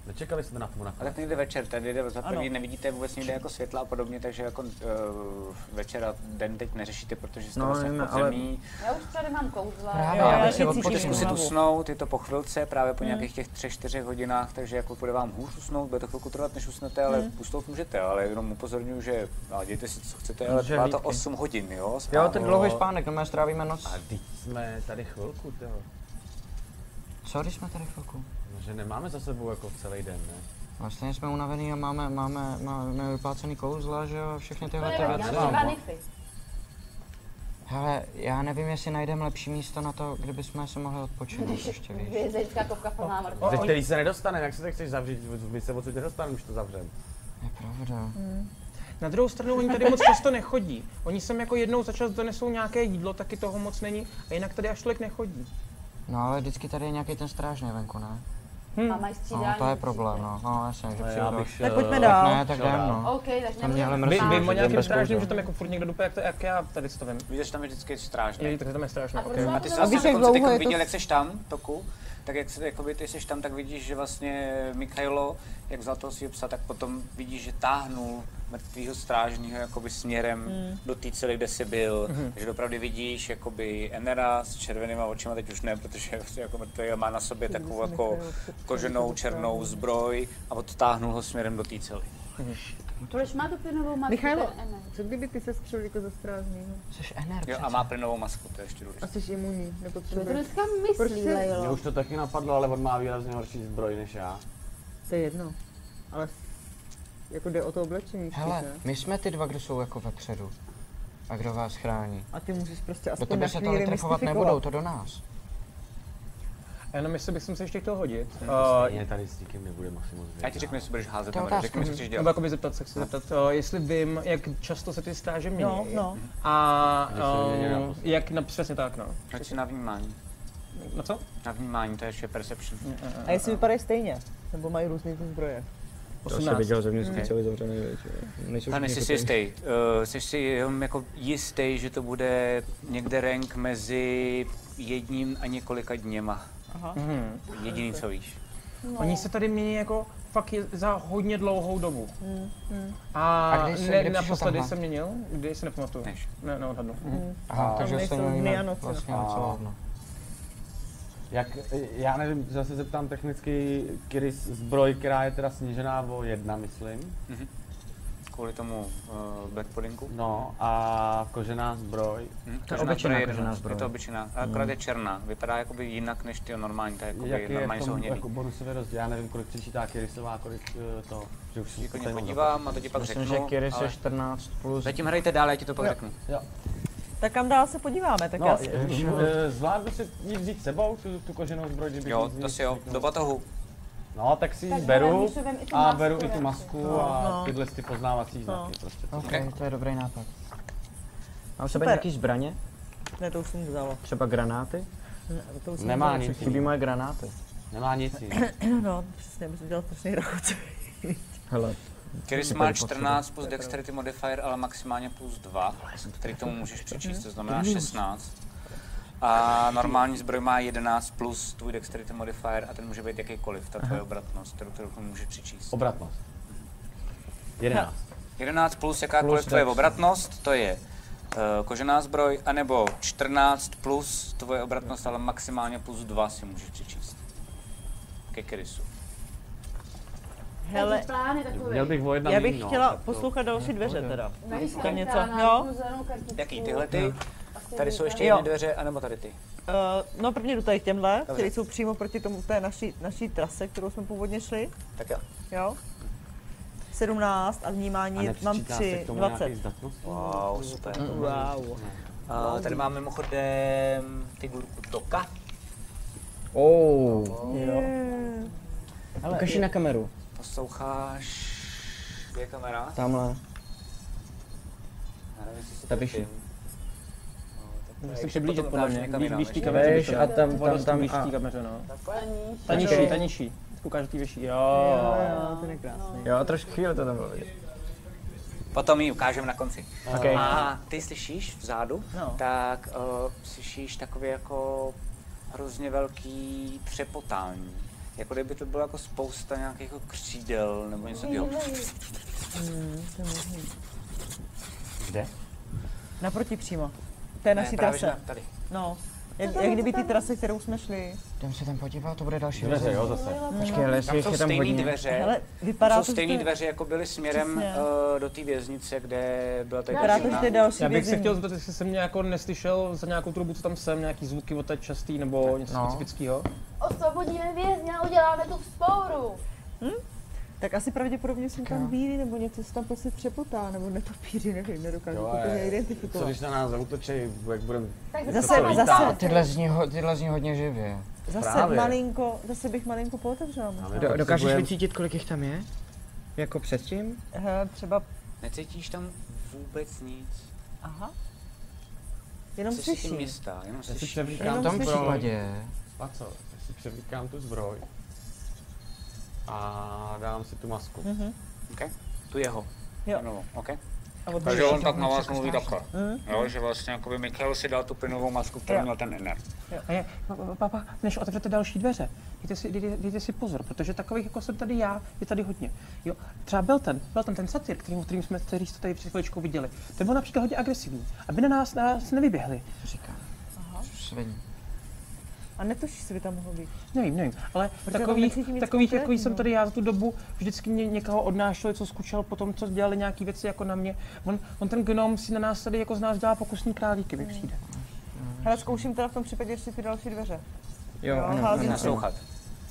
[SPEAKER 5] Nečekali jste na tomu na
[SPEAKER 2] A tak někde večer, tady jde za
[SPEAKER 8] Ano.
[SPEAKER 2] první, nevidíte vůbec někde jako světla a podobně, takže jako uh, večer a den teď neřešíte, protože jste
[SPEAKER 13] No,
[SPEAKER 2] no, vlastně
[SPEAKER 13] nevíme,
[SPEAKER 2] pod
[SPEAKER 13] ale-
[SPEAKER 2] zemí.
[SPEAKER 4] Já už tady mám kouzla.
[SPEAKER 6] Právě,
[SPEAKER 8] Jo,
[SPEAKER 2] Já
[SPEAKER 8] já
[SPEAKER 2] bych si
[SPEAKER 8] vždycky
[SPEAKER 2] odpočít
[SPEAKER 8] cítím
[SPEAKER 2] zkusit
[SPEAKER 8] hlavu.
[SPEAKER 2] usnout, je to po chvilce, právě po nějakých těch třech, čtyřech hodinách, takže jako bude vám hůř usnout, bude to chvilku trvat, než usnete, ale usnout můžete, ale jenom upozorňuju, že a dějte si, co chcete, ale
[SPEAKER 13] Že
[SPEAKER 2] trvá to
[SPEAKER 13] hlídky.
[SPEAKER 2] 8 hodin, jo?
[SPEAKER 6] Jo,
[SPEAKER 2] spánku.
[SPEAKER 6] ten dlouhý spánek, no my strávíme noc.
[SPEAKER 5] A teď jsme tady chvilku, tyjo.
[SPEAKER 6] Sorry, jsme tady
[SPEAKER 8] *laughs*
[SPEAKER 6] chvilku.
[SPEAKER 5] No, že nemáme za sebou jako celý den, ne?
[SPEAKER 6] Vlastně jsme unavený a máme, máme, máme vyplácený kouzla, že jo, všechny
[SPEAKER 4] To
[SPEAKER 6] tyhle ty
[SPEAKER 4] nevadí, já
[SPEAKER 6] věci.
[SPEAKER 4] mám dva nify.
[SPEAKER 6] Hele, já nevím, jestli najdeme lepší místo na to, kde bychom se mohli odpočinout ještě, víš.
[SPEAKER 4] Vězeňská kopka plná mrtvol.
[SPEAKER 5] Ze který se nedostaneme, jak se tak chceš zavřít, my se odsud nedostaneme, už to zavřeme.
[SPEAKER 6] Je pravda.
[SPEAKER 8] Hm.
[SPEAKER 10] Na druhou stranu oni tady moc často nechodí. Oni sem jako jednou za čas donesou nějaké jídlo, taky toho moc není. A jinak tady až tolik nechodí.
[SPEAKER 6] No ale vždycky tady je nějaký ten strážný venku, ne?
[SPEAKER 4] Hm. A mají střídání.
[SPEAKER 6] No, to je problém, no. No, jasně, že
[SPEAKER 5] Ale já
[SPEAKER 6] přijdou.
[SPEAKER 5] bych eh, šel-
[SPEAKER 6] Tak
[SPEAKER 5] Tak
[SPEAKER 6] Ne, tak jdem, no.
[SPEAKER 4] OK, tak
[SPEAKER 6] Tam mě ale
[SPEAKER 4] nemůžeme.
[SPEAKER 10] Vy,
[SPEAKER 6] mrzí,
[SPEAKER 10] vím
[SPEAKER 6] že
[SPEAKER 10] o
[SPEAKER 6] jdem
[SPEAKER 10] nějakém
[SPEAKER 6] bez
[SPEAKER 10] strážném,
[SPEAKER 6] kouzel.
[SPEAKER 10] že tam jako furt někdo dupe, jak, to, jak já tady to vím.
[SPEAKER 2] Víš, že tam je vždycky strážný.
[SPEAKER 10] Je, tak tam je strašné.
[SPEAKER 4] A proč
[SPEAKER 10] Okay.
[SPEAKER 4] vám
[SPEAKER 2] A ty jsi
[SPEAKER 4] to
[SPEAKER 2] vlastně
[SPEAKER 4] vlastně-
[SPEAKER 2] dokonce teď
[SPEAKER 8] dlouho je to
[SPEAKER 2] viděl,
[SPEAKER 8] s-
[SPEAKER 2] jak jsi tam, Toku, tak jak jsi, jakoby ty jsi tam, tak vidíš, že vlastně Mikhailo, jak vzal toho svého psa, tak potom vidíš, že táhnul mrtvýho strážního jakoby směrem do té cely, kde jsi byl.
[SPEAKER 10] Mhm.
[SPEAKER 2] Takže opravdu vidíš jakoby Enera s červenýma očima, teď už ne, protože *laughs* je vlastně jako mrtvý a má na sobě takovou jako koženou černou zbroj a odtáhnul ho směrem do té cely.
[SPEAKER 4] Proč má tu plynovou masku?
[SPEAKER 8] Michailo,
[SPEAKER 4] ten Enem?
[SPEAKER 8] co kdyby ty se skřil jako za strážným?
[SPEAKER 6] Jsi ener,
[SPEAKER 2] Jo, a má plynovou masku, to je ještě
[SPEAKER 8] A
[SPEAKER 2] důležité.
[SPEAKER 8] jsi imunní,
[SPEAKER 4] Co to
[SPEAKER 8] nepotřebuješ.
[SPEAKER 4] dneska
[SPEAKER 8] Proč
[SPEAKER 4] myslí,
[SPEAKER 5] Mě
[SPEAKER 8] si-
[SPEAKER 4] Lejlo?
[SPEAKER 5] už to taky napadlo, ale on má výrazně horší zbroj než já.
[SPEAKER 8] To je jedno. Ale jako jde o to oblečení. spíš,
[SPEAKER 6] Hele,
[SPEAKER 8] ne?
[SPEAKER 6] my jsme ty dva, kdo jsou jako vepředu. A kdo vás chrání?
[SPEAKER 8] A ty můžeš prostě
[SPEAKER 6] Do
[SPEAKER 8] aspoň na
[SPEAKER 6] tebe se
[SPEAKER 8] chvíli
[SPEAKER 6] tolik trefovat nebudou,
[SPEAKER 8] mystifikovat.
[SPEAKER 6] to do nás.
[SPEAKER 10] A jenom jestli bych se ještě chtěl hodit. eh,
[SPEAKER 5] Stejně tady s nikým nebude maximum
[SPEAKER 2] Já ti řeknu, jestli budeš házet,
[SPEAKER 6] To je
[SPEAKER 2] nebo ne,
[SPEAKER 6] otázka.
[SPEAKER 2] řekni mi, co chceš
[SPEAKER 10] Nebo
[SPEAKER 2] dělat.
[SPEAKER 10] jakoby zeptat, se chci zeptat, uh, jestli vím, jak často se ty stáže mění.
[SPEAKER 8] No, no.
[SPEAKER 10] A
[SPEAKER 5] Když se mění
[SPEAKER 10] uh,
[SPEAKER 5] naposled.
[SPEAKER 10] jak, na, přesně tak, no.
[SPEAKER 2] Hoď si na vnímání.
[SPEAKER 10] Na co?
[SPEAKER 2] Na vnímání, to je ještě perception.
[SPEAKER 8] A jestli vypadají stejně, nebo mají různý ty zbroje.
[SPEAKER 14] To se
[SPEAKER 10] 18.
[SPEAKER 14] viděl zevnitř
[SPEAKER 2] Ok.
[SPEAKER 14] ty celý zavřený, viď, jo. Nejsou
[SPEAKER 2] Pane, jsi
[SPEAKER 14] všichni
[SPEAKER 2] si
[SPEAKER 14] jako ty.
[SPEAKER 2] jistý, uh, jsi si jenom jako jistý, že to bude někde rank mezi jedním a několika dněma.
[SPEAKER 8] Aha.
[SPEAKER 10] Mhm.
[SPEAKER 2] Jediný, co víš.
[SPEAKER 4] No.
[SPEAKER 10] Oni se tady mění jako fakt je za hodně dlouhou dobu.
[SPEAKER 8] Mm, mm.
[SPEAKER 10] A,
[SPEAKER 6] A kdy jsi- kdy
[SPEAKER 10] ne,
[SPEAKER 6] přišel
[SPEAKER 10] naposledy
[SPEAKER 6] tenhle?
[SPEAKER 10] se měnil, kdy si nepamatuju.
[SPEAKER 2] Než.
[SPEAKER 10] Ne, neodhadnu. Mhm.
[SPEAKER 6] Aha,
[SPEAKER 8] Tam
[SPEAKER 6] takže
[SPEAKER 8] nejsou
[SPEAKER 6] se
[SPEAKER 8] dny a
[SPEAKER 6] mluvíme
[SPEAKER 8] noci, no.
[SPEAKER 6] vlastně docela
[SPEAKER 5] Jak, já nevím, zase zeptám technicky, který z- zbroj, která je teda snížená o jedna, myslím.
[SPEAKER 2] Kvůli tomu uh, backpodinku.
[SPEAKER 5] No a kožená zbroj.
[SPEAKER 2] Hm?
[SPEAKER 6] Hmm. To je
[SPEAKER 2] Kožená
[SPEAKER 6] obyčejná
[SPEAKER 2] zbroj
[SPEAKER 6] Hmm.
[SPEAKER 2] je
[SPEAKER 6] kožená
[SPEAKER 2] jedna.
[SPEAKER 6] zbroj.
[SPEAKER 2] Je to obyčejná, ale akorát je černá. Vypadá jakoby jinak než ty normální, tak jakoby
[SPEAKER 5] Jak je v
[SPEAKER 2] normálně jsou
[SPEAKER 5] tom
[SPEAKER 2] hnědý.
[SPEAKER 5] jako bonusový rozdíl? Já nevím, kolik přičítá Kirisová, kolik eh, to. Že už si
[SPEAKER 2] Jako
[SPEAKER 5] to
[SPEAKER 2] mě
[SPEAKER 5] tady mám
[SPEAKER 2] podívám a to ti pak
[SPEAKER 6] Myslím, že
[SPEAKER 2] řeknu,
[SPEAKER 6] Kiris je
[SPEAKER 2] ale
[SPEAKER 6] 14 plus.
[SPEAKER 2] zatím hrajte dál, já ti to pak řeknu.
[SPEAKER 8] Tak kam dál se podíváme, tak
[SPEAKER 5] No,
[SPEAKER 8] já
[SPEAKER 5] eh,
[SPEAKER 8] si...
[SPEAKER 5] eh, zvládnu si ji vzít sebou, tu, tu koženou zbroj, kdyby
[SPEAKER 2] Jo,
[SPEAKER 5] jsem
[SPEAKER 2] to
[SPEAKER 5] si ji
[SPEAKER 2] si jo,
[SPEAKER 5] řeknul.
[SPEAKER 2] do batohu.
[SPEAKER 5] No, tak si ji
[SPEAKER 4] Tak
[SPEAKER 5] beru
[SPEAKER 4] ale můžu vem i tu
[SPEAKER 5] a
[SPEAKER 4] masku,
[SPEAKER 5] beru i tu
[SPEAKER 4] ne?
[SPEAKER 5] masku
[SPEAKER 8] No,
[SPEAKER 5] a
[SPEAKER 8] no.
[SPEAKER 5] tyhle ty poznávací znaky
[SPEAKER 8] No.
[SPEAKER 5] prostě.
[SPEAKER 6] Ok, to je dobrý nápad.
[SPEAKER 14] Mám u sebe
[SPEAKER 8] Super.
[SPEAKER 14] nějaký zbraně?
[SPEAKER 8] Ne, to už jsem vzala.
[SPEAKER 14] Třeba granáty?
[SPEAKER 8] Ne, to už jsem
[SPEAKER 5] Nemá
[SPEAKER 8] vzala.
[SPEAKER 5] nic.
[SPEAKER 14] Chybí moje granáty.
[SPEAKER 5] Nemá nic jiného.
[SPEAKER 8] *clears throat*
[SPEAKER 6] *clears throat*
[SPEAKER 8] No, přesně, bych dělal strašný rachot.
[SPEAKER 14] Hele,
[SPEAKER 2] Chris má 14 plus dexterity modifier, ale maximálně plus 2, který k tomu můžeš přečíst, to
[SPEAKER 5] Mhm.
[SPEAKER 2] znamená 16. A normální zbroj má 11 plus tvůj dexterity modifier a ten může být jakýkoliv, ta tvoje obratnost, kterou, kterou k tomu můžeš přičíst.
[SPEAKER 5] Obratnost. 11.
[SPEAKER 2] 11 plus jakákoliv
[SPEAKER 5] Plus
[SPEAKER 2] tvoje
[SPEAKER 5] dex.
[SPEAKER 2] obratnost, to je eh, kožená zbroj, anebo 14 plus tvoje obratnost, ale maximálně plus 2 si můžeš přečíst. Ke Chrisu.
[SPEAKER 8] Hele,
[SPEAKER 4] Takže plán je takový.
[SPEAKER 5] Měl bych o jedna
[SPEAKER 8] já bych
[SPEAKER 5] míň, no,
[SPEAKER 8] chtěla
[SPEAKER 5] tak to-
[SPEAKER 8] poslouchat další dveře teda.
[SPEAKER 4] Navíc
[SPEAKER 8] Tam něco,
[SPEAKER 4] kartána,
[SPEAKER 8] jo?
[SPEAKER 4] zelenou kartičku.
[SPEAKER 2] Jaký tyhle
[SPEAKER 5] Mhm.
[SPEAKER 2] ty? Tady jsou ještě
[SPEAKER 8] Jo.
[SPEAKER 2] jedny dveře, anebo tady ty.
[SPEAKER 8] Uh, no prvně jdu tady k těmhle,
[SPEAKER 2] Dobře.
[SPEAKER 8] které jsou přímo proti tomu té naší, naší trase, kterou jsme původně šli,
[SPEAKER 2] Tak jo.
[SPEAKER 8] jo? 17 a
[SPEAKER 5] A
[SPEAKER 8] vnímání mám
[SPEAKER 5] nepřičítá se
[SPEAKER 8] 3,
[SPEAKER 5] k tomu
[SPEAKER 8] 20.
[SPEAKER 5] nějaký zdatnost?
[SPEAKER 2] Wow, super. Mm-hmm.
[SPEAKER 8] Wow.
[SPEAKER 2] A tady máme mimochodem figurku Toka.
[SPEAKER 14] Oh,
[SPEAKER 8] Jo.
[SPEAKER 14] ukaž ji na kameru,
[SPEAKER 2] Posloucháš... Kde je kamera?
[SPEAKER 14] tamhle.
[SPEAKER 2] Já nevím, jestli se
[SPEAKER 14] Ta vyšší.
[SPEAKER 2] trefím. No, tak to
[SPEAKER 10] Můžeš
[SPEAKER 2] je-
[SPEAKER 10] se
[SPEAKER 2] když
[SPEAKER 10] přiblížit
[SPEAKER 2] potom
[SPEAKER 10] podle
[SPEAKER 2] dáš
[SPEAKER 10] mě,
[SPEAKER 2] někam
[SPEAKER 10] blíž,
[SPEAKER 2] jinam,
[SPEAKER 10] blíž té
[SPEAKER 2] ještě.
[SPEAKER 10] kameře.
[SPEAKER 14] Víš, a tam, tam, tam,
[SPEAKER 10] blíž té
[SPEAKER 14] a,
[SPEAKER 10] kameře, no.
[SPEAKER 4] Plání.
[SPEAKER 10] Ta nižší, ta nižší. Ukážu ty vyšší, jo.
[SPEAKER 8] Jo, ten je krásný.
[SPEAKER 14] jo, trošku chvíli to tam bylo vidět.
[SPEAKER 2] Potom ji ukážeme na konci.
[SPEAKER 14] Okay.
[SPEAKER 2] A ty slyšíš vzadu,
[SPEAKER 8] No.
[SPEAKER 2] tak uh, slyšíš takový jako hrozně velký třepotání. Jako kdyby to bylo jako spousta nějakých jako křídel nebo něco takového.
[SPEAKER 5] Kde?
[SPEAKER 8] Naproti přímo.
[SPEAKER 2] Ne,
[SPEAKER 8] Té naší
[SPEAKER 2] právě že
[SPEAKER 8] trase.
[SPEAKER 2] na- tady.
[SPEAKER 8] No. Jak, jak kdyby ty trase, kterou jsme šli.
[SPEAKER 6] Jdem se tam podívat, to bude další
[SPEAKER 5] Dveře,
[SPEAKER 6] věc.
[SPEAKER 5] jo, zase.
[SPEAKER 14] Počkej, ale jestli
[SPEAKER 2] Tam jsou
[SPEAKER 14] ještě tam
[SPEAKER 2] stejné
[SPEAKER 14] hodně.
[SPEAKER 2] dveře.
[SPEAKER 8] Hele, vypadá
[SPEAKER 2] Tam
[SPEAKER 8] to,
[SPEAKER 2] jsou
[SPEAKER 8] že
[SPEAKER 2] stejné
[SPEAKER 8] to-
[SPEAKER 2] dveře, jako byly směrem
[SPEAKER 8] Přesně. no.
[SPEAKER 2] uh, do té věznice, kde byla tady
[SPEAKER 8] Vypadá
[SPEAKER 2] ta
[SPEAKER 8] to, že to je
[SPEAKER 2] žena.
[SPEAKER 8] další
[SPEAKER 10] Já bych se
[SPEAKER 8] vězení.
[SPEAKER 10] chtěl zeptat, jestli jsem mě jako neslyšel za nějakou tu dobu, co tam jsem, nějaký zvuky od té častý nebo něco
[SPEAKER 6] No.
[SPEAKER 10] specifického.
[SPEAKER 4] Osvobodíme vězně a uděláme tu vzpouru.
[SPEAKER 8] Tak asi pravděpodobně jsou tam víry, nebo něco se tam prostě přepotá, nebo netopíři, nevím, nedokážu úplně
[SPEAKER 5] eh, co
[SPEAKER 8] identifikovat.
[SPEAKER 5] když na nás zautočí, jak budem...
[SPEAKER 8] Tak
[SPEAKER 5] jak
[SPEAKER 8] zase-
[SPEAKER 5] to lítá?
[SPEAKER 8] zase-
[SPEAKER 15] A tyhle zní, ho, tyhle zní hodně živě.
[SPEAKER 8] Zase
[SPEAKER 5] Právě. No,
[SPEAKER 8] malinko, zase bych malinko pootevřela
[SPEAKER 5] my
[SPEAKER 8] možná.
[SPEAKER 1] Do, dokážeš
[SPEAKER 5] potřebujeme-
[SPEAKER 1] vycítit, kolik jich tam je? Jako předtím?
[SPEAKER 8] Hele, třeba,
[SPEAKER 2] Necítíš tam vůbec nic.
[SPEAKER 8] aha. Jenom
[SPEAKER 2] Jsi si tím
[SPEAKER 8] slyším.
[SPEAKER 2] jistá, jenom
[SPEAKER 5] Já si
[SPEAKER 2] slyšíš.
[SPEAKER 5] převlíkám
[SPEAKER 8] Jenom
[SPEAKER 5] tu
[SPEAKER 8] slyším.
[SPEAKER 5] zbroj. A co? Já si převlíkám tu zbroj. A dám si tu masku.
[SPEAKER 8] Mhm.
[SPEAKER 2] OK. Tu jeho.
[SPEAKER 8] Jo.
[SPEAKER 2] Novou. OK.
[SPEAKER 8] A od-
[SPEAKER 2] Takže on tak na vás mluví takhle.
[SPEAKER 8] Mhm.
[SPEAKER 2] Jo, že vlastně jakoby Michal si dal tu plynovou masku, kterou
[SPEAKER 10] Jo.
[SPEAKER 2] měl ten NR.
[SPEAKER 10] Jo, A je, no, pa- papa, než otevřete další dveře, dejte si, dejte, dejte si pozor, protože takových, jako jsem tady já, je tady hodně. Jo, třeba byl ten, byl ten, ten satyr, kterým, kterým jsme, který jste tady před chviličkou viděli. Ten byl například hodně agresivní, aby na nás, na nás nevyběhli. Říká.
[SPEAKER 8] Aha.
[SPEAKER 15] Svin.
[SPEAKER 8] A netušíš, co by tam mohlo být.
[SPEAKER 10] Nevím, nevím, ale
[SPEAKER 8] Protože tam
[SPEAKER 10] takových,
[SPEAKER 8] necítím nic
[SPEAKER 10] takových jako
[SPEAKER 8] konkrétního.
[SPEAKER 10] jsem tady já za tu dobu, vždycky mě někoho odnášeli, co skučel po tom, co dělali nějaký věci jako na mě. On, on ten gnom si na nás tady jako z nás dělá pokusní králíky, mi přijde.
[SPEAKER 8] Hele, zkouším teda v tom případě ještě ty další dveře.
[SPEAKER 10] Jo, ano,
[SPEAKER 8] házím
[SPEAKER 10] ano.
[SPEAKER 8] si.
[SPEAKER 10] Poslouchat.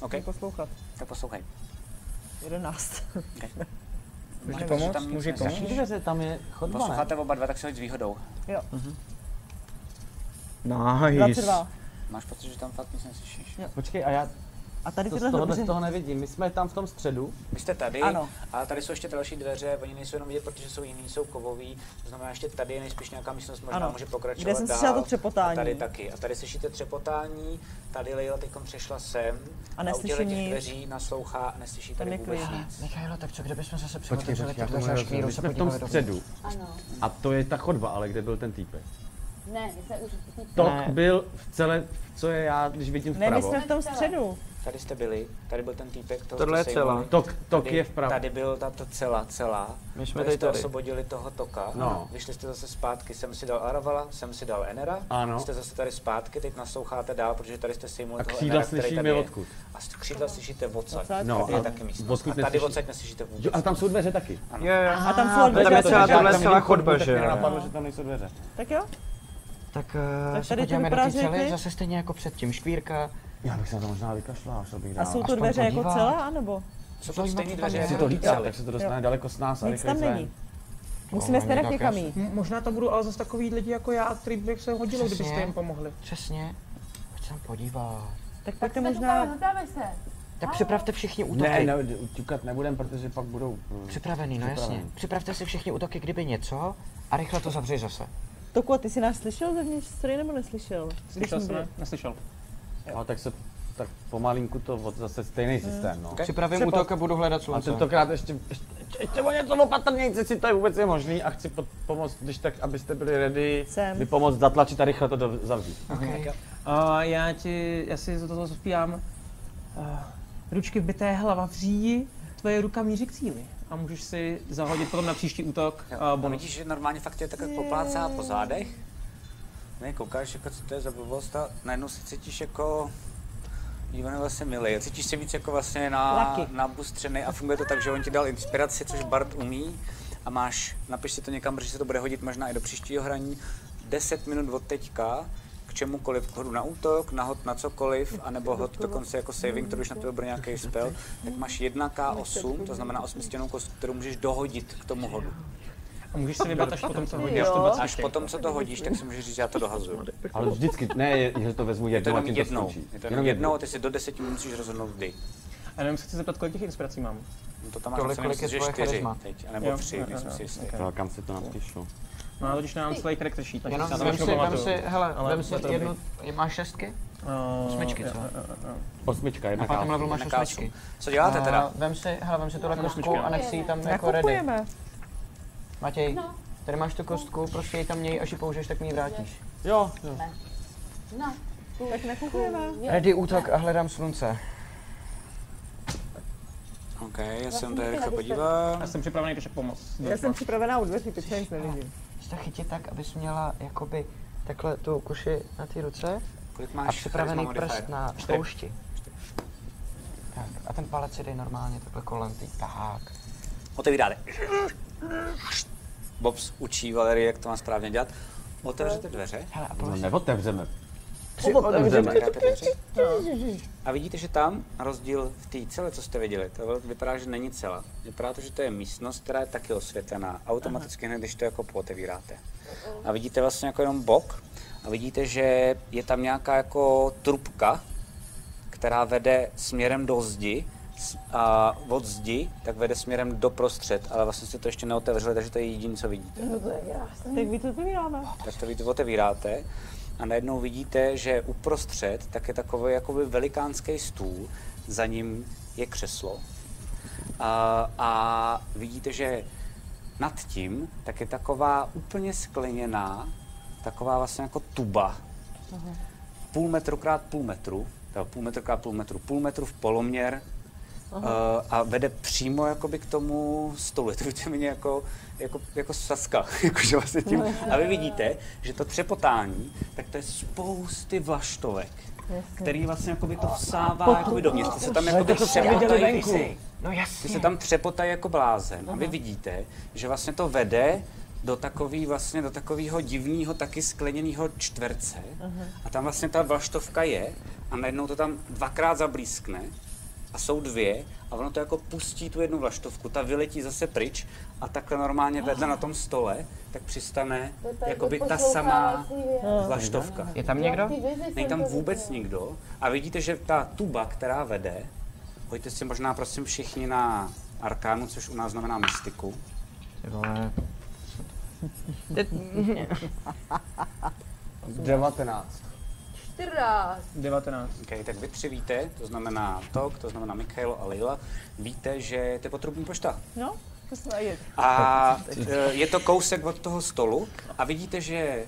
[SPEAKER 2] OK.
[SPEAKER 8] Poslouchat.
[SPEAKER 2] Tak poslouchej.
[SPEAKER 8] Jedenáct.
[SPEAKER 2] Máš
[SPEAKER 8] Můžu
[SPEAKER 2] pocit, že
[SPEAKER 8] pomoct?
[SPEAKER 2] tam nic
[SPEAKER 8] Můžu
[SPEAKER 2] neslyšíš?
[SPEAKER 8] pomoct? Dveře,
[SPEAKER 1] tam je chodba, ne?
[SPEAKER 2] Posloucháte oba dva, tak se hoď s výhodou.
[SPEAKER 8] Jo.
[SPEAKER 1] Nice.
[SPEAKER 8] 22.
[SPEAKER 2] Máš pocit, že tam fakt nic neslyšíš.
[SPEAKER 1] Počkej, a já
[SPEAKER 8] A tady
[SPEAKER 1] to, z
[SPEAKER 8] tyhle
[SPEAKER 1] tohohle
[SPEAKER 8] dveře.
[SPEAKER 1] z toho nevidím. My jsme tam v tom středu.
[SPEAKER 2] Vy jste tady,
[SPEAKER 1] Ano.
[SPEAKER 2] ale tady jsou ještě další dveře, oni nejsou jenom vidět, protože jsou jiný, jsou kovový, to znamená ještě tady je nejspíš nějaká místnost, možná
[SPEAKER 8] Ano.
[SPEAKER 2] může pokračovat
[SPEAKER 8] Kde jsem
[SPEAKER 2] dál.
[SPEAKER 8] slyšela to třepotání.
[SPEAKER 2] A tady taky. A tady slyšíte třepotání, tady Leila teď přešla sem
[SPEAKER 8] A
[SPEAKER 2] a u
[SPEAKER 8] neslyší
[SPEAKER 2] těchto těch
[SPEAKER 8] nic.
[SPEAKER 2] dveří naslouchá a neslyší
[SPEAKER 8] Tam
[SPEAKER 2] tady
[SPEAKER 8] je
[SPEAKER 2] vůbec
[SPEAKER 8] klid.
[SPEAKER 2] nic.
[SPEAKER 6] Michailo, tak co, kdybychom zase
[SPEAKER 5] Počkej,
[SPEAKER 6] přihodili
[SPEAKER 5] počkej,
[SPEAKER 6] ty
[SPEAKER 5] já tomu
[SPEAKER 6] dveře a
[SPEAKER 5] nerozumím.
[SPEAKER 6] škvíru
[SPEAKER 5] My
[SPEAKER 6] se
[SPEAKER 5] jsme v tom
[SPEAKER 6] podívali
[SPEAKER 5] středu.
[SPEAKER 4] Ano.
[SPEAKER 5] A to je ta chodba, ale kde byl ten týpek?
[SPEAKER 4] Ne, my jsme už...
[SPEAKER 5] Tok byl v celé, co je já, když vidím
[SPEAKER 8] Ne, my
[SPEAKER 5] vpravo.
[SPEAKER 8] jsme v tom středu.
[SPEAKER 2] Tady jste byli, tady byl ten týpek. toho
[SPEAKER 5] Tohle
[SPEAKER 2] jste
[SPEAKER 5] je celá.
[SPEAKER 2] sejmuli.
[SPEAKER 5] Tok- tok
[SPEAKER 2] Tady-
[SPEAKER 5] je vpravo.
[SPEAKER 2] Tady byl ta to celá, celá.
[SPEAKER 5] My jsme
[SPEAKER 2] Tady
[SPEAKER 5] tady
[SPEAKER 2] jste
[SPEAKER 5] tady.
[SPEAKER 2] osvobodili toho toka.
[SPEAKER 5] No.
[SPEAKER 2] Vyšli jste zase zpátky, jsem si dal Aravala, jsem si dal Enera.
[SPEAKER 5] Ano.
[SPEAKER 2] Jste zase tady zpátky, teď nasloucháte dál, protože tady jste sejmuli
[SPEAKER 5] A
[SPEAKER 2] toho
[SPEAKER 5] křídla
[SPEAKER 2] Enera, který
[SPEAKER 5] slyšíme
[SPEAKER 2] tady je.
[SPEAKER 5] odkud?
[SPEAKER 2] A z- křídla slyšíte odsaď.
[SPEAKER 8] Odsaď.
[SPEAKER 5] No,
[SPEAKER 2] tady je
[SPEAKER 5] a
[SPEAKER 2] taky místnost.
[SPEAKER 5] odkud
[SPEAKER 2] a tady
[SPEAKER 5] neslyšíš?
[SPEAKER 2] odsaď neslyšíte vůbec.
[SPEAKER 5] Jo, a tam jsou dveře taky.
[SPEAKER 2] Ano. Jo, jo.
[SPEAKER 8] A tam jsou dveře.
[SPEAKER 5] Tam je celá
[SPEAKER 8] taky.
[SPEAKER 5] tahle
[SPEAKER 8] Tam
[SPEAKER 5] celá
[SPEAKER 8] vidím
[SPEAKER 5] chodba,
[SPEAKER 8] chodbu,
[SPEAKER 5] že
[SPEAKER 8] tak
[SPEAKER 5] jo?
[SPEAKER 8] mě
[SPEAKER 5] napadlo,
[SPEAKER 8] napadlo,
[SPEAKER 5] že
[SPEAKER 8] že
[SPEAKER 5] tam nejsou dveře.
[SPEAKER 8] Tak jo?
[SPEAKER 6] Tak,
[SPEAKER 8] Tak
[SPEAKER 6] tak
[SPEAKER 8] tady
[SPEAKER 6] se
[SPEAKER 8] to
[SPEAKER 6] podíváme do
[SPEAKER 8] vypadá,
[SPEAKER 6] té
[SPEAKER 8] že je
[SPEAKER 6] cely,
[SPEAKER 8] klid.
[SPEAKER 6] zase stejně jako předtím, škvírka.
[SPEAKER 5] Já bych se na to možná vykašlal, šel bych
[SPEAKER 8] A jsou to dveře jako celá, nebo?
[SPEAKER 2] Jsou
[SPEAKER 6] to stejný dveře,
[SPEAKER 5] Jestli to lítá, tak se to dostane daleko s nás a
[SPEAKER 8] Nic tam
[SPEAKER 5] rychleji
[SPEAKER 8] není.
[SPEAKER 5] ven.
[SPEAKER 8] Musíme
[SPEAKER 5] Koho
[SPEAKER 8] starat
[SPEAKER 5] někdo
[SPEAKER 8] někam
[SPEAKER 5] kresl?
[SPEAKER 8] jít.
[SPEAKER 10] M- Možná to budou ale zase takový lidi jako já, který bych se hodilo,
[SPEAKER 6] Přesně.
[SPEAKER 10] kdybyste jim pomohli.
[SPEAKER 6] Přesně. Pojď se tam podívat.
[SPEAKER 8] Tak pojďte
[SPEAKER 4] Jsme možná... tu hledáme se.
[SPEAKER 6] Tak připravte všichni
[SPEAKER 5] Ne,
[SPEAKER 6] útoky.
[SPEAKER 5] ne, ťukat nebudem, protože pak budou... mm,
[SPEAKER 6] Připravený, no jasně.
[SPEAKER 5] připravený.
[SPEAKER 6] Připravte si všichni útoky, kdyby něco, a rychle to zavři zase.
[SPEAKER 8] Toku, a ty jsi nás slyšel zevnitř story nebo neslyšel? Když
[SPEAKER 10] Slyšel
[SPEAKER 8] jsme
[SPEAKER 10] jsem,
[SPEAKER 8] byli-
[SPEAKER 10] ne? neslyšel.
[SPEAKER 5] No, tak se tak pomalinku to od, zase
[SPEAKER 8] Mm.
[SPEAKER 5] stejný systém, no.
[SPEAKER 6] Okay. Připravím Přepo- útok a budu hledat
[SPEAKER 5] A
[SPEAKER 6] slunce.
[SPEAKER 5] tentokrát ještě, ještě, ještě o něco opatrněji, jestli to je vůbec je možný a chci pod, pomoct, když tak, abyste byli ready,
[SPEAKER 8] Jsem.
[SPEAKER 5] mi pomoct zatlačit a rychle to do- zavřít.
[SPEAKER 6] Okay.
[SPEAKER 10] A já ti, já si za to zpívám. Uh, ručky vbité, hlava v říji, tvoje ruka míří k cíli. A můžeš si zahodit potom na příští útok uh,
[SPEAKER 2] A
[SPEAKER 10] bonus.
[SPEAKER 2] vidíš, že normálně fakt tě tak jako poplácá po zádech. Ne, koukáš, jako, co to je za blbost a najednou se cítíš jako... Ivan je vlastně milý. Cítíš se víc jako vlastně na,
[SPEAKER 8] Laky.
[SPEAKER 2] na bustřený a funguje to tak, že on ti dal inspiraci, což Bart umí a máš, napiš si to někam, protože se to bude hodit možná i do příštího hraní, 10 minut od teďka k čemukoliv, k hodu na útok, na hod na cokoliv, anebo hod dokonce jako saving, který už na to bude nějaký spell, tak máš 1k8, to znamená osmistěnou kostku, kterou můžeš dohodit k tomu hodu.
[SPEAKER 10] A můžeš si vybrat až potom, co hodíš.
[SPEAKER 2] Jo.
[SPEAKER 10] to 20.
[SPEAKER 2] Až potom, co to hodíš, tak si můžeš říct, já to dohazuju.
[SPEAKER 5] Ale vždycky, ne, je- že to vezmu
[SPEAKER 2] Je to
[SPEAKER 5] jednou a
[SPEAKER 2] jenom
[SPEAKER 5] tím to
[SPEAKER 2] jednou.
[SPEAKER 5] skončí.
[SPEAKER 2] Je to jenom jednou a ty si do deseti musíš rozhodnout kdy.
[SPEAKER 10] A jenom se chci zeptat, kolik těch inspirací mám. Eh,
[SPEAKER 2] No to tam máš Kolik- na kolik je myslím, že tvoje čtyři charisma? teď, anebo tři, nejsem si jistý.
[SPEAKER 5] Tak, kam si to napíšu?
[SPEAKER 10] No, ale totiž nemám celý character sheet, takže
[SPEAKER 6] Jenom
[SPEAKER 10] si já to
[SPEAKER 6] vem
[SPEAKER 10] všechno
[SPEAKER 6] si, vem
[SPEAKER 10] pamatuju.
[SPEAKER 6] si, hele,
[SPEAKER 10] Ale
[SPEAKER 6] vem si
[SPEAKER 10] bude to dobrý.
[SPEAKER 6] jednu, máš šestky?
[SPEAKER 10] Eh,
[SPEAKER 6] Osmičky, co?
[SPEAKER 10] jo, jo, jo, jo.
[SPEAKER 5] Osmička, jedna
[SPEAKER 6] Na pátém levelu máš
[SPEAKER 2] Jedna
[SPEAKER 6] osmičky.
[SPEAKER 2] kásu. Co děláte
[SPEAKER 6] A
[SPEAKER 2] teda?
[SPEAKER 6] Eh, Vem si, hele, vem si tuhle kostku a nech si ji tam jako ready.
[SPEAKER 8] Nakupujeme.
[SPEAKER 6] Matěj, tady máš tu kostku, prostě ji tam měj, až ji použiješ, tak mi ji vrátíš.
[SPEAKER 5] Jo, jo.
[SPEAKER 4] No.
[SPEAKER 8] Tak nakupujeme.
[SPEAKER 6] Ready útok a hledám slunce.
[SPEAKER 2] OK, já se vám tady rychle podívám.
[SPEAKER 10] Já jsem připravený ještě pomoct.
[SPEAKER 8] Já jsem připravená u dveří, teď nic nevidím.
[SPEAKER 6] Jsi to chytit tak, abys měla jakoby takhle tu kuši na té ruce
[SPEAKER 2] Kolik
[SPEAKER 6] a
[SPEAKER 2] máš?
[SPEAKER 6] připravený
[SPEAKER 2] charisma modifier?
[SPEAKER 6] prst na
[SPEAKER 2] Čtyři.
[SPEAKER 6] poušti. Tak, a ten palec si dej normálně takhle kolem tý. Tak.
[SPEAKER 2] Otevíráte. Bobs učí Valerii, jak to má správně dělat. Otevřete dveře.
[SPEAKER 6] Hele, a
[SPEAKER 5] No
[SPEAKER 6] polož,
[SPEAKER 5] neotevřeme.
[SPEAKER 2] Při otevření dveře. A vidíte, že tam, na rozdíl v té cele, co jste viděli, to vypadá, že není cela. Vypadá to, že to je místnost, která je taky osvětlená. Automaticky hned, když to jako pootevíráte. A vidíte vlastně jako jenom bok a vidíte, že je tam nějaká jako trubka, která vede směrem do zdi s- a od zdi tak vede směrem do prostřed, ale vlastně jste to ještě neotevřeli, takže to je jediné, co vidíte.
[SPEAKER 16] No to je krásný. Tak my to vyráme.
[SPEAKER 2] Tak to vy to otevíráte a najednou vidíte, že uprostřed tak je takový jakoby velikánský stůl, za ním je křeslo a, a vidíte, že nad tím tak je taková úplně skleněná, taková vlastně jako tuba, půl metru krát půl metru, teda půl metru krát půl metru, půl metru v poloměr uh,
[SPEAKER 16] Aha.
[SPEAKER 2] a vede přímo jakoby k tomu stolu. *laughs* Je to víceméně jako, jako, *laughs* jako saska. Jakože vlastně tím.
[SPEAKER 16] No,
[SPEAKER 2] A vy vidíte, že to třepotání, tak to je spousty vlaštovek, který vlastně jakoby to vsává jakoby dovnitř. Ty se tam
[SPEAKER 6] Ale
[SPEAKER 2] jakoby
[SPEAKER 6] to, co jsme viděli
[SPEAKER 2] třepotají.
[SPEAKER 6] venku. No
[SPEAKER 2] Ty
[SPEAKER 6] jasně.
[SPEAKER 2] se tam přepotají jako blázen. A vy vidíte, že vlastně to vede do takový vlastně do takového divného taky skleněného čtverce. A tam vlastně ta vlaštovka je a najednou to tam dvakrát zablískne a jsou dvě a ono to jako pustí tu jednu vlaštovku, ta vyletí zase pryč a takhle normálně vedle na tom stole, tak přistane jakoby ta samá vlaštovka.
[SPEAKER 6] Je tam někdo?
[SPEAKER 2] Není tam vůbec nikdo a vidíte, že ta tuba, která vede, hoďte si možná prosím všichni na arkánu, což u nás znamená mystiku.
[SPEAKER 3] Tyhle,
[SPEAKER 8] Mhm.
[SPEAKER 14] 19.
[SPEAKER 4] 14.
[SPEAKER 10] 19.
[SPEAKER 2] Okay, tak vy tři víte, to znamená Tok, to znamená Michailo a Leila, víte, že to je potrubní pošta.
[SPEAKER 16] No, to jsme jeli.
[SPEAKER 2] A eh, je to kousek od toho stolu a vidíte, že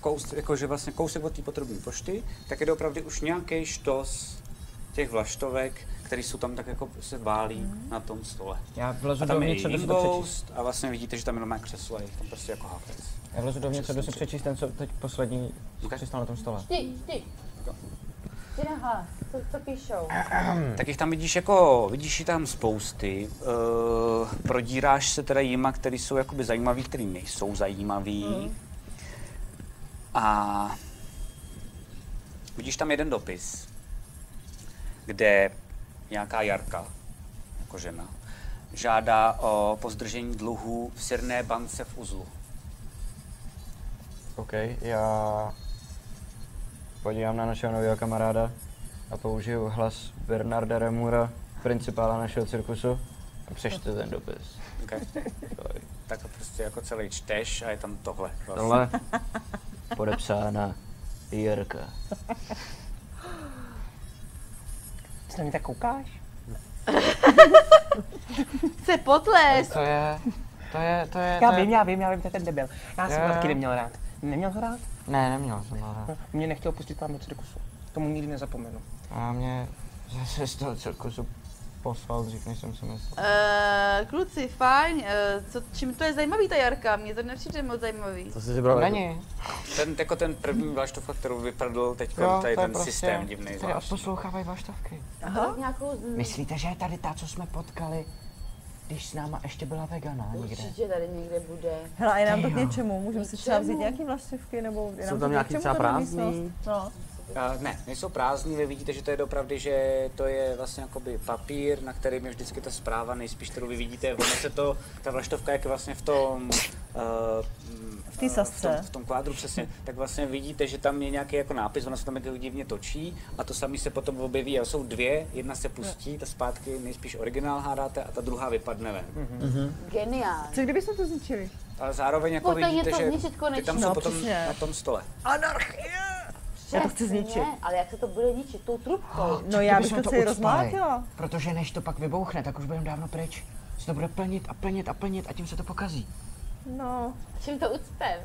[SPEAKER 2] kous, jakože vlastně kousek od té potrubní pošty, tak je doopravdy už nějaký štos těch vlaštovek, který jsou tam tak jako se válí na tom stole.
[SPEAKER 3] Já vlezu
[SPEAKER 2] a tam
[SPEAKER 3] dovnitř,
[SPEAKER 2] je
[SPEAKER 3] aby
[SPEAKER 2] i
[SPEAKER 3] si to přečíst.
[SPEAKER 2] Ghost a vlastně vidíte, že tam jenom má křeslo, je jich tam prostě jako hafec.
[SPEAKER 3] já vlezu dovnitř, aby si přečíst ten, co teď poslední přistál na tom stole.
[SPEAKER 4] Ti, ti. Ti nahle, co, co píšou?
[SPEAKER 2] Tak jich tam vidíš jako, vidíš jich tam spousty, uh, prodíráš se teda jima, který jsou jakoby zajímavý, který nejsou zajímavý. A vidíš tam jeden dopis, kde nějaká Jarka, jako žena, žádá o pozdržení dluhů v Sirné bance v Uzlu.
[SPEAKER 3] OK, já podívám na našeho nového kamaráda a použiju hlas Bernarda Remura, principála našeho cirkusu a přečtu ten dopis.
[SPEAKER 2] Okay. tak to prostě jako celý čteš a je tam tohle. Vlastně.
[SPEAKER 3] Tohle podepsána Jirka.
[SPEAKER 10] Co na mě tak koukáš?
[SPEAKER 4] Chce potlesk.
[SPEAKER 10] To
[SPEAKER 3] je, to je, to je.
[SPEAKER 10] Já
[SPEAKER 3] to je-
[SPEAKER 10] vím, já vím, já vím, to je ten debil. Já jsem
[SPEAKER 3] Jo,
[SPEAKER 10] ho
[SPEAKER 3] jo.
[SPEAKER 10] taky neměl rád. Neměl ho rád?
[SPEAKER 3] Ne, neměl jsem ho rád.
[SPEAKER 10] Mě nechtěl pustit tam do cirkusu. Tomu nikdy nezapomenu.
[SPEAKER 3] A mě zase z toho cirkusu poslal dřív, než jsem si myslel.
[SPEAKER 4] Eh, kluci, fajn, eh, co, čím to je zajímavý ta Jarka? Mně to nepřijde moc zajímavý.
[SPEAKER 3] jsi vybral
[SPEAKER 6] jako-
[SPEAKER 4] Není.
[SPEAKER 2] Ten, jako ten první vlaštovka, kterou vypadl teď
[SPEAKER 6] Jo,
[SPEAKER 2] tady
[SPEAKER 6] to je
[SPEAKER 2] ten
[SPEAKER 6] prostě-
[SPEAKER 2] systém divný.
[SPEAKER 6] tady
[SPEAKER 3] Poslouchávají vlaštovky.
[SPEAKER 6] Aha.
[SPEAKER 4] Nějakou...
[SPEAKER 6] Myslíte, že je tady ta, co jsme potkali, když s náma ještě byla vegana někde?
[SPEAKER 4] Určitě tady někde bude.
[SPEAKER 16] Hele, a je nám to k
[SPEAKER 6] Tyjo.
[SPEAKER 16] něčemu, můžeme si třeba vzít
[SPEAKER 4] Ničemu.
[SPEAKER 16] nějaký vlaštěvky, nebo je nám
[SPEAKER 6] Jsou
[SPEAKER 16] to
[SPEAKER 6] tam
[SPEAKER 16] k
[SPEAKER 6] nějaký
[SPEAKER 16] něčemu
[SPEAKER 6] třeba
[SPEAKER 16] ta
[SPEAKER 6] prázdný?
[SPEAKER 16] místnost? No.
[SPEAKER 2] A ne, nejsou prázdní, vy vidíte, že to je dopravdy, že to je vlastně jakoby papír, na kterým je vždycky ta zpráva, nejspíš kterou vy vidíte, ono se to, ta vlaštovka jak je vlastně v tom, eh, mm,
[SPEAKER 16] V té
[SPEAKER 2] eh,
[SPEAKER 16] sasce.
[SPEAKER 2] v tom, v tom kvádru přesně, tak vlastně vidíte, že tam je nějaký jako nápis, ona se tam jako divně točí a to samé se potom objeví a jsou dvě, jedna se pustí, ta zpátky nejspíš originál hádáte a ta druhá vypadne ven.
[SPEAKER 16] Mhm.
[SPEAKER 4] Geniál.
[SPEAKER 16] Co kdybychom to zničili?
[SPEAKER 2] Ale zároveň jako
[SPEAKER 4] Potom je
[SPEAKER 2] vidíte,
[SPEAKER 4] No, to
[SPEAKER 2] že ty
[SPEAKER 4] zničit
[SPEAKER 2] tam
[SPEAKER 4] konečně.
[SPEAKER 2] jsou
[SPEAKER 4] No,
[SPEAKER 2] potom
[SPEAKER 4] přesně.
[SPEAKER 2] na tom stole.
[SPEAKER 16] Anarchie!
[SPEAKER 4] Já to chci zničit. Ale jak se to bude ničit? Tou
[SPEAKER 16] No,
[SPEAKER 4] trubkou.
[SPEAKER 6] Tak kdybychom
[SPEAKER 16] celý
[SPEAKER 6] ucpali,
[SPEAKER 16] rozmlátila.
[SPEAKER 6] Protože než to pak vybouchne, tak už budeme dávno pryč. Se to bude plnit a plnit a plnit a tím se to pokazí.
[SPEAKER 16] No.
[SPEAKER 4] Čím to ucpem?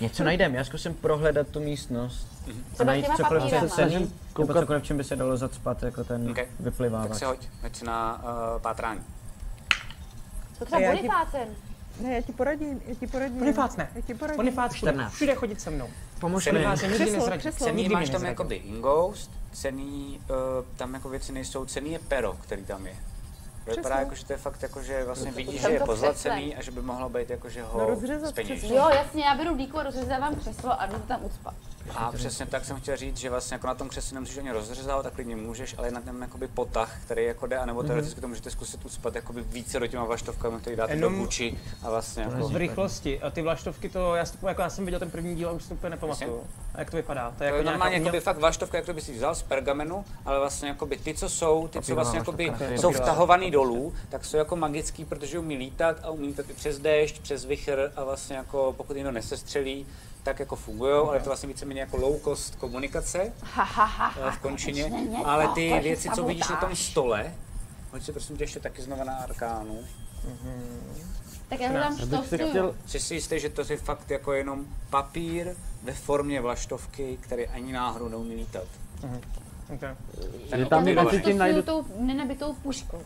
[SPEAKER 14] Něco najdeme, já zkusím prohledat tu místnost. A
[SPEAKER 4] Třeba
[SPEAKER 14] Mhm. najít
[SPEAKER 4] těma
[SPEAKER 14] cokoliv, co
[SPEAKER 4] papírama.
[SPEAKER 14] se snažím koukat
[SPEAKER 2] Koukat-
[SPEAKER 14] cokoliv, v čem by se dalo zacpat, jako ten
[SPEAKER 2] Okay. Tak
[SPEAKER 14] vyplivávač.
[SPEAKER 2] si hoď, hoď si na uh, pátrání.
[SPEAKER 4] To
[SPEAKER 16] A
[SPEAKER 4] třeba
[SPEAKER 16] já ti-
[SPEAKER 4] bonifácen.
[SPEAKER 16] Ne, já ti poradím, já ti poradím.
[SPEAKER 10] Bonifác ne.
[SPEAKER 16] Já ti poradím.
[SPEAKER 10] Bonifác všude-
[SPEAKER 2] 14.
[SPEAKER 10] všude chodit se mnou.
[SPEAKER 2] Pomož
[SPEAKER 10] Bonifác
[SPEAKER 2] mi.
[SPEAKER 10] se nikdy
[SPEAKER 16] Křeslo,
[SPEAKER 10] nezradí.
[SPEAKER 16] křeslo.
[SPEAKER 10] Se
[SPEAKER 2] Cený
[SPEAKER 10] nikdy
[SPEAKER 2] máš tam
[SPEAKER 10] nezradí.
[SPEAKER 2] jakoby inghost, cený, uh, tam jako věci nejsou, cený je pero, který tam je. Vypadá
[SPEAKER 16] Přesně.
[SPEAKER 2] jako, že to je fakt jako, že vlastně
[SPEAKER 4] Přesně.
[SPEAKER 2] vidíš,
[SPEAKER 4] Tam
[SPEAKER 2] že je
[SPEAKER 4] to
[SPEAKER 2] pozlacený
[SPEAKER 4] přesně.
[SPEAKER 2] a že by mohlo být jako, že
[SPEAKER 16] No
[SPEAKER 2] ho
[SPEAKER 16] rozřezat
[SPEAKER 2] zpeníš.
[SPEAKER 16] přesně.
[SPEAKER 4] Jo, jasně, já beru dýku a rozřezávám křeslo a jdu to tam ucpat.
[SPEAKER 2] A přesně tak jsem chtěl říct, že vlastně jako na tom křesle nemusíš ani rozřezávat, tak klidně můžeš, ale je na ten jakoby potah, který jako jde, anebo
[SPEAKER 10] Mhm.
[SPEAKER 2] teoreticky to můžete zkusit ucpat jakoby více do těma vaštovkami, který dáte do
[SPEAKER 10] Jenom-
[SPEAKER 2] kuči a vlastně jako...
[SPEAKER 10] V rychlosti. A ty vlaštovky to, já, si, jako já jsem viděl ten první díl a už si to úplně nepamatuju. A jak to vypadá? To je jako nějaká
[SPEAKER 2] normálně
[SPEAKER 10] uměl-
[SPEAKER 2] jakoby fakt váštovka, jak to by si vzal z pergamenu, ale vlastně jakoby ty, co jsou, ty, co
[SPEAKER 10] Papírová
[SPEAKER 2] vlastně jakoby
[SPEAKER 10] vlaštovka.
[SPEAKER 2] jsou
[SPEAKER 10] Papírová.
[SPEAKER 2] vtahovaný dolů, tak jsou jako magický, protože umí lítat a umí lítat i přes déšť, přes vichr a vlastně jako pokud někdo nesestřelí, tak jako fungují, ale to vlastně víceméně jako low cost komunikace
[SPEAKER 4] Ha, ha, ha,
[SPEAKER 2] eh,
[SPEAKER 4] ha,
[SPEAKER 2] v končině,
[SPEAKER 4] konečně něco,
[SPEAKER 2] ale ty
[SPEAKER 4] takže
[SPEAKER 2] věci, co vidíš na
[SPEAKER 4] sabotáž.
[SPEAKER 2] tom stole, hoď si prosím tě ještě taky znova na arkánu.
[SPEAKER 4] Tak já hledám štostu.
[SPEAKER 2] Jsi si jistý, že to je fakt jako jenom papír ve formě vlaštovky, který ani náhodou neumí lítat.
[SPEAKER 10] Okay.
[SPEAKER 2] Ten
[SPEAKER 10] Je tam
[SPEAKER 2] opět
[SPEAKER 10] někde
[SPEAKER 2] dole.
[SPEAKER 10] cítím- najdu-
[SPEAKER 4] tou nenabitou puškou.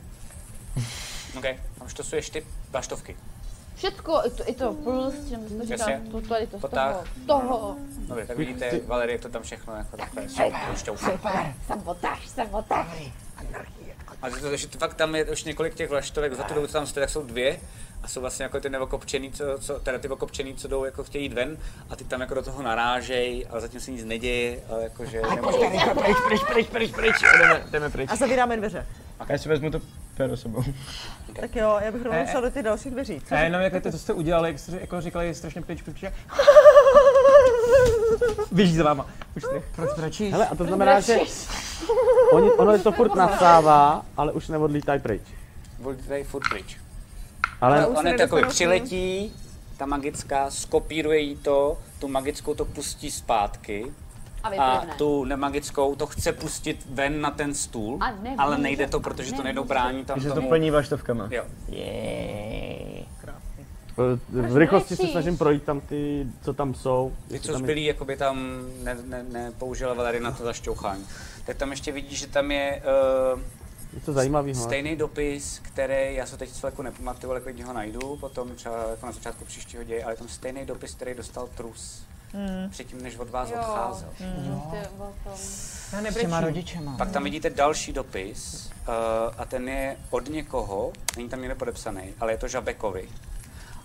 [SPEAKER 2] OK, tam už to jsou ještě baštovky.
[SPEAKER 4] Všetko, i to, i to průst, nebo to říká,
[SPEAKER 2] Jasně.
[SPEAKER 4] to tady, to z
[SPEAKER 2] Potah.
[SPEAKER 4] toho, toho.
[SPEAKER 2] Dobře, tak vidíte, Valerie, jak to tam všechno jako takhle jsou
[SPEAKER 4] Super, sabotáž, sabotáž.
[SPEAKER 2] A to, to, že to fakt tam je už několik těch vlaštovek, za tu dobu, co tam stojí, tak jsou dvě. A jsou vlastně jako ty nevokopčený, co, co, teda ty okopčený, co jdou, jako chtějí jít ven a ty tam jako do toho narážej, ale zatím se nic neděje, ale jako jakože... nemůžou-
[SPEAKER 8] pryč, pryč, pryč, pryč, pryč.
[SPEAKER 2] Jdeme, jdeme pryč.
[SPEAKER 8] A zavíráme dveře.
[SPEAKER 14] Já si vezmu to pero sebou.
[SPEAKER 8] Tak jo, já bych rovnou
[SPEAKER 10] Eh,
[SPEAKER 8] šla do těch dalších dveří.
[SPEAKER 10] A jenom jak to, co jste udělali, jak jste jako říkali strašně pryč, pryč, pryč. *laughs* Běží za váma. Už ty. Proč prečíš?
[SPEAKER 7] Hele, a to znamená, že oni, ono je to furt nastává, ale už neodlítají pryč.
[SPEAKER 2] Buď tady furt pryč.
[SPEAKER 7] Ale-
[SPEAKER 2] Ale
[SPEAKER 7] Ale už
[SPEAKER 2] on
[SPEAKER 7] se
[SPEAKER 2] je takový
[SPEAKER 7] nedostanou
[SPEAKER 2] přiletí, ta magická, skopíruje jí to, tu magickou to pustí zpátky.
[SPEAKER 4] A No,
[SPEAKER 2] A
[SPEAKER 4] vyplivne.
[SPEAKER 2] tu nemagickou to chce pustit ven na ten stůl,
[SPEAKER 4] A nemůže.
[SPEAKER 2] ale nejde to, protože to
[SPEAKER 4] Nemůže.
[SPEAKER 2] nedobrání tam
[SPEAKER 14] Takže to
[SPEAKER 2] tomu.
[SPEAKER 14] plní vaštovkama.
[SPEAKER 2] Jo.
[SPEAKER 7] Eh, V rychlosti se
[SPEAKER 2] brečíš?
[SPEAKER 7] snažím projít tam ty, co tam jsou.
[SPEAKER 2] Ty,
[SPEAKER 7] jestli
[SPEAKER 2] co
[SPEAKER 7] tam je-
[SPEAKER 2] zbylí, jako by tam ne, ne, nepoužila Valerie na to zašťouchání. Tak tam ještě vidíš, že tam je uh,
[SPEAKER 7] Něco
[SPEAKER 14] no.
[SPEAKER 7] zajímavého.
[SPEAKER 2] stejný dopis, který, já se teď co jako nepamatuju, ale klidně ho najdu, potom třeba jako na začátku příštího děje, ale je tam stejný dopis, který dostal Trus.
[SPEAKER 8] Hmm.
[SPEAKER 2] Předtím, než od vás
[SPEAKER 8] Jo.
[SPEAKER 2] odcházel.
[SPEAKER 4] Hmm.
[SPEAKER 8] Jo.
[SPEAKER 10] Já
[SPEAKER 8] S těma rodičema.
[SPEAKER 2] Pak tam vidíte další dopis eh, a ten je od někoho, není tam někde podepsaný, ale je to Žabekovi.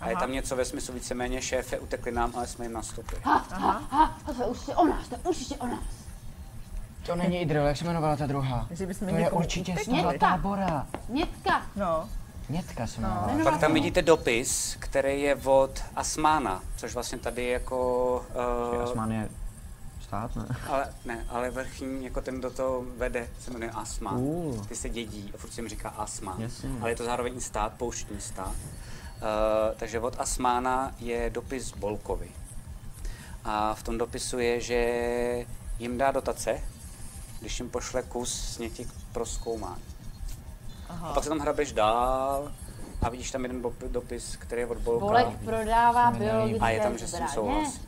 [SPEAKER 2] A je
[SPEAKER 4] Aha.
[SPEAKER 2] tam něco ve smyslu víceméně šéfe, utekli nám, ale jsme jim nastoupili.
[SPEAKER 4] Ha, ha, ha, to je určitě o nás, to je určitě o nás.
[SPEAKER 3] To není Idril, jak se jmenovala ta druhá?
[SPEAKER 8] bychom
[SPEAKER 3] To je
[SPEAKER 8] někomu
[SPEAKER 3] určitě z
[SPEAKER 8] utekli.
[SPEAKER 3] toho tábora.
[SPEAKER 4] Mětka.
[SPEAKER 8] No.
[SPEAKER 3] Nětka se jmenovala.
[SPEAKER 2] Pak tam vidíte dopis, který je od Asmána, což vlastně tady je jako... eh,
[SPEAKER 14] Osman je stát, ne?
[SPEAKER 2] Ale, ne, ale vrchní, jako ten, kdo to vede, se jmenuje Asma.
[SPEAKER 14] Uh.
[SPEAKER 2] Ty se dědí a furt se jim říká Asma.
[SPEAKER 14] Jasně.
[SPEAKER 2] Ale je to zároveň i stát, pouštní stát. Uh, takže od Asmána je dopis Bolkovi. A v tom dopisu je, že jim dá dotace, když jim pošle kus sněti k proskoumání. A pak se tam hrabeš dál a vidíš tam jeden bop- dopis, který je od Bolka.
[SPEAKER 4] Bolek prodává
[SPEAKER 2] mi nelíbí.
[SPEAKER 4] biologické
[SPEAKER 2] A je tam, že s tím
[SPEAKER 4] zbraně.
[SPEAKER 2] souhlas.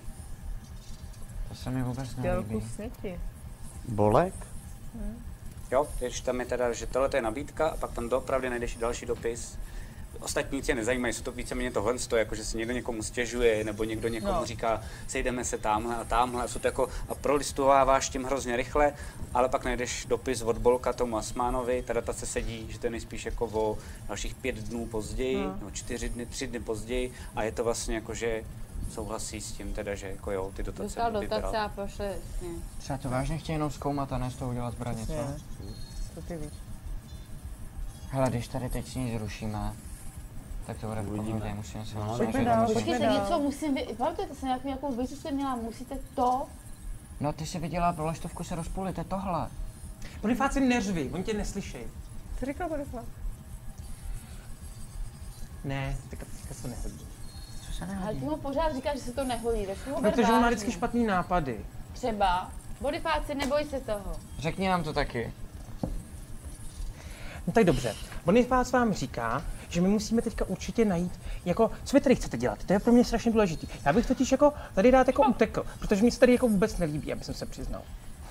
[SPEAKER 3] To se mi vůbec
[SPEAKER 8] Dělku
[SPEAKER 3] nelíbí.
[SPEAKER 8] sniti.
[SPEAKER 7] Bolek?
[SPEAKER 2] Jo, takže tam je teda, že tohle je nabídka a pak tam doopravdy najdeš i další dopis. Ostatní tě nezajímají, jsou to víceméně tohle, to, jako že se někdo někomu stěžuje, nebo někdo někomu
[SPEAKER 10] No.
[SPEAKER 2] říká, sejdeme se tamhle a tamhle, a, jsou to jako, a prolistováváš tím hrozně rychle, ale pak najdeš dopis od Bolka tomu Asmánovi, ta data se sedí, že to je nejspíš jako o dalších pět dnů později,
[SPEAKER 10] No.
[SPEAKER 2] nebo čtyři dny, tři dny později, a je to vlastně jako, že souhlasí s tím teda, že jako jo, ty dotace
[SPEAKER 4] Dostal
[SPEAKER 2] by vybral.
[SPEAKER 4] dotace a pošle s ním.
[SPEAKER 3] Třeba to vážně chtějí jenom zkoumat a ne z toho udělat zbraně, co?
[SPEAKER 8] Co ty víš?
[SPEAKER 3] Hele, když tady teď nic zrušíme, tak to bude v pohodě, musíme se no,
[SPEAKER 8] Pojďme dál,
[SPEAKER 4] Počkejte, něco musím vy... Pamatujete se nějakou, nějakou věc, co jste měla, musíte to?
[SPEAKER 3] No ty jsi viděla, pro laštovku se rozpůli, to je tohle.
[SPEAKER 10] Bonifáci neřvi, oni tě neslyšejí.
[SPEAKER 8] Co říkal Bonifa?
[SPEAKER 10] Ne, teďka, teďka se nehodí.
[SPEAKER 4] Ale ty mu pořád říkáš, že se to nehodí, tak mu ber
[SPEAKER 10] Protože on má
[SPEAKER 4] vážně.
[SPEAKER 10] vždycky špatný nápady.
[SPEAKER 4] Třeba. Bonifáci, neboj se toho.
[SPEAKER 3] Řekni nám to taky.
[SPEAKER 10] No tak dobře. Bonifác vám říká, že my musíme teďka určitě najít, jako, co vy tady chcete dělat? To je pro mě strašně důležitý. Já bych totiž jako tady rád jako utekl, protože mi se tady jako vůbec nelíbí, aby jsem se přiznal.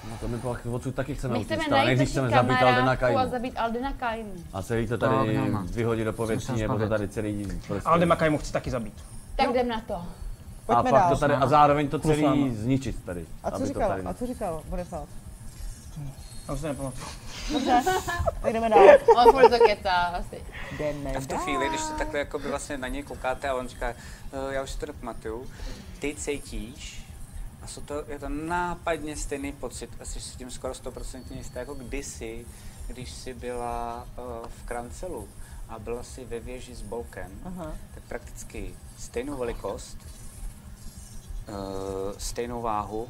[SPEAKER 5] No to my pak odsud taky chceme
[SPEAKER 4] My
[SPEAKER 5] utíct,
[SPEAKER 4] chceme
[SPEAKER 5] ale
[SPEAKER 4] najít
[SPEAKER 5] nejdřív
[SPEAKER 4] naši
[SPEAKER 5] chceme zabít Aldena
[SPEAKER 4] kamarádku a
[SPEAKER 5] Kajmu.
[SPEAKER 4] zabít Aldena Kajmu.
[SPEAKER 5] A celý to
[SPEAKER 10] Tak,
[SPEAKER 5] tady
[SPEAKER 10] Nelma.
[SPEAKER 5] vyhodit do povětří, nebo to
[SPEAKER 10] zbavit.
[SPEAKER 5] tady celý prostě...
[SPEAKER 10] Ale Demakaj mu chce taky zabít.
[SPEAKER 4] Tak jdem na to.
[SPEAKER 5] A
[SPEAKER 4] Pojďme
[SPEAKER 5] pak to
[SPEAKER 4] dál.
[SPEAKER 5] tady, a zároveň to
[SPEAKER 10] Plus náma.
[SPEAKER 5] celý zničit tady.
[SPEAKER 16] A co
[SPEAKER 5] aby to
[SPEAKER 16] říkal?
[SPEAKER 5] tady-
[SPEAKER 16] A co říkal Bonifác?
[SPEAKER 10] Já už se nepamatuju.
[SPEAKER 4] Dobře,
[SPEAKER 16] tak jdeme dál.
[SPEAKER 4] On furt to kecá asi.
[SPEAKER 8] Jdeme
[SPEAKER 2] A v tu chvíli, když se takhle jako "Eh, by vlastně na něj koukáte a on říká, "E, já už si to nepamatuju, ty cítíš, a A jsou to, je to nápadně stejný pocit, a jsi si tím skoro stoprocentně jistá, jako kdysi, když jsi byla eh, v Krancelu a byla si ve věži s bolkem,
[SPEAKER 8] Aha.
[SPEAKER 2] tak prakticky stejnou velikost, eh, stejnou váhu,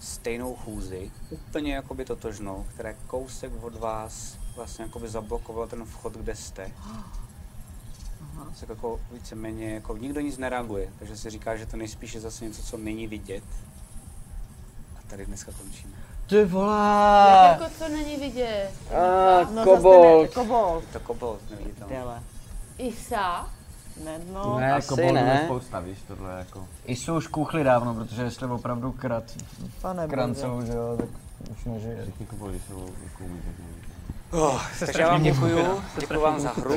[SPEAKER 2] stejnou chůzi, úplně jakoby totožnou, která kousek od vás vlastně jakoby zablokovala ten vchod, kde jste. Tak jako víceméně jako nikdo nic nereaguje, takže si říká, že to nejspíš je zase něco, co není vidět. A tady dneska končíme.
[SPEAKER 6] Ty volá.
[SPEAKER 4] Jak jako to není vidět?
[SPEAKER 2] No,
[SPEAKER 6] kobold.
[SPEAKER 8] kobold.
[SPEAKER 2] Je to kobold, neviditelný.
[SPEAKER 8] Dele.
[SPEAKER 4] Isa?
[SPEAKER 8] Ne,
[SPEAKER 4] no.
[SPEAKER 3] Ne,
[SPEAKER 5] jako
[SPEAKER 3] asi
[SPEAKER 14] koboldů je
[SPEAKER 3] ne.
[SPEAKER 14] spousta, víš, tohle je jako.
[SPEAKER 3] I jsou už kuchly dávno, protože jestli opravdu krat,
[SPEAKER 8] Pane
[SPEAKER 3] krancou,
[SPEAKER 8] bože.
[SPEAKER 3] že jo, tak už nežije.
[SPEAKER 14] Všichni koboldi jsou jako
[SPEAKER 2] Oh, takže já vám děkuju, děkuju vám za hru.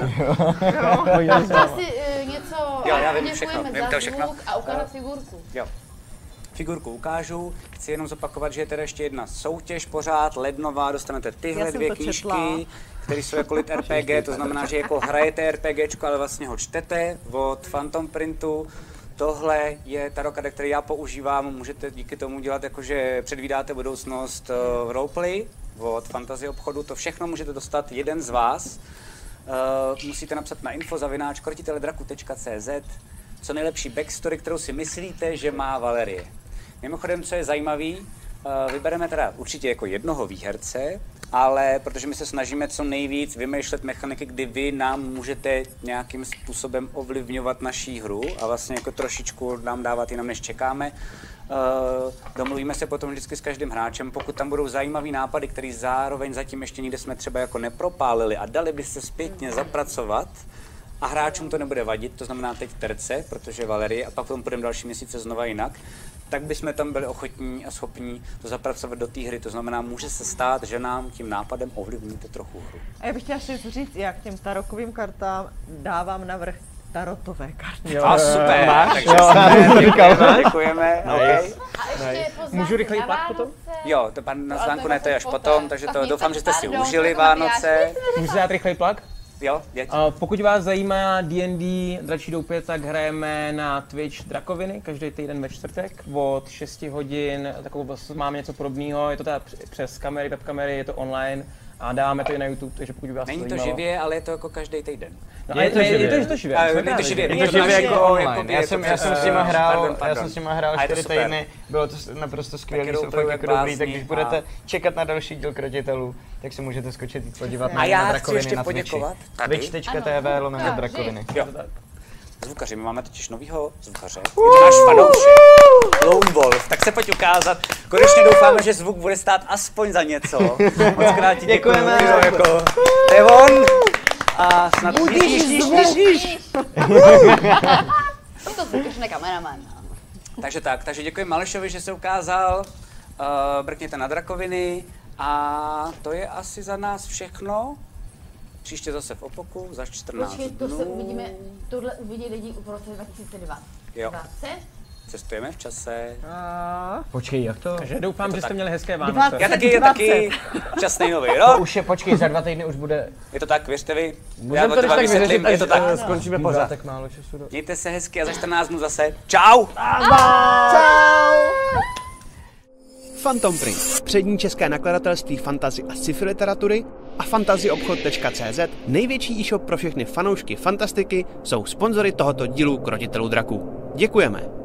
[SPEAKER 4] Asi eh, něco
[SPEAKER 2] Jo, já vím
[SPEAKER 4] děkujeme
[SPEAKER 2] všechno, vím
[SPEAKER 4] za
[SPEAKER 2] to všechno.
[SPEAKER 4] zvuk a ukázat
[SPEAKER 2] Eh,
[SPEAKER 4] figurku.
[SPEAKER 2] Jo. Figurku ukážu, chci jenom zopakovat, že je teda ještě jedna soutěž pořád, lednová, dostanete
[SPEAKER 8] Já
[SPEAKER 2] tyhle
[SPEAKER 8] jsem
[SPEAKER 2] dvě
[SPEAKER 8] to
[SPEAKER 2] knížky,
[SPEAKER 8] četla.
[SPEAKER 2] které jsou jako
[SPEAKER 8] *laughs*
[SPEAKER 2] lit RPG, to znamená, že jako hrajete RPGčko, ale vlastně ho čtete od Phantom Printu. Tohle je tarokade, který já používám, můžete díky tomu dělat, jakože předvídáte budoucnost eh, roleplay od Fantasy obchodu, to všechno můžete dostat jeden z vás. Eh, musíte napsat na info zavináč krotiteledraku.cz co nejlepší backstory, kterou si myslíte, že má Valerie. Mimochodem, co je zajímavý, eh, vybereme teda určitě jako jednoho výherce, ale protože my se snažíme co nejvíc vymýšlet mechaniky, kdy vy nám můžete nějakým způsobem ovlivňovat naší hru a vlastně jako trošičku nám dávat jinam, než čekáme, Eh, domluvíme se potom vždycky s každým hráčem, pokud tam budou zajímavý nápady, který zároveň zatím ještě nikde jsme třeba jako nepropálili a dali by se zpětně zapracovat a hráčům to nebude vadit, to znamená teď terce, protože Valerie a pak potom půjdeme další měsíce znova jinak, tak bychom tam byli ochotní a schopní to zapracovat do té hry. To znamená, může se stát, že nám tím nápadem ovlivníte trochu hru.
[SPEAKER 8] A já bych chtěla ještě něco říct, já k těm tarokovým kartám dávám navrh tarotové karty.
[SPEAKER 2] Jo, A jo, jo, super, máš? takže Jo, super, já jsem říkal. děkujeme, děkujeme, Nice. ok. A ještě Nice. pozvánky Můžu rychleji na plak potom? Jo, to pan na
[SPEAKER 10] To
[SPEAKER 2] zvánku
[SPEAKER 10] ale
[SPEAKER 2] ne, to je až potom, takže to
[SPEAKER 10] Tak
[SPEAKER 2] doufám, že jste si
[SPEAKER 10] pardon,
[SPEAKER 2] užili
[SPEAKER 10] to byla
[SPEAKER 2] Vánoce.
[SPEAKER 10] Můžu dát rychlej plak?
[SPEAKER 2] Jo, jeď.
[SPEAKER 10] A Pokud vás zajímá D&D Dračí doupě, tak hrajeme na Twitch Drakoviny každý týden ve čtvrtek od 6 hodin, takovou máme něco podobného, je to teda př- přes kamery, webkamery, je to online a dáme to i na YouTube, takže pokud by vás
[SPEAKER 2] Není to
[SPEAKER 10] zajímalo.
[SPEAKER 2] živě, ale je to jako každý týden.
[SPEAKER 10] No, Je ale- to je- živě. je to- je to živě.
[SPEAKER 2] Ale
[SPEAKER 10] Jsme
[SPEAKER 2] není to
[SPEAKER 10] právě
[SPEAKER 2] živě.
[SPEAKER 10] živě.
[SPEAKER 2] není
[SPEAKER 10] Je to živě
[SPEAKER 2] naživo,
[SPEAKER 10] jako online.
[SPEAKER 2] jakoby
[SPEAKER 3] Já
[SPEAKER 2] je to
[SPEAKER 3] jsem, já
[SPEAKER 2] přes-
[SPEAKER 3] jsem s nima hrál,
[SPEAKER 2] pardon,
[SPEAKER 3] já
[SPEAKER 2] pardon.
[SPEAKER 3] jsem s nima hrál
[SPEAKER 2] A je to
[SPEAKER 3] 4
[SPEAKER 2] super.
[SPEAKER 3] týdny, bylo to s- naprosto skvělé,
[SPEAKER 2] Taky
[SPEAKER 3] jsou
[SPEAKER 2] jdou
[SPEAKER 3] fakt
[SPEAKER 2] jak
[SPEAKER 3] jako dobrý,
[SPEAKER 2] blázni
[SPEAKER 3] tak když
[SPEAKER 2] a-
[SPEAKER 3] budete čekat na další díl krotitelů, tak se můžete skočit jít podívat
[SPEAKER 2] A
[SPEAKER 3] na,
[SPEAKER 2] já
[SPEAKER 3] na
[SPEAKER 2] chci
[SPEAKER 3] drakoviny
[SPEAKER 2] ještě
[SPEAKER 3] na Twitchi.
[SPEAKER 2] poděkovat. Tady?
[SPEAKER 3] Twitch.tv lomeno drakoviny.
[SPEAKER 2] Jo. Zvukaři, my máme totiž novýho zvukaře. Je to náš fanoušek. Lone Wolf, tak se pojď ukázat. Konečně doufáme, že zvuk bude stát aspoň za něco. Moc krát ti
[SPEAKER 3] Děkujeme.
[SPEAKER 2] děkuju, jo, Jako, to je on. A snad
[SPEAKER 4] Jsou to zvukař, ne kameraman.
[SPEAKER 2] Takže tak, takže děkuji Malešovi, že se ukázal. Uh, brkněte na drakoviny. A to je asi za nás všechno. Příště zase v Opoku za 14
[SPEAKER 4] Počkej, to
[SPEAKER 2] dnů.
[SPEAKER 4] se uvidíme, tohle uvidí lidi v roce 2020.
[SPEAKER 2] Jo.
[SPEAKER 4] 20?
[SPEAKER 2] Cestujeme v čase.
[SPEAKER 3] Počkej, jak to?
[SPEAKER 10] Takže doufám,
[SPEAKER 2] Je to
[SPEAKER 10] že jste
[SPEAKER 2] tak.
[SPEAKER 10] měli hezké
[SPEAKER 2] Já
[SPEAKER 10] Vánoce.
[SPEAKER 2] taky, já taky. Šťastný nový rok.
[SPEAKER 3] Už je, počkej, za dva týdny už bude...
[SPEAKER 2] Je to tak, věřte vy.
[SPEAKER 3] Můžeme
[SPEAKER 2] vám
[SPEAKER 3] to když
[SPEAKER 2] vám
[SPEAKER 3] tak
[SPEAKER 2] vysvětlím,
[SPEAKER 3] vyřešit,
[SPEAKER 2] je to
[SPEAKER 3] až,
[SPEAKER 2] tak.
[SPEAKER 3] eh, skončíme Bývá pořád. tak
[SPEAKER 2] málo času. Mějte se hezky a za 14 dnů zase. Čau!
[SPEAKER 1] Čau! Phantom Print, přední české nakladatelství fantazy a sci-fi literatury a fantazyobchod.cz, největší e-shop pro všechny fanoušky fantastiky, jsou sponzory tohoto dílu Krotitelů draků. Děkujeme!